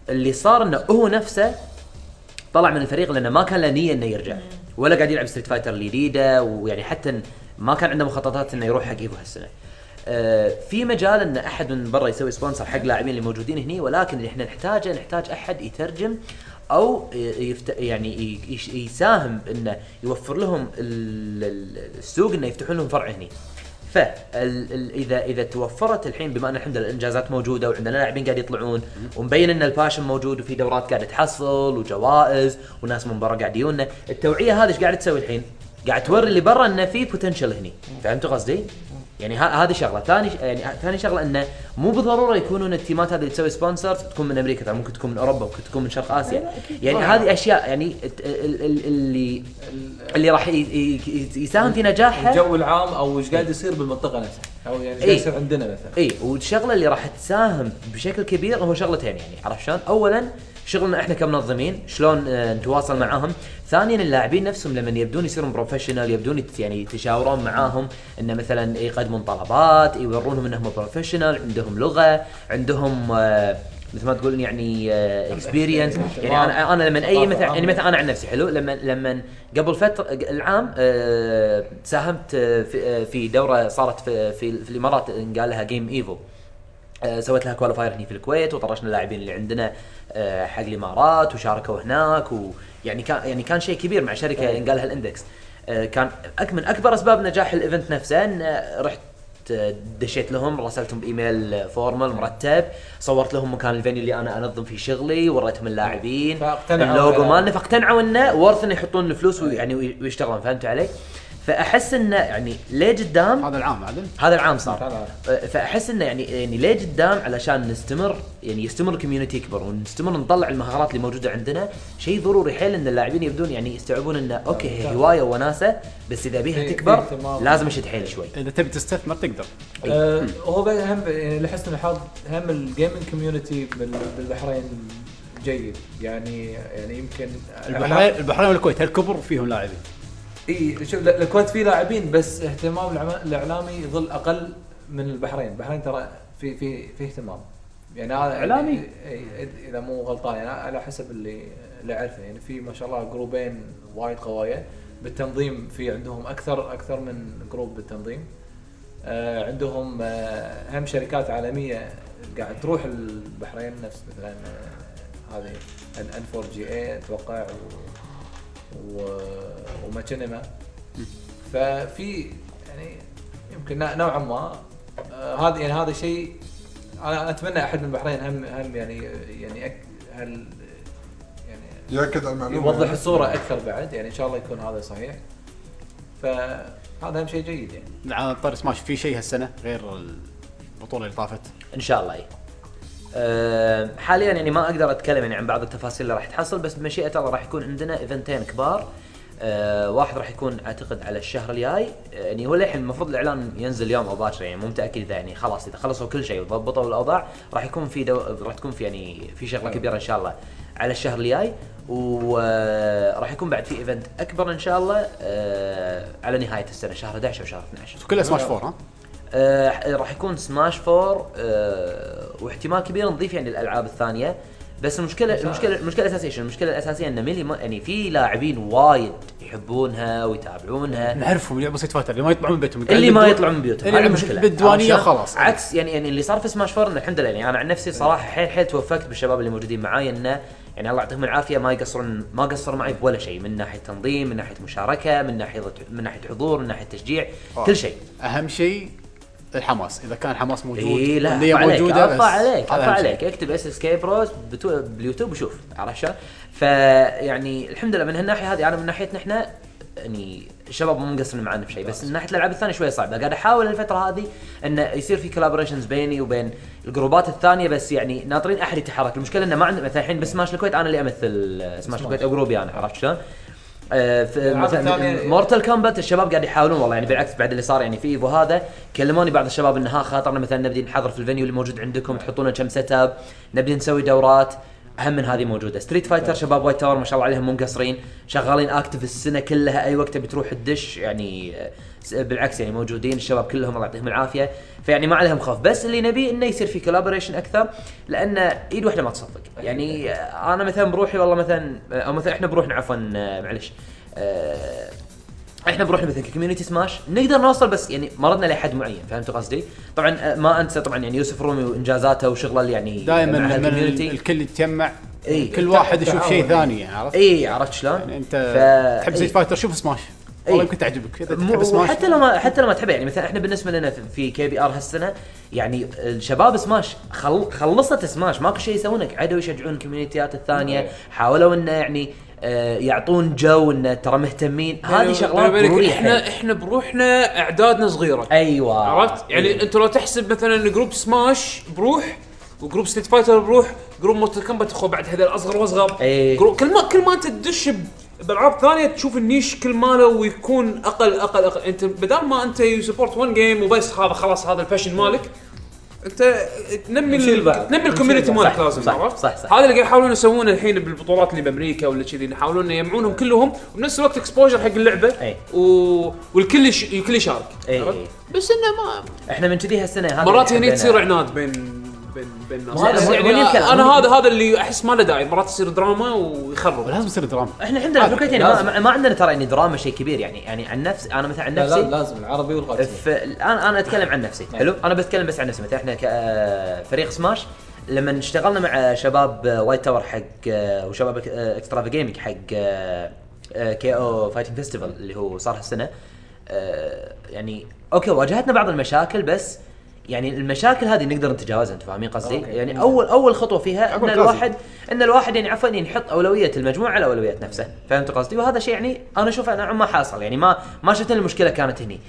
Speaker 7: اللي صار انه هو نفسه طلع من الفريق لانه ما كان له نيه انه يرجع ولا قاعد يلعب ستريت فايتر الجديده ويعني حتى ما كان عنده مخططات انه يروح حق ايفو هالسنه. آه، في مجال ان احد من برا يسوي سبونسر حق لاعبين اللي موجودين هني ولكن اللي احنا نحتاجه نحتاج احد يترجم او يفت... يعني ي- يش- يساهم انه يوفر لهم ال- ال- السوق انه يفتحون لهم فرع هني. ف اذا اذا توفرت الحين بما ان الحمد لله الانجازات موجوده وعندنا لاعبين قاعد يطلعون ومبين ان الباشن موجود وفي دورات قاعده تحصل وجوائز وناس من برا قاعد يجونا، التوعيه هذه ايش قاعد تسوي الحين؟ قاعد توري اللي برا ان في بوتنشل هني، فهمتوا قصدي؟ يعني ه- هذه شغله، ثاني ش- يعني ه- ثاني شغله انه مو بالضروره يكونون التيمات هذه اللي تسوي سبونسرز تكون من امريكا ترى ممكن تكون من اوروبا ممكن تكون من شرق اسيا، يعني هذه اشياء يعني الت- ال- ال- اللي اللي راح ي- ي- ي- يساهم في نجاحها
Speaker 6: الجو العام او ايش قاعد يصير بالمنطقه نفسها او يعني ايش قاعد
Speaker 7: إيه.
Speaker 6: يصير عندنا مثلا
Speaker 7: اي والشغله اللي راح تساهم بشكل كبير هو شغلتين يعني عرفت شلون؟ اولا شغلنا احنا كمنظمين شلون آه، نتواصل معاهم، ثانيا اللاعبين نفسهم لما يبدون يصيرون بروفيشنال يبدون يت- يعني يتشاورون معاهم انه مثلا يقدمون طلبات يورونهم انهم بروفيشنال عندهم لغه عندهم آه، مثل ما تقول يعني اكسبيرينس يعني انا انا لما اي مثلا يعني مثلا انا عن نفسي حلو لما لما قبل فتره العام آه، ساهمت آه، في- آه، في دوره صارت في في, في الامارات قال لها جيم ايفو آه، سويت لها كواليفاير هنا في الكويت وطرشنا اللاعبين اللي عندنا آه، حق الامارات وشاركوا هناك ويعني كان يعني كان شيء كبير مع شركه قال لها الاندكس آه، كان أك- من اكبر اسباب نجاح الايفنت نفسه ان آه، رحت آه، دشيت لهم راسلتهم بايميل فورمال مرتب صورت لهم مكان الفينيو اللي انا انظم فيه شغلي وريتهم اللاعبين
Speaker 6: فاقتنعوا
Speaker 7: اللوجو
Speaker 6: على-
Speaker 7: مالنا فاقتنعوا انه ورث انه يحطون الفلوس ويعني وي- ويشتغلون فهمت علي؟ فاحس انه يعني ليه قدام
Speaker 1: هذا العام عدل
Speaker 7: هذا العام صار أه، فاحس انه يعني يعني ليه قدام علشان نستمر يعني يستمر الكوميونتي يكبر ونستمر نطلع المهارات اللي موجوده عندنا شيء ضروري حيل ان اللاعبين يبدون يعني يستوعبون انه اوكي هي هوايه وناسه بس اذا بيها
Speaker 8: أه، في- في
Speaker 7: تكبر
Speaker 8: اهتمام.
Speaker 7: لازم اشد حيل شوي
Speaker 1: اذا تبي تستثمر تقدر
Speaker 6: آه، هو بعد هم يعني لحسن الحظ هم الجيمنج كوميونتي بال- بالبحرين جيد يعني يعني يمكن
Speaker 1: البحرين البحرين والكويت هالكبر فيهم لاعبين
Speaker 6: اي شوف لا- الكويت في لاعبين بس اهتمام الإعلام- الاعلامي يظل اقل من البحرين، البحرين ترى في في في اهتمام. يعني أنا-
Speaker 1: إعلامي؟
Speaker 6: إي، إي، اذا مو غلطان يعني على حسب اللي اللي اعرفه يعني في ما شاء الله جروبين وايد قوايه بالتنظيم في عندهم اكثر اكثر من جروب بالتنظيم. آه عندهم آه هم شركات عالميه قاعد تروح البحرين نفس مثلا آه، هذه ان 4 جي اي اتوقع و- و... وماتشينما ففي يعني يمكن نا- نوعا ما آه، هذا يعني هذا شيء انا أنا اتمنى احد من البحرين هم هم يعني يعني أك... هل يعني
Speaker 2: ياكد على المعلومه
Speaker 6: يوضح
Speaker 2: يعني.
Speaker 6: الصوره اكثر بعد يعني ان شاء الله يكون هذا صحيح فهذا هم شيء جيد يعني
Speaker 1: على نعم، طار سماش في شيء هالسنه غير البطوله اللي طافت
Speaker 7: ان شاء الله اي أه، حاليا يعني ما اقدر اتكلم يعني عن بعض التفاصيل اللي راح تحصل بس بمشيئه الله راح يكون عندنا ايفنتين كبار أه واحد راح يكون اعتقد على الشهر الجاي أه، يعني هو للحين المفروض الاعلان ينزل اليوم او باكر يعني مو متاكد اذا يعني خلاص اذا خلصوا كل شيء وضبطوا الاوضاع راح يكون في دو... راح تكون في يعني في شغله كبيره ان شاء الله على الشهر الجاي وراح يكون بعد في ايفنت اكبر ان شاء الله أه على نهايه السنه شهر 11 او شهر 12
Speaker 1: كلها سماش فور ها
Speaker 7: آه، راح يكون سماش 4 آه، واحتمال كبير نضيف يعني الالعاب الثانيه بس المشكله المشكله المشكله الاساسيه شنو؟ المشكله الاساسيه ان ميلي ما- يعني في لاعبين وايد يحبونها ويتابعونها
Speaker 1: نعرفهم اللي يلعبون ستريت فايتر يعني اللي ما يطلعون من بيتهم
Speaker 7: اللي ما
Speaker 1: بالدو-
Speaker 7: يطلعون من بيوتهم
Speaker 1: اللي
Speaker 7: هذه مشكله
Speaker 1: بالديوانيه
Speaker 7: عرفت شلون؟
Speaker 1: خلاص
Speaker 7: عكس يعني يعني اللي صار في سماش فور إن الحمد لله يعني انا عن نفسي صراحه حيل حيل توفقت بالشباب اللي موجودين معاي انه يعني الله يعطيهم العافيه ما يقصرون ما قصروا معي بولا شيء من ناحيه تنظيم من ناحيه مشاركه من ناحيه من ناحيه حضور من ناحيه تشجيع كل شيء
Speaker 1: اهم شيء الحماس اذا كان الحماس موجود
Speaker 7: اي إيه، لا
Speaker 1: الأمنية
Speaker 7: عفا عليك
Speaker 1: موجوده
Speaker 7: عفا عليك
Speaker 1: هذا
Speaker 7: عفا
Speaker 1: أهم شيء.
Speaker 7: عليك اكتب اس اس كي بروس بتو- يعني باليوتيوب وشوف عرفت شلون؟ فيعني الحمد لله من هالناحيه هذه انا من ناحيتنا احنا يعني الشباب مو مقصرين معانا بشيء بس من ناحيه الالعاب الثانيه شوي صعبه قاعد احاول الفتره هذه انه يصير في كولابوريشنز بيني وبين الجروبات الثانيه بس يعني ناطرين احد يتحرك المشكله انه ما عندنا مثلا الحين بسماش الكويت انا اللي امثل سماش الكويت او جروبي انا عرفت شلون؟ آه، في
Speaker 8: الألعاب
Speaker 7: مثلا
Speaker 8: الثانية-
Speaker 7: مورتال كومبات الشباب قاعد يحاولون والله يعني بالعكس بعد اللي صار يعني في ايفو هذا كلموني بعض الشباب انه ها خاطرنا مثلا نبدي نحضر في الفنيو اللي موجود عندكم تحطون لنا كم سيت اب نبدي نسوي دورات اهم من هذه موجوده ستريت فايتر شباب وايت تاور ما شاء الله عليهم مو مقصرين شغالين اكتف السنه كلها اي وقت بتروح تدش يعني آه، س- بالعكس يعني موجودين الشباب كلهم الله يعطيهم العافيه فيعني ما عليهم خوف بس اللي نبيه انه يصير في كولابوريشن اكثر لان ايد واحده ما تصفق يعني آه، انا مثلا بروحي والله مثلا آه، او مثلا احنا بروحنا عفوا آه، معلش آه، احنا بروحنا مثلا ككوميونتي سماش نقدر نوصل بس يعني مرضنا لحد معين فهمت قصدي؟ طبعا آه، ما انسى طبعا يعني يوسف رومي وانجازاته وشغله اللي يعني
Speaker 1: دائما
Speaker 7: مع
Speaker 1: لما
Speaker 7: هالكوميونتي.
Speaker 1: ال- الكل يتجمع
Speaker 7: إي.
Speaker 1: كل واحد يشوف شيء ثاني يعني عرفت؟
Speaker 7: اي عرفت شلون؟
Speaker 1: يعني انت
Speaker 7: ف-
Speaker 1: تحب
Speaker 7: إي.
Speaker 1: ستريت فايتر شوف سماش
Speaker 7: إي.
Speaker 1: والله يمكن تعجبك اذا تحب
Speaker 7: مو
Speaker 1: سماش
Speaker 7: حتى لو ما حتى لو ما تحبها يعني مثلا احنا بالنسبه لنا في- في كي بي ار هالسنه يعني الشباب سماش خل خلصت سماش ماكو شيء يسوونه قعدوا يشجعون الكوميونيتيات الثانيه حاولوا انه يعني آه، يعطون جو انه ترى مهتمين
Speaker 1: يعني
Speaker 7: هذه شغلات مريحة.
Speaker 4: احنا احنا بروحنا اعدادنا صغيره
Speaker 7: ايوه
Speaker 4: عرفت؟ يعني انت لو تحسب مثلا جروب سماش بروح وجروب ستريت فايتر بروح جروب مورتال كومبات اخو بعد هذا اصغر واصغر
Speaker 7: إيه.
Speaker 4: جروب كل ما كل ما انت تدش ب- بالعاب ثانيه تشوف النيش كل ماله ويكون اقل اقل اقل انت بدل ما انت سبورت ون جيم وبس هذا خلاص هذا الفاشن
Speaker 7: إيه.
Speaker 4: مالك انت تنمي
Speaker 8: نشيل
Speaker 4: ال-
Speaker 8: بعض.
Speaker 4: تنمي الكوميونتي
Speaker 7: بعض.
Speaker 4: مالك
Speaker 7: صح،
Speaker 4: لازم
Speaker 7: صح،
Speaker 4: عرفت؟
Speaker 7: صح، صح.
Speaker 4: هذا اللي قاعد يحاولون يسوونه الحين بالبطولات اللي بامريكا ولا كذي يحاولون يجمعونهم كلهم وبنفس الوقت اكسبوجر حق اللعبه
Speaker 7: إيه.
Speaker 4: و... والكل يش... الكل يشارك
Speaker 7: إيه.
Speaker 4: عرفت؟ بس انه ما
Speaker 7: احنا من كذي هالسنه هذا
Speaker 4: مرات
Speaker 7: اللي
Speaker 4: هني تصير
Speaker 7: حبينا.
Speaker 4: عناد بين بين بين الناس
Speaker 7: ما هذا
Speaker 4: بس
Speaker 7: مو- مو
Speaker 4: يعني
Speaker 7: الكلام.
Speaker 4: انا هذا هذا اللي احس ما له داعي مرات تصير دراما ويخرب
Speaker 1: لازم يصير دراما
Speaker 7: احنا الحمد لله في الكويت يعني ما- ما, ما عندنا ترى يعني دراما شيء كبير يعني يعني عن نفسي انا مثلا عن
Speaker 6: لا
Speaker 7: نفسي
Speaker 6: لا لازم العربي والغربي
Speaker 7: ف- الان انا اتكلم عن نفسي حلو انا بتكلم بس عن نفسي مثلا احنا كفريق آه، سماش لما اشتغلنا مع شباب آه، وايت تاور حق آه، وشباب إك- آه، اكسترافا جيمنج حق آه، كي او فايتنج فيستيفال اللي هو صار هالسنه آه، يعني اوكي واجهتنا بعض المشاكل بس يعني المشاكل هذه نقدر نتجاوزها انتم فاهمين قصدي؟ يعني اول اول خطوه فيها ان
Speaker 1: أقول
Speaker 7: الواحد ان الواحد يعني عفوا يعني يحط اولويه المجموعه على اولويات نفسه، فهمت قصدي؟ وهذا شيء يعني انا اشوفه نوعا ما حاصل يعني ما ما شفت إن المشكله كانت هني.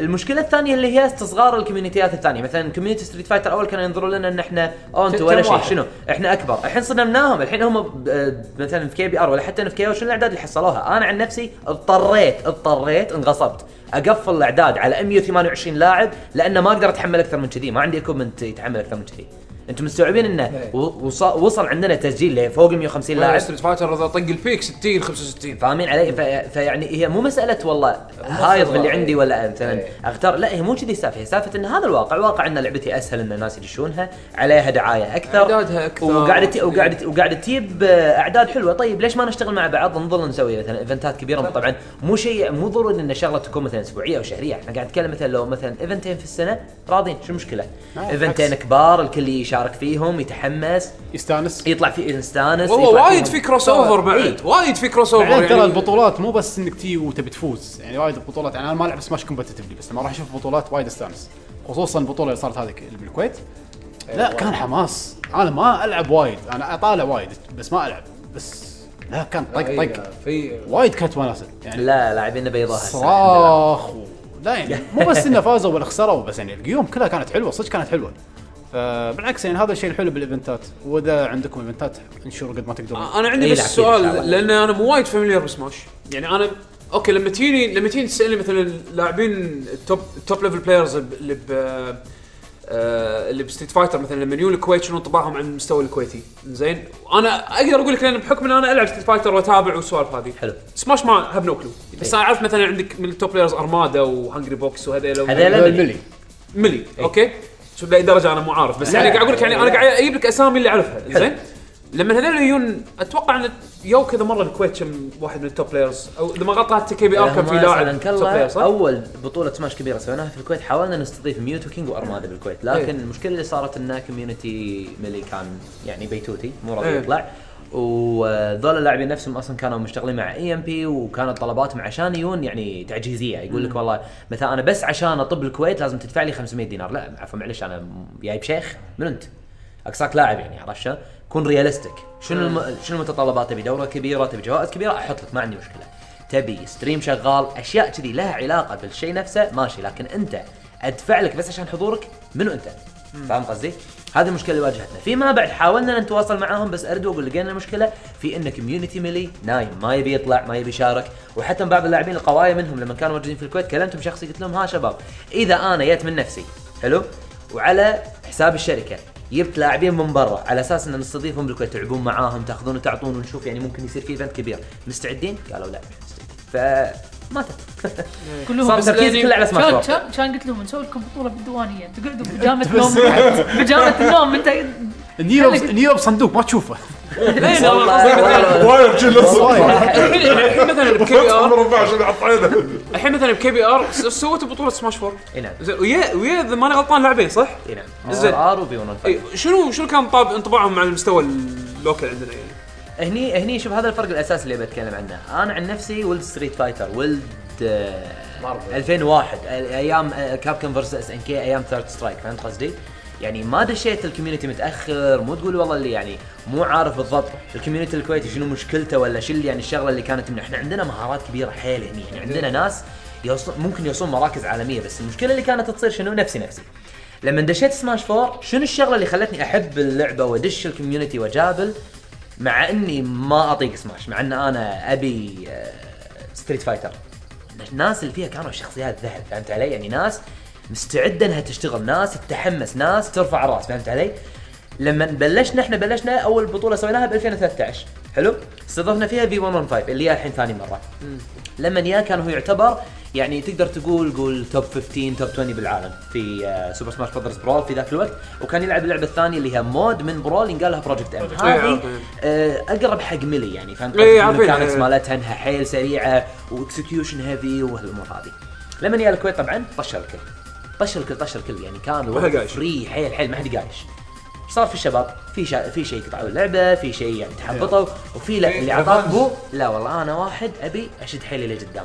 Speaker 7: المشكله الثانيه اللي هي استصغار الكوميونيتيات الثانيه مثلا كوميونتي ستريت فايتر اول كانوا ينظروا لنا ان احنا او انتم ولا شيء شنو احنا اكبر الحين صدمناهم الحين هم ب- آه، مثلا في كي بي ار ولا حتى في كي شنو الاعداد اللي حصلوها انا عن نفسي اضطريت اضطريت انغصبت اقفل الاعداد على 128 لاعب لان ما اقدر اتحمل اكثر من كذي ما عندي اكوبمنت يتحمل اكثر من كذي انتم مستوعبين انه و- وص- وصل عندنا تسجيل لفوق ال 150 لاعب
Speaker 4: ستريت فايتر اذا طق البيك 60 65
Speaker 7: فاهمين علي في- فيعني هي مو مساله والله هايض باللي عندي ولا مثلا
Speaker 4: إيه.
Speaker 7: اختار لا هي مو كذي السالفه هي سالفه ان هذا الواقع واقع ان لعبتي اسهل ان الناس يدشونها عليها دعايه اكثر
Speaker 4: أعدادها أكثر. إيه.
Speaker 7: وقاعده تي- وقاعده وقاعده تجيب آه، اعداد حلوه طيب ليش ما نشتغل مع بعض نظل نسوي مثلا ايفنتات كبيره طبعا مو شيء مو ضروري ان شغله تكون مثلا اسبوعيه او شهريه احنا قاعد نتكلم مثلا لو مثلا ايفنتين في السنه راضين شو المشكله
Speaker 1: آه،
Speaker 7: ايفنتين
Speaker 1: بالعكس.
Speaker 7: كبار الكل يشارك فيهم يتحمس
Speaker 1: يستانس
Speaker 7: يطلع فيه يستانس
Speaker 4: والله
Speaker 7: يطلع
Speaker 4: وايد
Speaker 7: فيهم-
Speaker 4: في كروس اوفر
Speaker 7: إيه.
Speaker 4: بعد وايد في كروس اوفر
Speaker 1: بعدين ترى
Speaker 4: يعني
Speaker 1: البطولات مو بس انك تي وتبي تفوز يعني وايد البطولات يعني انا ما العب سماش كومبتتفلي بس لما راح اشوف بطولات وايد استانس خصوصا البطوله اللي صارت هذه ك- اللي بالكويت أه، لا كان حماس انا ما العب وايد انا اطالع وايد بس ما العب بس لا كان طق
Speaker 6: إيه،
Speaker 1: طق
Speaker 8: في
Speaker 1: وايد كانت وناسه يعني
Speaker 7: لا لاعبين بيضاء هسه
Speaker 1: صراخ و... لا يعني مو بس انه فازوا ولا خسروا بس يعني القيوم كلها كانت حلوه صدق كانت حلوه فبالعكس يعني هذا الشيء الحلو بالايفنتات واذا عندكم ايفنتات انشروا قد ما تقدرون
Speaker 4: انا عندي
Speaker 7: إيه،
Speaker 4: بس
Speaker 7: لعب فيها إن شاء الله.
Speaker 4: سؤال لان انا مو وايد فاميليار بسماش يعني انا اوكي لما تجيني لما تجيني تسالني مثلا اللاعبين التوب التوب ليفل بلايرز اللي ب آه، اللي بستريت فايتر مثلا لما يجون الكويت شنو انطباعهم عن المستوى الكويتي زين انا اقدر اقول لك لان بحكم ان انا العب ستريت فايتر واتابع والسوالف هذه
Speaker 7: حلو.
Speaker 4: سماش ما هاف نو كلو بس انا عرفت مثلا عندك من التوب بلايرز ارمادا وهنجري بوكس وهذيلا
Speaker 7: هذيلا
Speaker 1: هذول الملي
Speaker 4: ملي اوكي شو لاي درجه انا مو عارف بس يعني قاعد اقول لك يعني انا قاعد اجيب لك اسامي اللي اعرفها زين لما هذول يجون اتوقع ان يو كذا مره الكويت كم واحد من التوب بلايرز او اذا ما غلطت حتى كي بي ار كان في
Speaker 7: هم
Speaker 4: لاعب
Speaker 7: مثلاً
Speaker 4: توب بلاير صح؟
Speaker 7: كلا اول بطوله سماش كبيره سويناها في الكويت حاولنا نستضيف ميوتو كينج وارمادا بالكويت لكن
Speaker 4: إيه.
Speaker 7: المشكله اللي صارت ان كوميونتي ملي كان يعني بيتوتي مو راضي
Speaker 4: إيه.
Speaker 7: يطلع وذول اللاعبين نفسهم اصلا كانوا مشتغلين مع اي ام بي وكانت طلباتهم عشان يجون يعني تعجيزيه يقول لك والله مثلا انا بس عشان اطب الكويت لازم تدفع لي 500 دينار لا عفوا معلش انا م- جايب شيخ من انت؟ اقصاك لاعب يعني عرفت شلون؟ كون رياليستيك شنو الم... شنو المتطلبات تبي دوره كبيره تبي جوائز كبيره احط لك ما عندي مشكله تبي ستريم شغال اشياء كذي لها علاقه بالشيء نفسه ماشي لكن انت ادفع لك بس عشان حضورك منو انت؟ فاهم قصدي؟ هذه المشكله اللي واجهتنا، فيما بعد حاولنا نتواصل معاهم بس ارد واقول لقينا المشكله في ان كوميونتي ميلي نايم ما يبي يطلع ما يبي يشارك وحتى بعض اللاعبين القوايا منهم لما كانوا موجودين في الكويت كلمتهم شخصي قلت لهم ها شباب اذا انا جيت من نفسي حلو وعلى حساب الشركه جبت لاعبين من برا على اساس ان نستضيفهم بالكويت تلعبون معاهم تاخذون وتعطون ونشوف يعني ممكن يصير في ايفنت كبير مستعدين؟ قالوا لا مستعدين فماتت
Speaker 5: كلهم
Speaker 7: صار تركيز
Speaker 5: يعني
Speaker 7: كله على سماش
Speaker 5: كان-
Speaker 7: بوكس.
Speaker 5: كان- كان قلت لهم نسوي لكم بطوله بالديوانيه تقعدوا بجامه نوم بجامه النوم انت
Speaker 1: نيلو نيلو بصندوق ما تشوفه
Speaker 4: إيه،
Speaker 7: والله- والله-
Speaker 2: واير جل
Speaker 7: طيب.
Speaker 4: الحين الحين مثلا بكي بي
Speaker 2: فتحه
Speaker 4: ار
Speaker 2: مربع عشان يحط عينه
Speaker 4: الحين مثلا بكي بي ار س- سويت بطوله سماش 4
Speaker 7: اي نعم
Speaker 4: زين ويا ويا إذا ماني غلطان لاعبين صح؟
Speaker 7: اي نعم
Speaker 4: زين.
Speaker 7: ار وبي 1
Speaker 4: إي، شنو شنو كان طاب انطباعهم مع المستوى اللوكل عندنا يعني؟
Speaker 7: هني هني شوف هذا الفرق الاساسي اللي بتكلم عنه انا عن نفسي ولد ستريت فايتر ولد آه، 2001 آه، ايام كابكن فيرسس اس ان كي ايام ثيرد سترايك فهمت قصدي؟ يعني ما دشيت الكوميونتي متاخر مو تقول والله اللي يعني مو عارف بالضبط الكوميونتي الكويتي شنو مشكلته ولا شو اللي يعني الشغله اللي كانت انه احنا عندنا مهارات كبيره حيل هني يعني عندنا ناس يوصل ممكن يوصلون مراكز عالميه بس المشكله اللي كانت تصير شنو نفسي نفسي لما دشيت سماش 4 شنو الشغله اللي خلتني احب اللعبه وادش الكوميونتي واجابل مع اني ما اطيق سماش مع ان انا ابي ستريت فايتر الناس اللي فيها كانوا شخصيات ذهب فهمت علي يعني ناس مستعده انها تشتغل ناس تتحمس ناس ترفع الراس فهمت علي لما بلشنا احنا بلشنا اول بطوله سويناها ب 2013 حلو استضفنا فيها في 115 اللي هي الحين ثاني مره لما يا كان هو يعتبر يعني تقدر تقول قول توب 15 توب 20 بالعالم في آه، سوبر سماش براذرز برول في ذاك الوقت وكان يلعب اللعبه الثانيه اللي هي مود من برول ينقال لها بروجكت ام هذه
Speaker 4: عارفين.
Speaker 7: آه، اقرب حق ميلي يعني فهمت
Speaker 4: إيه،
Speaker 7: قصدي؟
Speaker 4: عارفين.
Speaker 7: الميكانكس
Speaker 4: إيه.
Speaker 7: مالتها انها حيل سريعه واكسكيوشن هيفي وهالامور هذه لما جاء الكويت طبعا طشر الكل طشر الكل طشر الكل يعني كان
Speaker 4: واحد
Speaker 7: الوضع
Speaker 4: قايش.
Speaker 7: فري حيل حيل ما حد قايش صار في شباب في شا... في شيء قطعوا اللعبه في شيء يعني تحبطوا وفي لا
Speaker 8: في
Speaker 7: اللي اعطاك
Speaker 8: advance.
Speaker 7: هو لا والله انا واحد ابي اشد حيلي لقدام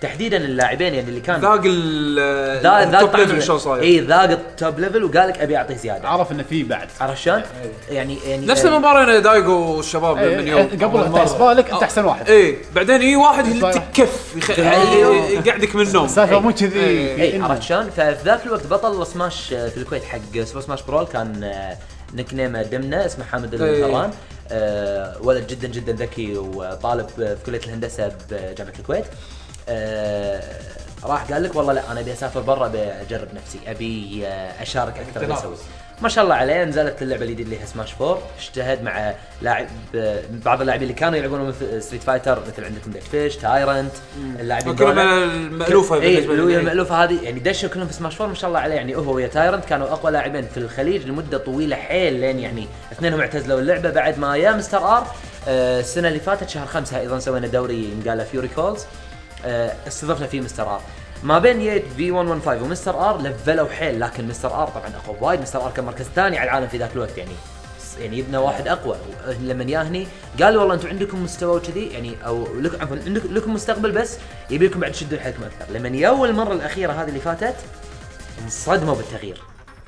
Speaker 7: تحديدا اللاعبين يعني اللي كان
Speaker 4: ذاق ال
Speaker 7: ذا- إيه، ذا
Speaker 4: التوب
Speaker 7: طعم-
Speaker 4: ليفل شلون صاير
Speaker 7: اي ذاق التوب ليفل وقال لك ابي اعطيه زياده
Speaker 1: عرف انه في بعد
Speaker 7: عرفت شلون؟ يعني يعني
Speaker 4: إيه. نفس
Speaker 7: آه،
Speaker 4: المباراه انا دايجو والشباب
Speaker 1: إيه،
Speaker 4: من يوم
Speaker 1: قبل انت على بالك انت احسن واحد
Speaker 4: اي إيه. بعدين يجي واحد
Speaker 1: صحيح.
Speaker 4: يلتك كف يخ-
Speaker 7: أيوه.
Speaker 4: يقعدك من النوم
Speaker 1: السالفه مو كذي
Speaker 4: إيه.
Speaker 1: في
Speaker 7: اي
Speaker 1: إنه.
Speaker 7: عرفت شلون؟ ففي ذاك الوقت بطل سماش آه، في الكويت حق سوبر سماش برول كان آه، نيك نيمه دمنا اسمه حامد
Speaker 4: إيه.
Speaker 7: الهران آه، ولد جدا جدا ذكي وطالب آه، في كليه الهندسه بجامعه الكويت آه، راح قال لك والله لا انا ابي اسافر برا بجرب نفسي ابي آه، اشارك اكثر اللي اسوي ما شاء الله عليه نزلت اللعبه الجديده اللي هي سماش 4 اجتهد مع لاعب آه، بعض اللاعبين اللي كانوا يلعبون مثل ستريت فايتر مثل عندكم ديك فيش تايرنت اللاعبين
Speaker 4: كلهم
Speaker 7: دول.
Speaker 4: المألوفة
Speaker 7: اي
Speaker 4: بالنسبة لي.
Speaker 7: المألوفة هذه يعني دشوا كلهم في سماش 4 ما شاء الله عليه يعني هو ويا تايرنت كانوا اقوى لاعبين في الخليج لمده طويله حيل لين يعني اثنينهم اعتزلوا اللعبه بعد ما يا مستر ار آه، السنه اللي فاتت شهر خمسة ايضا سوينا دوري قال فيوري كولز آه، استضفنا فيه مستر ار ما بين ييت في 115 ومستر ار لفلوا حيل لكن مستر ار طبعا اقوى وايد مستر ار كان مركز ثاني على العالم في ذاك الوقت يعني يعني يبنى واحد اقوى لما ياهني قال والله انتم عندكم مستوى وكذي يعني او لك عفوا عندك لكم مستقبل بس يبيكم بعد تشدون حيلكم اكثر لما يا اول مره الاخيره هذه اللي فاتت انصدموا بالتغيير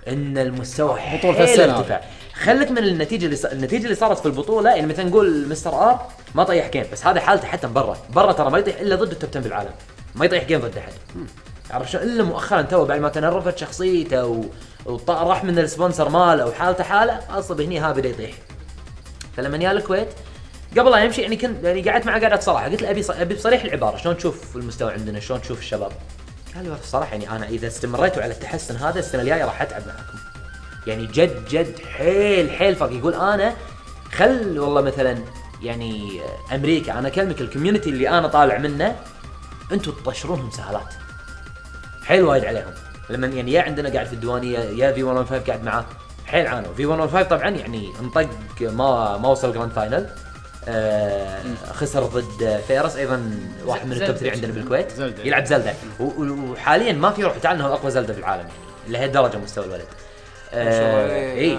Speaker 7: ان المستوى
Speaker 1: بطولة
Speaker 7: حيل
Speaker 1: السنة
Speaker 7: ارتفع خلك من النتيجه اللي ص... النتيجه اللي صارت في البطوله يعني مثلا نقول مستر ار ما طيح جيم بس هذا حالته حتى برا برا ترى ما يطيح الا ضد التوب 10 بالعالم ما يطيح جيم ضد احد عرفت شلون الا مؤخرا تو بعد ما تنرفت شخصيته و... وط- راح من السبونسر ماله وحالته حاله اصب هني ها بدا يطيح فلما جاء الكويت قبل لا يمشي يعني كنت يعني قعدت معه قعدت صراحه قلت له ابي ابي بصريح العباره شلون تشوف المستوى عندنا شلون تشوف الشباب قال لي بصراحه يعني انا اذا استمريتوا على التحسن هذا السنه الجايه راح اتعب معاكم يعني جد جد حيل حيل فرق يقول انا خل والله مثلا يعني امريكا انا اكلمك الكوميونتي اللي انا طالع منه انتم تطشرونهم سهالات حيل وايد عليهم لما يعني يا عندنا قاعد في الديوانيه يا في 115 قاعد معاه حيل عانوا في 115 طبعا يعني انطق ما ما وصل جراند فاينل آه خسر ضد فيرس ايضا واحد من
Speaker 5: زلدة.
Speaker 7: التوب 3 عندنا بالكويت
Speaker 1: زلدة.
Speaker 7: يلعب زلده و- و- وحاليا ما في روح تعال انه اقوى زلده في العالم يعني لهالدرجه مستوى الولد آه اي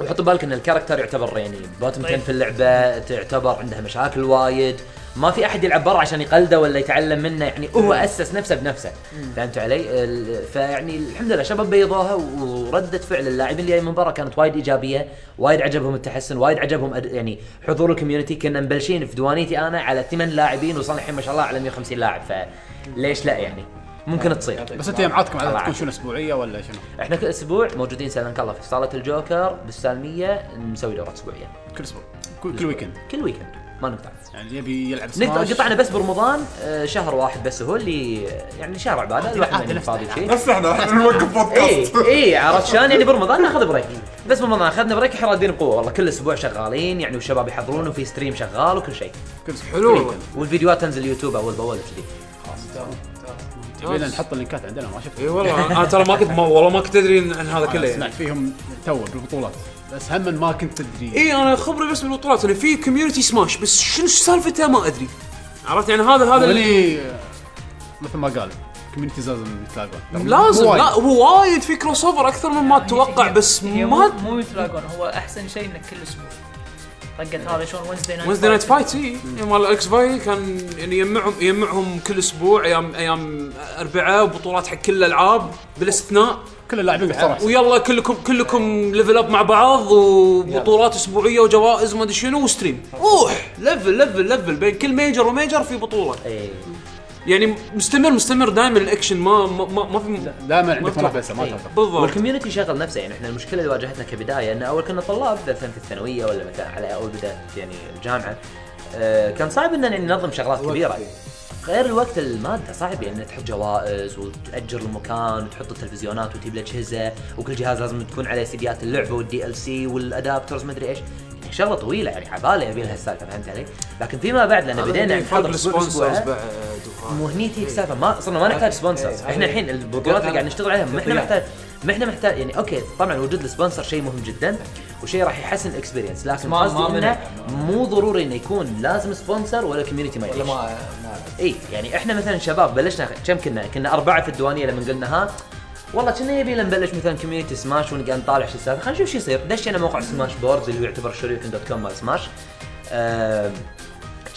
Speaker 7: وحط بالك ان الكاركتر يعتبر يعني بوتم 10 في اللعبه تعتبر عندها مشاكل وايد ما في احد يلعب برا عشان يقلده ولا يتعلم منه يعني هو اسس نفسه بنفسه فهمت علي؟ ال- فيعني الحمد لله شباب بيضوها ورده فعل اللاعبين اللي جاي من برا كانت وايد ايجابيه، وايد عجبهم التحسن، وايد عجبهم أد- يعني حضور الكوميونتي كنا مبلشين في دوانيتي انا على ثمان لاعبين وصلنا الحين ما شاء الله على 150 لاعب فليش لا يعني؟ ممكن تصير
Speaker 1: بس انت جمعاتكم
Speaker 7: الله
Speaker 1: عاده تكون
Speaker 7: يعافيك.
Speaker 1: شنو اسبوعيه ولا شنو؟
Speaker 7: احنا كل اسبوع موجودين سلام الله في صاله الجوكر بالسالميه نسوي دورات اسبوعيه
Speaker 1: كل اسبوع كل, كل ويكند
Speaker 7: كل ويكند ما نقطع
Speaker 1: يعني اللي يبي يلعب
Speaker 7: نقطع
Speaker 1: سماش
Speaker 7: قطعنا بس برمضان آه، شهر واحد بس هو اللي يعني شهر عباده الواحد منهم فاضي شيء
Speaker 2: نفس احنا احنا نوقف
Speaker 7: اي
Speaker 2: بودكاست
Speaker 7: اي عرفت شلون يعني برمضان ناخذ بريك بس برمضان اخذنا بريك احنا رادين بقوه والله كل اسبوع شغالين يعني والشباب يحضرون وفي ستريم شغال وكل شيء
Speaker 1: كل اسبوع
Speaker 4: حلو
Speaker 7: والفيديوهات تنزل يوتيوب اول باول وكذي
Speaker 1: تبينا نحط اللينكات عندنا ما شفت
Speaker 4: اي والله انا ترى ما كنت ما والله ما كنت ادري عن
Speaker 1: كله
Speaker 4: هذا إيه، كله يعني
Speaker 1: سمعت فيهم تو بالبطولات بس هم ما كنت تدري
Speaker 4: اي انا إيه، خبري بس بالبطولات ان في كوميونتي سماش بس شنو سالفته ما ادري عرفت يعني هذا هذا اللي
Speaker 1: اللي مثل ما قال كوميونتي لازم يتلاقون
Speaker 4: لازم
Speaker 1: وايد.
Speaker 4: لا هو وايد في كروس اوفر اكثر من ما تتوقع بس
Speaker 5: هي مو
Speaker 4: ما
Speaker 5: مو يتلاقون هو احسن شيء انك كل اسبوع طقت هذا شلون وينزداي نايت
Speaker 4: وينزداي نايت فايت اي إيه. مال اكس باي كان يعني يجمعهم يجمعهم كل اسبوع ايام ايام اربعاء بطولات حق كل الالعاب بالاستثناء
Speaker 1: كل
Speaker 4: أه،
Speaker 1: اللاعبين بصراحه
Speaker 4: ويلا كلكم كلكم ليفل اب مع بعض وبطولات اسبوعيه وجوائز ما ادري شنو وستريم روح ليفل ليفل ليفل بين كل ميجر وميجر في بطوله
Speaker 7: اي
Speaker 4: يعني مستمر مستمر دائما الاكشن ما ما ما, ما في
Speaker 1: دائما عندك
Speaker 4: مرتب.
Speaker 1: منافسه
Speaker 4: إيه.
Speaker 1: ما تعرف
Speaker 4: بالضبط
Speaker 7: والكوميونتي شغل نفسه يعني احنا المشكله اللي واجهتنا كبدايه ان اول كنا طلاب مثلا في الثانويه ولا مثلا على اول بدايه يعني الجامعه آه، كان صعب ان يعني ننظم شغلات كبيره غير الوقت الماده صعب يعني تحط جوائز وتاجر المكان وتحط التلفزيونات وتجيب الاجهزه وكل جهاز لازم تكون عليه سيديات اللعبه والدي ال سي والادابترز مدري ايش يعني شغله طويله يعني عباله يبي لها السالفه فهمت علي؟ لكن فيما بعد لان
Speaker 4: يعني
Speaker 7: بدينا نحضر أسبوع
Speaker 4: السبونسرز
Speaker 7: أسبوع،
Speaker 4: بعد
Speaker 7: مو هني تجيك السالفه ما صرنا ما نحتاج سبونسرز
Speaker 8: إيه.
Speaker 7: احنا الحين البطولات اللي قاعد نشتغل عليها ما احنا
Speaker 8: تطبيقات.
Speaker 7: محتاج ما احنا محتاج يعني اوكي طبعا وجود السبونسر شيء مهم جدا وشيء راح يحسن الاكسبيرينس لكن
Speaker 8: ما- ما
Speaker 7: قصدي
Speaker 8: منع.
Speaker 7: انه مو ضروري انه يكون لازم سبونسر ولا كوميونتي ما
Speaker 8: ولا
Speaker 7: يدش
Speaker 8: ما ما
Speaker 7: اي يعني احنا مثلا شباب بلشنا كم كنا؟ كنا اربعه في الديوانيه لما قلنا ها والله كنا يبي لنا نبلش مثلا كوميونتي سماش ونقعد نطالع شو السالفه خلينا نشوف شو يصير دشينا موقع سماش بوردز اللي يعتبر شريكن دوت كوم مال سماش آه،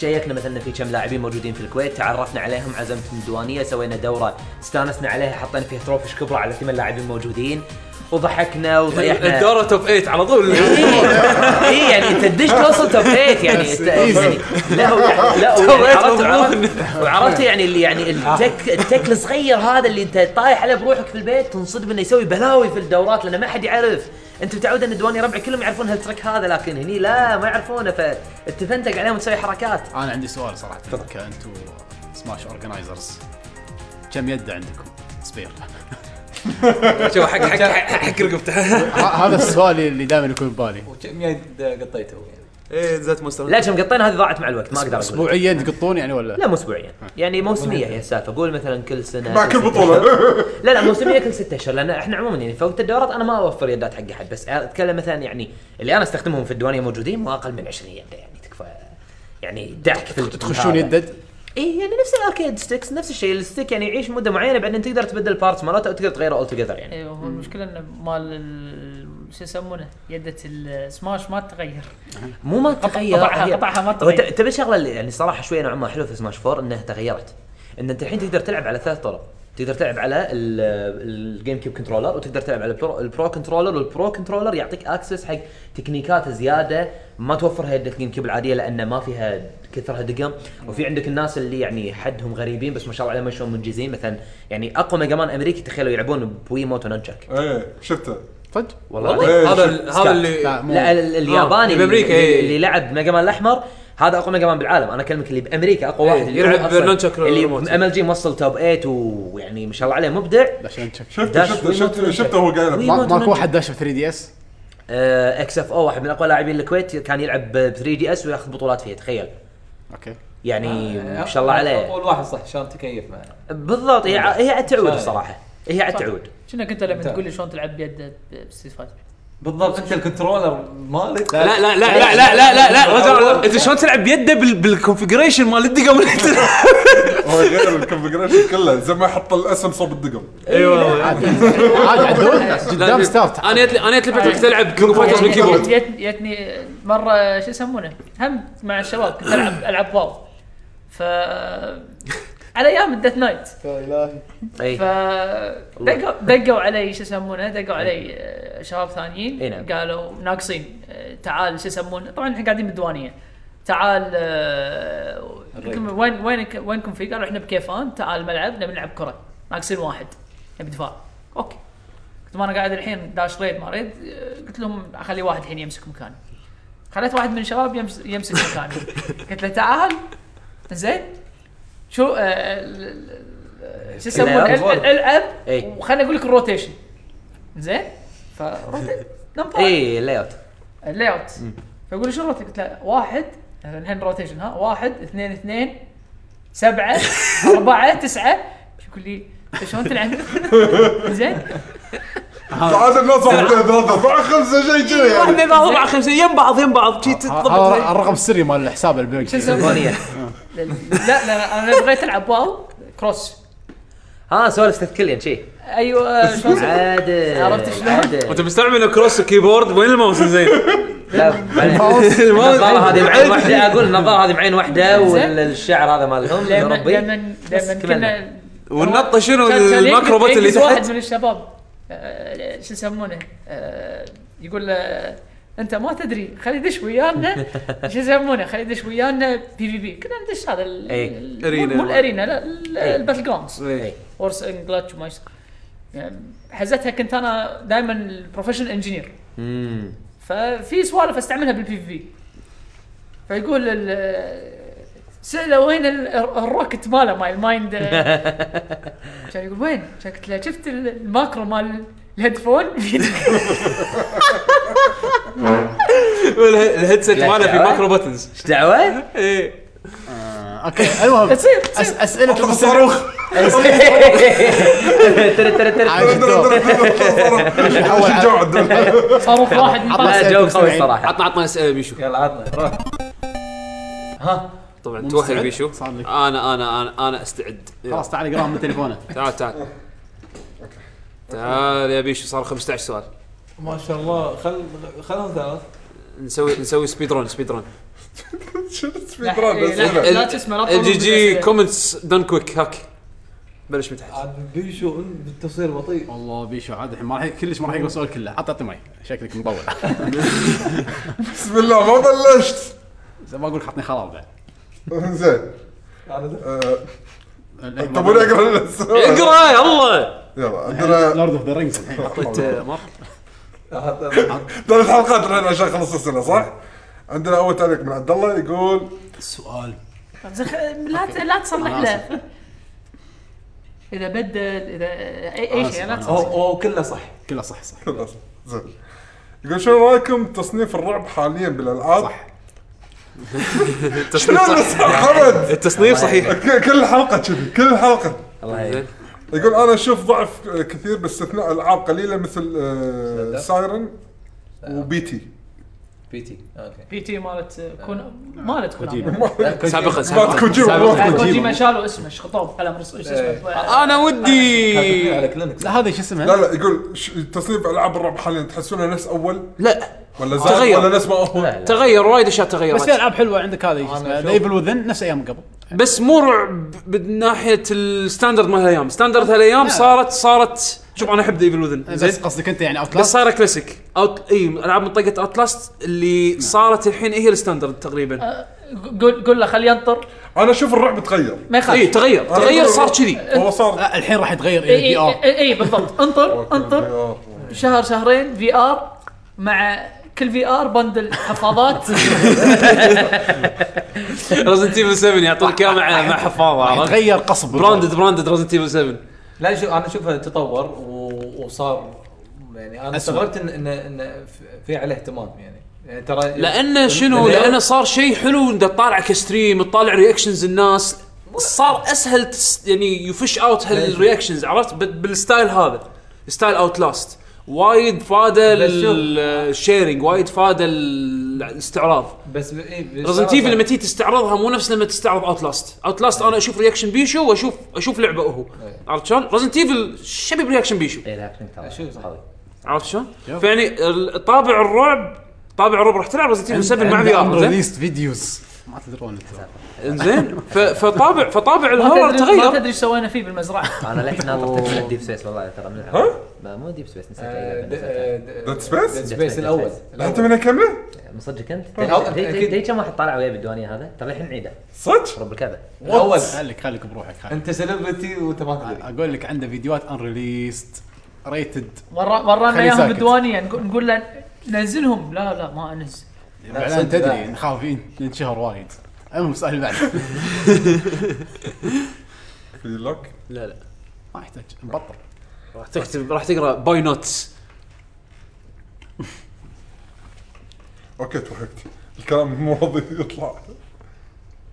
Speaker 7: شيكنا مثلا في كم لاعبين موجودين في الكويت تعرفنا عليهم عزمت من الديوانيه سوينا دوره استانسنا عليها حطينا فيها تروفيش كبرى على ثمان لاعبين موجودين وضحكنا وطيحنا
Speaker 4: يعني الدورة توب 8 على طول
Speaker 1: إيه،
Speaker 7: اي يعني انت تدش توصل توب 8 يعني انت يعني لا هو- لا هو
Speaker 4: توب
Speaker 7: يعني
Speaker 4: إيت
Speaker 7: عرفت
Speaker 4: مضمون.
Speaker 7: وعرفت- وعرفت يعني اللي يعني التك التك الصغير هذا اللي انت طايح عليه بروحك في البيت تنصدم انه يسوي بلاوي في الدورات لانه ما حد يعرف انت متعود ان دواني ربعي كلهم يعرفون هالترك هذا لكن هني لا ما يعرفونه فتفنتق عليهم وتسوي حركات
Speaker 1: انا عندي سؤال صراحه كانتم سماش اورجنايزرز كم يد عندكم سبير
Speaker 4: شوف حق حق حق- حق رقبته
Speaker 1: ه- هذا السؤال اللي دائما يكون ببالي
Speaker 6: وكم يد قطيته يعني
Speaker 4: ايه نزلت مونستر
Speaker 7: لا كم قطينا هذه ضاعت مع الوقت ما اقدر اقول
Speaker 1: اسبوعيا تقطون يعني ولا
Speaker 7: لا مو اسبوعيا يعني موسميه هي السالفه قول مثلا كل سنه
Speaker 2: مع
Speaker 7: كل
Speaker 2: كل
Speaker 7: ستة
Speaker 2: بطوله
Speaker 7: لا لا موسميه كل ستة اشهر لان احنا عموما يعني فوق الدورات انا ما اوفر يدات حق احد بس اتكلم مثلا يعني اللي انا استخدمهم في الديوانيه موجودين مو اقل من 20 يده يعني تكفى يعني دعك في ال-
Speaker 1: تخشون
Speaker 7: هذا.
Speaker 1: يدد
Speaker 7: اي يعني نفس الاركيد ستيكس نفس الشيء الستيك يعني يعيش مده معينه بعدين تقدر تبدل بارتس مالته او تقدر تغيره اول توجذر يعني
Speaker 5: ايوه هو المشكله انه مال ال- شو يسمونه يده السماش ما تتغير
Speaker 7: مو ما تغير
Speaker 5: قطعها-
Speaker 7: هي-
Speaker 5: قطعها ما
Speaker 7: هو ت-
Speaker 5: تغير.
Speaker 7: تبي شغله اللي يعني صراحه شويه نوعا ما حلوه في سماش 4 انها تغيرت ان انت الحين تقدر تلعب على ثلاث طرق تقدر تلعب على ال- الجيم كيوب كنترولر وتقدر تلعب على البرو, البرو كنترولر والبرو كنترولر يعطيك اكسس حق تكنيكات زياده ما توفرها يد الجيم كيوب العاديه لان ما فيها كثرها دقم وفي عندك الناس اللي يعني حدهم غريبين بس ما شاء الله عليهم شلون منجزين مثلا يعني اقوى ميجامان امريكي تخيلوا يلعبون بوي موتو نونشاك
Speaker 2: ايه شفته
Speaker 1: صدق
Speaker 7: والله العظيم.
Speaker 2: إيه،
Speaker 4: هذا
Speaker 2: شفت.
Speaker 4: ال- هذا اللي
Speaker 1: لا مو
Speaker 7: لا ال-
Speaker 4: آه،
Speaker 7: الياباني
Speaker 4: اللي بأمريكا،
Speaker 7: اللي,
Speaker 4: إيه.
Speaker 7: اللي لعب ميجا مان الاحمر هذا اقوى ميجا مان بالعالم انا اكلمك اللي بامريكا اقوى
Speaker 4: إيه،
Speaker 7: واحد اللي
Speaker 4: يلعب
Speaker 7: هو أصلاً-
Speaker 4: نونشاك
Speaker 7: اللي
Speaker 4: ريموت.
Speaker 7: ام ال جي موصل توب 8 ويعني ما شاء الله عليه مبدع
Speaker 1: عشان تشك
Speaker 2: شفته
Speaker 7: داش
Speaker 2: شفته
Speaker 7: ويموت
Speaker 2: شفته
Speaker 7: ونجح.
Speaker 2: شفته هو قاعد يلعب.
Speaker 7: ويموت.
Speaker 1: ما- ماكو واحد داش في 3 دي اس
Speaker 7: اكس اف او واحد من اقوى لاعبين الكويت كان يلعب ب 3 دي اس وياخذ بطولات فيها تخيل
Speaker 1: اوكي
Speaker 7: يعني ما شاء الله عليه
Speaker 6: اول واحد صح شلون تكيف معه
Speaker 7: بالضبط هي ع- هي عاد تعود
Speaker 6: صحيح.
Speaker 7: الصراحه هي عاد
Speaker 5: صح.
Speaker 7: تعود
Speaker 5: شنو كنت لما
Speaker 6: ممتاز.
Speaker 5: تقول لي شلون تلعب بيده بستيت فايتر
Speaker 6: بالضبط انت الكنترولر مالك
Speaker 4: لا لا لا لا لا لا لا لا رجل، انت شلون تلعب بيده بال- بالكونفجريشن مال الدقم اللي تلعب
Speaker 2: هو غير الكونفجريشن كله زي ما يحط الاسم صوب الدقم
Speaker 1: عادي عادي عدول قدام ستارت
Speaker 4: انا جت انا جت لي فتره كنت العب كينج فايترز
Speaker 5: يعني
Speaker 4: بالكيبورد
Speaker 5: جتني مره شو يسمونه هم مع الشباب كنت العب العب واو ف على ايام الديث نايت
Speaker 9: يا الهي
Speaker 7: اي
Speaker 5: ف دقوا دقوا علي شو يسمونه دقوا علي آه، شباب ثانيين
Speaker 7: إي نعم.
Speaker 5: قالوا ناقصين آه، تعال شو يسمونه طبعا احنا قاعدين بالديوانيه تعال آه، وين وين وينكم في قالوا احنا بكيفان تعال ملعب نبي نلعب كره ناقصين واحد نبي دفاع اوكي كنت انا قاعد الحين داش ريد ما ريد آه، قلت لهم اخلي واحد الحين يمسك مكاني خليت واحد من الشباب يمس- يمسك مكاني قلت له تعال زين شو آه، ال- ال- ال- شو يسمونه
Speaker 7: العب.
Speaker 5: ال- ال- العب
Speaker 7: إي.
Speaker 5: وخليني اقول لك الروتيشن زين ف روتي- نمبر
Speaker 7: اي لاي اوت
Speaker 5: اللاي اوت فيقول لي شو روتيشن؟ قلت له واحد الحين روتيشن ها واحد اثنين اثنين سبعه اربعه تسعه يقول لي أنت شلون تلعب؟ زين
Speaker 2: عاد الناس واحد اثنين ثلاثة أربعة خمسة شيء كذا يعني
Speaker 4: واحد اثنين ثلاثة أربعة خمسة يم بعض يم بعض شي
Speaker 9: هذا
Speaker 4: تضبط
Speaker 9: الرقم السري مال الحساب البنك
Speaker 5: شو يسمونه؟ لا لا انا بغيت العب واو كروس
Speaker 7: ها سوالف تذكلين شي
Speaker 5: ايوه شلون
Speaker 7: عادل
Speaker 5: عرفت شلون؟
Speaker 4: انت مستعمل كروس كيبورد وين الماوس زين؟
Speaker 7: لا بعدين. النظاره هذه بعين واحده اقول النظاره هذه بعين واحده والشعر هذا مالهم
Speaker 5: لما
Speaker 7: الاوروبي
Speaker 5: لما
Speaker 7: بس
Speaker 5: لما
Speaker 7: كملنا.
Speaker 5: كنا
Speaker 4: والنطة شنو
Speaker 5: كان- كان
Speaker 4: المكرو
Speaker 5: ينقز-
Speaker 4: بت اللي
Speaker 5: ينقز واحد
Speaker 4: تحت
Speaker 5: من الشباب آه، شو يسمونه آه، يقول له انت ما تدري خلي يدش ويانا شو يسمونه خلي يدش ويانا بي بي بي كنا ندش هذا ال-
Speaker 7: إي.
Speaker 4: إيه.
Speaker 5: ال-
Speaker 4: أرينا.
Speaker 5: مو الارينا لا ال-
Speaker 7: إي.
Speaker 5: الباتل جراوندز
Speaker 4: إيه.
Speaker 5: اورس ان جلتش وما يس- يعني حزتها كنت انا دائما البروفيشنال انجينير
Speaker 7: مم.
Speaker 5: ففي سوالف استعملها بالبي في فيقول ال سأله وين ال- الروكت ماله مال المايند كان يقول وين؟ كان قلت له شفت ال- الماكرو مال الهيدفون
Speaker 4: والهيد- الهيدسيت
Speaker 7: لا،
Speaker 4: ماله في
Speaker 7: لا.
Speaker 4: ماكرو بتنز
Speaker 7: ايش دعوه؟
Speaker 4: ايه
Speaker 9: اوكي المهم
Speaker 5: تصير
Speaker 9: أس-
Speaker 5: تصير
Speaker 9: اسئله
Speaker 2: اطلق
Speaker 9: الصاروخ
Speaker 2: الصاروخ
Speaker 7: ترى ترى ترى
Speaker 9: عايش الدور.
Speaker 2: اول جوعد
Speaker 5: صاروخ واحد من طرف.
Speaker 7: لا جو قوي صراحه
Speaker 4: عطنا عطنا اسئله بيشو
Speaker 6: يلا عطنا روح
Speaker 4: طبعا توحي
Speaker 1: مستعد؟
Speaker 4: بيشو
Speaker 1: صار لك.
Speaker 4: انا انا انا انا استعد يلا.
Speaker 1: خلاص تعال اقراهم من تليفونه
Speaker 4: تعال تعال تعال يا بيشو صار 15 سؤال
Speaker 8: ما شاء الله خل خلهم ثلاث
Speaker 4: نسوي نسوي سبيد رون سبيد رون
Speaker 5: لا إيه، لا- لا تسمع لا تطول
Speaker 4: جي جي
Speaker 5: بالأسئلة.
Speaker 4: كومنتس دون كويك هاك بلش من تحت
Speaker 8: عاد بيشو بالتصوير بطيء
Speaker 1: والله بيشو عاد الحين ما راح كلش ما راح يقول السؤال كله حط اعطي مي شكلك مطول
Speaker 2: بسم الله ما بلشت
Speaker 1: ما اقول لك حطني خراب بعد
Speaker 2: زين آه، طب ولا اقرا السؤال؟
Speaker 4: اقرا يلا
Speaker 2: يلا عندنا
Speaker 1: لورد اوف ذا رينجز الحين
Speaker 4: حطيت آه، مارك
Speaker 2: ثلاث حلقات الحين عشان خلص السنه صح؟ عندنا اول تعليق من عبد الله يقول
Speaker 1: السؤال
Speaker 5: زخ- لا ت- لا تصلح
Speaker 1: أنا
Speaker 5: له اذا بدل اذا اي
Speaker 1: أنا
Speaker 5: أي
Speaker 1: آسف،
Speaker 5: شيء
Speaker 1: أنا
Speaker 5: لا
Speaker 1: آسف.
Speaker 5: تصلح
Speaker 8: وكله صح
Speaker 1: كله صح صح
Speaker 2: خلاص زين يقول شو رايكم تصنيف الرعب حاليا بالالعاب؟ صح
Speaker 4: التصنيف
Speaker 2: شنو
Speaker 4: صح
Speaker 2: صح حمد؟
Speaker 4: التصنيف صحيح
Speaker 2: ك- كل حلقه كذي كل حلقه
Speaker 7: الله يعين.
Speaker 2: يقول انا اشوف ضعف كثير باستثناء العاب قليله مثل آه، سايرن وبيتي
Speaker 6: بي تي اوكي
Speaker 5: بي تي مالت كون مالت كون
Speaker 2: مالت
Speaker 4: سابقا سابقا
Speaker 2: كوجيما
Speaker 5: بعد كوجيما شالوا اسمه ايش خطوه قلم رسم ايش اسمه آه،
Speaker 4: انا ودي
Speaker 6: كاتبين على كلينكس
Speaker 1: لا هذا شو اسمه
Speaker 2: لا لا يقول ش- تصنيف العاب الرعب حاليا تحسونها نفس اول
Speaker 4: لا
Speaker 2: ولا زاد
Speaker 4: تغير.
Speaker 2: ولا نفس ما هو؟
Speaker 7: لا، لا.
Speaker 4: تغير وايد اشياء
Speaker 1: بس في
Speaker 4: تغيرت
Speaker 1: العاب حلوه عندك هذا شو اسمه ذا ايفل وذن نفس ايام قبل
Speaker 4: بس مو رعب من ناحيه الستاندرد مال الايام ستاندرد هالايام
Speaker 1: لا.
Speaker 4: صارت صارت شوف انا احب ايفل وذن زين
Speaker 1: بس قصدك انت يعني اوت
Speaker 4: بس
Speaker 1: لاست
Speaker 4: صايره كلاسيك اوت اي العاب منطقه اوتلاست
Speaker 1: نعم.
Speaker 4: اللي صارت الحين هي الستاندرد تقريبا
Speaker 1: أه،
Speaker 5: قول قول له خليه ينطر
Speaker 2: انا اشوف الرعب تغير
Speaker 5: ما يخالف
Speaker 4: اي تغير
Speaker 1: أه،
Speaker 4: تغير صار كذي
Speaker 2: هو صار
Speaker 1: الحين راح يتغير E الى
Speaker 5: اي
Speaker 1: بي ار
Speaker 5: اي اي إيه، بالضبط انطر انطر شهر شهرين في ار مع كل في ار بندل حفاضات
Speaker 4: رزنت ايفل 7 يعطونك اياه مع مع حفاظه عرفت
Speaker 1: تغير قصب
Speaker 4: براندد براندد رزنت ايفل 7
Speaker 6: لا شوف انا اشوفه تطور و- وصار يعني انا استغربت ان ان ان في- في عليه اهتمام يعني يعني ترى
Speaker 4: لانه شنو
Speaker 6: لأنه-
Speaker 4: لانه صار شيء حلو انت تطالع كستريم تطالع رياكشنز الناس صار اسهل تس يعني يفش اوت هالرياكشنز عرفت بال- بالستايل هذا ستايل اوت لاست وايد فاده
Speaker 6: بس شوف.
Speaker 4: الشيرنج وايد فاده ال- الاستعراض
Speaker 6: بس اي
Speaker 4: ريزنت ايفل لما تيجي تستعرضها مو نفس لما تستعرض اوت لاست اوت لاست انا اشوف رياكشن بيشو واشوف اشوف لعبه هو
Speaker 6: إيه.
Speaker 4: عرفت شلون ريزنت ايفل شبه رياكشن بيشو
Speaker 7: إيه، لا، كنت طالع.
Speaker 6: شو صح؟
Speaker 7: قوي.
Speaker 4: عرفت شلون فيعني ال- طابع الرعب طابع الرعب راح تلعب ريزنت ايفل 7 مع في ار
Speaker 1: ريليست فيديوز ما ما تدرون انتم
Speaker 4: انزين ف- فطابع فطابع
Speaker 5: ما
Speaker 4: الهورر
Speaker 5: تدري ما
Speaker 4: تغير
Speaker 5: تدري ايش سوينا فيه بالمزرعه
Speaker 7: انا للحين ناطر تكمله ديب سبيس والله ترى من
Speaker 2: ها؟
Speaker 7: ما مو ديب سبيس نسيت
Speaker 6: آه،
Speaker 7: أي لعبة
Speaker 2: Dead
Speaker 7: نسيتها.
Speaker 8: ديد
Speaker 2: Space؟
Speaker 8: ديد
Speaker 7: Dead
Speaker 8: سبيس
Speaker 7: Space.
Speaker 8: الاول
Speaker 2: انت من كمله؟
Speaker 7: من صدقك انت؟
Speaker 8: أه،
Speaker 7: دي- دي
Speaker 8: أكيد.
Speaker 7: دي كم واحد طالع وياي بالديوانيه هذا؟ ترى الحين عيده
Speaker 2: صدق؟
Speaker 7: رب الكعبه
Speaker 8: الاول
Speaker 1: خليك خليك بروحك خليك.
Speaker 8: انت سيلبرتي وانت ما تدري
Speaker 1: اقول لك عنده فيديوهات انريليست ريتد
Speaker 5: ورا- ورانا
Speaker 1: خليه
Speaker 5: اياهم
Speaker 1: ساكت.
Speaker 5: بالديوانيه نقول- نقول له ننزلهم لا لا ما انزل
Speaker 1: بعدين تدري نخاف ننشهر وايد المهم السؤال اللي بعده
Speaker 2: في لوك
Speaker 4: لا لا
Speaker 1: ما يحتاج نبطل
Speaker 4: راح تكتب راح تقرا باي نوتس
Speaker 2: اوكي توهقت الكلام مو راضي يطلع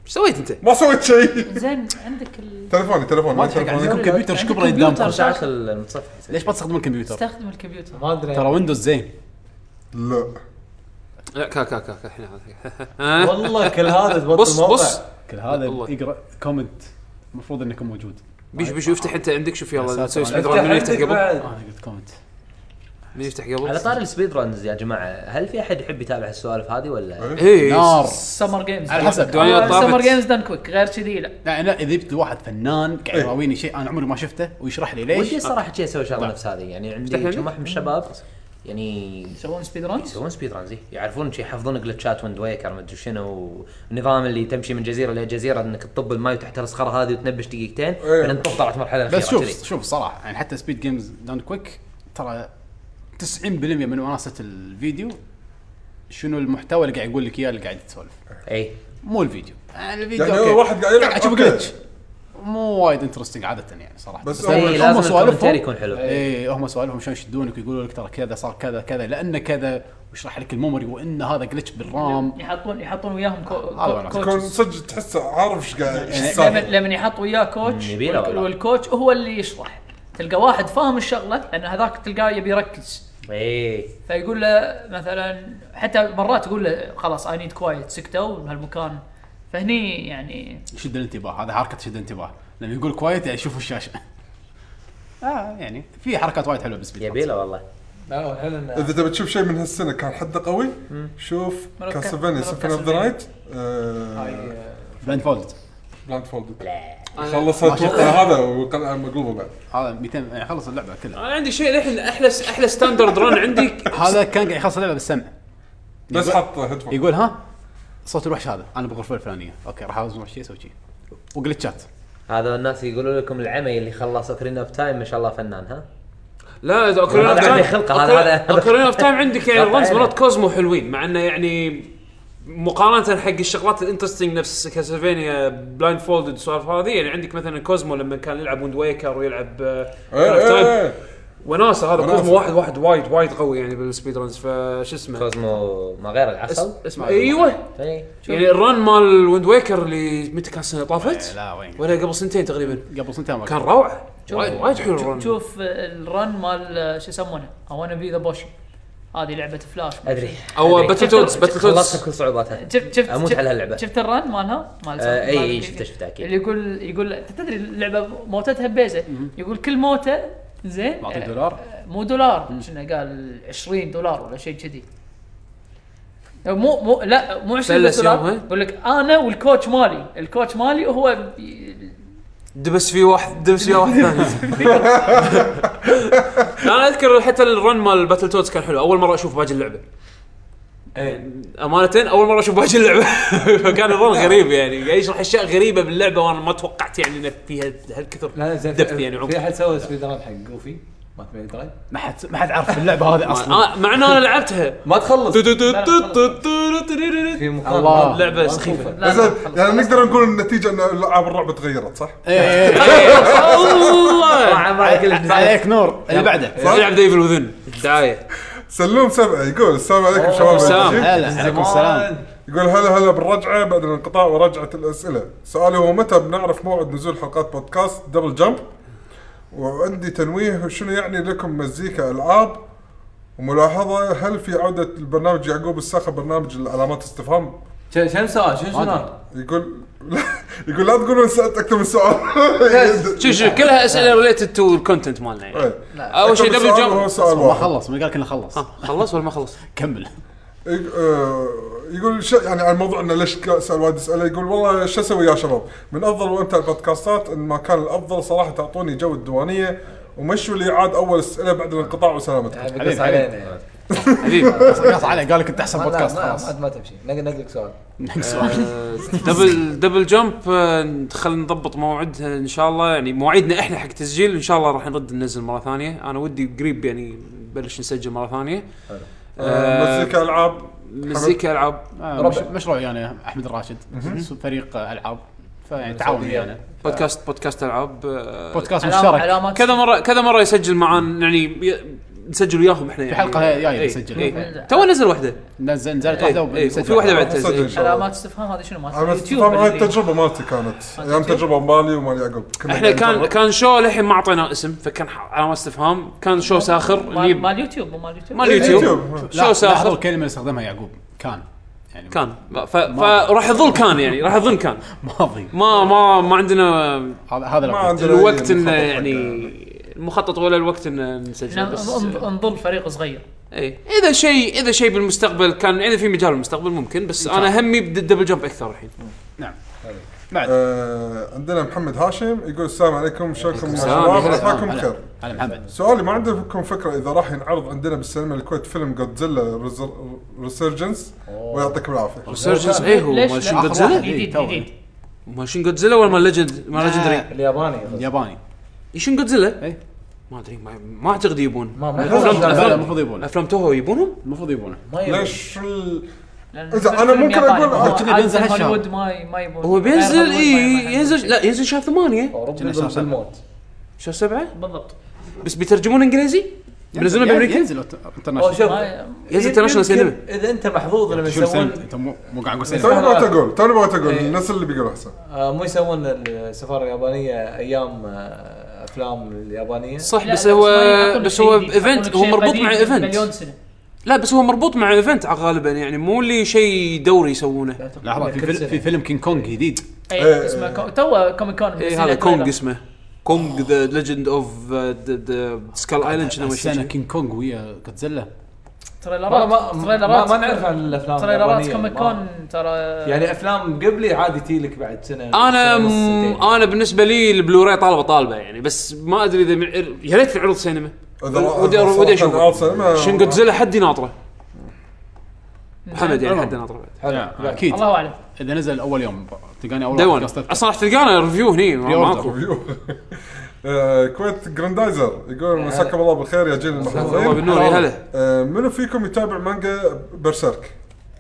Speaker 4: ايش سويت انت؟
Speaker 2: ما سويت شيء
Speaker 5: زين عندك ال...
Speaker 2: تليفوني تليفوني
Speaker 1: ما تحق عندكم كمبيوتر ايش كبره قدامكم
Speaker 7: خش عاش المتصفح
Speaker 1: ليش ما تستخدمون الكمبيوتر؟
Speaker 5: استخدم الكمبيوتر
Speaker 8: ما ادري
Speaker 1: ترى ويندوز زين
Speaker 2: لا
Speaker 4: لا كا كا كا الحين هذا.
Speaker 8: والله كل هذا تبطل
Speaker 4: بص
Speaker 8: موقع.
Speaker 4: بص
Speaker 1: كل هذا
Speaker 4: والله.
Speaker 1: يقرا كومنت المفروض انه يكون موجود
Speaker 4: بيش بيش يفتح انت عندك شوف
Speaker 1: يا
Speaker 4: يلا
Speaker 1: ساتر،
Speaker 4: نسوي
Speaker 1: أنا
Speaker 4: سبيد
Speaker 8: افتح
Speaker 4: ران من
Speaker 8: عندك
Speaker 4: يفتح قبل
Speaker 8: بعد.
Speaker 1: انا قلت كومنت
Speaker 4: من يفتح
Speaker 7: على
Speaker 4: قبل
Speaker 7: طار السبيد رانز يا جماعه هل في احد يحب يتابع هالسوالف هذه ولا
Speaker 4: اي
Speaker 1: نار
Speaker 5: سمر جيمز
Speaker 1: على حسب
Speaker 4: دنيا طابت.
Speaker 5: سمر جيمز دان كويك غير كذي لا
Speaker 1: لا لا اذا جبت واحد فنان قاعد يراويني شيء انا عمري ما شفته ويشرح لي
Speaker 7: ودي
Speaker 1: ليش
Speaker 7: صراحه شي اسوي شغله نفس هذه يعني عندي
Speaker 4: عينك.
Speaker 7: جماعه من الشباب يعني
Speaker 5: يسوون سبيد رانز
Speaker 7: يسوون سبيد رانز إيه. يعرفون شي يحفظون جلتشات وند ويكر ما ادري شنو النظام اللي تمشي من جزيره لجزيره انك تطب الماي وتحت الصخره هذه وتنبش دقيقتين بعدين تطب طلعت مرحله
Speaker 1: بس
Speaker 7: الأخيرة
Speaker 1: شوف
Speaker 7: كذي.
Speaker 1: شوف صراحه يعني حتى سبيد جيمز دان كويك ترى 90% من وناسه الفيديو شنو المحتوى اللي قاعد يقول لك اياه اللي قاعد تسولف
Speaker 7: اي
Speaker 1: مو الفيديو يعني الفيديو
Speaker 2: يعني
Speaker 1: أوكي.
Speaker 2: واحد قاعد يلعب
Speaker 1: قاعد تشوف
Speaker 2: أوكي.
Speaker 1: جلتش مو وايد انترستنج عاده يعني صراحه
Speaker 2: بس
Speaker 1: بس
Speaker 2: هو-
Speaker 7: إي،
Speaker 2: هم
Speaker 7: لازم الكومنتري
Speaker 1: سوالفهم
Speaker 7: يكون حلو
Speaker 1: اي إيه، هم سوالفهم شلون يشدونك ويقولوا لك ترى كذا صار كذا كذا لان كذا ويشرح لك الميموري وان هذا جلتش بالرام
Speaker 5: يحطون يحطون وياهم كو...
Speaker 1: هذا ولا.
Speaker 5: كو...
Speaker 2: تكون
Speaker 5: كوتشز
Speaker 2: صدق تحس عارف ايش قاعد
Speaker 1: يعني
Speaker 2: ايش
Speaker 5: لما
Speaker 2: السالفة.
Speaker 5: لما يحط وياه كوتش
Speaker 7: نبيله
Speaker 5: والك-
Speaker 7: والله.
Speaker 5: والكوتش هو اللي يشرح تلقى واحد فاهم الشغله لان هذاك تلقاه يبي يركز
Speaker 7: اي
Speaker 5: فيقول له مثلا حتى مرات يقول له خلاص اي نيد كوايت سكتوا بهالمكان فهني يعني
Speaker 1: يشد الانتباه هذا حركه تشد الانتباه لما يقول كوايت يعني شوفوا الشاشه اه يعني في حركات وايد حلوه بالسبيد
Speaker 7: يبي له والله
Speaker 8: لا هو الحين إنه-
Speaker 2: اذا تبي تشوف شيء من هالسنه كان حده قوي شوف
Speaker 5: مرة كا-
Speaker 2: كاسلفينيا
Speaker 5: مرة
Speaker 2: سفن اوف ذا
Speaker 5: كاسلفينيا.
Speaker 2: نايت آه،
Speaker 1: بلاند فولد
Speaker 2: بلاند فولد خلصت هذا وقلعه مقلوبه بعد
Speaker 1: هذا 200 يعني خلص اللعبه كلها
Speaker 4: انا عندي شيء الحين احلى احلى ستاندرد ران عندي
Speaker 1: هذا كان قاعد يخلص اللعبه بالسمع
Speaker 2: بس
Speaker 1: يقول-
Speaker 2: حط هيدفون
Speaker 1: يقول ها صوت الوحش هذا انا بالغرفه الفلانيه اوكي راح ازور شيء اسوي شيء وجلتشات
Speaker 7: هذا الناس يقولوا لكم العمي اللي خلص اوكرين اوف تايم ما شاء الله فنان ها
Speaker 4: لا اوكرين اوف
Speaker 7: هذا عنده
Speaker 4: تايم
Speaker 7: خلقة، هذا- هذا-
Speaker 4: اوكرين اوف تايم عندك يعني
Speaker 7: قطع
Speaker 4: الرنز
Speaker 7: عينه.
Speaker 4: مرات كوزمو حلوين مع انه يعني مقارنة حق الشغلات الانترستنج نفس كاسلفينيا بلايند فولد والسوالف هذه يعني عندك مثلا كوزمو لما كان يلعب وند ويكر ويلعب آه،
Speaker 2: إيه،
Speaker 4: Ocarina of
Speaker 1: طيب.
Speaker 4: Time.
Speaker 2: إيه، إيه.
Speaker 4: وناسه هذا
Speaker 2: وناسة.
Speaker 4: كوزمو واحد واحد وايد وايد قوي يعني بالسبيد رانز فشو اسمه
Speaker 7: كوزمو ما غير
Speaker 4: اس-
Speaker 7: العسل
Speaker 4: اسمه ايوه
Speaker 7: اي
Speaker 4: يعني الرن مال ويند ويكر اللي متى كان السنه طافت؟
Speaker 1: لا وين
Speaker 4: ولا قبل سنتين تقريبا
Speaker 1: قبل سنتين ما
Speaker 4: كان روعه وايد وايد حلو الرن
Speaker 5: شوف الرن مال شو يسمونه او انا بي ذا بوشي هذه لعبه فلاش
Speaker 7: ادري
Speaker 4: او
Speaker 7: أدري.
Speaker 4: باتل تودز باتل تودز
Speaker 7: خلصت كل صعوباتها
Speaker 5: شفت شفت
Speaker 4: آه،
Speaker 7: أموت
Speaker 5: شفت-
Speaker 7: على هاللعبة.
Speaker 5: شفت الرن مالها مال
Speaker 7: آه،
Speaker 4: إيه،
Speaker 5: مال-
Speaker 7: إي،
Speaker 5: مال-
Speaker 7: إي، شفته- شفته أكيد.
Speaker 5: اللي يقول يقول تدري اللعبه موتتها بيزه يقول كل موته زين
Speaker 1: معطيك
Speaker 5: آه،
Speaker 1: دولار
Speaker 5: مو دولار شنو قال 20 دولار ولا شيء كذي مو مو لا مو 20
Speaker 4: فلس
Speaker 5: دولار
Speaker 4: يومها.
Speaker 5: يقول لك انا والكوتش مالي الكوتش مالي هو بي-
Speaker 4: دبس في واحد دبس فيها واحد ثاني انا اذكر حتى الرن مال باتل تودز كان حلو اول مره اشوف باجي اللعبه
Speaker 8: إيه.
Speaker 4: امانه اول مره اشوف باجي اللعبه فكان الرن غريب يعني قاعد يشرح اشياء غريبه باللعبه وانا ما توقعت يعني انه فيها هالكثر
Speaker 8: لا لا زين
Speaker 4: دبث
Speaker 8: في-
Speaker 4: يعني عمق
Speaker 8: في احد سوى سبيد ران حق جوفي ما تبي تدري
Speaker 1: ما حد ما حد عارف اللعبه هذه اصلا
Speaker 4: آه، مع ان انا لعبتها
Speaker 8: ما تخلص
Speaker 4: تو- تو- تو- تو- تو- تو- تو-
Speaker 8: في مقارنة
Speaker 1: الله.
Speaker 4: لعبة سخيفة.
Speaker 5: لا،
Speaker 2: زين، يعني نقدر نقول النتيجه ان العاب الرعب تغيرت صح؟
Speaker 1: اي اي
Speaker 4: الله
Speaker 1: إيه، عليك نور اللي بعده
Speaker 4: يلعب ديفل وذن دعايه
Speaker 2: سلوم سبعه يقول السلام عليكم شباب
Speaker 4: السلام.
Speaker 2: الجديد.
Speaker 1: هلا عليكم السلام
Speaker 2: يقول هلا هلا بالرجعه بعد الانقطاع ورجعه الاسئله سؤالي هو متى بنعرف موعد نزول حلقات بودكاست دبل جمب وعندي تنويه شنو يعني لكم مزيكا العاب وملاحظه هل في عوده البرنامج يعقوب الساخه برنامج العلامات استفهام
Speaker 6: ش- شنو سؤال شنو سؤال؟
Speaker 2: يقول يقول لا تقولون سألت اكثر من سؤال
Speaker 4: شو شو كلها اسئله ريليتد تو الكونتنت مالنا يعني.
Speaker 2: إيه.
Speaker 4: اول شيء
Speaker 2: أكثر من
Speaker 4: دبل
Speaker 2: سؤال وهو
Speaker 4: جمب
Speaker 2: سؤال
Speaker 1: ما
Speaker 2: واحد
Speaker 1: خلص ما قال كنا خلص
Speaker 4: خلص ولا ما خلص؟
Speaker 1: كمل
Speaker 2: يق- آه، يقول ش... يعني على موضوع انه ليش ك- سال وايد اساله يقول والله شو اسوي يا شباب؟ من افضل وامتع البودكاستات ان ما كان الافضل صراحه تعطوني جو الديوانيه ومشوا لي عاد اول اسئله بعد الانقطاع وسلامتكم.
Speaker 10: بقص علينا
Speaker 1: قص عليه قال لك انت احسن
Speaker 6: ما- لا،
Speaker 1: بودكاست
Speaker 6: ما-
Speaker 1: خلاص
Speaker 6: ما- ما تمشي نق- نقلك سؤال
Speaker 4: دبل دبل جمب آه، خلينا نضبط موعدها ان شاء الله يعني مواعيدنا احنا حق تسجيل ان شاء الله راح نرد ننزل مره ثانيه انا ودي قريب يعني نبلش نسجل مره ثانيه
Speaker 2: آه، مزيكا العاب
Speaker 4: مزيكا العاب
Speaker 1: آه، مش- مشروع يعني احمد الراشد فريق آه، العاب فيعني تعاون يعني
Speaker 4: بودكاست بودكاست العاب آه،
Speaker 1: بودكاست
Speaker 5: علامة-
Speaker 1: مشترك
Speaker 5: علامات
Speaker 4: كذا مره كذا مره يسجل معانا يعني ي- نسجل وياهم احنا يعني
Speaker 1: حلقة جاية
Speaker 4: إيه،
Speaker 1: نسجل. طيب،
Speaker 4: إيه. تو نزل واحده
Speaker 1: نزل نزلت
Speaker 4: إيه،
Speaker 1: واحده
Speaker 4: إيه،
Speaker 1: وبنسجل
Speaker 4: وفي واحده بعد
Speaker 2: نسجل
Speaker 4: تنزل
Speaker 2: ان شاء الله.
Speaker 5: علامات استفهام هذا شنو
Speaker 2: أنا
Speaker 5: مال
Speaker 2: استفهم
Speaker 5: يوتيوب
Speaker 2: هاي التجربة مالتي كانت ايام تجربة مالي ومال يعقوب كنا
Speaker 4: احنا
Speaker 2: قاعدين
Speaker 4: آه، كان
Speaker 2: نجرب.
Speaker 4: كان شو للحين ما اعطينا اسم فكان ح- علامه استفهام كان شو ساخر اللي
Speaker 5: مال
Speaker 4: يب-
Speaker 5: مال يوتيوب مو مال يوتيب
Speaker 4: مال يوتيوب
Speaker 2: يوتيوب.
Speaker 4: شو
Speaker 1: لاحظوا
Speaker 4: ساخر
Speaker 1: الكلمه اللي استخدمها يعقوب كان يعني
Speaker 4: كان ف- فراح يظل كان يعني راح يظل كان
Speaker 1: ماضي
Speaker 4: ما ما ما عندنا
Speaker 1: هذا هذا
Speaker 2: ما
Speaker 1: الأبديت.
Speaker 2: عندنا
Speaker 4: الوقت
Speaker 2: أي
Speaker 4: انه
Speaker 2: مخطط
Speaker 4: يعني المخطط ولا الوقت ان نسجل
Speaker 5: إحنا
Speaker 4: بس
Speaker 5: ن- نظل فريق صغير
Speaker 4: اي اذا شيء اذا شيء بالمستقبل كان اذا في مجال بالمستقبل ممكن بس انا همي بالدبل جمب اكثر الحين
Speaker 1: نعم.
Speaker 6: أه.
Speaker 1: بعد
Speaker 2: آه، عندنا محمد هاشم يقول السلام عليكم شلونكم يا
Speaker 4: السلام.
Speaker 2: شباب
Speaker 4: هلا.
Speaker 2: عساكم بخير
Speaker 1: هلا محمد
Speaker 2: سؤالي ما عندكم فكره اذا راح ينعرض عندنا بالسينما الكويت فيلم جودزيلا ريسيرجنس ويعطيكم العافيه
Speaker 4: سيرجنز اي إيه، هو
Speaker 5: ليش؟
Speaker 4: مال شين
Speaker 5: لا،
Speaker 4: جودزيلا
Speaker 1: إيه،
Speaker 5: جديد
Speaker 1: تو.
Speaker 5: جديد
Speaker 4: مال شين جودزيلا ولا مال ليجند مال ليجندري
Speaker 6: الياباني
Speaker 1: ياباني
Speaker 4: شين جودزيلا
Speaker 1: إيه.
Speaker 4: ما ادري ما, ما اعتقد يبون
Speaker 6: ما ما
Speaker 4: أفلام-
Speaker 1: لا، لا،
Speaker 4: أفلام-
Speaker 1: المفروض يبونه
Speaker 4: افلام توهو يبونهم
Speaker 1: المفروض يبونه
Speaker 6: ما يبي.
Speaker 2: ليش
Speaker 4: إيه.
Speaker 2: ال-
Speaker 5: لأن
Speaker 2: إذا
Speaker 5: فيلم
Speaker 2: أنا ممكن
Speaker 5: ياباني،
Speaker 2: أقول
Speaker 5: هو
Speaker 1: أعتقد
Speaker 5: عادة
Speaker 1: ينزل هالشهر.
Speaker 5: هوليوود ما ما يبون
Speaker 4: هو بينزل
Speaker 5: غير
Speaker 4: اي
Speaker 5: هوليوود ما- ما
Speaker 4: ينزل لا ينزل شهر ثمانية
Speaker 6: اوروبي
Speaker 1: كنا
Speaker 6: بال-
Speaker 1: شخصاً.
Speaker 6: بالموت
Speaker 4: شهر سبعة
Speaker 5: بالضبط
Speaker 4: بس بيترجمون انجليزي
Speaker 1: يعني
Speaker 4: بينزلونه بامريكا
Speaker 1: ينزل أوت-
Speaker 6: أو
Speaker 1: انترناشونال
Speaker 6: شوف
Speaker 5: ما-
Speaker 4: ينزل
Speaker 6: يمكن-
Speaker 4: انترناشونال سينما
Speaker 6: اذا انت محظوظ لما
Speaker 1: شو
Speaker 6: يسوون
Speaker 1: السينما؟ انت مو مو قاعد نقول
Speaker 2: توني
Speaker 1: سينما
Speaker 2: بغيت اقول توني بغيت اقول
Speaker 6: إيه.
Speaker 2: الناس اللي بيقولوا احسن
Speaker 6: آه، مو يسوون السفاره اليابانيه ايام آه، افلام اليابانيه
Speaker 4: صح
Speaker 5: لا،
Speaker 4: بس
Speaker 5: لا،
Speaker 4: هو
Speaker 5: ما يحطون
Speaker 4: بس
Speaker 5: شيء
Speaker 4: هو
Speaker 5: جديد، يحطون
Speaker 4: ايفنت
Speaker 5: لك
Speaker 4: هو
Speaker 5: شيء
Speaker 4: مربوط
Speaker 5: قديم
Speaker 4: مع
Speaker 5: من مليون
Speaker 4: ايفنت
Speaker 5: سنه
Speaker 4: لا بس هو مربوط مع ايفنت غالبا يعني مو لي شيء دوري يسوونه
Speaker 1: لحظه في
Speaker 6: كل
Speaker 1: فيلم
Speaker 6: سنة.
Speaker 1: في فيلم كينج كونج جديد
Speaker 5: اي
Speaker 2: إيه.
Speaker 5: اسمه كو- تو كوميك كون
Speaker 4: اي
Speaker 5: منزلين
Speaker 4: إيه، هذا
Speaker 5: تريلر.
Speaker 4: كونج اسمه كونج ذا ليجند اوف سكال ايلاند شنو ما
Speaker 1: السنه
Speaker 4: شيء
Speaker 1: كينج كونج ويا جودزيلا
Speaker 6: ما-
Speaker 5: تريلرات
Speaker 6: ما ما-
Speaker 5: تريلرات
Speaker 6: ما نعرف عن الافلام
Speaker 5: تريلرات
Speaker 6: اليابانيه
Speaker 5: كوميك
Speaker 6: ما-
Speaker 5: كون ترى
Speaker 6: يعني افلام قبلي عادي تجي لك بعد سنه
Speaker 4: انا
Speaker 6: سنة
Speaker 4: م-
Speaker 6: ونص،
Speaker 1: آه،
Speaker 6: سنتين.
Speaker 4: انا بالنسبه لي البلوراي طالبه طالبه يعني بس ما ادري اذا من- يا ريت العرض سينما
Speaker 2: إذا رأى-
Speaker 4: ودي أروح- ودي
Speaker 2: صراحة
Speaker 4: أشوفه.
Speaker 2: السينما-
Speaker 4: شن جودزيلا حدي
Speaker 5: نعم.
Speaker 4: ناطره محمد يعني حدي ناطره بعد
Speaker 1: لا، اكيد
Speaker 5: الله اعلم
Speaker 1: اذا آه، نزل اول يوم تلقاني اول
Speaker 4: داي
Speaker 1: واحد
Speaker 4: ون
Speaker 1: قصدك
Speaker 4: اصلا راح تلقانا ريفيو هني ما-
Speaker 1: Pre-order.
Speaker 4: ماكو
Speaker 2: ريفيو. آه، كويت جراندايزر يقول مساكم الله بالخير يا جيل
Speaker 4: والله
Speaker 2: المحظوظين
Speaker 4: إيه. بالنور يا هلا
Speaker 2: آه، منو فيكم يتابع مانجا برسيرك؟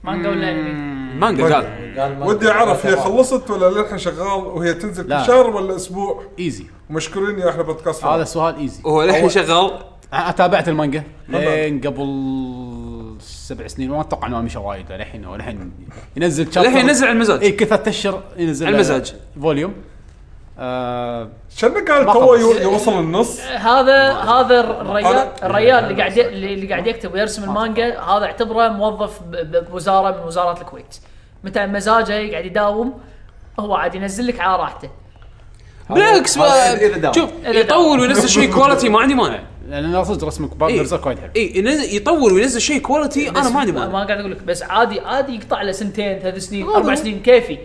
Speaker 5: مانجا ولا انمي
Speaker 4: مانجا قال
Speaker 6: قال ما-
Speaker 2: ودي اعرف هي خلصت ولا للحين شغال وهي تنزل
Speaker 1: لا.
Speaker 2: كل شهر ولا اسبوع
Speaker 1: ايزي
Speaker 2: ومشكورين يا احلى بودكاست
Speaker 1: هذا السؤال ايزي
Speaker 4: هو للحين شغال
Speaker 1: انا تابعت المانجا لين قبل سبع سنين وما اتوقع انه مشى وايد للحين هو للحين ينزل chapter.
Speaker 4: للحين ينزل على المزاج
Speaker 1: اي كل ثلاث اشهر ينزل
Speaker 4: المزاج.
Speaker 1: فوليوم آه
Speaker 2: شنو قال
Speaker 1: ما
Speaker 2: تو
Speaker 1: خلص.
Speaker 2: يو- يوصل النص
Speaker 5: هذا هذا الريال
Speaker 2: أنا-
Speaker 5: الريال اللي قاعد ي- اللي قاعد يكتب ويرسم المانجا هذا اعتبره موظف ب- ب- بوزاره من وزارات الكويت متى مزاجه قاعد يداوم هو عاد ينزل لك على راحته
Speaker 4: بالعكس
Speaker 6: هذا
Speaker 4: ما-
Speaker 6: إذا داوم.
Speaker 4: شوف
Speaker 5: إذا
Speaker 4: يطول وينزل شيء كواليتي ما عندي مانع
Speaker 1: لان صدق رسمك
Speaker 4: إيه.
Speaker 1: بارزك وايد حلو
Speaker 4: اي ينزل- يطول وينزل شيء كواليتي انا
Speaker 5: بس
Speaker 4: ما عندي مانع
Speaker 5: ما قاعد اقول لك بس عادي عادي يقطع له سنتين ثلاث سنين
Speaker 4: هذا
Speaker 5: اربع
Speaker 4: هو.
Speaker 5: سنين كيفي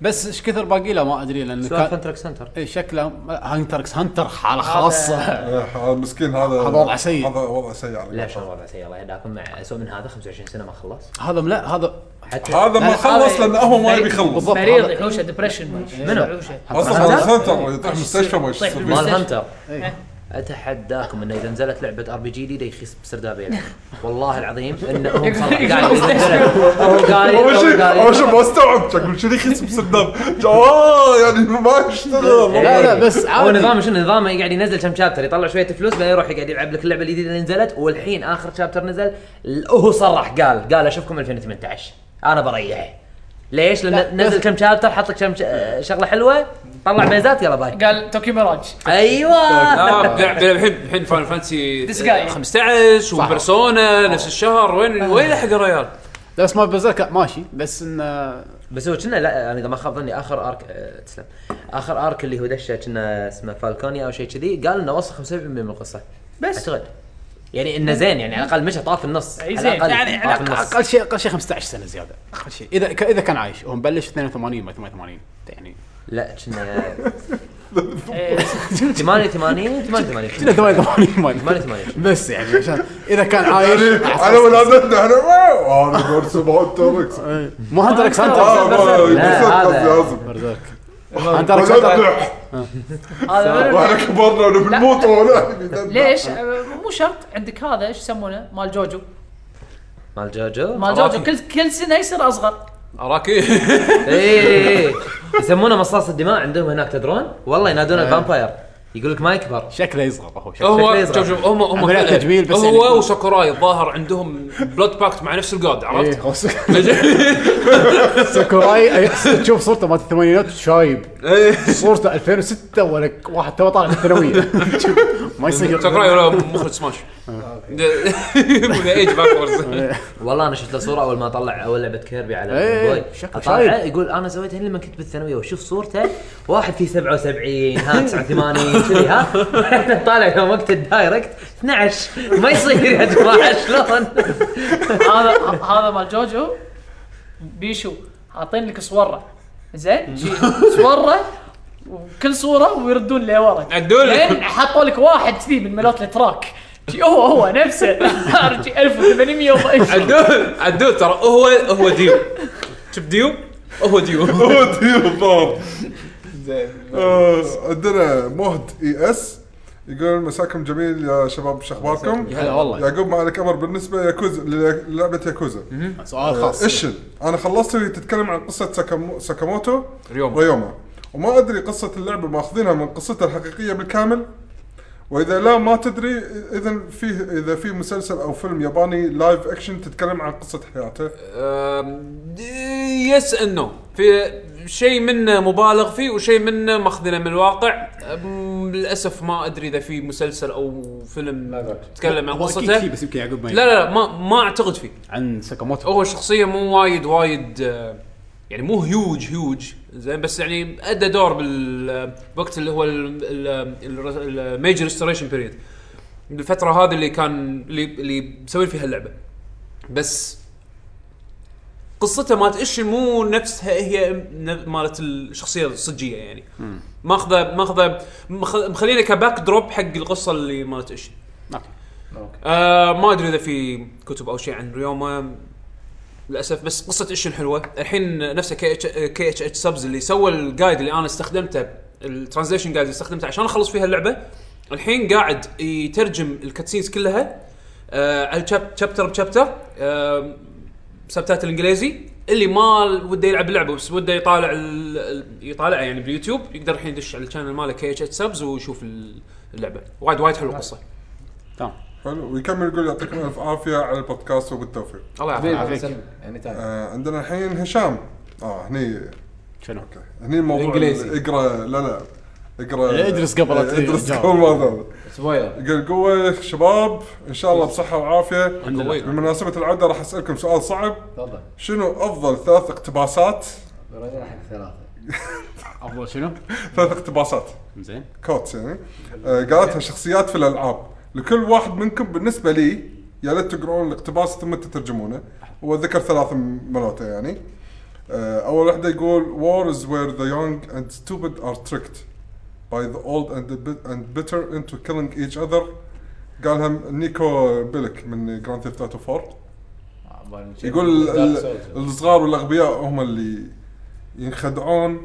Speaker 1: بس ايش كثر باقي له ما ادري لان
Speaker 6: سؤال
Speaker 1: كان
Speaker 6: كونتراكت سنتر
Speaker 1: إيه شكله هانتر اكس هانتر حاله خاصه
Speaker 2: آه، هذا مسكين هذا
Speaker 1: هذا وضع سيء.
Speaker 2: هذا وضع سيء على
Speaker 7: لا
Speaker 2: قولتهم.
Speaker 7: شغل وضع سيء الله يهداكم مع اسوء من هذا 25 سنه ما خلص
Speaker 1: هذا لا هذا
Speaker 7: حتى
Speaker 2: هذا ما
Speaker 1: لا،
Speaker 2: خلص
Speaker 5: هذا-
Speaker 2: لان هو ما
Speaker 5: مريض-
Speaker 2: يبي يخلص
Speaker 1: بالضبط.
Speaker 5: مريض
Speaker 1: هذا-
Speaker 5: يحوشه ديبرشن
Speaker 7: منو؟
Speaker 5: يحوشه
Speaker 2: اصلا هذا سنتر يطيح مستشفى ما
Speaker 5: يطيح
Speaker 2: يسوي؟
Speaker 7: مال هنتر
Speaker 1: إيه.
Speaker 7: اتحداكم انه اذا نزلت لعبه ار بي جي جديده يخيس بسردابه يعني. والله العظيم انه هو مصرح. قاعد ينزلها. هو قاعد
Speaker 2: اول شيء
Speaker 7: قاعد-
Speaker 2: اول شيء ما استوعب شكله شو يخيس بسدام اه يعني ما يشتغل
Speaker 1: لا لا بس
Speaker 7: هو
Speaker 1: عادي
Speaker 7: نظامه شنو نظامه يقعد ينزل كم شابتر يطلع شويه فلوس بعدين يروح يقعد يلعب لك اللعبه الجديده اللي نزلت والحين اخر شابتر نزل ال- هو صرح قال قال اشوفكم 2018 انا بريح ليش؟ لان نزل كم شابتر حط لك كم ش- آه، شغله حلوه طلع ميزات يلا باي
Speaker 5: قال توكي ميراج
Speaker 7: ايوه
Speaker 4: آه، بلعب- بلعب الحين الحين فاينل فانتسي
Speaker 5: This guy. آه.
Speaker 4: 15 وبرسونا نفس الشهر وين وين حق الريال؟
Speaker 1: لا، بس ما بزرك ماشي بس آه، انه
Speaker 7: بس هو كنا لا انا اذا ما خاب ظني اخر ارك آه، تسلم اخر ارك اللي هو دشه كنا اسمه فالكونيا او شيء كذي قال انه وصل 75% من القصه بس اعتقد
Speaker 11: يعني انه زين يعني على الاقل مشى طاف النص
Speaker 5: أي
Speaker 11: على
Speaker 5: زين.
Speaker 11: الأقل
Speaker 1: يعني
Speaker 11: طاف
Speaker 1: على
Speaker 11: النص
Speaker 1: اقل شيء اقل شيء 15 سنه زياده اقل شيء اذا ك- اذا كان عايش هو مبلش 82 ما 88 يعني
Speaker 11: لا كنا
Speaker 5: إيه،
Speaker 11: 88
Speaker 1: كنا
Speaker 11: 88
Speaker 1: 88 ما
Speaker 11: 88.
Speaker 1: بس يعني عشان اذا كان عايش
Speaker 2: على ولادتنا احنا واو، هذا بيرس هانتر اكس
Speaker 1: مو هانتر اكس
Speaker 2: آه،
Speaker 1: هانتر
Speaker 11: لا، هذا-
Speaker 1: هانتر اكس هانتر
Speaker 5: هذا من-
Speaker 2: واحنا كبرنا ونبي نموت ولا
Speaker 5: ليش؟ آه، مو شرط عندك هذا ايش يسمونه؟ مال جوجو
Speaker 11: مال جوجو
Speaker 5: مال جوجو كل كل سنه يصير اصغر
Speaker 4: اراكي
Speaker 11: اي اي اي إيه، يسمونه مصاص الدماء عندهم هناك تدرون والله ينادونه
Speaker 1: إيه.
Speaker 11: الفامباير يقول لك ما يكبر
Speaker 1: شكله يصغر هو شكله
Speaker 4: هو
Speaker 11: يزرع.
Speaker 4: شوف شوف هم هم
Speaker 1: عمليات
Speaker 4: كلها-
Speaker 1: تجميل بس يعني-
Speaker 4: هو وساكوراي الظاهر عندهم بلود باكت مع نفس الجود عرفت؟
Speaker 1: إيه، هو سك- ساكوراي أي- تشوف صورته مالت الثمانينات شايب صورته 2006 ولا ك- واحد تو طالع من الثانويه ما يصير
Speaker 4: ساكوراي ولا مخرج سماش ذا ايج باكورز
Speaker 11: والله انا شفت له صوره اول ما طلع اول لعبه كيربي على
Speaker 1: إيه،
Speaker 11: البوي
Speaker 1: شكله
Speaker 11: اطالعه
Speaker 1: شايب.
Speaker 11: يقول انا سويتها لما كنت بالثانويه وشوف صورته واحد فيه 77 ها 89 كذي ها احنا طالع يوم وقت الدايركت 12 ما يصير يا جماعه شلون
Speaker 5: هذا هذا مال جوجو بيشو حاطين لك صوره زين شي- صوره وكل صوره ويردون لي ورا
Speaker 4: عدول.
Speaker 5: لين حطوا لك واحد كذي من ملوت التراك شي هو هو نفسه شي 1800 وضعين.
Speaker 4: عدول عدول ترى هو هو ديو شوف ديو هو ديو
Speaker 2: ديوبار آه، عندنا مهد اي اس يقول مساكم جميل يا شباب شو اخباركم؟
Speaker 1: هلا والله
Speaker 2: يعقوب ما عليك امر بالنسبه ياكوزا للعبه ياكوزا
Speaker 1: سؤال خاص
Speaker 2: اشن انا خلصت وهي تتكلم عن قصه ساكامو- ساكاموتو
Speaker 4: ريوما.
Speaker 2: ريوما وما ادري قصه اللعبه ماخذينها من قصتها الحقيقيه بالكامل واذا لا ما تدري اذا فيه اذا في مسلسل او فيلم ياباني لايف اكشن تتكلم عن قصه حياته
Speaker 4: أم، يس انه في شيء منه مبالغ فيه وشيء منه ماخذينه من الواقع أم، للاسف ما ادري اذا في مسلسل او فيلم تكلم عن
Speaker 1: هو اكيد
Speaker 4: قصته
Speaker 1: في بس يمكن يعقوب ما
Speaker 4: لا لا لا، ما ما اعتقد فيه
Speaker 1: عن ساكاموتو
Speaker 4: هو شخصيه مو وايد وايد آه، يعني مو هيوج هيوج زين بس يعني ادى دور بالوقت اللي هو الميجر ريستوريشن بيريد الفتره هذه اللي كان اللي اللي مسوي فيها اللعبه بس قصته مالت ايش مو نفسها هي ن- مالت الشخصيه الصجيه يعني ماخذه ماخذه مخ- مخلينا كباك دروب حق القصه اللي مالت ايش
Speaker 1: أوكي.
Speaker 4: آه ما ادري اذا في كتب او شيء عن ريوما للاسف بس قصه ايش حلوه الحين نفسه كي اتش كي اتش اتش سبز اللي سوى الجايد اللي انا استخدمته الترانزليشن جايد اللي استخدمته عشان اخلص فيها اللعبه الحين قاعد يترجم الكاتسينز كلها آه على تشابتر بشابتر آه سبتايتل انجليزي اللي ما وده يلعب اللعبه بس وده يطالع ال- ال- يطالعها يعني باليوتيوب يقدر الحين يدش على الشانل ماله كي اتش اتش سبز ويشوف ال- اللعبه وايد وايد حلوه القصه
Speaker 2: حلو ويكمل يقول يعطيكم الف عافيه على البودكاست وبالتوفيق
Speaker 4: الله يعافيك
Speaker 6: يعني تعال
Speaker 2: آه عندنا الحين هشام اه هني
Speaker 1: شنو؟
Speaker 2: هني الموضوع
Speaker 6: الإنجليزي.
Speaker 2: ال- اقرا لا لا اقرا
Speaker 1: ادرس قبل لا
Speaker 2: ادرس
Speaker 1: تجاوب.
Speaker 2: قبل ما تجاوب.
Speaker 6: سبويلر
Speaker 2: يقول قوة شباب ان شاء الله بصحة وعافية
Speaker 4: قوي.
Speaker 2: بمناسبة العودة راح اسألكم سؤال صعب
Speaker 6: تفضل
Speaker 2: شنو افضل ثلاث اقتباسات
Speaker 6: الرجال حق ثلاثه
Speaker 1: افضل شنو؟
Speaker 2: ثلاث اقتباسات
Speaker 1: زين
Speaker 2: كوتس يعني آه، قالتها شخصيات في الالعاب لكل واحد منكم بالنسبه لي يا ليت تقرؤون الاقتباس ثم تترجمونه وذكر ثلاث م- ملوته يعني آه، اول واحده يقول war is where the young and stupid are tricked by the old and the bit and bitter into killing each other قالها م- نيكو بيلك من جراند ثيفت اوتو 4 يقول ال- ال- الصغار والاغبياء هم اللي ينخدعون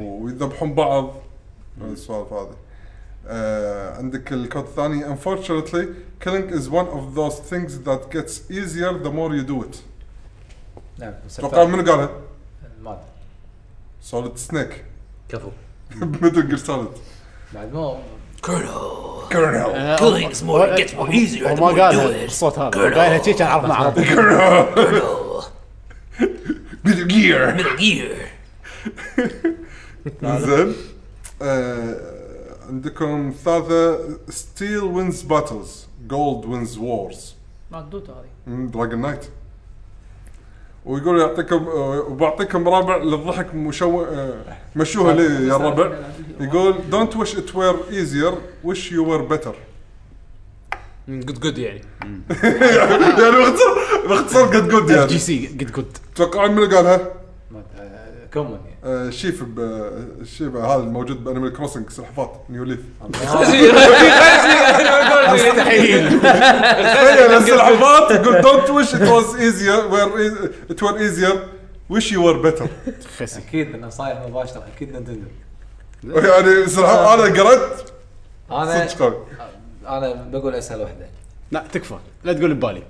Speaker 2: ويذبحون بعض السوالف هذه آه عندك الكود الثاني unfortunately killing is one of those things that gets easier the more you do it
Speaker 6: نعم
Speaker 2: اتوقع منو قالها؟
Speaker 6: ما أدري.
Speaker 2: سوليد سنيك
Speaker 11: كفو
Speaker 2: مثل جير سوليد
Speaker 6: بعد مو
Speaker 2: كرنل
Speaker 1: آه، هو ما قال الصوت هذا هو قالها شي كان عرفنا عربي
Speaker 2: مثل جير زين آه، عندكم ثالثة steel wins battles gold wins wars
Speaker 5: مال دوتا هذه
Speaker 2: دراجون نايت ويقول يعطيكم آه، وبعطيكم رابع للضحك مشو آه، مشوها لي يا الربع يقول don't wish it were easier wish you were better
Speaker 4: جود جود يعني
Speaker 2: يعني باختصار باختصار قد
Speaker 1: اف
Speaker 2: قد
Speaker 1: جي
Speaker 2: يعني
Speaker 1: سي قد قد
Speaker 2: تتوقعون من اللي قالها؟
Speaker 6: كومن يعني
Speaker 2: آه، شيف ب... الشيف هذا الموجود بانيمال كروسنج سلحفاة نيو ليف
Speaker 1: مستحيل
Speaker 2: تخيل السلحفاة تقول دونت ويش ات واز ايزير وير ات وير ايزير ويش يو وير بيتر
Speaker 1: خسي
Speaker 8: اكيد انه صاير مباشره اكيد نتندو
Speaker 2: يعني سلحفاة انا قرأت
Speaker 8: انا
Speaker 2: صدق قوي
Speaker 8: انا بقول اسهل واحده
Speaker 1: لا تكفى لا تقول ببالي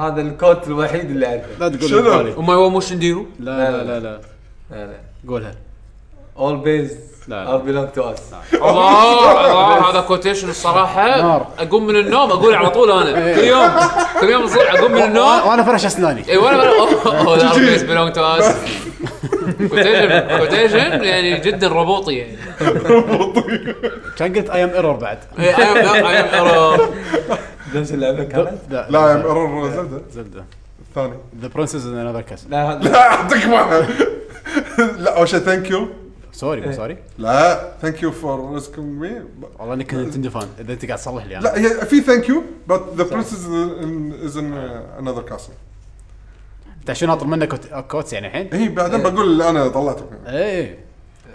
Speaker 8: هذا الكوت الوحيد اللي اعرفه
Speaker 1: لا تقول
Speaker 2: شنو؟
Speaker 1: ببالي
Speaker 4: وما هو موشن ديرو
Speaker 1: لا لا لا لا قولها
Speaker 8: اول بيز
Speaker 1: لا.
Speaker 8: ار بيلونج تو اس
Speaker 4: الله الله هذا كوتيشن الصراحه اقوم من النوم اقول على طول
Speaker 6: إيه.
Speaker 4: انا كل يوم كل يوم أصير اقوم من النوم إيه،
Speaker 1: وانا فرش اسناني
Speaker 4: اي وانا اوه ذا بيس بيلونج تو اس كوتيشن كوتيشن يعني جدا روبوطي يعني
Speaker 1: كان قلت اي ام ايرور بعد
Speaker 4: اي ام اي ام ايرور
Speaker 8: نفس اللعبه كانت
Speaker 1: لا
Speaker 2: لا يا مرر زلدة
Speaker 1: زبده
Speaker 2: الثاني
Speaker 1: ذا برنسز ان انذر كاسل
Speaker 8: لا هذا-
Speaker 2: لا اعطيك واحد لا اول شيء ثانك يو
Speaker 1: سوري مو سوري
Speaker 2: لا ثانك يو فور ريسكينج مي
Speaker 1: والله انك نتندو فان اذا انت قاعد تصلح لي انا
Speaker 2: لا هي في ثانك يو بس ذا برنسز از ان انذر كاسل
Speaker 1: انت شو ناطر منك كوت- كوتس يعني الحين؟
Speaker 2: هي بعدين بقول اللي انا طلعته
Speaker 1: ايه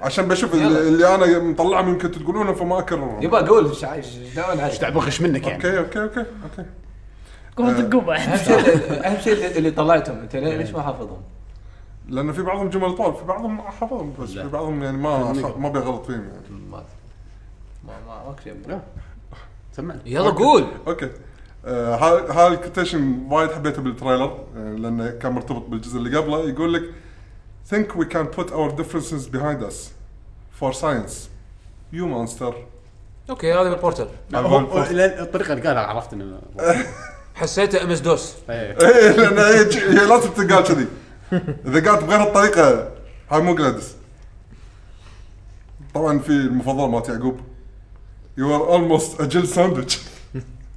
Speaker 2: عشان بشوف اللي اللي انا مطلعه يمكن تقولونه فما اكرره
Speaker 8: يبا قول شع- ش- داون عليه
Speaker 1: تعب بغش منك يعني
Speaker 2: اوكي اوكي اوكي اوكي
Speaker 5: قوم دقوا بعد
Speaker 6: اهم شيء اهم شيء اللي- اللي طلعتهم انت ليه- ليش ما حافظهم؟
Speaker 2: لانه في بعضهم جمل طوال في بعضهم حفظهم بس في بعضهم يعني ما أخ- ما بيغلط فيهم يعني
Speaker 6: ما ما ما ماكو شيء
Speaker 1: سمعني
Speaker 4: يلا قول
Speaker 2: اوكي آه، ها- هاي الكوتيشن وايد حبيته بالتريلر آه، لانه كان مرتبط بالجزء اللي قبله يقول لك think we can put our differences behind us for science you monster
Speaker 4: اوكي هذا بالبورتل
Speaker 1: هو- لا، الطريقه اللي قالها عرفت إيه. انه
Speaker 4: حسيته ام اس دوس
Speaker 2: ايه لان هي ج- هي لازم تنقال كذي اذا قالت بغير الطريقه هاي مو جلادس طبعا في المفضل مالت يعقوب يو ار اولموست اجل ساندويتش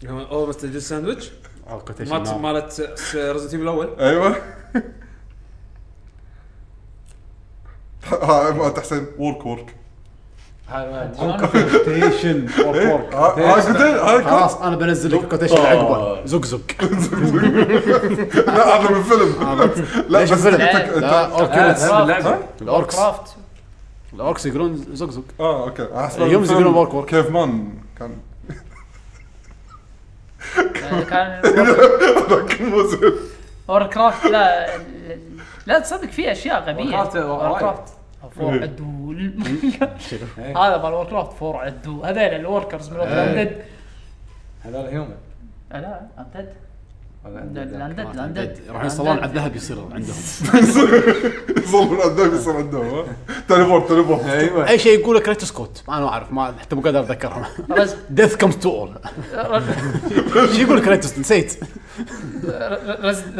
Speaker 4: اوه بس تجي ساندويتش مالت
Speaker 1: الكوتيشن
Speaker 4: مالت ريزنت ايفل الاول
Speaker 2: ايوه ها مالت حسين ورك ورك
Speaker 1: كوتيشن
Speaker 2: هاي إيه؟ قلت إيه؟ هاي كنت-
Speaker 1: إيه؟ خلاص انا بنزل لك الكوتيشن اللي عقبه زق زق
Speaker 2: لا هذا من فيلم لا
Speaker 1: ليش آه،
Speaker 2: بس
Speaker 1: الفيلم؟
Speaker 2: تك-
Speaker 1: لا
Speaker 2: تك-
Speaker 1: اوركيولس
Speaker 6: اللعبه
Speaker 1: الاوركس
Speaker 5: كرافت
Speaker 1: الاوركس يقولون زق زق
Speaker 2: اه اوكي أحسب
Speaker 1: اليوم
Speaker 2: الفيلم
Speaker 1: يقولون ورك ورك.
Speaker 2: كيف مان كان
Speaker 5: آه، كان
Speaker 2: هذاك مو زين
Speaker 5: اور كرافت لا لا تصدق في اشياء غبيه
Speaker 6: Warcraft-
Speaker 5: Warcraft.
Speaker 1: إيه.
Speaker 5: فور عدو هذا مال وور كرافت فور عدو هذول الوركرز من
Speaker 1: إيه.
Speaker 5: الاندد
Speaker 6: هذول هيومن
Speaker 5: لا اندد
Speaker 6: ولا
Speaker 5: الاندد الاندد
Speaker 1: راح يصلون على الذهب يصير عندهم
Speaker 2: يصير عندهم يصير عندهم ها؟ تليفون تليفون ايوه
Speaker 1: اي شيء يقول لك ريتو سكوت انا ما اعرف ما حتى مو قادر اتذكرهم
Speaker 5: رز-
Speaker 1: ديث كمز تو اول شو يقول لك ريتوس نسيت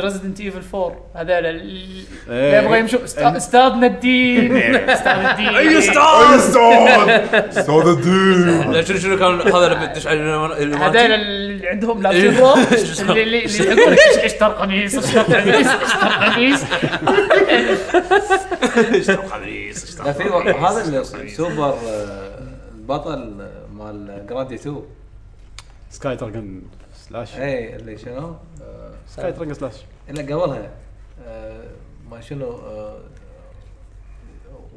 Speaker 5: ريزدنت ايفل 4 هذول اللي
Speaker 1: إيه.
Speaker 5: يبغى يمشوا أست- استاذنا الدين استاذنا الدين اي استاذ
Speaker 2: استاذ استاذ الدين
Speaker 4: لا شنو شنو كان هذا اللي بدش على
Speaker 5: هذول
Speaker 4: اليوناني
Speaker 5: اللي عندهم
Speaker 1: إيه.
Speaker 5: لابتوب اللي اللي اللي يقول لك إيش- اشتر قميص اشتر قميص اشتر قميص
Speaker 6: لا في و- هذا السوبر آه، البطل آه، مال جراندي 2
Speaker 1: سكاي دراجون سلاش
Speaker 6: اي اللي شنو؟ آه،
Speaker 1: سكاي دراجون سلاش
Speaker 6: لا قبلها آه، ما شنو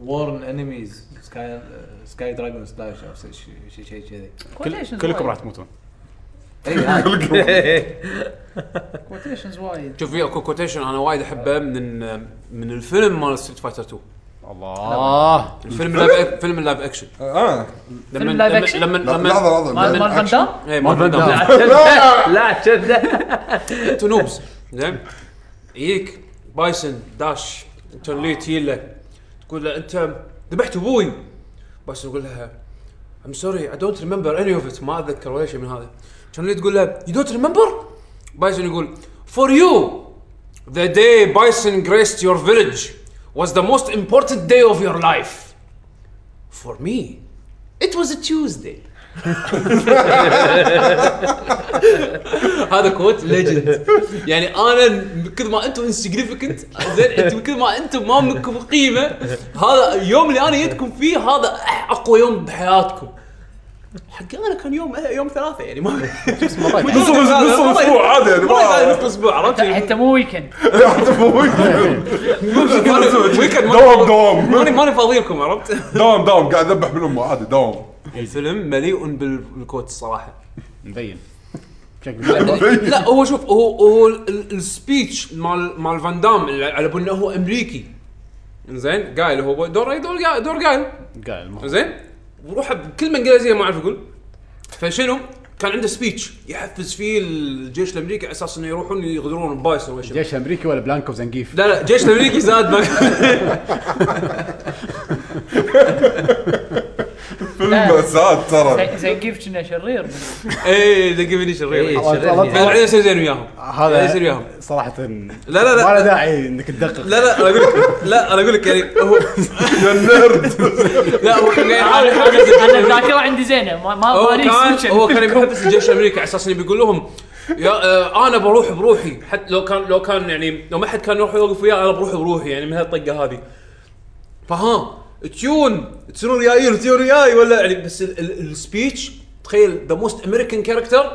Speaker 6: وورن انميز سكاي سكاي دراجون سلاش او شيء شيء شيء كذي
Speaker 1: كل- كلكم راح تموتون
Speaker 6: اي هذا.
Speaker 5: كوتيشنز وايد
Speaker 4: شوف في اكو كوتيشن انا وايد احبه من من الفيلم مال ستريت فايتر 2
Speaker 1: الله
Speaker 4: الفيلم اللايف فيلم اللايف اكشن
Speaker 2: اه
Speaker 4: لما
Speaker 5: اللايف
Speaker 4: لما-
Speaker 5: أكشن؟
Speaker 4: لما
Speaker 2: لا،
Speaker 4: لما إيه،
Speaker 2: لحظه لحظه
Speaker 5: مال مال فان دام
Speaker 4: اي مال فان دام
Speaker 11: لا شفته
Speaker 4: تو نوبز زين يجيك بايسن داش تون لي تجي له تقول له انت ذبحت ابوي بايسن يقول لها ام سوري اي دونت ريمبر اني اوف ات ما اتذكر ولا شيء من هذا تون لي تقول له يو دونت ريمبر بايسن يقول فور يو ذا داي بايسن graced your village was the most important day of your life for me it was a Tuesday هذا كوت ليجند يعني انا من كثر ما انتم انسجنفكنت زين انتم من كثر ما انتم ما منكم قيمه هذا اليوم اللي انا جيتكم فيه هذا أح- اقوى يوم بحياتكم حق انا كان يوم يوم ثلاثه يعني ما
Speaker 2: نص نص الاسبوع عادي يعني
Speaker 4: والله نص
Speaker 2: ما
Speaker 4: اسبوع عرفت
Speaker 5: حتى مو ويكند
Speaker 4: ويكند ما-
Speaker 2: دوام دوام
Speaker 4: ماني ماني فاضي لكم عرفت
Speaker 2: دوام دوام قاعد اذبح من امه عادي دوام
Speaker 4: الفيلم مليء بال- بالكوت الصراحه
Speaker 1: مبين
Speaker 4: طيب. لا هو شوف هو هو ال- ال- السبيتش مال مال فان دام اللي على بالنا هو امريكي زين قايل هو دور دور قايل- دور قايل
Speaker 1: قال المخ-
Speaker 4: زين وروح بكلمه انجليزيه ما اعرف يقول فشنو كان عنده سبيتش يحفز فيه الجيش الامريكي على اساس انه يروحون يغدرون بايسر ولا شيء
Speaker 1: جيش امريكي ولا بلانكو زنقيف
Speaker 4: لا لا الجيش الامريكي زاد
Speaker 2: فيلم مأساة ترى
Speaker 5: زي كيف كنا شرير
Speaker 4: اي دق مني
Speaker 6: إيه.
Speaker 4: شرير انا
Speaker 1: والله-
Speaker 4: قاعد يصير زين وياهم قاعد يصير وياهم
Speaker 1: هذا صراحه لا
Speaker 4: لا لا
Speaker 1: ما له
Speaker 4: لا
Speaker 1: داعي انك تدقق
Speaker 4: لا لا انا اقول لك لا انا اقول لك يعني هو
Speaker 2: يا نيرد
Speaker 4: لا هو كان قاعد يحاول يحاول
Speaker 5: انا الذاكره عندي زينه ما ما
Speaker 4: هو
Speaker 5: مالي
Speaker 4: كان
Speaker 5: switch.
Speaker 4: هو كان يحبس الجيش الامريكي على اساس انه بيقول لهم يا آه انا بروح بروحي حتى لو كان لو كان يعني لو ما حد كان يروح يوقف وياه انا بروح بروحي يعني من هالطقه هذه فها تيون تصيرون جايين تيون وياي ولا يعني بس ال- ال- السبيتش تخيل ذا موست امريكان كاركتر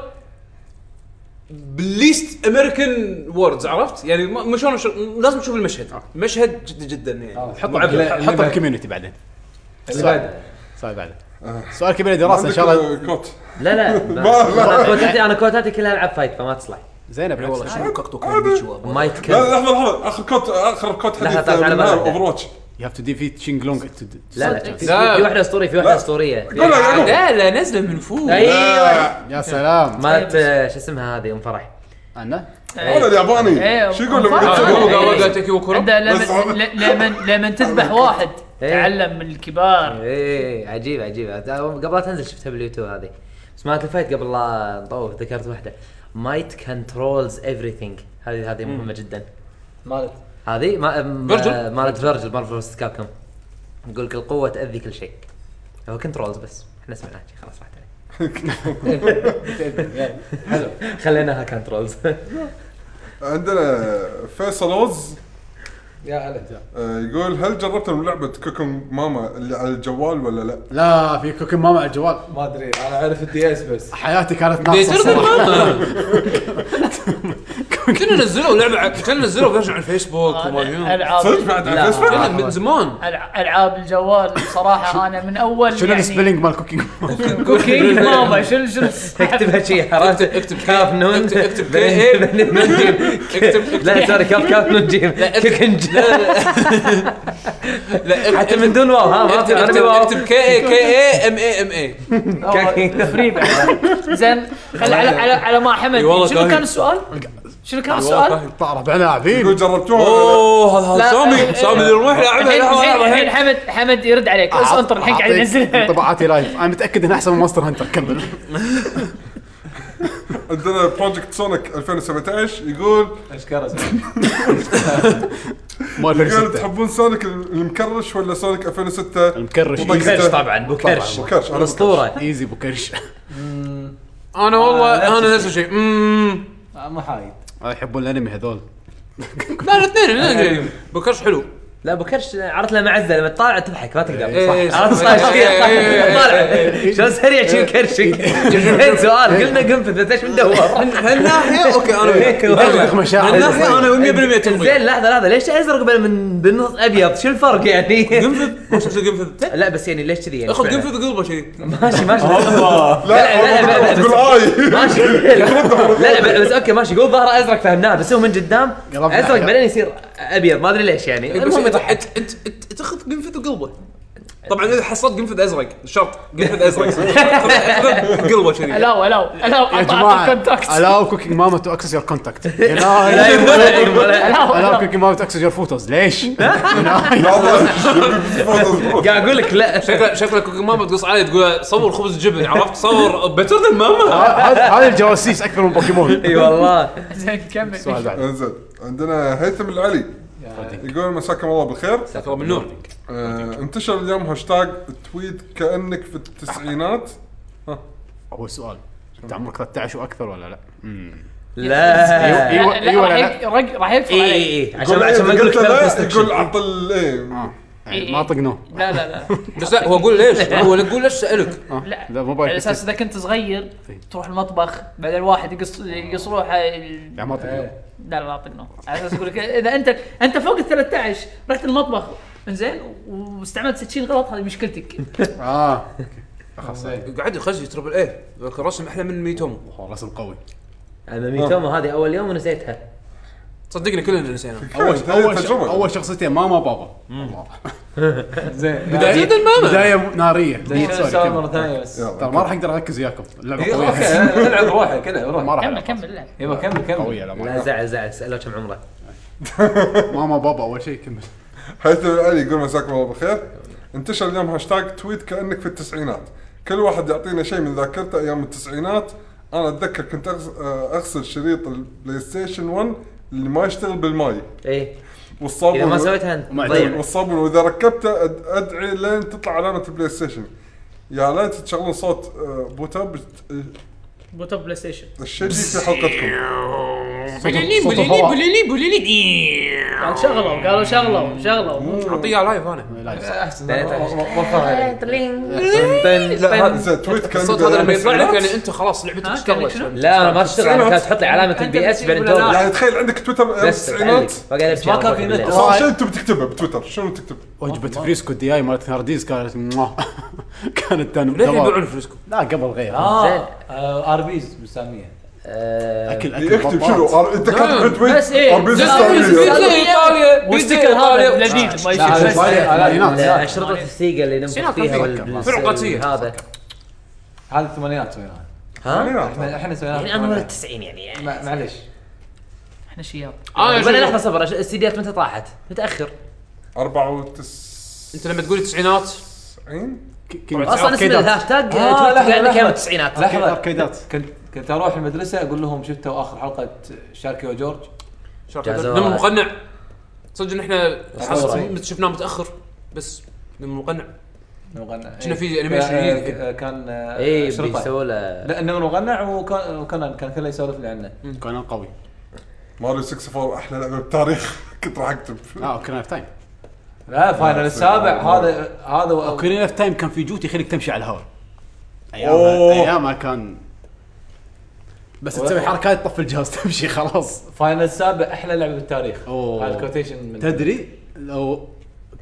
Speaker 4: بالليست امريكان ووردز عرفت؟ يعني ما ما شلون شلون- لازم تشوف المشهد، مشهد جدا جدا يعني معبر.
Speaker 1: حطه بالكوميونتي بعدين
Speaker 6: اللي بعده
Speaker 1: السؤال بعده سؤال كبير دراسه ان شاء الله
Speaker 2: كوت
Speaker 7: لا لا انا كوتاتي انا كوتاتي كلها العاب فايت فما تصلح
Speaker 1: زينب
Speaker 4: والله
Speaker 1: بالعكس.
Speaker 4: شنو كاكتو كايبيتشي والله.
Speaker 7: ما
Speaker 2: لا
Speaker 7: يتكلم
Speaker 2: لحظه لحظه اخر كوت اخر كوت
Speaker 7: لحظة،
Speaker 2: حديث
Speaker 7: تعال على بعض.
Speaker 2: اوفر واتش
Speaker 1: You have to defeat Ching Long to do-
Speaker 7: لا
Speaker 1: to-
Speaker 7: لا في- في واحده اسطوريه في واحده اسطوريه
Speaker 2: قول له يعقوب
Speaker 4: لا لا نزله من فوق
Speaker 7: ايوه
Speaker 1: يا سلام
Speaker 7: مالت آه، شو اسمها هذه ام فرح
Speaker 1: انا
Speaker 2: ولا آه، الياباني
Speaker 7: أيوه.
Speaker 5: إيه،
Speaker 2: شو يقول لك
Speaker 5: وفاء.
Speaker 2: بتسوي؟
Speaker 5: إيه.
Speaker 4: وكرة
Speaker 5: عنده
Speaker 2: بس
Speaker 5: لما
Speaker 2: عمر.
Speaker 5: ل- لما لما تذبح واحد
Speaker 7: إيه.
Speaker 5: تعلم من الكبار
Speaker 7: ايه عجيبه عجيبه قبل لا تنزل شفتها باليوتيوب هذه بس مالت الفايت قبل لا نطوف ذكرت واحده مايت كنترولز ايفريثينج هذه هذه مهمه جدا
Speaker 6: مالت
Speaker 7: هذه ما م-
Speaker 4: فيرجل.
Speaker 7: آه، مالت فيرجل مارفل فيرست كابكم يقول لك القوه تاذي كل شيء هو كنترولز بس احنا سمعناها شي، خلاص راحت عليه حلو خليناها كنترولز
Speaker 2: عندنا فيصل اوز
Speaker 6: يا هلا
Speaker 2: آه، يقول هل جربتم لعبه كوكينج ماما اللي على الجوال ولا لا؟
Speaker 1: لا في كوكب ماما على الجوال
Speaker 6: ما ادري انا اعرف الدي اس بس
Speaker 1: حياتي كانت ناقصه
Speaker 4: بيصير
Speaker 1: الصراحة.
Speaker 4: كنا نزلوا لعبه كنا نزلوا فيرجن على الفيسبوك
Speaker 5: آه،
Speaker 4: وما أدري.
Speaker 2: صدق
Speaker 5: العاب
Speaker 2: بعد على
Speaker 7: لا.
Speaker 2: الفيسبوك؟
Speaker 5: آه.
Speaker 4: كنا من زمان
Speaker 5: ألع- العاب الجوال بصراحه انا من اول
Speaker 1: شنو السبيلنج مال كوكينج
Speaker 5: كوكينج ماما شنو شنو
Speaker 7: اكتبها شي عرفت اكتب كاف نون
Speaker 4: اكتب- اكتب كي-
Speaker 7: بعدين-
Speaker 4: إيه.
Speaker 7: بعدين نون جيم
Speaker 4: اكتب- اكتب.
Speaker 7: لا سوري كاف كاف نون جيم كوكنج
Speaker 4: لا
Speaker 7: حتى من دون واو ها ما
Speaker 4: اكتب
Speaker 7: في انا أبي
Speaker 4: اكتب
Speaker 7: واو
Speaker 4: اكتب كي اي كي اي ام اي ام اي
Speaker 5: فري زين خل- على على على ما حمد
Speaker 4: إي والله
Speaker 5: شنو
Speaker 4: كاهن.
Speaker 5: كان السؤال؟ شنو كان السؤال؟
Speaker 1: طار اربع لاعبين
Speaker 2: يقول جربتوها ولا
Speaker 4: اوه هذا هذا
Speaker 5: لا،
Speaker 4: سامي
Speaker 5: لا،
Speaker 4: سامي
Speaker 5: لا.
Speaker 4: اللي يروح يلعبها
Speaker 5: الحين
Speaker 4: لحظة،
Speaker 5: الحين-
Speaker 4: لحظة،
Speaker 5: الحين
Speaker 4: الحين.
Speaker 5: حمد حمد يرد عليك بس انطر الحين قاعد ينزلها
Speaker 1: انطباعاتي لايف انا متاكد انه احسن من مونستر هانتر كمل
Speaker 2: لا؟ عندنا بروجكت سونيك 2017 يقول
Speaker 6: اشكرك
Speaker 1: ما ادري
Speaker 2: يقول
Speaker 1: ستة.
Speaker 2: تحبون سونيك المكرش ولا سونيك 2006
Speaker 1: المكرش
Speaker 2: وطقته؟
Speaker 7: طبعا بوكرش
Speaker 2: بكرش أنا
Speaker 7: الاسطوره
Speaker 1: ايزي بوكرش
Speaker 4: انا والله
Speaker 6: آه،
Speaker 4: انا
Speaker 6: نفس
Speaker 4: نفس الشيء أمم.
Speaker 6: محايد
Speaker 1: آه، يحبون الانمي هذول
Speaker 4: لا الاثنين
Speaker 7: آه،
Speaker 4: الاثنين بكرش حلو
Speaker 7: لا بوكرش عرفت له معزه لما تطالع تضحك ما تقدر
Speaker 4: إيه،
Speaker 7: عرفت
Speaker 4: صح.
Speaker 7: صح
Speaker 4: إيه، إيه، إيه،
Speaker 7: طالع شلون سريع شي بكرشك زين سؤال قلنا قنفذ ليش مدور
Speaker 4: هالناحيه اوكي انا وياك.
Speaker 1: يخلق مشاعر
Speaker 4: هالناحيه انا 100% تنظيم
Speaker 7: زين لحظه لحظه ليش ازرق بل من بالنص ابيض شو الفرق يعني؟
Speaker 4: قنفذ ما شفت قنفذ
Speaker 7: لا بس يعني ليش كذي يعني
Speaker 4: اخذ
Speaker 7: اشمعنى؟
Speaker 4: قنفذ قلبه كذي
Speaker 7: ماشي ماشي
Speaker 2: آه،
Speaker 7: لا، لا، لا،
Speaker 2: لا
Speaker 7: لا،
Speaker 2: تقول
Speaker 7: بس-
Speaker 2: اي
Speaker 7: ماشي لا لا بس اوكي ماشي قول ظهره ازرق فهمناه بس هو من قدام
Speaker 1: قلبنا
Speaker 7: ازرق
Speaker 1: أحمر.
Speaker 7: بعدين يصير ابيض ما ادري ليش يعني
Speaker 4: إيه، بس
Speaker 7: المهم
Speaker 4: انت
Speaker 7: يضحك
Speaker 4: انت انت- انت تاخذ قنفذ وقلبه طبعا اذا حصلت قنفذ ازرق شرط قنفذ ازرق قلبه كذي
Speaker 5: الاو الاو الاو
Speaker 1: يا
Speaker 5: اعطى
Speaker 1: جماعه
Speaker 5: كونتاكت
Speaker 1: الاو كوكينج ماما تو اكسس يور كونتاكت
Speaker 7: لا يبغى- يبغى-
Speaker 1: الاو كوكينج ماما تو اكسس يور فوتوز ليش؟
Speaker 2: آه،
Speaker 7: قاعد اقول لك لا
Speaker 4: شكلك شكلك ماما تقص علي تقول صور خبز جبن عرفت صور بتر ماما
Speaker 1: هذا هذا الجواسيس اكثر من بوكيمون
Speaker 7: اي والله
Speaker 5: زين كمل
Speaker 1: السؤال بعد
Speaker 2: انزين عندنا هيثم العلي يقول مساكم الله بالخير
Speaker 4: ترى من نور
Speaker 2: آه، انتشر اليوم هاشتاج تويت كانك في التسعينات
Speaker 1: اول سؤال انت عمرك 13 واكثر ولا لا؟
Speaker 7: لا إيه،
Speaker 1: ايوه
Speaker 5: لا،
Speaker 1: ايوه
Speaker 5: راح
Speaker 1: لا
Speaker 5: يك- راح- راح يكفر
Speaker 7: اي
Speaker 5: عليك
Speaker 2: إيه،
Speaker 7: إيه، اي عشان عشان ما اقول لك
Speaker 2: قلت لا،
Speaker 7: ثيرابيست
Speaker 2: يقول عطل ايه
Speaker 5: إيه.
Speaker 1: يعني ما طقنوه
Speaker 5: لا لا لا
Speaker 4: بس لا هو قول ليش هو لا قول ليش سالك
Speaker 1: آه،
Speaker 5: لا.
Speaker 1: لا مو
Speaker 5: على
Speaker 1: بايك
Speaker 5: اساس اذا كنت صغير تروح المطبخ بعدين واحد يقص يقص روحه ال-
Speaker 1: لا ما طقنوه
Speaker 5: لا لا لا طقنو على اساس اقول لك اذا انت انت فوق ال 13 رحت المطبخ انزين واستعملت سكين غلط هذه مشكلتك
Speaker 1: اه خلاص
Speaker 4: قاعد يخزي تربل ايه رسم احلى من ميتومو
Speaker 1: والله رسم قوي
Speaker 7: انا ميتومو هذه اول يوم ونسيتها
Speaker 4: صدقني كلنا نسينا
Speaker 1: اول اول ش-
Speaker 2: تجربة.
Speaker 1: اول شخصيتين ماما وبابا
Speaker 12: زين
Speaker 4: زيد الماما
Speaker 1: بدايه ناريه بداية
Speaker 12: شنو
Speaker 1: سوري،
Speaker 12: نسوي
Speaker 1: كمل.
Speaker 12: مره ثانيه بس
Speaker 1: ترى ما راح اقدر اركز وياكم اللعبه
Speaker 12: إيه،
Speaker 1: قويه
Speaker 12: اوكي العب روحك العب روحك
Speaker 1: ما راح
Speaker 5: كمل
Speaker 1: ألعب.
Speaker 5: كمل لا
Speaker 12: يبا كمل كمل
Speaker 1: قويه لا ما
Speaker 7: لا زعل زعل ساله كم عمره
Speaker 1: ماما بابا اول شيء كمل
Speaker 2: حيث علي يقول مساكم الله بالخير انتشر اليوم هاشتاج تويت كانك في التسعينات كل واحد يعطينا شيء من ذاكرته ايام التسعينات انا اتذكر كنت أغس- آه، اغسل شريط البلاي ستيشن 1 اللي ما يشتغل بالماي
Speaker 7: ايه
Speaker 2: والصابون
Speaker 7: اذا ما سويتها طيب.
Speaker 1: وما
Speaker 7: ضيع
Speaker 2: والصابون واذا ركبته أد- ادعي لين تطلع علامه البلاي ستيشن يا ليت تشغلون صوت آه، بوتاب آه،
Speaker 5: بوتوب بلاي ستيشن
Speaker 2: الشدي في حلقتكم
Speaker 1: بليلي بليلي بليلي
Speaker 5: قالوا شغلوا قالوا شغلوا شغلوا
Speaker 4: اعطيه على لايف انا
Speaker 2: لا
Speaker 7: طيب.
Speaker 2: هذا زين، تويت كان
Speaker 4: الصوت هذا لما يطلع لك
Speaker 2: بالتسعينات.
Speaker 4: يعني انت خلاص لعبتك
Speaker 5: كمل
Speaker 4: اشتغلت
Speaker 5: آه، شنو؟
Speaker 7: لا انا ما تشتغل انا كانت تحط لي علامه البي اس بعدين تدور
Speaker 2: يعني تخيل عندك تويتر ايام
Speaker 7: بس إيه. طيب.
Speaker 2: التسعينات
Speaker 7: ما كان في نت
Speaker 2: صار شيء انت بتكتبه بتويتر شنو تكتب؟
Speaker 1: وجبه فريسكو الدي اي مالت نارديز كانت مواه. كانت دن-
Speaker 4: ليه يبيعون
Speaker 1: دمار.
Speaker 4: فلوسكم؟
Speaker 1: لا قبل غير
Speaker 6: آه.
Speaker 7: زين.
Speaker 6: اه ار بيز بنسميها
Speaker 7: آه،
Speaker 1: اكل اكل
Speaker 2: يكتب إيه، شنو
Speaker 1: بطاط.
Speaker 2: آر- انت كاتب
Speaker 4: نعم.
Speaker 2: تويت
Speaker 5: بس إيه،
Speaker 2: ار بي
Speaker 5: بس
Speaker 2: سي
Speaker 4: بيتزا ايطاليا بيتزا
Speaker 5: والستيكر هذا
Speaker 4: ايطاليا
Speaker 5: لذيذ ما
Speaker 6: لا،
Speaker 5: يشوف
Speaker 6: لا، لا، لا، لا، لا.
Speaker 7: اشرطه السيجا اللي ننفخ فيها وال-
Speaker 4: فرق قاسية.
Speaker 7: هذا
Speaker 6: هذا الثمانينات سويناها
Speaker 7: ها؟
Speaker 6: احنا احنا
Speaker 7: يعني انا ولد
Speaker 6: سويناها
Speaker 7: 90 يعني
Speaker 6: ما- معليش
Speaker 5: احنا شياب
Speaker 4: انا
Speaker 7: ولا لحظه
Speaker 4: آه، شوف،
Speaker 7: صبر أش- السيديات متى طاحت؟ متاخر
Speaker 2: 94
Speaker 4: انت لما تقول التسعينات
Speaker 7: اصلا اسم
Speaker 1: أركيدات.
Speaker 7: الهاشتاج
Speaker 6: آه،
Speaker 7: تويتر يعني
Speaker 6: لحظة،
Speaker 7: لانه كان
Speaker 6: لحظة.
Speaker 7: التسعينات
Speaker 6: لحظه
Speaker 1: أركيدات.
Speaker 6: كنت كنت اروح المدرسه اقول لهم شفتوا اخر حلقه شاركي وجورج
Speaker 7: جازوات.
Speaker 4: نم مقنع صدق ان احنا حاسس
Speaker 6: أيوة.
Speaker 4: مت- شفناه متاخر بس نم مقنع
Speaker 6: مغنى
Speaker 4: شنو في animation جديد كذا.
Speaker 6: كان إيه. آه،
Speaker 7: اي
Speaker 6: شرطة.
Speaker 7: بيسووا إيه، له
Speaker 6: لا انه مغنى وكان وكان كان كله يسولف لي عنه
Speaker 1: كان قوي
Speaker 2: ماريو 64 احلى لعبه بالتاريخ كنت راح اكتب
Speaker 1: اه اوكرين اوف تايم
Speaker 6: لا فاينل السابع هذا هذا
Speaker 1: اوكرين اوف تايم كان في جوتي يخليك تمشي على الهواء
Speaker 2: أوه.
Speaker 1: ايامها ايامها كان بس تسوي حركات تطفي الجهاز تمشي خلاص
Speaker 6: فاينل السابع احلى لعبه بالتاريخ
Speaker 1: أوه.
Speaker 6: هذا الكوتيشن من
Speaker 1: تدري لو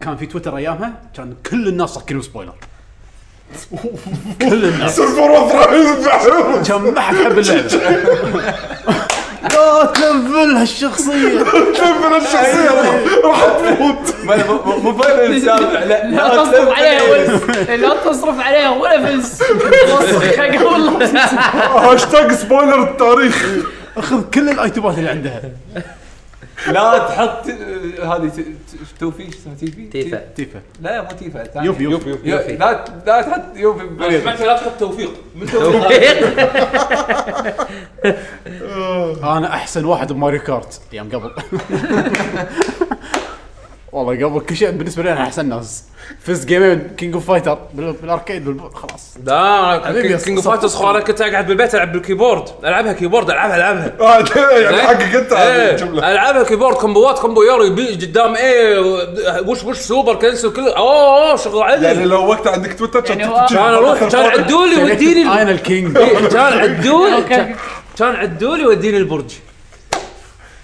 Speaker 1: كان في تويتر ايامها كان كل الناس صكرين سبويلر كل الناس
Speaker 2: سيرفر وضع
Speaker 1: كان ما حد حب اللعبه لا تلفل هالشخصيه
Speaker 2: من الشخصيه راح تموت
Speaker 6: مو فاينل السابع لا
Speaker 5: لا تصرف عليها ولا لا تصرف عليها ولا فلس وسخك والله
Speaker 2: هاشتاج سبويلر التاريخ
Speaker 1: اخذ كل الايتمات اللي عندها
Speaker 6: لا تحط آه، هذه ت- ت- توفي ايش اسمها تيفي؟
Speaker 7: تيفا
Speaker 1: تيفا
Speaker 6: لا مو تيفا الثانية.
Speaker 1: يوفي يوفي
Speaker 6: يو- لا ت- لا تحط يوفي ببالي.
Speaker 4: معناته لا تحط توفيق
Speaker 1: انا احسن واحد بماريو كارت ايام قبل والله قبل كل شيء بالنسبه لي انا احسن ناس فزت جيمين كينج اوف فايتر بال- بالاركيد بالب- خلاص حبيبي،
Speaker 4: لا كينج اوف
Speaker 1: صف-
Speaker 4: فايترز انا كنت اقعد بالبيت العب بالكيبورد العبها كيبورد العبها العبها
Speaker 2: آه، يعني
Speaker 4: زين؟
Speaker 2: حقك انت على
Speaker 4: إيه،
Speaker 2: الجمله
Speaker 4: العبها كيبورد كومبوات كومبو يارو يبي قدام ايه وش وش سوبر كنسل كله اوه أوه، شغل
Speaker 2: يعني
Speaker 4: عدل
Speaker 2: لو وقت عندك تويتر كان
Speaker 5: يعني هو-
Speaker 2: تجيب
Speaker 4: كان اروح كان
Speaker 2: الفاضي.
Speaker 4: عدولي ويديني ال-
Speaker 1: انا الكينج
Speaker 4: إيه، كان عدول كان- كان عدول يوديني البرج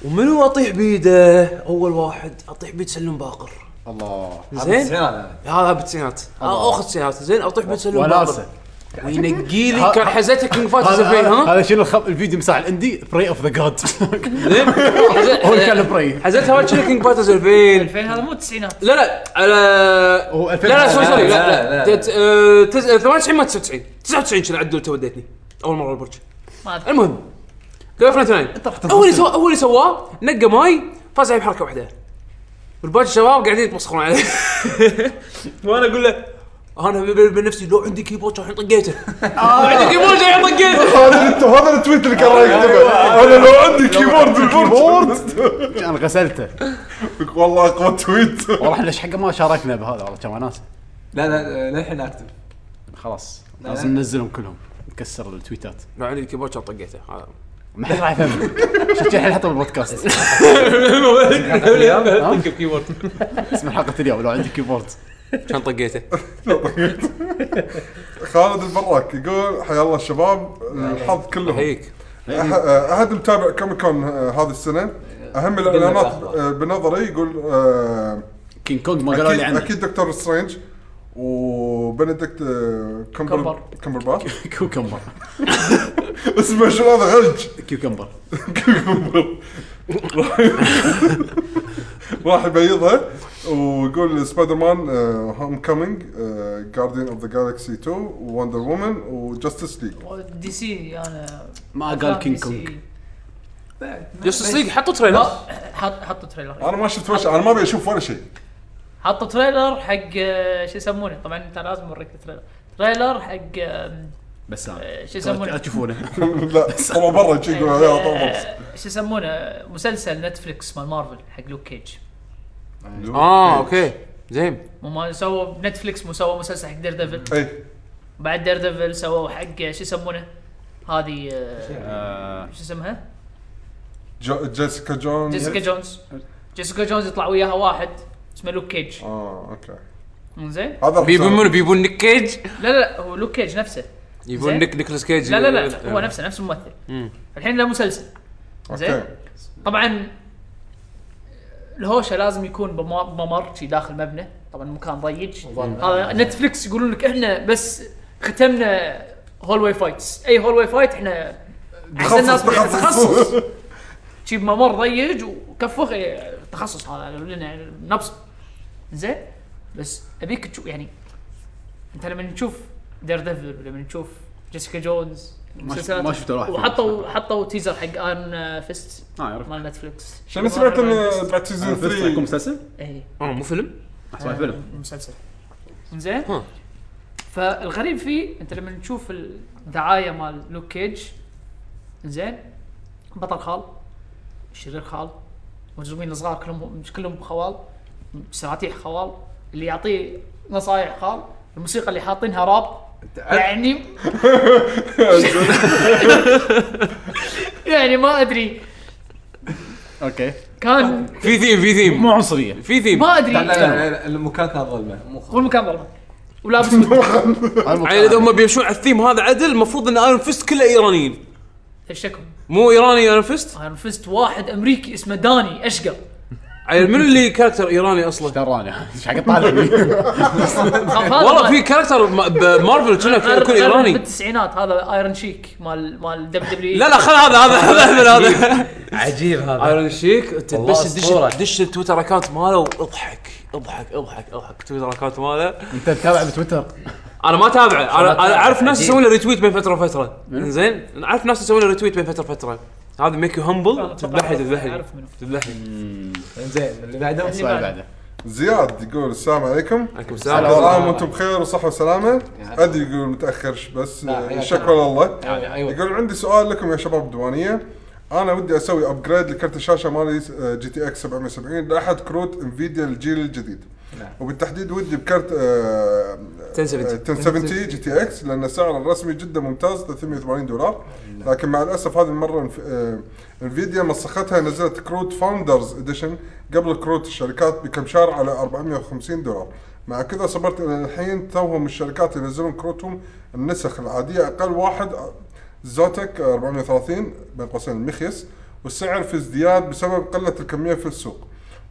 Speaker 4: ومنو اطيح بيده اول واحد اطيح بيد سلم باقر
Speaker 1: الله
Speaker 4: زين
Speaker 6: لا، لا،
Speaker 4: هذا بالتسعينات آه، اخذ سيارات زين اطيح بيد سلم باقر
Speaker 1: وناسه
Speaker 4: وينقي لي كان حزتها كينج فايترز
Speaker 1: هذا
Speaker 4: 2000 ها
Speaker 1: هذا شنو الخب- الفيديو مساع الاندي براي اوف ذا جاد
Speaker 4: زين
Speaker 1: هو اللي كان براي
Speaker 4: حزتها وايد شنو كينج فايترز 2000
Speaker 5: 2000 هذا مو التسعينات
Speaker 4: لا لا على
Speaker 1: هو
Speaker 4: لا لا سوري سوري
Speaker 6: لا،
Speaker 4: لا
Speaker 6: لا،
Speaker 4: لا
Speaker 6: لا.
Speaker 4: تت- آه، تز- آه، 98 ما 99 99 كان عدول توديتني اول مره البرج
Speaker 5: ما ادري
Speaker 4: المهم جيم اوف 99 اول اللي سواه اول اللي سواه نقى ماي فاز عليه بحركه واحده والباقي الشباب قاعدين يتمسخرون عليه وانا اقول له انا ب- ب- بنفسي لو عندي كيبورد الحين طقيته لو عندي كيبورد الحين طقيته
Speaker 2: هذا الت- هذا التويت اللي كان رايح
Speaker 4: أيوة،
Speaker 2: يكتبه انا لو عندي كيبورد بالبرج
Speaker 1: انا غسلته
Speaker 2: والله اقوى تويت
Speaker 1: والله احنا ليش حق ما شاركنا بهذا والله كم ناس
Speaker 6: لا لا للحين اكتب
Speaker 1: خلاص لازم ننزلهم كلهم نكسر التويتات
Speaker 4: لو عندي كيبورد الحين طقيته هذا
Speaker 1: ما حد راح يفهم شفت الحين حطوا بالبودكاست
Speaker 3: تنكب كيبورد
Speaker 1: اسم حلقه اليوم لو عندك كيبورد
Speaker 3: كان طقيته
Speaker 2: خالد البراك يقول حيا الله الشباب الحظ كلهم
Speaker 3: هيك
Speaker 2: أح- احد متابع كوميك كون آه، هذه السنه اهم الاعلانات آه، بنظري يقول آه،
Speaker 1: كينج كونج ما قالوا
Speaker 2: اكيد
Speaker 1: لي عنه
Speaker 2: اكيد دكتور سترينج وبندكت آه، كمبر
Speaker 5: كمبر.
Speaker 2: كمبر
Speaker 1: كيوكمبر
Speaker 2: اسمه شو هذا غلج
Speaker 1: كيوكمبر
Speaker 2: راح يبيضها ويقول آه، سبايدر مان هوم كومينج جاردين اوف ذا جالكسي 2 وندر وومن وجاستس ليج
Speaker 5: دي سي انا
Speaker 1: ما قال
Speaker 5: أفلام
Speaker 1: كينج
Speaker 5: دي سي.
Speaker 4: جاستس ليج حطوا تريلر
Speaker 5: حط حطوا تريلر
Speaker 2: انا ما شفت ولا شيء انا ما ابي اشوف ولا شيء
Speaker 5: حطوا تريلر حق آه، شو يسمونه طبعا انت لازم اوريك التريلر تريلر حق آم،
Speaker 1: بس
Speaker 5: آه،
Speaker 1: لا
Speaker 5: شو يسمونه
Speaker 1: تشوفونه
Speaker 2: لا طبعا برا شي يقول يا طبعا
Speaker 5: آه، شو يسمونه مسلسل نتفلكس مال مارفل حق لوك كيج
Speaker 4: اه اوكي زين
Speaker 5: مو ما سووا نتفلكس مو سووا مسلسل حق دير ديفل
Speaker 2: اي
Speaker 5: بعد دير ديفل سووا حق شو يسمونه هذه آه، شو اسمها
Speaker 2: جو- جيسيكا جون
Speaker 5: جيسيكا جونز جيسيكا جونز يطلع وياها واحد اسمه لوك كيج
Speaker 2: اه اوكي
Speaker 5: زين
Speaker 2: هذا
Speaker 4: بيبون منو بيبون نيك كيج
Speaker 5: لا لا لا هو لوك كيج نفسه
Speaker 4: يبون
Speaker 5: زين.
Speaker 4: نيك نيكولاس كيج
Speaker 5: لا لا لا
Speaker 4: آه.
Speaker 5: هو نفسه نفس الممثل الحين له مسلسل زين
Speaker 2: اوكي
Speaker 5: طبعا الهوشه لازم يكون بمر- بممر شي داخل مبنى طبعا مكان ضيق هذا نتفلكس يقولون لك احنا بس ختمنا هولوي فايتس اي هولوي فايت احنا احسن ناس
Speaker 2: تخصص.
Speaker 5: تخصص شي بممر ضيق وكفخ إيه، تخصص هذا قالوا لنا نبص زين بس ابيك تشوف يعني انت لما تشوف دير ديفل لما تشوف جيسيكا جونز
Speaker 1: ما شفت ولا واحد فيهم.
Speaker 5: وحطوا حطوا تيزر حق ايرون فيست
Speaker 1: اه يعرف
Speaker 5: مال نتفلكس
Speaker 2: شنو سمعت ان بعد سيزون
Speaker 1: بس راح يكون
Speaker 2: 3
Speaker 1: مسلسل؟
Speaker 5: ايه
Speaker 4: اه مو فيلم
Speaker 5: آه.
Speaker 1: احسن فيلم
Speaker 5: مسلسل زين
Speaker 4: ها.
Speaker 5: فالغريب فيه انت لما تشوف الدعايه مال لوك كيج زين بطل خال شرير خال مجرمين الصغار كلهم مش كلهم خوال سراتيح خوال اللي يعطيه نصايح خال الموسيقى اللي حاطينها راب يعني يعني ما ادري
Speaker 1: اوكي
Speaker 5: كان
Speaker 4: في ثيم في ثيم
Speaker 1: مو عنصريه
Speaker 4: في ثيم
Speaker 5: ما
Speaker 8: لا لا
Speaker 5: ادري
Speaker 8: لا لا، المكان كان ظلمه مو خ-
Speaker 5: والمكان ظلمه ولابس
Speaker 4: يعني اذا هم بيمشون على الثيم هذا عدل المفروض ان ايرون فيست كله ايرانيين
Speaker 5: الشكم
Speaker 4: مو ايراني ايرون فيست
Speaker 5: ايرون فيست واحد امريكي اسمه داني اشقر
Speaker 4: عيل منو يعني اللي كاركتر ايراني اصلا؟
Speaker 1: تراني ايش حق طالع
Speaker 4: والله في كاركتر م- بمارفل كنا يكون ايراني
Speaker 5: بالتسعينات هذا ايرون شيك مال مال دب دبليو
Speaker 4: لا لا خل هذا هذا هذا هذا
Speaker 11: عجيب هذا
Speaker 4: ايرون شيك أنت
Speaker 11: والله
Speaker 4: بس دش
Speaker 11: أسطورة.
Speaker 4: دش التويتر اكونت ماله واضحك اضحك اضحك اضحك تويتر اكونت ماله
Speaker 1: انت تتابع بتويتر
Speaker 4: انا ما اتابعه انا انا اعرف ناس
Speaker 11: عجيب.
Speaker 4: يسوون له ريتويت بين فتره وفتره زين أنا اعرف ناس يسوون له ريتويت بين فتره وفتره هذا ميك يو همبل تذبحني تذبحني
Speaker 5: اعرف منو
Speaker 4: تذبحني
Speaker 8: زين اللي بعده
Speaker 5: اللي
Speaker 1: السؤال
Speaker 5: بعده.
Speaker 1: بعده
Speaker 2: زياد يقول السلام عليكم
Speaker 4: عليكم
Speaker 2: عبد
Speaker 4: السلام
Speaker 2: الرحمن وانتم بخير وصحة وسلامة ادري يقول متاخر بس
Speaker 8: يعني لا، حياك
Speaker 2: شكرا لله
Speaker 8: يعني، أيوة.
Speaker 2: يقول عندي سؤال لكم يا شباب الديوانية انا ودي اسوي ابجريد لكرت الشاشه مالي آه، جي تي اكس 770 لاحد كروت انفيديا الجيل الجديد
Speaker 8: نعم.
Speaker 2: وبالتحديد ودي بكرت آه،
Speaker 4: 1070.
Speaker 2: آه، 1070 جي تي اكس لان سعره الرسمي جدا ممتاز 380 دولار لكن مع الاسف هذه المره إنف- آه، انفيديا مسختها نزلت كروت فاوندرز اديشن قبل كروت الشركات بكم شهر على 450 دولار مع كذا صبرت الى الحين توهم الشركات ينزلون كروتهم النسخ العاديه اقل واحد زوتك 430 بين قوسين المخيس والسعر في ازدياد بسبب قله الكميه في السوق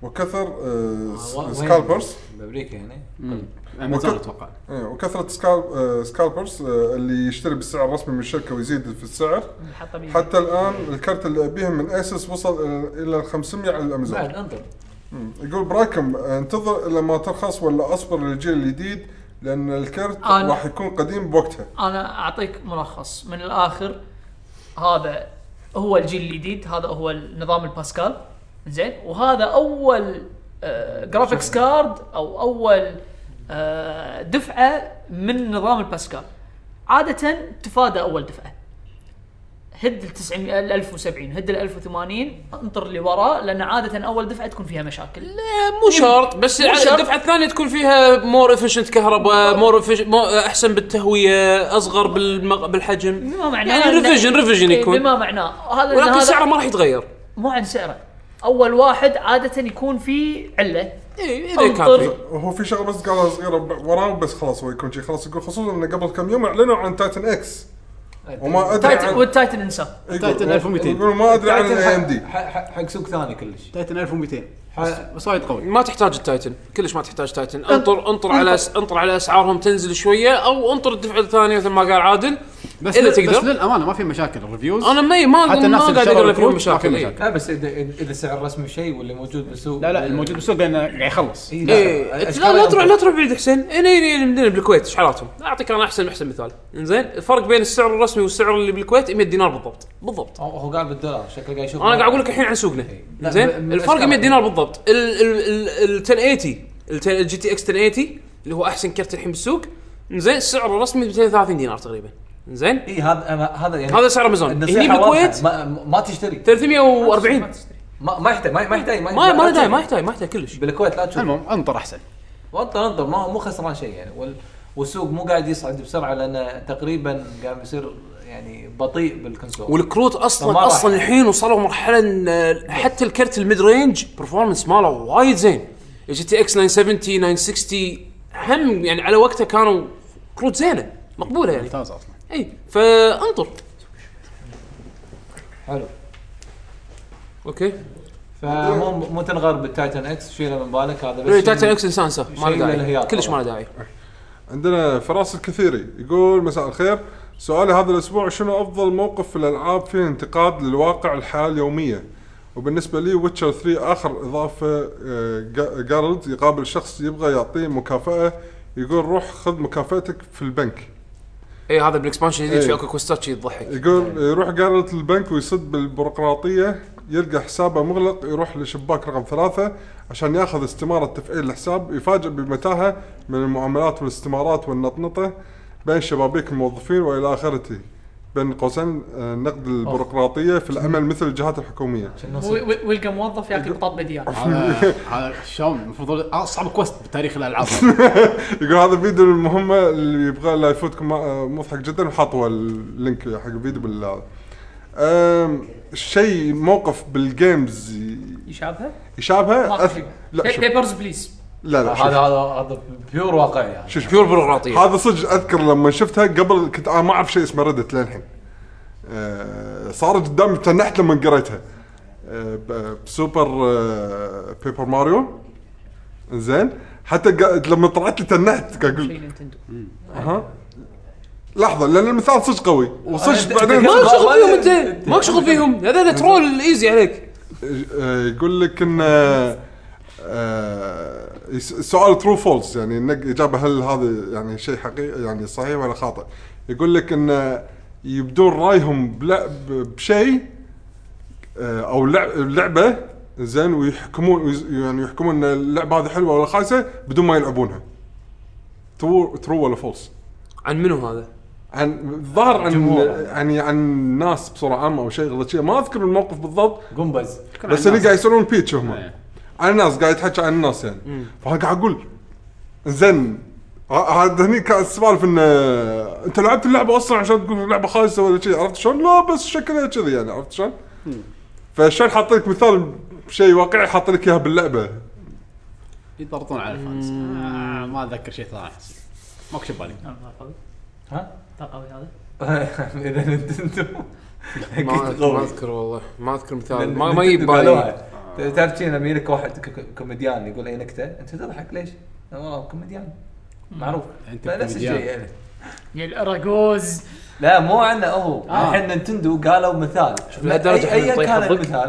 Speaker 2: وكثر آه،
Speaker 6: آه،
Speaker 8: وين؟
Speaker 2: سكالبرز
Speaker 8: بامريكا هنا
Speaker 1: امازون اتوقع
Speaker 2: إيه، وكثره سكال آه، سكالبرز آه، اللي يشتري بالسعر الرسمي من الشركه ويزيد في السعر
Speaker 5: حطه بيه.
Speaker 2: حتى الان الكرت اللي ابيهم من اسس وصل إلى- الى ال 500 على الامازون
Speaker 8: بعد انطر
Speaker 2: يقول براكم انتظر الى ما ترخص ولا اصبر للجيل الجديد لان الكرت
Speaker 5: أنا-
Speaker 2: راح يكون قديم بوقتها
Speaker 5: انا اعطيك ملخص من الاخر هذا هو الجيل الجديد هذا هو نظام الباسكال زين وهذا اول آه جرافيكس كارد او اول آه دفعه من نظام الباسكال عاده تفادى اول دفعه هد ال 900 ال 1070 هد ال 1080 انطر اللي وراه لان عاده اول دفعه تكون فيها مشاكل
Speaker 4: إيه، مو شرط بس
Speaker 5: مو شرط.
Speaker 4: الدفعه الثانيه تكون فيها مور افشنت كهرباء مور احسن بالتهويه اصغر بالمغ... بالحجم
Speaker 5: بما معناه
Speaker 4: يعني
Speaker 5: إن-
Speaker 4: ريفيجن ريفيجن
Speaker 5: إيه،
Speaker 4: يكون
Speaker 5: بما معناه هذا
Speaker 4: ولكن
Speaker 5: هذا-
Speaker 4: سعره ما راح يتغير
Speaker 5: مو عن سعره اول واحد عاده يكون في عله
Speaker 4: إيه، اذا كان في
Speaker 5: انطر
Speaker 2: هو في شغله بس قالها صغيره ب- وراه بس خلاص هو يكون شيء خلاص يقول خصوصا انه قبل كم يوم اعلنوا عن تايتن اكس وما ادري
Speaker 5: تايتن
Speaker 2: عن
Speaker 5: والتايتن انساه
Speaker 1: تايتن 1200.
Speaker 2: يقولوا ما ادري عن الاي ام دي
Speaker 6: آه.
Speaker 8: حق سوق ثاني كلش
Speaker 1: تايتن 1200
Speaker 8: ح-
Speaker 1: بس وايد قوي
Speaker 4: ما تحتاج التايتن كلش ما تحتاج تايتن انطر انطر على أس... انطر على اسعارهم تنزل شويه او انطر الدفعه الثانيه مثل ما قال عادل
Speaker 1: بس
Speaker 4: إذا
Speaker 1: لل-
Speaker 4: تقدر.
Speaker 1: بس للامانه ما في مشاكل الريفيوز
Speaker 4: انا ما ما
Speaker 1: حتى
Speaker 4: ما
Speaker 1: الناس اللي
Speaker 4: قاعد
Speaker 1: شروا
Speaker 4: اقول لك
Speaker 1: الكروت ما في
Speaker 4: مشاكل إيه.
Speaker 1: مشاكل.
Speaker 8: لا بس اذا اذا سعر رسمي شيء واللي موجود بالسوق
Speaker 1: لا لا الموجود بالسوق لانه قاعد يخلص
Speaker 8: إي،
Speaker 4: ايه لا لا تروح لا تروح إيه، بعيد حسين هنا هنا عندنا بالكويت ايش حالاتهم؟ اعطيك انا احسن احسن مثال انزين الفرق بين السعر الرسمي والسعر اللي بالكويت 100 دينار بالضبط بالضبط
Speaker 8: هو- هو قال بالدولار شكله قاعد يشوف
Speaker 4: انا قاعد اقول لك الحين عن سوقنا
Speaker 1: إيه.
Speaker 8: لا،
Speaker 4: زين
Speaker 8: ب- ب-
Speaker 4: الفرق
Speaker 8: أشكال.
Speaker 4: 100 دينار بالضبط ال ال ال- ال 1080 ال 10 الجي تي اكس 1080 اللي هو احسن كرت الحين بالسوق زين سعره الرسمي 230 دينار تقريبا زين
Speaker 8: اي هذا أنا- هذا يعني
Speaker 4: هذا سعر امازون
Speaker 8: النصيحة
Speaker 4: هني
Speaker 8: واضحة.
Speaker 4: بالكويت
Speaker 8: ما, ما تشتري
Speaker 4: 340
Speaker 8: ما, ما يحتاج ما ما يحتاج
Speaker 4: ما ما
Speaker 8: تشوف.
Speaker 4: يحتاج ما يحتاج ما يحتاج كلش
Speaker 8: بالكويت لا تشوف
Speaker 1: المهم انطر احسن
Speaker 8: وانطر انطر ما هو مو خسران شيء يعني وال... والسوق مو قاعد يصعد بسرعه لانه تقريبا قاعد بيصير يعني بطيء بالكونسول
Speaker 4: والكروت
Speaker 8: طب ما
Speaker 4: اصلا
Speaker 8: راح.
Speaker 4: اصلا الحين وصلوا مرحله ان آه، حتى الكرت الميد رينج برفورمانس ماله وايد زين الجي تي اكس 970 960 هم يعني على وقتها كانوا كروت زينه مقبوله يعني
Speaker 1: ممتاز اصلا
Speaker 4: اي فانطر
Speaker 8: حلو
Speaker 4: اوكي
Speaker 8: فمو مو تنغر بالتايتن اكس شيله من بالك هذا
Speaker 4: لو
Speaker 8: بس
Speaker 4: إيه، تايتن اكس انسان سه ما له
Speaker 8: شيء
Speaker 4: داعي
Speaker 8: للهياط
Speaker 4: كلش
Speaker 8: طبعاً.
Speaker 4: ما له داعي
Speaker 2: عندنا فراس الكثيري يقول مساء الخير سؤالي هذا الاسبوع شنو افضل موقف في الالعاب فيه انتقاد للواقع الحياه اليوميه وبالنسبه لي ويتشر 3 اخر اضافه آه، جا- جارلد يقابل شخص يبغى يعطيه مكافاه يقول روح خذ مكافاتك في البنك
Speaker 4: اي إيه، هذا بالاكسبانشن الجديد
Speaker 2: إي.
Speaker 4: في اكو كوستات شي تضحك
Speaker 2: يقول يروح جارلد البنك ويصد بالبيروقراطيه يلقى حسابه مغلق يروح لشباك رقم ثلاثة عشان ياخذ استمارة تفعيل الحساب يفاجئ بمتاهة من المعاملات والاستمارات والنطنطة بين شبابيك الموظفين وإلى آخرته بين قوسين آه، النقد البيروقراطية في العمل مثل الجهات الحكومية
Speaker 5: ويلقى موظف ياكل قطاب بديان
Speaker 1: هذا هذا شلون المفروض اصعب كوست بتاريخ الالعاب
Speaker 2: يقول هذا الفيديو المهمة اللي يبغى لا يفوتكم آه، مضحك جدا وحاطوا اللينك حق الفيديو بال آم، شيء موقف بالجيمز ي-
Speaker 5: يشابهه؟
Speaker 2: يشابهه
Speaker 5: ما
Speaker 2: أث...
Speaker 5: في
Speaker 2: لا شوف
Speaker 5: بيبرز بليز
Speaker 2: لا لا
Speaker 8: هذا
Speaker 2: شوف.
Speaker 8: هذا هذا بيور واقع يعني
Speaker 2: شوف شوف
Speaker 4: بيور بيروقراطيه
Speaker 2: هذا صدق اذكر لما شفتها قبل كنت انا ما اعرف شيء اسمه ردت للحين آه، صارت قدامي تنحت لما قريتها آه، ب- بسوبر آه، بيبر ماريو زين حتى قا- لما طلعت لي تنحت قاعد
Speaker 5: شيء
Speaker 2: اقول
Speaker 5: نينتندو
Speaker 2: ها لحظه لان المثال صدق قوي وصدق
Speaker 4: ما
Speaker 2: بعدين
Speaker 4: لك شغل فيهم انت ماك شغل فيهم هذا ترول ايزي عليك
Speaker 2: آه، يقول لك ان آه، آه، يس- سؤال ترو فولس يعني انك اجابه هل هذا يعني شيء حقيقي يعني صحيح ولا خاطئ؟ يقول لك ان آه، يبدون رايهم بلا- ب- بشيء آه، او لع- لعبه زين ويحكمون ويز- يعني يحكمون ان اللعبه هذه حلوه ولا خايسه بدون ما يلعبونها. ترو ترو ولا فولس؟
Speaker 4: عن منو هذا؟
Speaker 2: عن الظاهر عن يعني عن ناس بصوره عامه او شيء غلط شيء ما اذكر الموقف بالضبط
Speaker 8: قنبز
Speaker 2: بس اللي قاعد يسالون بيتش هم
Speaker 8: إيه.
Speaker 2: عن الناس قاعد يتحكى عن الناس يعني فانا قاعد اقول زين ه- هذا هني كان السوالف ان آه، انت لعبت اللعبه اصلا عشان تقول اللعبه خايسه ولا شيء عرفت شلون؟ لا بس شكلها كذي يعني عرفت شلون؟ فشلون حاط لك مثال شيء واقعي حاط لك اياها باللعبه
Speaker 1: يضغطون على الفانز آه، ما اتذكر شيء ثاني ماكو شي ببالي
Speaker 5: قوي
Speaker 8: ها؟
Speaker 5: لا قوي هذا
Speaker 8: اذا نتندو
Speaker 4: ما
Speaker 8: أكيد
Speaker 4: ما
Speaker 8: قوي.
Speaker 4: اذكر والله ما اذكر مثال
Speaker 8: لأن
Speaker 4: ما ما
Speaker 8: نتندو
Speaker 4: يجيب بالي
Speaker 8: قالوها. إيه.
Speaker 4: طيب.
Speaker 8: تعرف شي لما يجيك واحد ك- كوميديان يقول اي نكته انت تضحك ليش؟ لا والله كوميديان معروف
Speaker 1: أنت
Speaker 8: فنفس الشيء
Speaker 1: كوميديان.
Speaker 8: يعني
Speaker 5: يا الاراجوز
Speaker 8: لا مو عنه هو
Speaker 1: آه.
Speaker 8: الحين نينتندو قالوا مثال
Speaker 4: لهالدرجة
Speaker 8: أي-
Speaker 4: إحنا
Speaker 8: ايا
Speaker 4: نطيح
Speaker 8: كان
Speaker 4: الضد؟
Speaker 8: المثال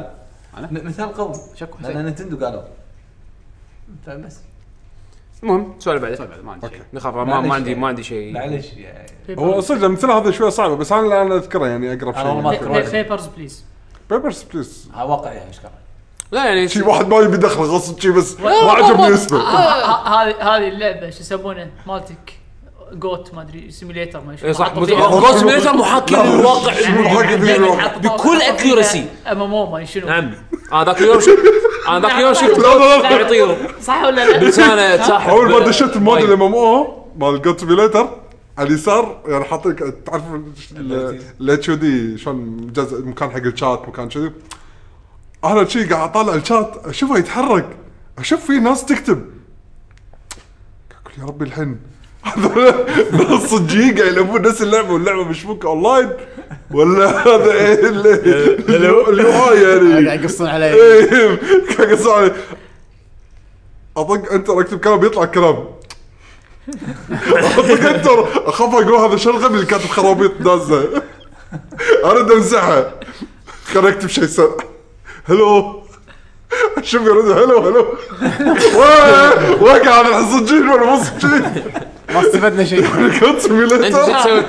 Speaker 1: طيب، أنا؟
Speaker 8: م- مثال قوي
Speaker 1: شكو
Speaker 8: لان نينتندو قالوا طيب فبس
Speaker 4: المهم سؤال بعده
Speaker 1: بعد ما عندي شيء
Speaker 4: نخاف ما,
Speaker 8: معليش
Speaker 4: ما عندي
Speaker 8: يعني.
Speaker 4: ما عندي شيء
Speaker 8: معلش يعني
Speaker 2: هو صدق المثال هذا شويه صعبه بس انا الان اذكره يعني اقرب
Speaker 8: أنا والله
Speaker 2: شيء
Speaker 8: ما- كروز.
Speaker 5: بيبرز بليز
Speaker 2: بيبرز بليز
Speaker 8: ها واقع يعني ايش كان
Speaker 4: لا يعني
Speaker 2: شي واحد ما يبي دخله
Speaker 8: آه،
Speaker 2: غصب شي بس ما عجبني اسمه
Speaker 5: ه- ه- هذه هذه اللعبه شو يسمونه مالتك جوت ما ادري سيميليتر ما ادري
Speaker 4: إيه صح،
Speaker 5: حطوا فيها-
Speaker 4: جوت-
Speaker 5: حطوا
Speaker 4: جوت
Speaker 5: فيها-
Speaker 4: سيميليتر محاكي للواقع
Speaker 5: حطوا-
Speaker 4: بكل
Speaker 5: حطوا فيها
Speaker 4: accuracy.
Speaker 5: ام ام او ما أدري شنو
Speaker 4: نعم انا ذاك اليوم شفت انا ذاك اليوم شفت جوت قاعد يطير
Speaker 5: صح ولا لا؟
Speaker 4: لسانه تساحب
Speaker 2: اول ما دشيت المود الام ام او مال جوت سيميليتر على اليسار يعني حاطين ك- تعرف الاتش او دي شلون جز- مكان حق الشات مكان كذي انا شي قاعد اطالع الشات اشوفه يتحرك اشوف في ناس تكتب اقول يا ربي الحين هذول ناس صجيين قاعد يلعبون نفس اللعبه واللعبه مشبوكه اونلاين ولا هذا ايه اليو اي يعني
Speaker 9: قاعد يقصون علي
Speaker 2: ايه كان قصة علي اطق انتر اكتب كلام بيطلع كلام اطق انتر اخاف اقول هذا شلغم اللي كاتب خرابيط دازه ارد امسحه خليني اكتب شيء سر هلو شوف يرد هلو هلو واه، وقع هذا الحصجين ولا مو صجين
Speaker 9: ما استفدنا شيء
Speaker 2: كنت
Speaker 4: انت شو تسوي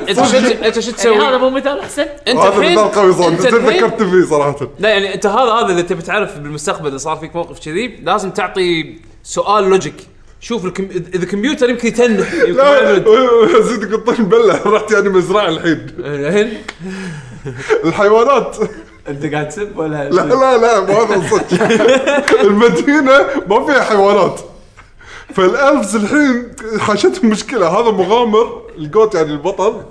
Speaker 4: انت شو انت شو
Speaker 5: يعني
Speaker 4: تسوي
Speaker 5: هذا مو مثال احسن
Speaker 4: انت
Speaker 2: هذا
Speaker 4: الحين
Speaker 2: مثال قوي صراحه
Speaker 4: انت
Speaker 2: زين
Speaker 4: الحين
Speaker 2: فكرت فيه صراحه
Speaker 4: لا يعني انت هذا هذا اذا تبي تعرف بالمستقبل اذا صار فيك موقف كذي لازم تعطي سؤال لوجيك شوف الكم... اذا الكمبيوتر يمكن يتنح يمكن ما
Speaker 2: لا
Speaker 4: يرد
Speaker 2: زيد قطين بله رحت يعني مزرعه الحين
Speaker 4: الحين
Speaker 2: الحيوانات
Speaker 6: انت قاعد تسب ولا
Speaker 2: لا لا لا ما هذا صدق المدينه ما فيها حيوانات فالالفز الحين حاشتهم مشكله هذا مغامر الجوت يعني البطل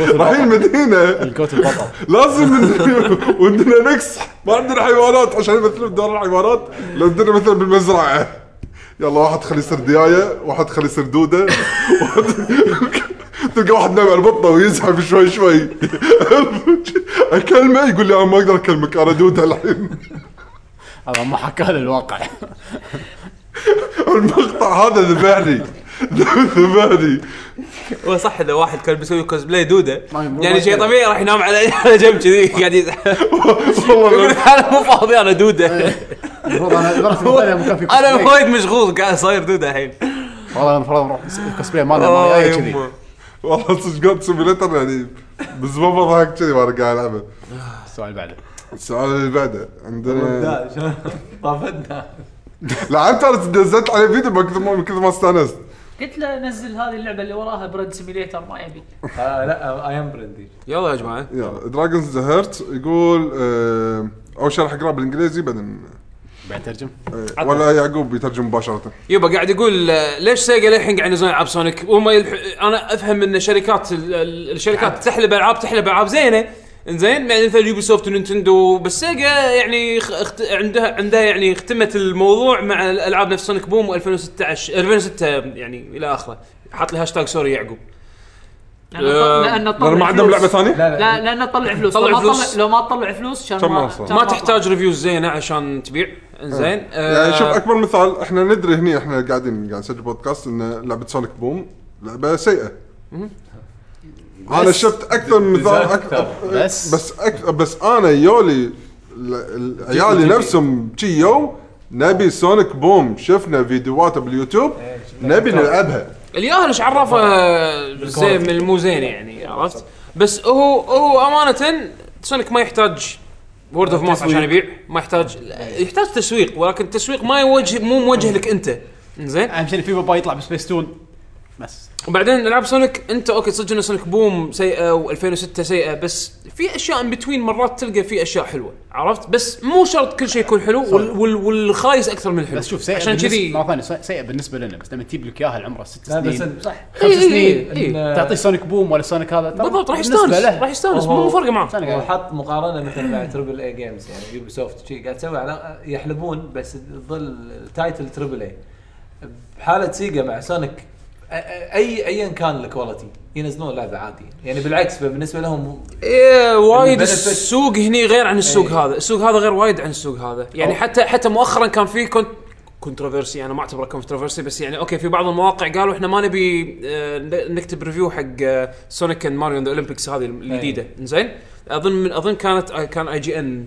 Speaker 2: رايحين المدينه
Speaker 9: الكوت البطل
Speaker 2: لازم إن- وعندنا نقص ما عندنا حيوانات عشان يمثلون دور الحيوانات لو عندنا مثلا بالمزرعه يلا واحد خليه يصير ديايه واحد خليه يصير دوده واحد تلقى واحد نايم على بطنه ويزحف شوي شوي اكلمه يقول لي انا ما اقدر اكلمك انا دوده الحين
Speaker 9: هذا ما حكى له الواقع
Speaker 2: المقطع هذا ذبحني ذبحني
Speaker 4: هو صح اذا واحد كان بيسوي كوزبلاي دوده
Speaker 9: ما- ما-
Speaker 4: يعني شيء طبيعي راح ينام على على جنب كذي قاعد يزعل يقول
Speaker 2: والله
Speaker 4: انا مو فاضي انا دوده
Speaker 9: إيه. المفروض انا المره المقبله مكان في
Speaker 4: انا
Speaker 9: كوسبلاي.
Speaker 4: وايد مشغول قاعد صاير دوده الحين
Speaker 9: والله المفروض نروح كوسبلاي مال
Speaker 4: آه،
Speaker 9: مال كذي
Speaker 4: يمه.
Speaker 2: والله صدق جود سيميليتر يعني بس ما بضحك كذي وانا قاعد العبه
Speaker 9: السؤال اللي بعده
Speaker 2: السؤال اللي بعده
Speaker 4: آه.
Speaker 2: عندنا
Speaker 6: طافتنا
Speaker 2: لعبت انا نزلت عليه فيديو ما كنت من كثر ما استانست
Speaker 5: قلت له نزل هذه اللعبه اللي وراها بريد سيميليتر ما يبي
Speaker 6: آه، لا اي ام برندي
Speaker 4: يلا يا جماعه
Speaker 2: يلا دراجونز ذا هيرت يقول آه، اول شيء راح اقراه بالانجليزي بعدين
Speaker 9: بعد ترجم
Speaker 2: آه، ولا يعقوب بيترجم مباشره
Speaker 4: يبا قاعد يقول آه، ليش سيجا للحين قاعد ينزلون العاب سونيك وهم يلح... انا افهم ان شركات ال- ال-
Speaker 2: نعم.
Speaker 4: الشركات تحلب العاب تحلب العاب زينه زين يعني مثل يوبي سوفت ونينتندو بس سيجا يعني خ- اخت... عندها عندها يعني ختمت الموضوع مع الالعاب نفس سونيك بوم و2016 2006 يعني الى اخره حاط لي هاشتاج سوري يعقوب
Speaker 5: لأن طل- لان
Speaker 2: لان ما
Speaker 5: طلع
Speaker 2: عندهم لعبه
Speaker 5: فلوس
Speaker 2: ثانيه؟
Speaker 5: لا لانه طلع فلوس
Speaker 4: طلع
Speaker 5: لو ما
Speaker 4: فلوس.
Speaker 5: طلع لو ما طلع فلوس كان
Speaker 2: كان ما
Speaker 5: ما
Speaker 2: وصل.
Speaker 5: كان
Speaker 4: ما تحتاج ريفيوز زينه عشان تبيع آه، زين
Speaker 2: يعني شوف اكبر مثال احنا ندري هني احنا قاعدين قاعد نسجل بودكاست ان لعبه سونيك بوم لعبه سيئه انا شفت اكثر من مثال أك-
Speaker 9: بس.
Speaker 2: بس أك... بس انا يولي ال- ال- عيالي نفسهم شي يو نبي سونيك بوم شفنا فيديوهاته باليوتيوب نبي نلعبها
Speaker 4: الياهل ايش عرفه زين من المو زين يعني عرفت بس هو هو امانه سونيك ما يحتاج وورد اوف ماوث عشان يبيع ما يحتاج يحتاج تسويق ولكن التسويق ما يوجه مو موجه لك انت زين
Speaker 9: اهم شيء إن في بابا يطلع بسبيس تون بس
Speaker 4: وبعدين العاب سونيك انت اوكي صدق ان سونيك بوم سيئه و2006 سيئه بس في اشياء ان بتوين مرات تلقى في اشياء حلوه عرفت بس مو شرط كل شيء يكون حلو وال وال والخايس اكثر من الحلو
Speaker 9: بس شوف سيئه
Speaker 4: عشان كذي
Speaker 9: مره ثانيه سيئه- سيئه بالنسبه لنا بس لما تجيب لك اياها العمره ست
Speaker 6: لا بس
Speaker 9: سنين
Speaker 6: صح
Speaker 9: خمس
Speaker 1: إيه،
Speaker 9: سنين
Speaker 4: إي.
Speaker 6: إن-
Speaker 9: تعطيه سونيك بوم ولا سونيك هذا ترى
Speaker 4: إيه، بالضبط راح
Speaker 9: بالنسبة
Speaker 4: يستانس
Speaker 9: له.
Speaker 4: راح يستانس
Speaker 6: هو-
Speaker 4: مو فرقه معاه
Speaker 9: سونيك
Speaker 6: هو
Speaker 9: يعني.
Speaker 6: حط مقارنه مثلا مع تربل اي جيمز يعني يوبي سوفت شي قاعد تسوي على يحلبون بس تظل تايتل تربل اي بحاله سيجا مع سونيك أ- أ- اي ايا كان الكواليتي ينزلون لعبه عادي يعني بالعكس فبالنسبه لهم
Speaker 4: إيه وايد
Speaker 6: الbenefit-
Speaker 4: السوق هني غير عن السوق
Speaker 6: إيه.
Speaker 4: هذا، السوق هذا غير وايد عن السوق هذا، يعني حتى حتى مؤخرا كان في كنت كونتروفرسي انا ما اعتبره كونتروفرسي بس يعني اوكي في بعض المواقع قالوا احنا ما نبي آه، ن- نكتب ريفيو حق آه، سونيك اند ماريو ذا اولمبيكس هذه الجديده زين اظن من اظن كانت آه، كان اي جي ان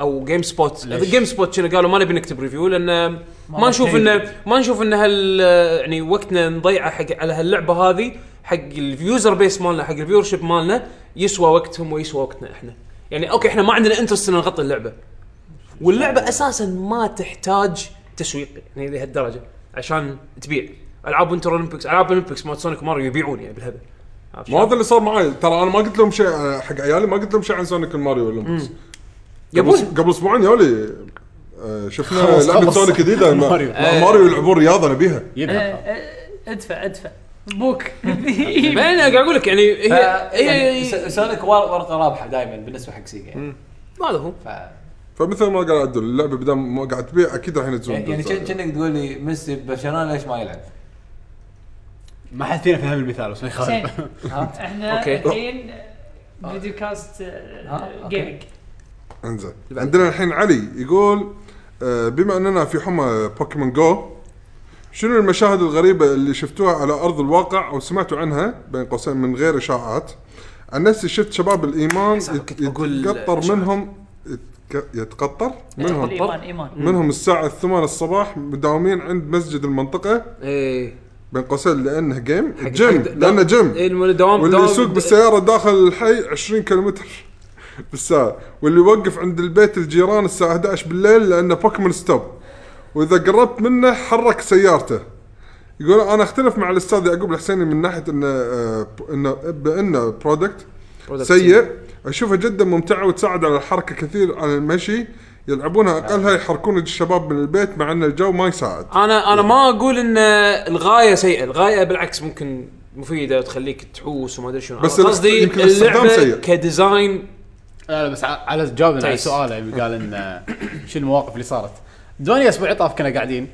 Speaker 4: او جيم سبوت جيم سبوت شنو قالوا ما نبي نكتب ريفيو لان آه، ما نشوف انه ما نشوف ان هال يعني وقتنا نضيعه حق على هاللعبه هذه حق اليوزر بيس مالنا حق الفيور شيب مالنا يسوى وقتهم ويسوى وقتنا احنا يعني اوكي احنا ما عندنا انترست ان نغطي اللعبه واللعبه اساسا ما تحتاج تسويق يعني لهالدرجه عشان تبيع العاب وينتر اولمبيكس العاب اولمبيكس مال سونيك ماريو يبيعون يعني بالهبل عرفت
Speaker 2: ما
Speaker 4: شلون؟
Speaker 2: هذا اللي صار معي ترى انا ما قلت لهم شيء أنا حق عيالي ما قلت لهم شيء عن سونيك الماريو اولمبيكس قبل
Speaker 4: يبون.
Speaker 2: قبل اسبوعين يولي آه، شفنا لعبه سونيك جديده ما- ما- ماريو يلعبون رياضه نبيها
Speaker 5: إيه، ادفع ادفع بوك
Speaker 4: بعدين انا قاعد اقول لك يعني هي
Speaker 6: يعني
Speaker 4: هي
Speaker 6: س- سونيك ور- ورقه رابحه دائما بالنسبه حق سيجا يعني
Speaker 4: ما هذا هو
Speaker 2: فمثل ما قال عدل اللعبه بدل ما قاعد تبيع اكيد راح ينزلون
Speaker 6: يعني
Speaker 2: جزء.
Speaker 6: كن- كأنك تقول لي ميسي ببرشلونه ليش ما يلعب؟
Speaker 1: ما حد فينا فهم المثال بس ما يخالف
Speaker 5: زين احنا
Speaker 4: أوكي.
Speaker 5: الحين فيديو كاست آه،
Speaker 6: ها، أوكي.
Speaker 5: جيمنج
Speaker 2: انزين عندنا الحين علي يقول آه، بما اننا في حمى بوكيمون جو شنو المشاهد الغريبه اللي شفتوها على ارض الواقع او سمعتوا عنها بين قوسين من غير اشاعات عن نفسي شفت شباب الايمان يت-
Speaker 4: كنت بقول
Speaker 2: يتقطر
Speaker 4: إشاعات.
Speaker 2: منهم يتك- يتقطر منهم
Speaker 5: ايمان ايمان
Speaker 2: منهم الساعة الثمانية الصباح مداومين عند مسجد المنطقة
Speaker 6: إيه.
Speaker 4: ايه
Speaker 2: بين قوسين لأنه جيم
Speaker 4: حق-
Speaker 2: جيم
Speaker 4: حق- دا-
Speaker 2: لأنه جيم
Speaker 4: إيه، الم- دوام
Speaker 2: واللي
Speaker 4: دوام-
Speaker 2: يسوق بالسيارة داخل الحي 20 كيلومتر بالساعة واللي يوقف عند البيت الجيران الساعة 11 بالليل لأنه بوكيمون ستوب وإذا قربت منه حرك سيارته يقول أنا أختلف مع الأستاذ يعقوب الحسيني من ناحية أنه آه، ب- أنه بأنه برودكت سيء أشوفها جدا ممتعة وتساعد على الحركة كثير على المشي يلعبونها أقلها يحركون الشباب من البيت مع أن الجو ما يساعد
Speaker 4: انا انا ما اقول ان الغايه سيئه الغايه بالعكس ممكن مفيده تخليك تحوس وما ادري شنو
Speaker 2: بس
Speaker 4: أنا قصدي
Speaker 2: يمكن الاستخدام
Speaker 4: اللعبه
Speaker 2: سيء.
Speaker 4: كديزاين
Speaker 1: لا لا بس ع- على جوابنا على
Speaker 4: تعيس.
Speaker 1: سؤاله اللي قال ان شو المواقف اللي صارت دوني اسبوع طاف كنا قاعدين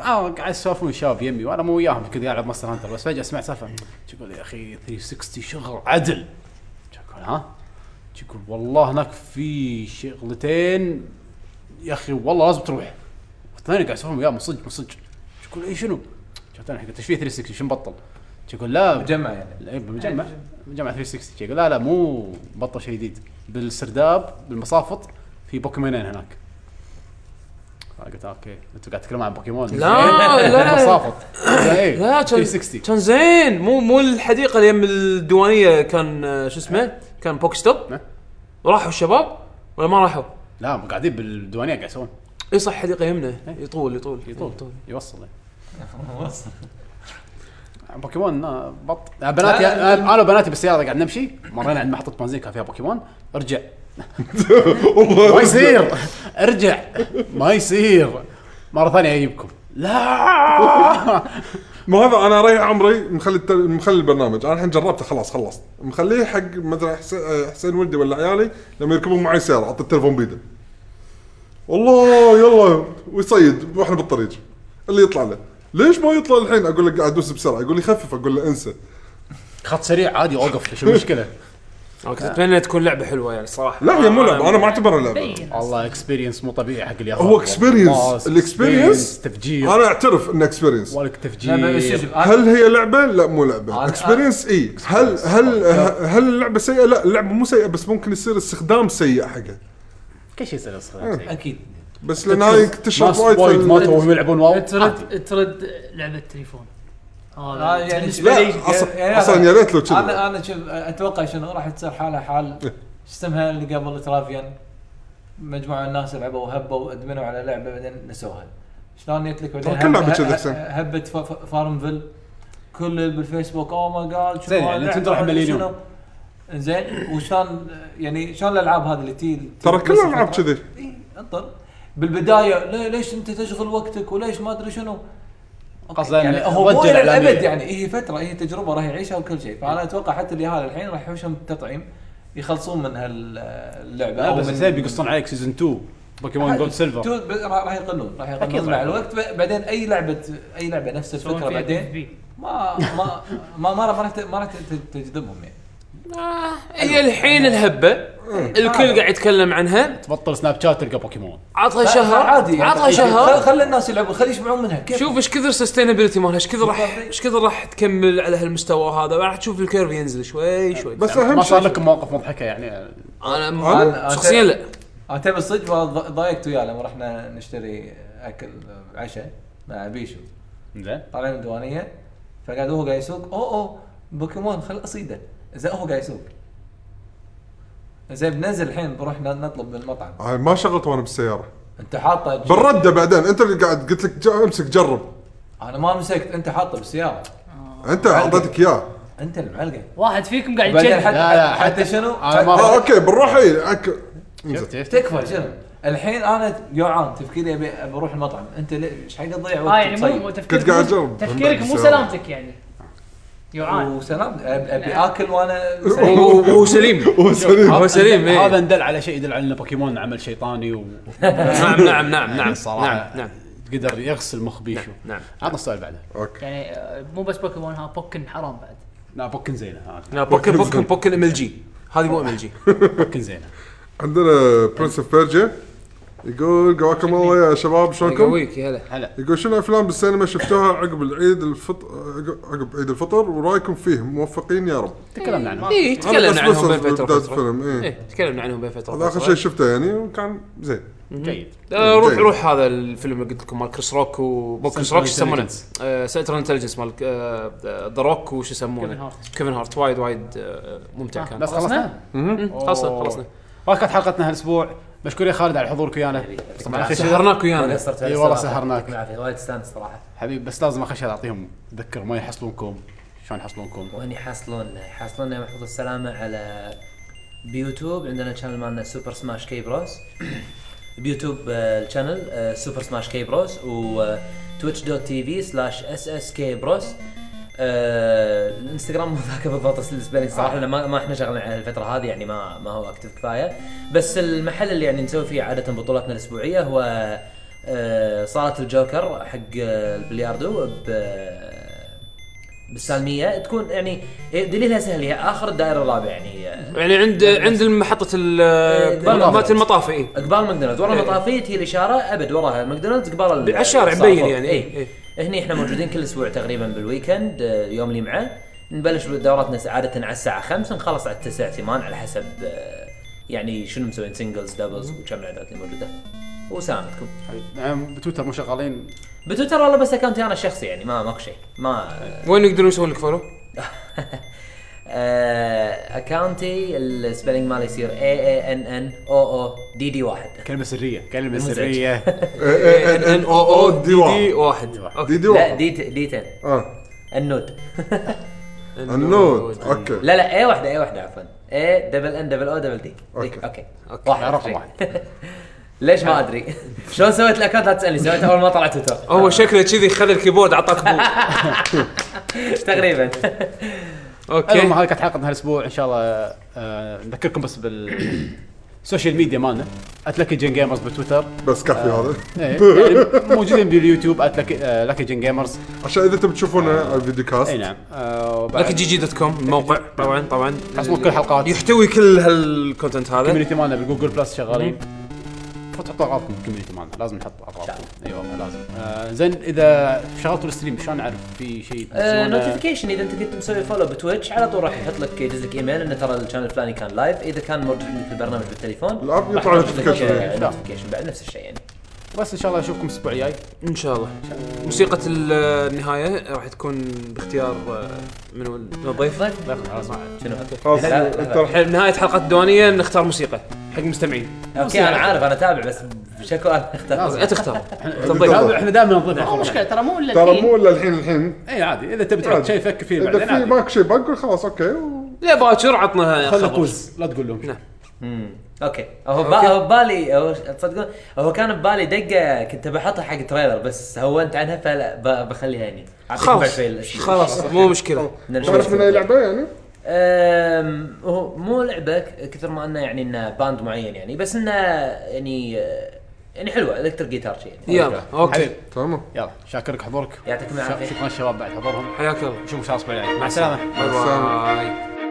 Speaker 1: اه قاعد يسولفون الشباب يمي وانا مو وياهم كنت قاعد العب ماستر هانتر بس فجاه سمعت سالفه شو يقول يا اخي 360 شغل عدل شو يقول ها شو يقول والله هناك في شغلتين يا اخي والله لازم تروح والثاني قاعد يسولفون وياه من صدق من صدق شو يقول اي شنو؟ شو قلت له ايش فيه 360 شو مبطل؟ شو يقول لا
Speaker 6: مجمع يعني
Speaker 1: لا، إيه، بمجمع مجمع 360 شي. يقول لا لا مو بطل شيء جديد بالسرداب بالمصافط في بوكيمونين هناك أنا قلت اوكي انتوا قاعد تتكلمون عن بوكيمون إيه،
Speaker 4: لا، لا.
Speaker 1: مصافط اي
Speaker 4: لا كان
Speaker 1: 360
Speaker 4: كان زين مو مو الحديقه اللي يم الديوانيه كان آه، شو اسمه كان بوك ستوب
Speaker 1: نعم.
Speaker 4: راحوا الشباب ولا ما راحوا؟
Speaker 1: لا مو قاعدين بالديوانيه قاعد يسوون
Speaker 4: اي صح حديقه يمنا يطول يطول يطول يطول
Speaker 1: يوصل بوكيمون آه، بط آه، بناتي آه، انا وبناتي بالسياره قاعد نمشي مرينا عند محطه بنزين كان فيها بوكيمون ارجع ما يصير ارجع ما يصير مره ثانيه اجيبكم لا
Speaker 2: ما هذا انا رايح عمري مخلي التل... مخلي البرنامج انا الحين جربته خلاص خلصت مخليه حق مثلا حس... حسين ولدي ولا عيالي لما يركبون معي سياره اعطي التليفون بيده والله يلا ويصيد واحنا بالطريق اللي يطلع له ليش ما يطلع الحين اقول له قاعد ادوس بسرعه يقول لي خفف اقول له انسى
Speaker 1: خط سريع عادي اوقف شو المشكله
Speaker 4: انا كنت اتمنى تكون لعبه حلوه يعني صراحه
Speaker 2: لا هي مو لعبه انا ما اعتبرها لعبه
Speaker 5: بين
Speaker 1: والله اكسبيرينس مو طبيعي حق اليابان
Speaker 2: هو experience. ال
Speaker 1: الاكسبيرينس
Speaker 2: experience.
Speaker 1: تفجير
Speaker 2: انا اعترف انه اكسبيرينس
Speaker 1: ولك
Speaker 6: لا، بس شوف،
Speaker 1: تفجير
Speaker 6: شوف، أنا-
Speaker 2: هل هي لعبه؟ لا مو لعبه
Speaker 6: أنا-
Speaker 2: اكسبيرينس اي هل هل هل اللعبه سيئه؟ لا اللعبه مو سيئه بس ممكن يصير استخدام سيء حقها
Speaker 1: كل شيء يصير صغير.
Speaker 6: اكيد
Speaker 2: بس لان هاي انتشرت
Speaker 1: ناس
Speaker 2: إيه، وايد في
Speaker 1: وايد
Speaker 2: ال-
Speaker 1: ماتوا وهم يلعبون واو
Speaker 5: ترد ترد لعبه تليفون
Speaker 6: آه،
Speaker 5: هذا
Speaker 6: يعني
Speaker 5: بالنسبه
Speaker 2: لا
Speaker 5: لي
Speaker 2: أص-
Speaker 6: يعني
Speaker 2: اصلا
Speaker 6: أنا-
Speaker 2: يا ريت لو كذا إيه.
Speaker 6: انا انا شوف اتوقع شنو راح تصير حالها حال شو اسمها اللي قبل ترافيان مجموعه من الناس لعبوا وهبوا ادمنوا على لعبه بعدين نسوها شلون جت لك بعدين
Speaker 2: ترى كل
Speaker 6: هبت-
Speaker 2: لعبة كذا
Speaker 6: ه-
Speaker 2: حسين.
Speaker 6: هبت فا- فا- فارمفيل كل اللي بالفيسبوك "Oh اوه ماي جاد
Speaker 1: زين، يعني أنتم راح مليونيون.
Speaker 6: زين وشلون يعني شلون الالعاب هذه اللي تي
Speaker 2: ترى كل الالعاب كذي
Speaker 6: اي انطر بالبدايه ليه ليش انت تشغل وقتك وليش ما ادري شنو
Speaker 1: قصداً
Speaker 6: يعني هو مو
Speaker 1: الرجل
Speaker 6: الى الابد
Speaker 1: الإعلامي.
Speaker 6: يعني هي فتره هي تجربه راح يعيشها وكل شيء فانا اتوقع حتى اليهال الحين راح يحوشهم التطعيم يخلصون من هاللعبه
Speaker 1: لا بس زين بيقصون عليك سيزون 2 بوكيمون جولد سيلفر
Speaker 6: تو- ب- راح راح يقلون راح
Speaker 1: أكيد
Speaker 6: يقلون
Speaker 1: راح
Speaker 6: مع الوقت ب- بعدين اي لعبه اي لعبه نفس الفكره بعدين ما ما ما ما راح- ما راح ت- ما راح ت- تجذبهم يعني
Speaker 4: آه، هي الحين الهبه
Speaker 2: آه.
Speaker 4: الكل قاعد يتكلم عنها
Speaker 1: تبطل سناب شات تلقى بوكيمون
Speaker 4: عطها
Speaker 6: لا،
Speaker 4: شهر
Speaker 6: عادي يعني
Speaker 4: عطها
Speaker 6: خل-
Speaker 4: شهر
Speaker 6: خل- خلي الناس يلعبون خلي يشبعون منها كيف
Speaker 4: شوف ايش كثر سستينابيلتي مالها ايش كذا راح
Speaker 6: بالضبط.
Speaker 4: ايش كذا راح تكمل على هالمستوى هذا راح تشوف الكيرف ينزل
Speaker 6: آه،
Speaker 4: شوي شوي
Speaker 2: بس
Speaker 1: ما
Speaker 2: اهم
Speaker 1: صار
Speaker 2: شيء
Speaker 1: لكم مواقف مضحكه يعني
Speaker 4: انا
Speaker 2: أنا-
Speaker 4: ما شخصيا لا
Speaker 6: انا تبي الصدق والله ض- ضايقت وياه لما رحنا نشتري اكل عشاء مع بيشو
Speaker 1: زين
Speaker 6: طالعين من الديوانيه فقاعد هو قاعد يسوق اوه اوه بوكيمون خل اصيده زين هو قاعد يسوق زين بننزل الحين بروح ن- نطلب من المطعم
Speaker 2: هاي ما شغلت وانا بالسياره
Speaker 6: انت حاطه
Speaker 2: بالرده بعدين انت اللي قاعد قلت لك جا- امسك جرب
Speaker 6: انا ما مسكت انت حاطه بالسياره
Speaker 2: انت اعطيتك اياه
Speaker 6: انت المعلقه
Speaker 5: واحد فيكم قاعد
Speaker 6: بعدين
Speaker 5: يشد
Speaker 6: حتى
Speaker 1: لا، لا،
Speaker 6: حتى شنو؟
Speaker 1: انا ما
Speaker 2: اه اوكي بنروح اي أك...
Speaker 1: شفت شفت
Speaker 6: تكفى شنو؟ الحين انا جوعان تفكيري ابي أبي اروح المطعم انت ليه- ايش حق تضيع
Speaker 5: اه
Speaker 6: وقت
Speaker 5: يعني مو- مو
Speaker 6: تصيد؟
Speaker 5: تفكيرك
Speaker 2: كنت قاعد
Speaker 5: مو-
Speaker 2: أجرب.
Speaker 5: تفكيرك مو سلامتك يعني جوعان
Speaker 6: وسلام أب- ابي اكل وانا سليم.
Speaker 4: وهو سليم هو سليم إيه.
Speaker 1: هذا ندل على شيء يدل على ان بوكيمون عمل شيطاني و يعني
Speaker 4: نعم نعم نعم نعم
Speaker 1: صراحة.
Speaker 4: نعم نعم
Speaker 1: قدر يغسل مخ بيشو
Speaker 4: نعم
Speaker 1: عطنا السؤال بعده
Speaker 2: اوكي
Speaker 5: يعني آه، مو بس بوكيمون ها بوكن حرام بعد
Speaker 1: لا بوكن زينه هذه
Speaker 4: لا نعم، بوكن بوكن بوكن ام ال جي هذه مو ام ال جي
Speaker 1: بوكن زينه
Speaker 2: عندنا برنس اوف بيرجا يقول قواكم الله يا شباب شلونكم؟
Speaker 4: قويك يا هلا
Speaker 2: يقول شنو افلام بالسينما شفتوها عقب العيد الفطر عقب عيد الفطر ورايكم فيه موفقين يا رب.
Speaker 1: تكلمنا عنه
Speaker 4: اي
Speaker 2: أنا بس
Speaker 4: إيه، تكلمنا عنهم بين
Speaker 2: بس
Speaker 4: فتره
Speaker 2: بداية
Speaker 4: وفتره
Speaker 2: الفيلم اي
Speaker 4: ايه تكلمنا عنهم بين فتره
Speaker 2: هذا اخر شيء شفته يعني وكان زين.
Speaker 1: جيد
Speaker 4: آه، روح
Speaker 2: جيد.
Speaker 4: روح هذا الفيلم اللي قلت لكم مال كريس روك ومو كريس روك شو يسمونه؟
Speaker 1: Intelligence.
Speaker 4: سنترال انتليجنس مال ذا روك وش
Speaker 5: كيفن
Speaker 4: يسمونه؟
Speaker 5: هارت.
Speaker 4: كيفن هارت وايد وايد آه، ممتع كان
Speaker 1: بس خلصنا؟
Speaker 4: مم، خلصنا خلصنا
Speaker 1: وهذه كانت حلقتنا هالاسبوع مشكور يا خالد على يعني. حضورك ويانا طبعا اخر شيء
Speaker 4: سهرناك آه، ويانا
Speaker 1: اي والله سهرناك.
Speaker 7: وايد استانس صراحه
Speaker 1: حبيبي بس لازم اخر شيء اعطيهم تذكر ما يحصلونكم شلون يحصلونكم
Speaker 7: وهني حاصلونا حاصلونا محفوظ السلامة على بيوتيوب عندنا الشانل مالنا سوبر سماش كي بروس بيوتيوب آه، الشانل آه، سوبر سماش كي بروس آه، وتويتش دوت تي في سلاش اس اس كي بروس آه، الانستغرام مو ذاك بالضبط السبيلنج صراحه لأن ما, ما احنا شغالين على الفتره هذه يعني ما ما هو اكتف كفايه بس المحل اللي يعني نسوي فيه عاده بطولاتنا الاسبوعيه هو آه، صاله الجوكر حق آه، البلياردو ب- بالسالميه تكون يعني دليلها سهل هي اخر الدائره الرابعه يعني آه،
Speaker 4: يعني عند عند محطه ال مالت المطافي اي
Speaker 7: قبال ماكدونالدز ورا
Speaker 4: إيه.
Speaker 7: المطافيه هي الاشاره ابد وراها ماكدونالدز قبال ال-
Speaker 4: بالعشارة
Speaker 7: الصافور.
Speaker 4: مبين يعني، إيه،
Speaker 7: إيه. هني احنا موجودين كل اسبوع تقريبا بالويكند آه، يوم الجمعه نبلش دوراتنا عاده على الساعه 5 نخلص على 9 8 على حسب آه، يعني شنو مسوين سنجلز دبلز وكم العدات اللي موجوده وسلامتكم
Speaker 4: طيب.
Speaker 1: حبيبي نعم، بتويتر مو شغالين
Speaker 7: بتويتر والله بس اكونتي انا الشخصي يعني ما ماكو شيء ما
Speaker 4: وين يقدرون يسوون لك فولو؟
Speaker 7: آه، اكاونتي السبيلنج ماله يصير A A N N O O D D واحد
Speaker 1: كلمه سريه كلمه سريه
Speaker 2: ان ان او او دي
Speaker 4: دي
Speaker 2: واحد
Speaker 4: واحد اوكي
Speaker 2: دي دي
Speaker 7: لا
Speaker 2: واحد
Speaker 7: دي ت- دي 10
Speaker 2: اه
Speaker 7: النود
Speaker 2: النود اوكي
Speaker 7: لا لا اي واحده اي واحده عفوا اي دبل ان دبل او دبل دي
Speaker 2: أوكي.
Speaker 7: اوكي
Speaker 4: أوكي.
Speaker 7: واحد
Speaker 1: رقم
Speaker 7: شيء.
Speaker 1: واحد
Speaker 7: ليش ما ادري شلون سويت الاكونت لا تسالني سويته اول ما طلع تويتر
Speaker 4: هو شكله كذي خذ الكيبورد اعطاك بوم
Speaker 7: تقريبا
Speaker 1: المهم
Speaker 4: اوكي
Speaker 1: هذه كانت حلقتنا هالاسبوع ان شاء الله آه، نذكركم بس بالسوشيال ميديا مالنا اتلكي جن جيمرز بتويتر
Speaker 2: بس كافي هذا
Speaker 1: إيه، يعني موجودين باليوتيوب آه، اتلكي جن جيمرز
Speaker 2: عشان اذا تبي تشوفونه على الفيديو
Speaker 1: اي
Speaker 7: إيه.
Speaker 2: كاست
Speaker 1: نعم آه، وبعد-
Speaker 4: لك جي جي دوت كوم الموقع طبعا طبعا
Speaker 1: تحصلون كل حلقات
Speaker 4: يحتوي كل هالكونتنت هذا
Speaker 1: الكوميونتي مالنا بالجوجل بلس شغالين وتحطوا اغراضكم بالكوميونتي مالنا لازم نحط اغراضكم اي والله لازم آه زين اذا شغلتوا الستريم شلون نعرف في شيء
Speaker 7: آه،
Speaker 1: تنزلونه؟
Speaker 7: نوتيفيكيشن اذا انت كنت مسوي فولو بتويتش على طول راح يحط لك يدز لك ايميل انه ترى الشانل الفلاني كان لايف اذا كان موجود عندك البرنامج بالتليفون
Speaker 2: الاب
Speaker 7: راح
Speaker 2: يطلع
Speaker 7: يحط لك،
Speaker 2: notification.
Speaker 7: آه، notification بعد نفس الشيء يعني
Speaker 1: بس ان شاء الله اشوفكم الاسبوع الجاي
Speaker 4: ان شاء الله موسيقى ال- النهايه راح تكون باختيار آه، من هو الضيف
Speaker 7: شنو
Speaker 2: خلاص
Speaker 7: لا،
Speaker 2: انت راح
Speaker 4: الحين بنهايه حلقه الديوانيه نختار موسيقى حق المستمعين
Speaker 7: اوكي انا عارف انا تابع بس شكو انا اختار
Speaker 4: لا طيب. تختار
Speaker 1: هذا احنا دائما
Speaker 5: مو
Speaker 1: نضيف
Speaker 5: مشكله ترى مو الا
Speaker 2: ترى
Speaker 5: الحين.
Speaker 2: مو الا الحين الحين
Speaker 1: اي آه، عادي اذا تبي تحط شيء فك فيه
Speaker 2: اذا
Speaker 1: بعدين
Speaker 2: في
Speaker 1: عادي
Speaker 2: ماك شيء بقول خلاص اوكي و-
Speaker 4: لا باكر عطنا
Speaker 1: خلنا
Speaker 4: خبر
Speaker 1: كوز لا تقول لهم
Speaker 4: نعم.
Speaker 7: اوكي هو ب- هو ببالي هو تصدقون هو كان ببالي دقه كنت بحطها حق تريلر بس هونت عنها فلا ب- بخليها هني أعطيكم بعد
Speaker 4: خلاص
Speaker 7: شوي الأشياء.
Speaker 4: خلاص مو مشكله
Speaker 7: إن الفيلم
Speaker 2: تعرف من اي لعبه يعني؟
Speaker 7: أم، هو مو لعبه ك- كثر ما انه يعني انه باند معين يعني بس انه يعني آه، يعني حلوه الكتريك جيتار شيء يعني
Speaker 4: يلا اوكي
Speaker 1: حبيب
Speaker 2: تمام
Speaker 1: يلا شاكرك حضورك
Speaker 7: يعطيكم العافيه
Speaker 1: شكرا الشباب بعد حضورهم
Speaker 4: حياك الله
Speaker 1: نشوفكم ان شاء الله الاسبوع الجاي مع السلامه
Speaker 4: باي باي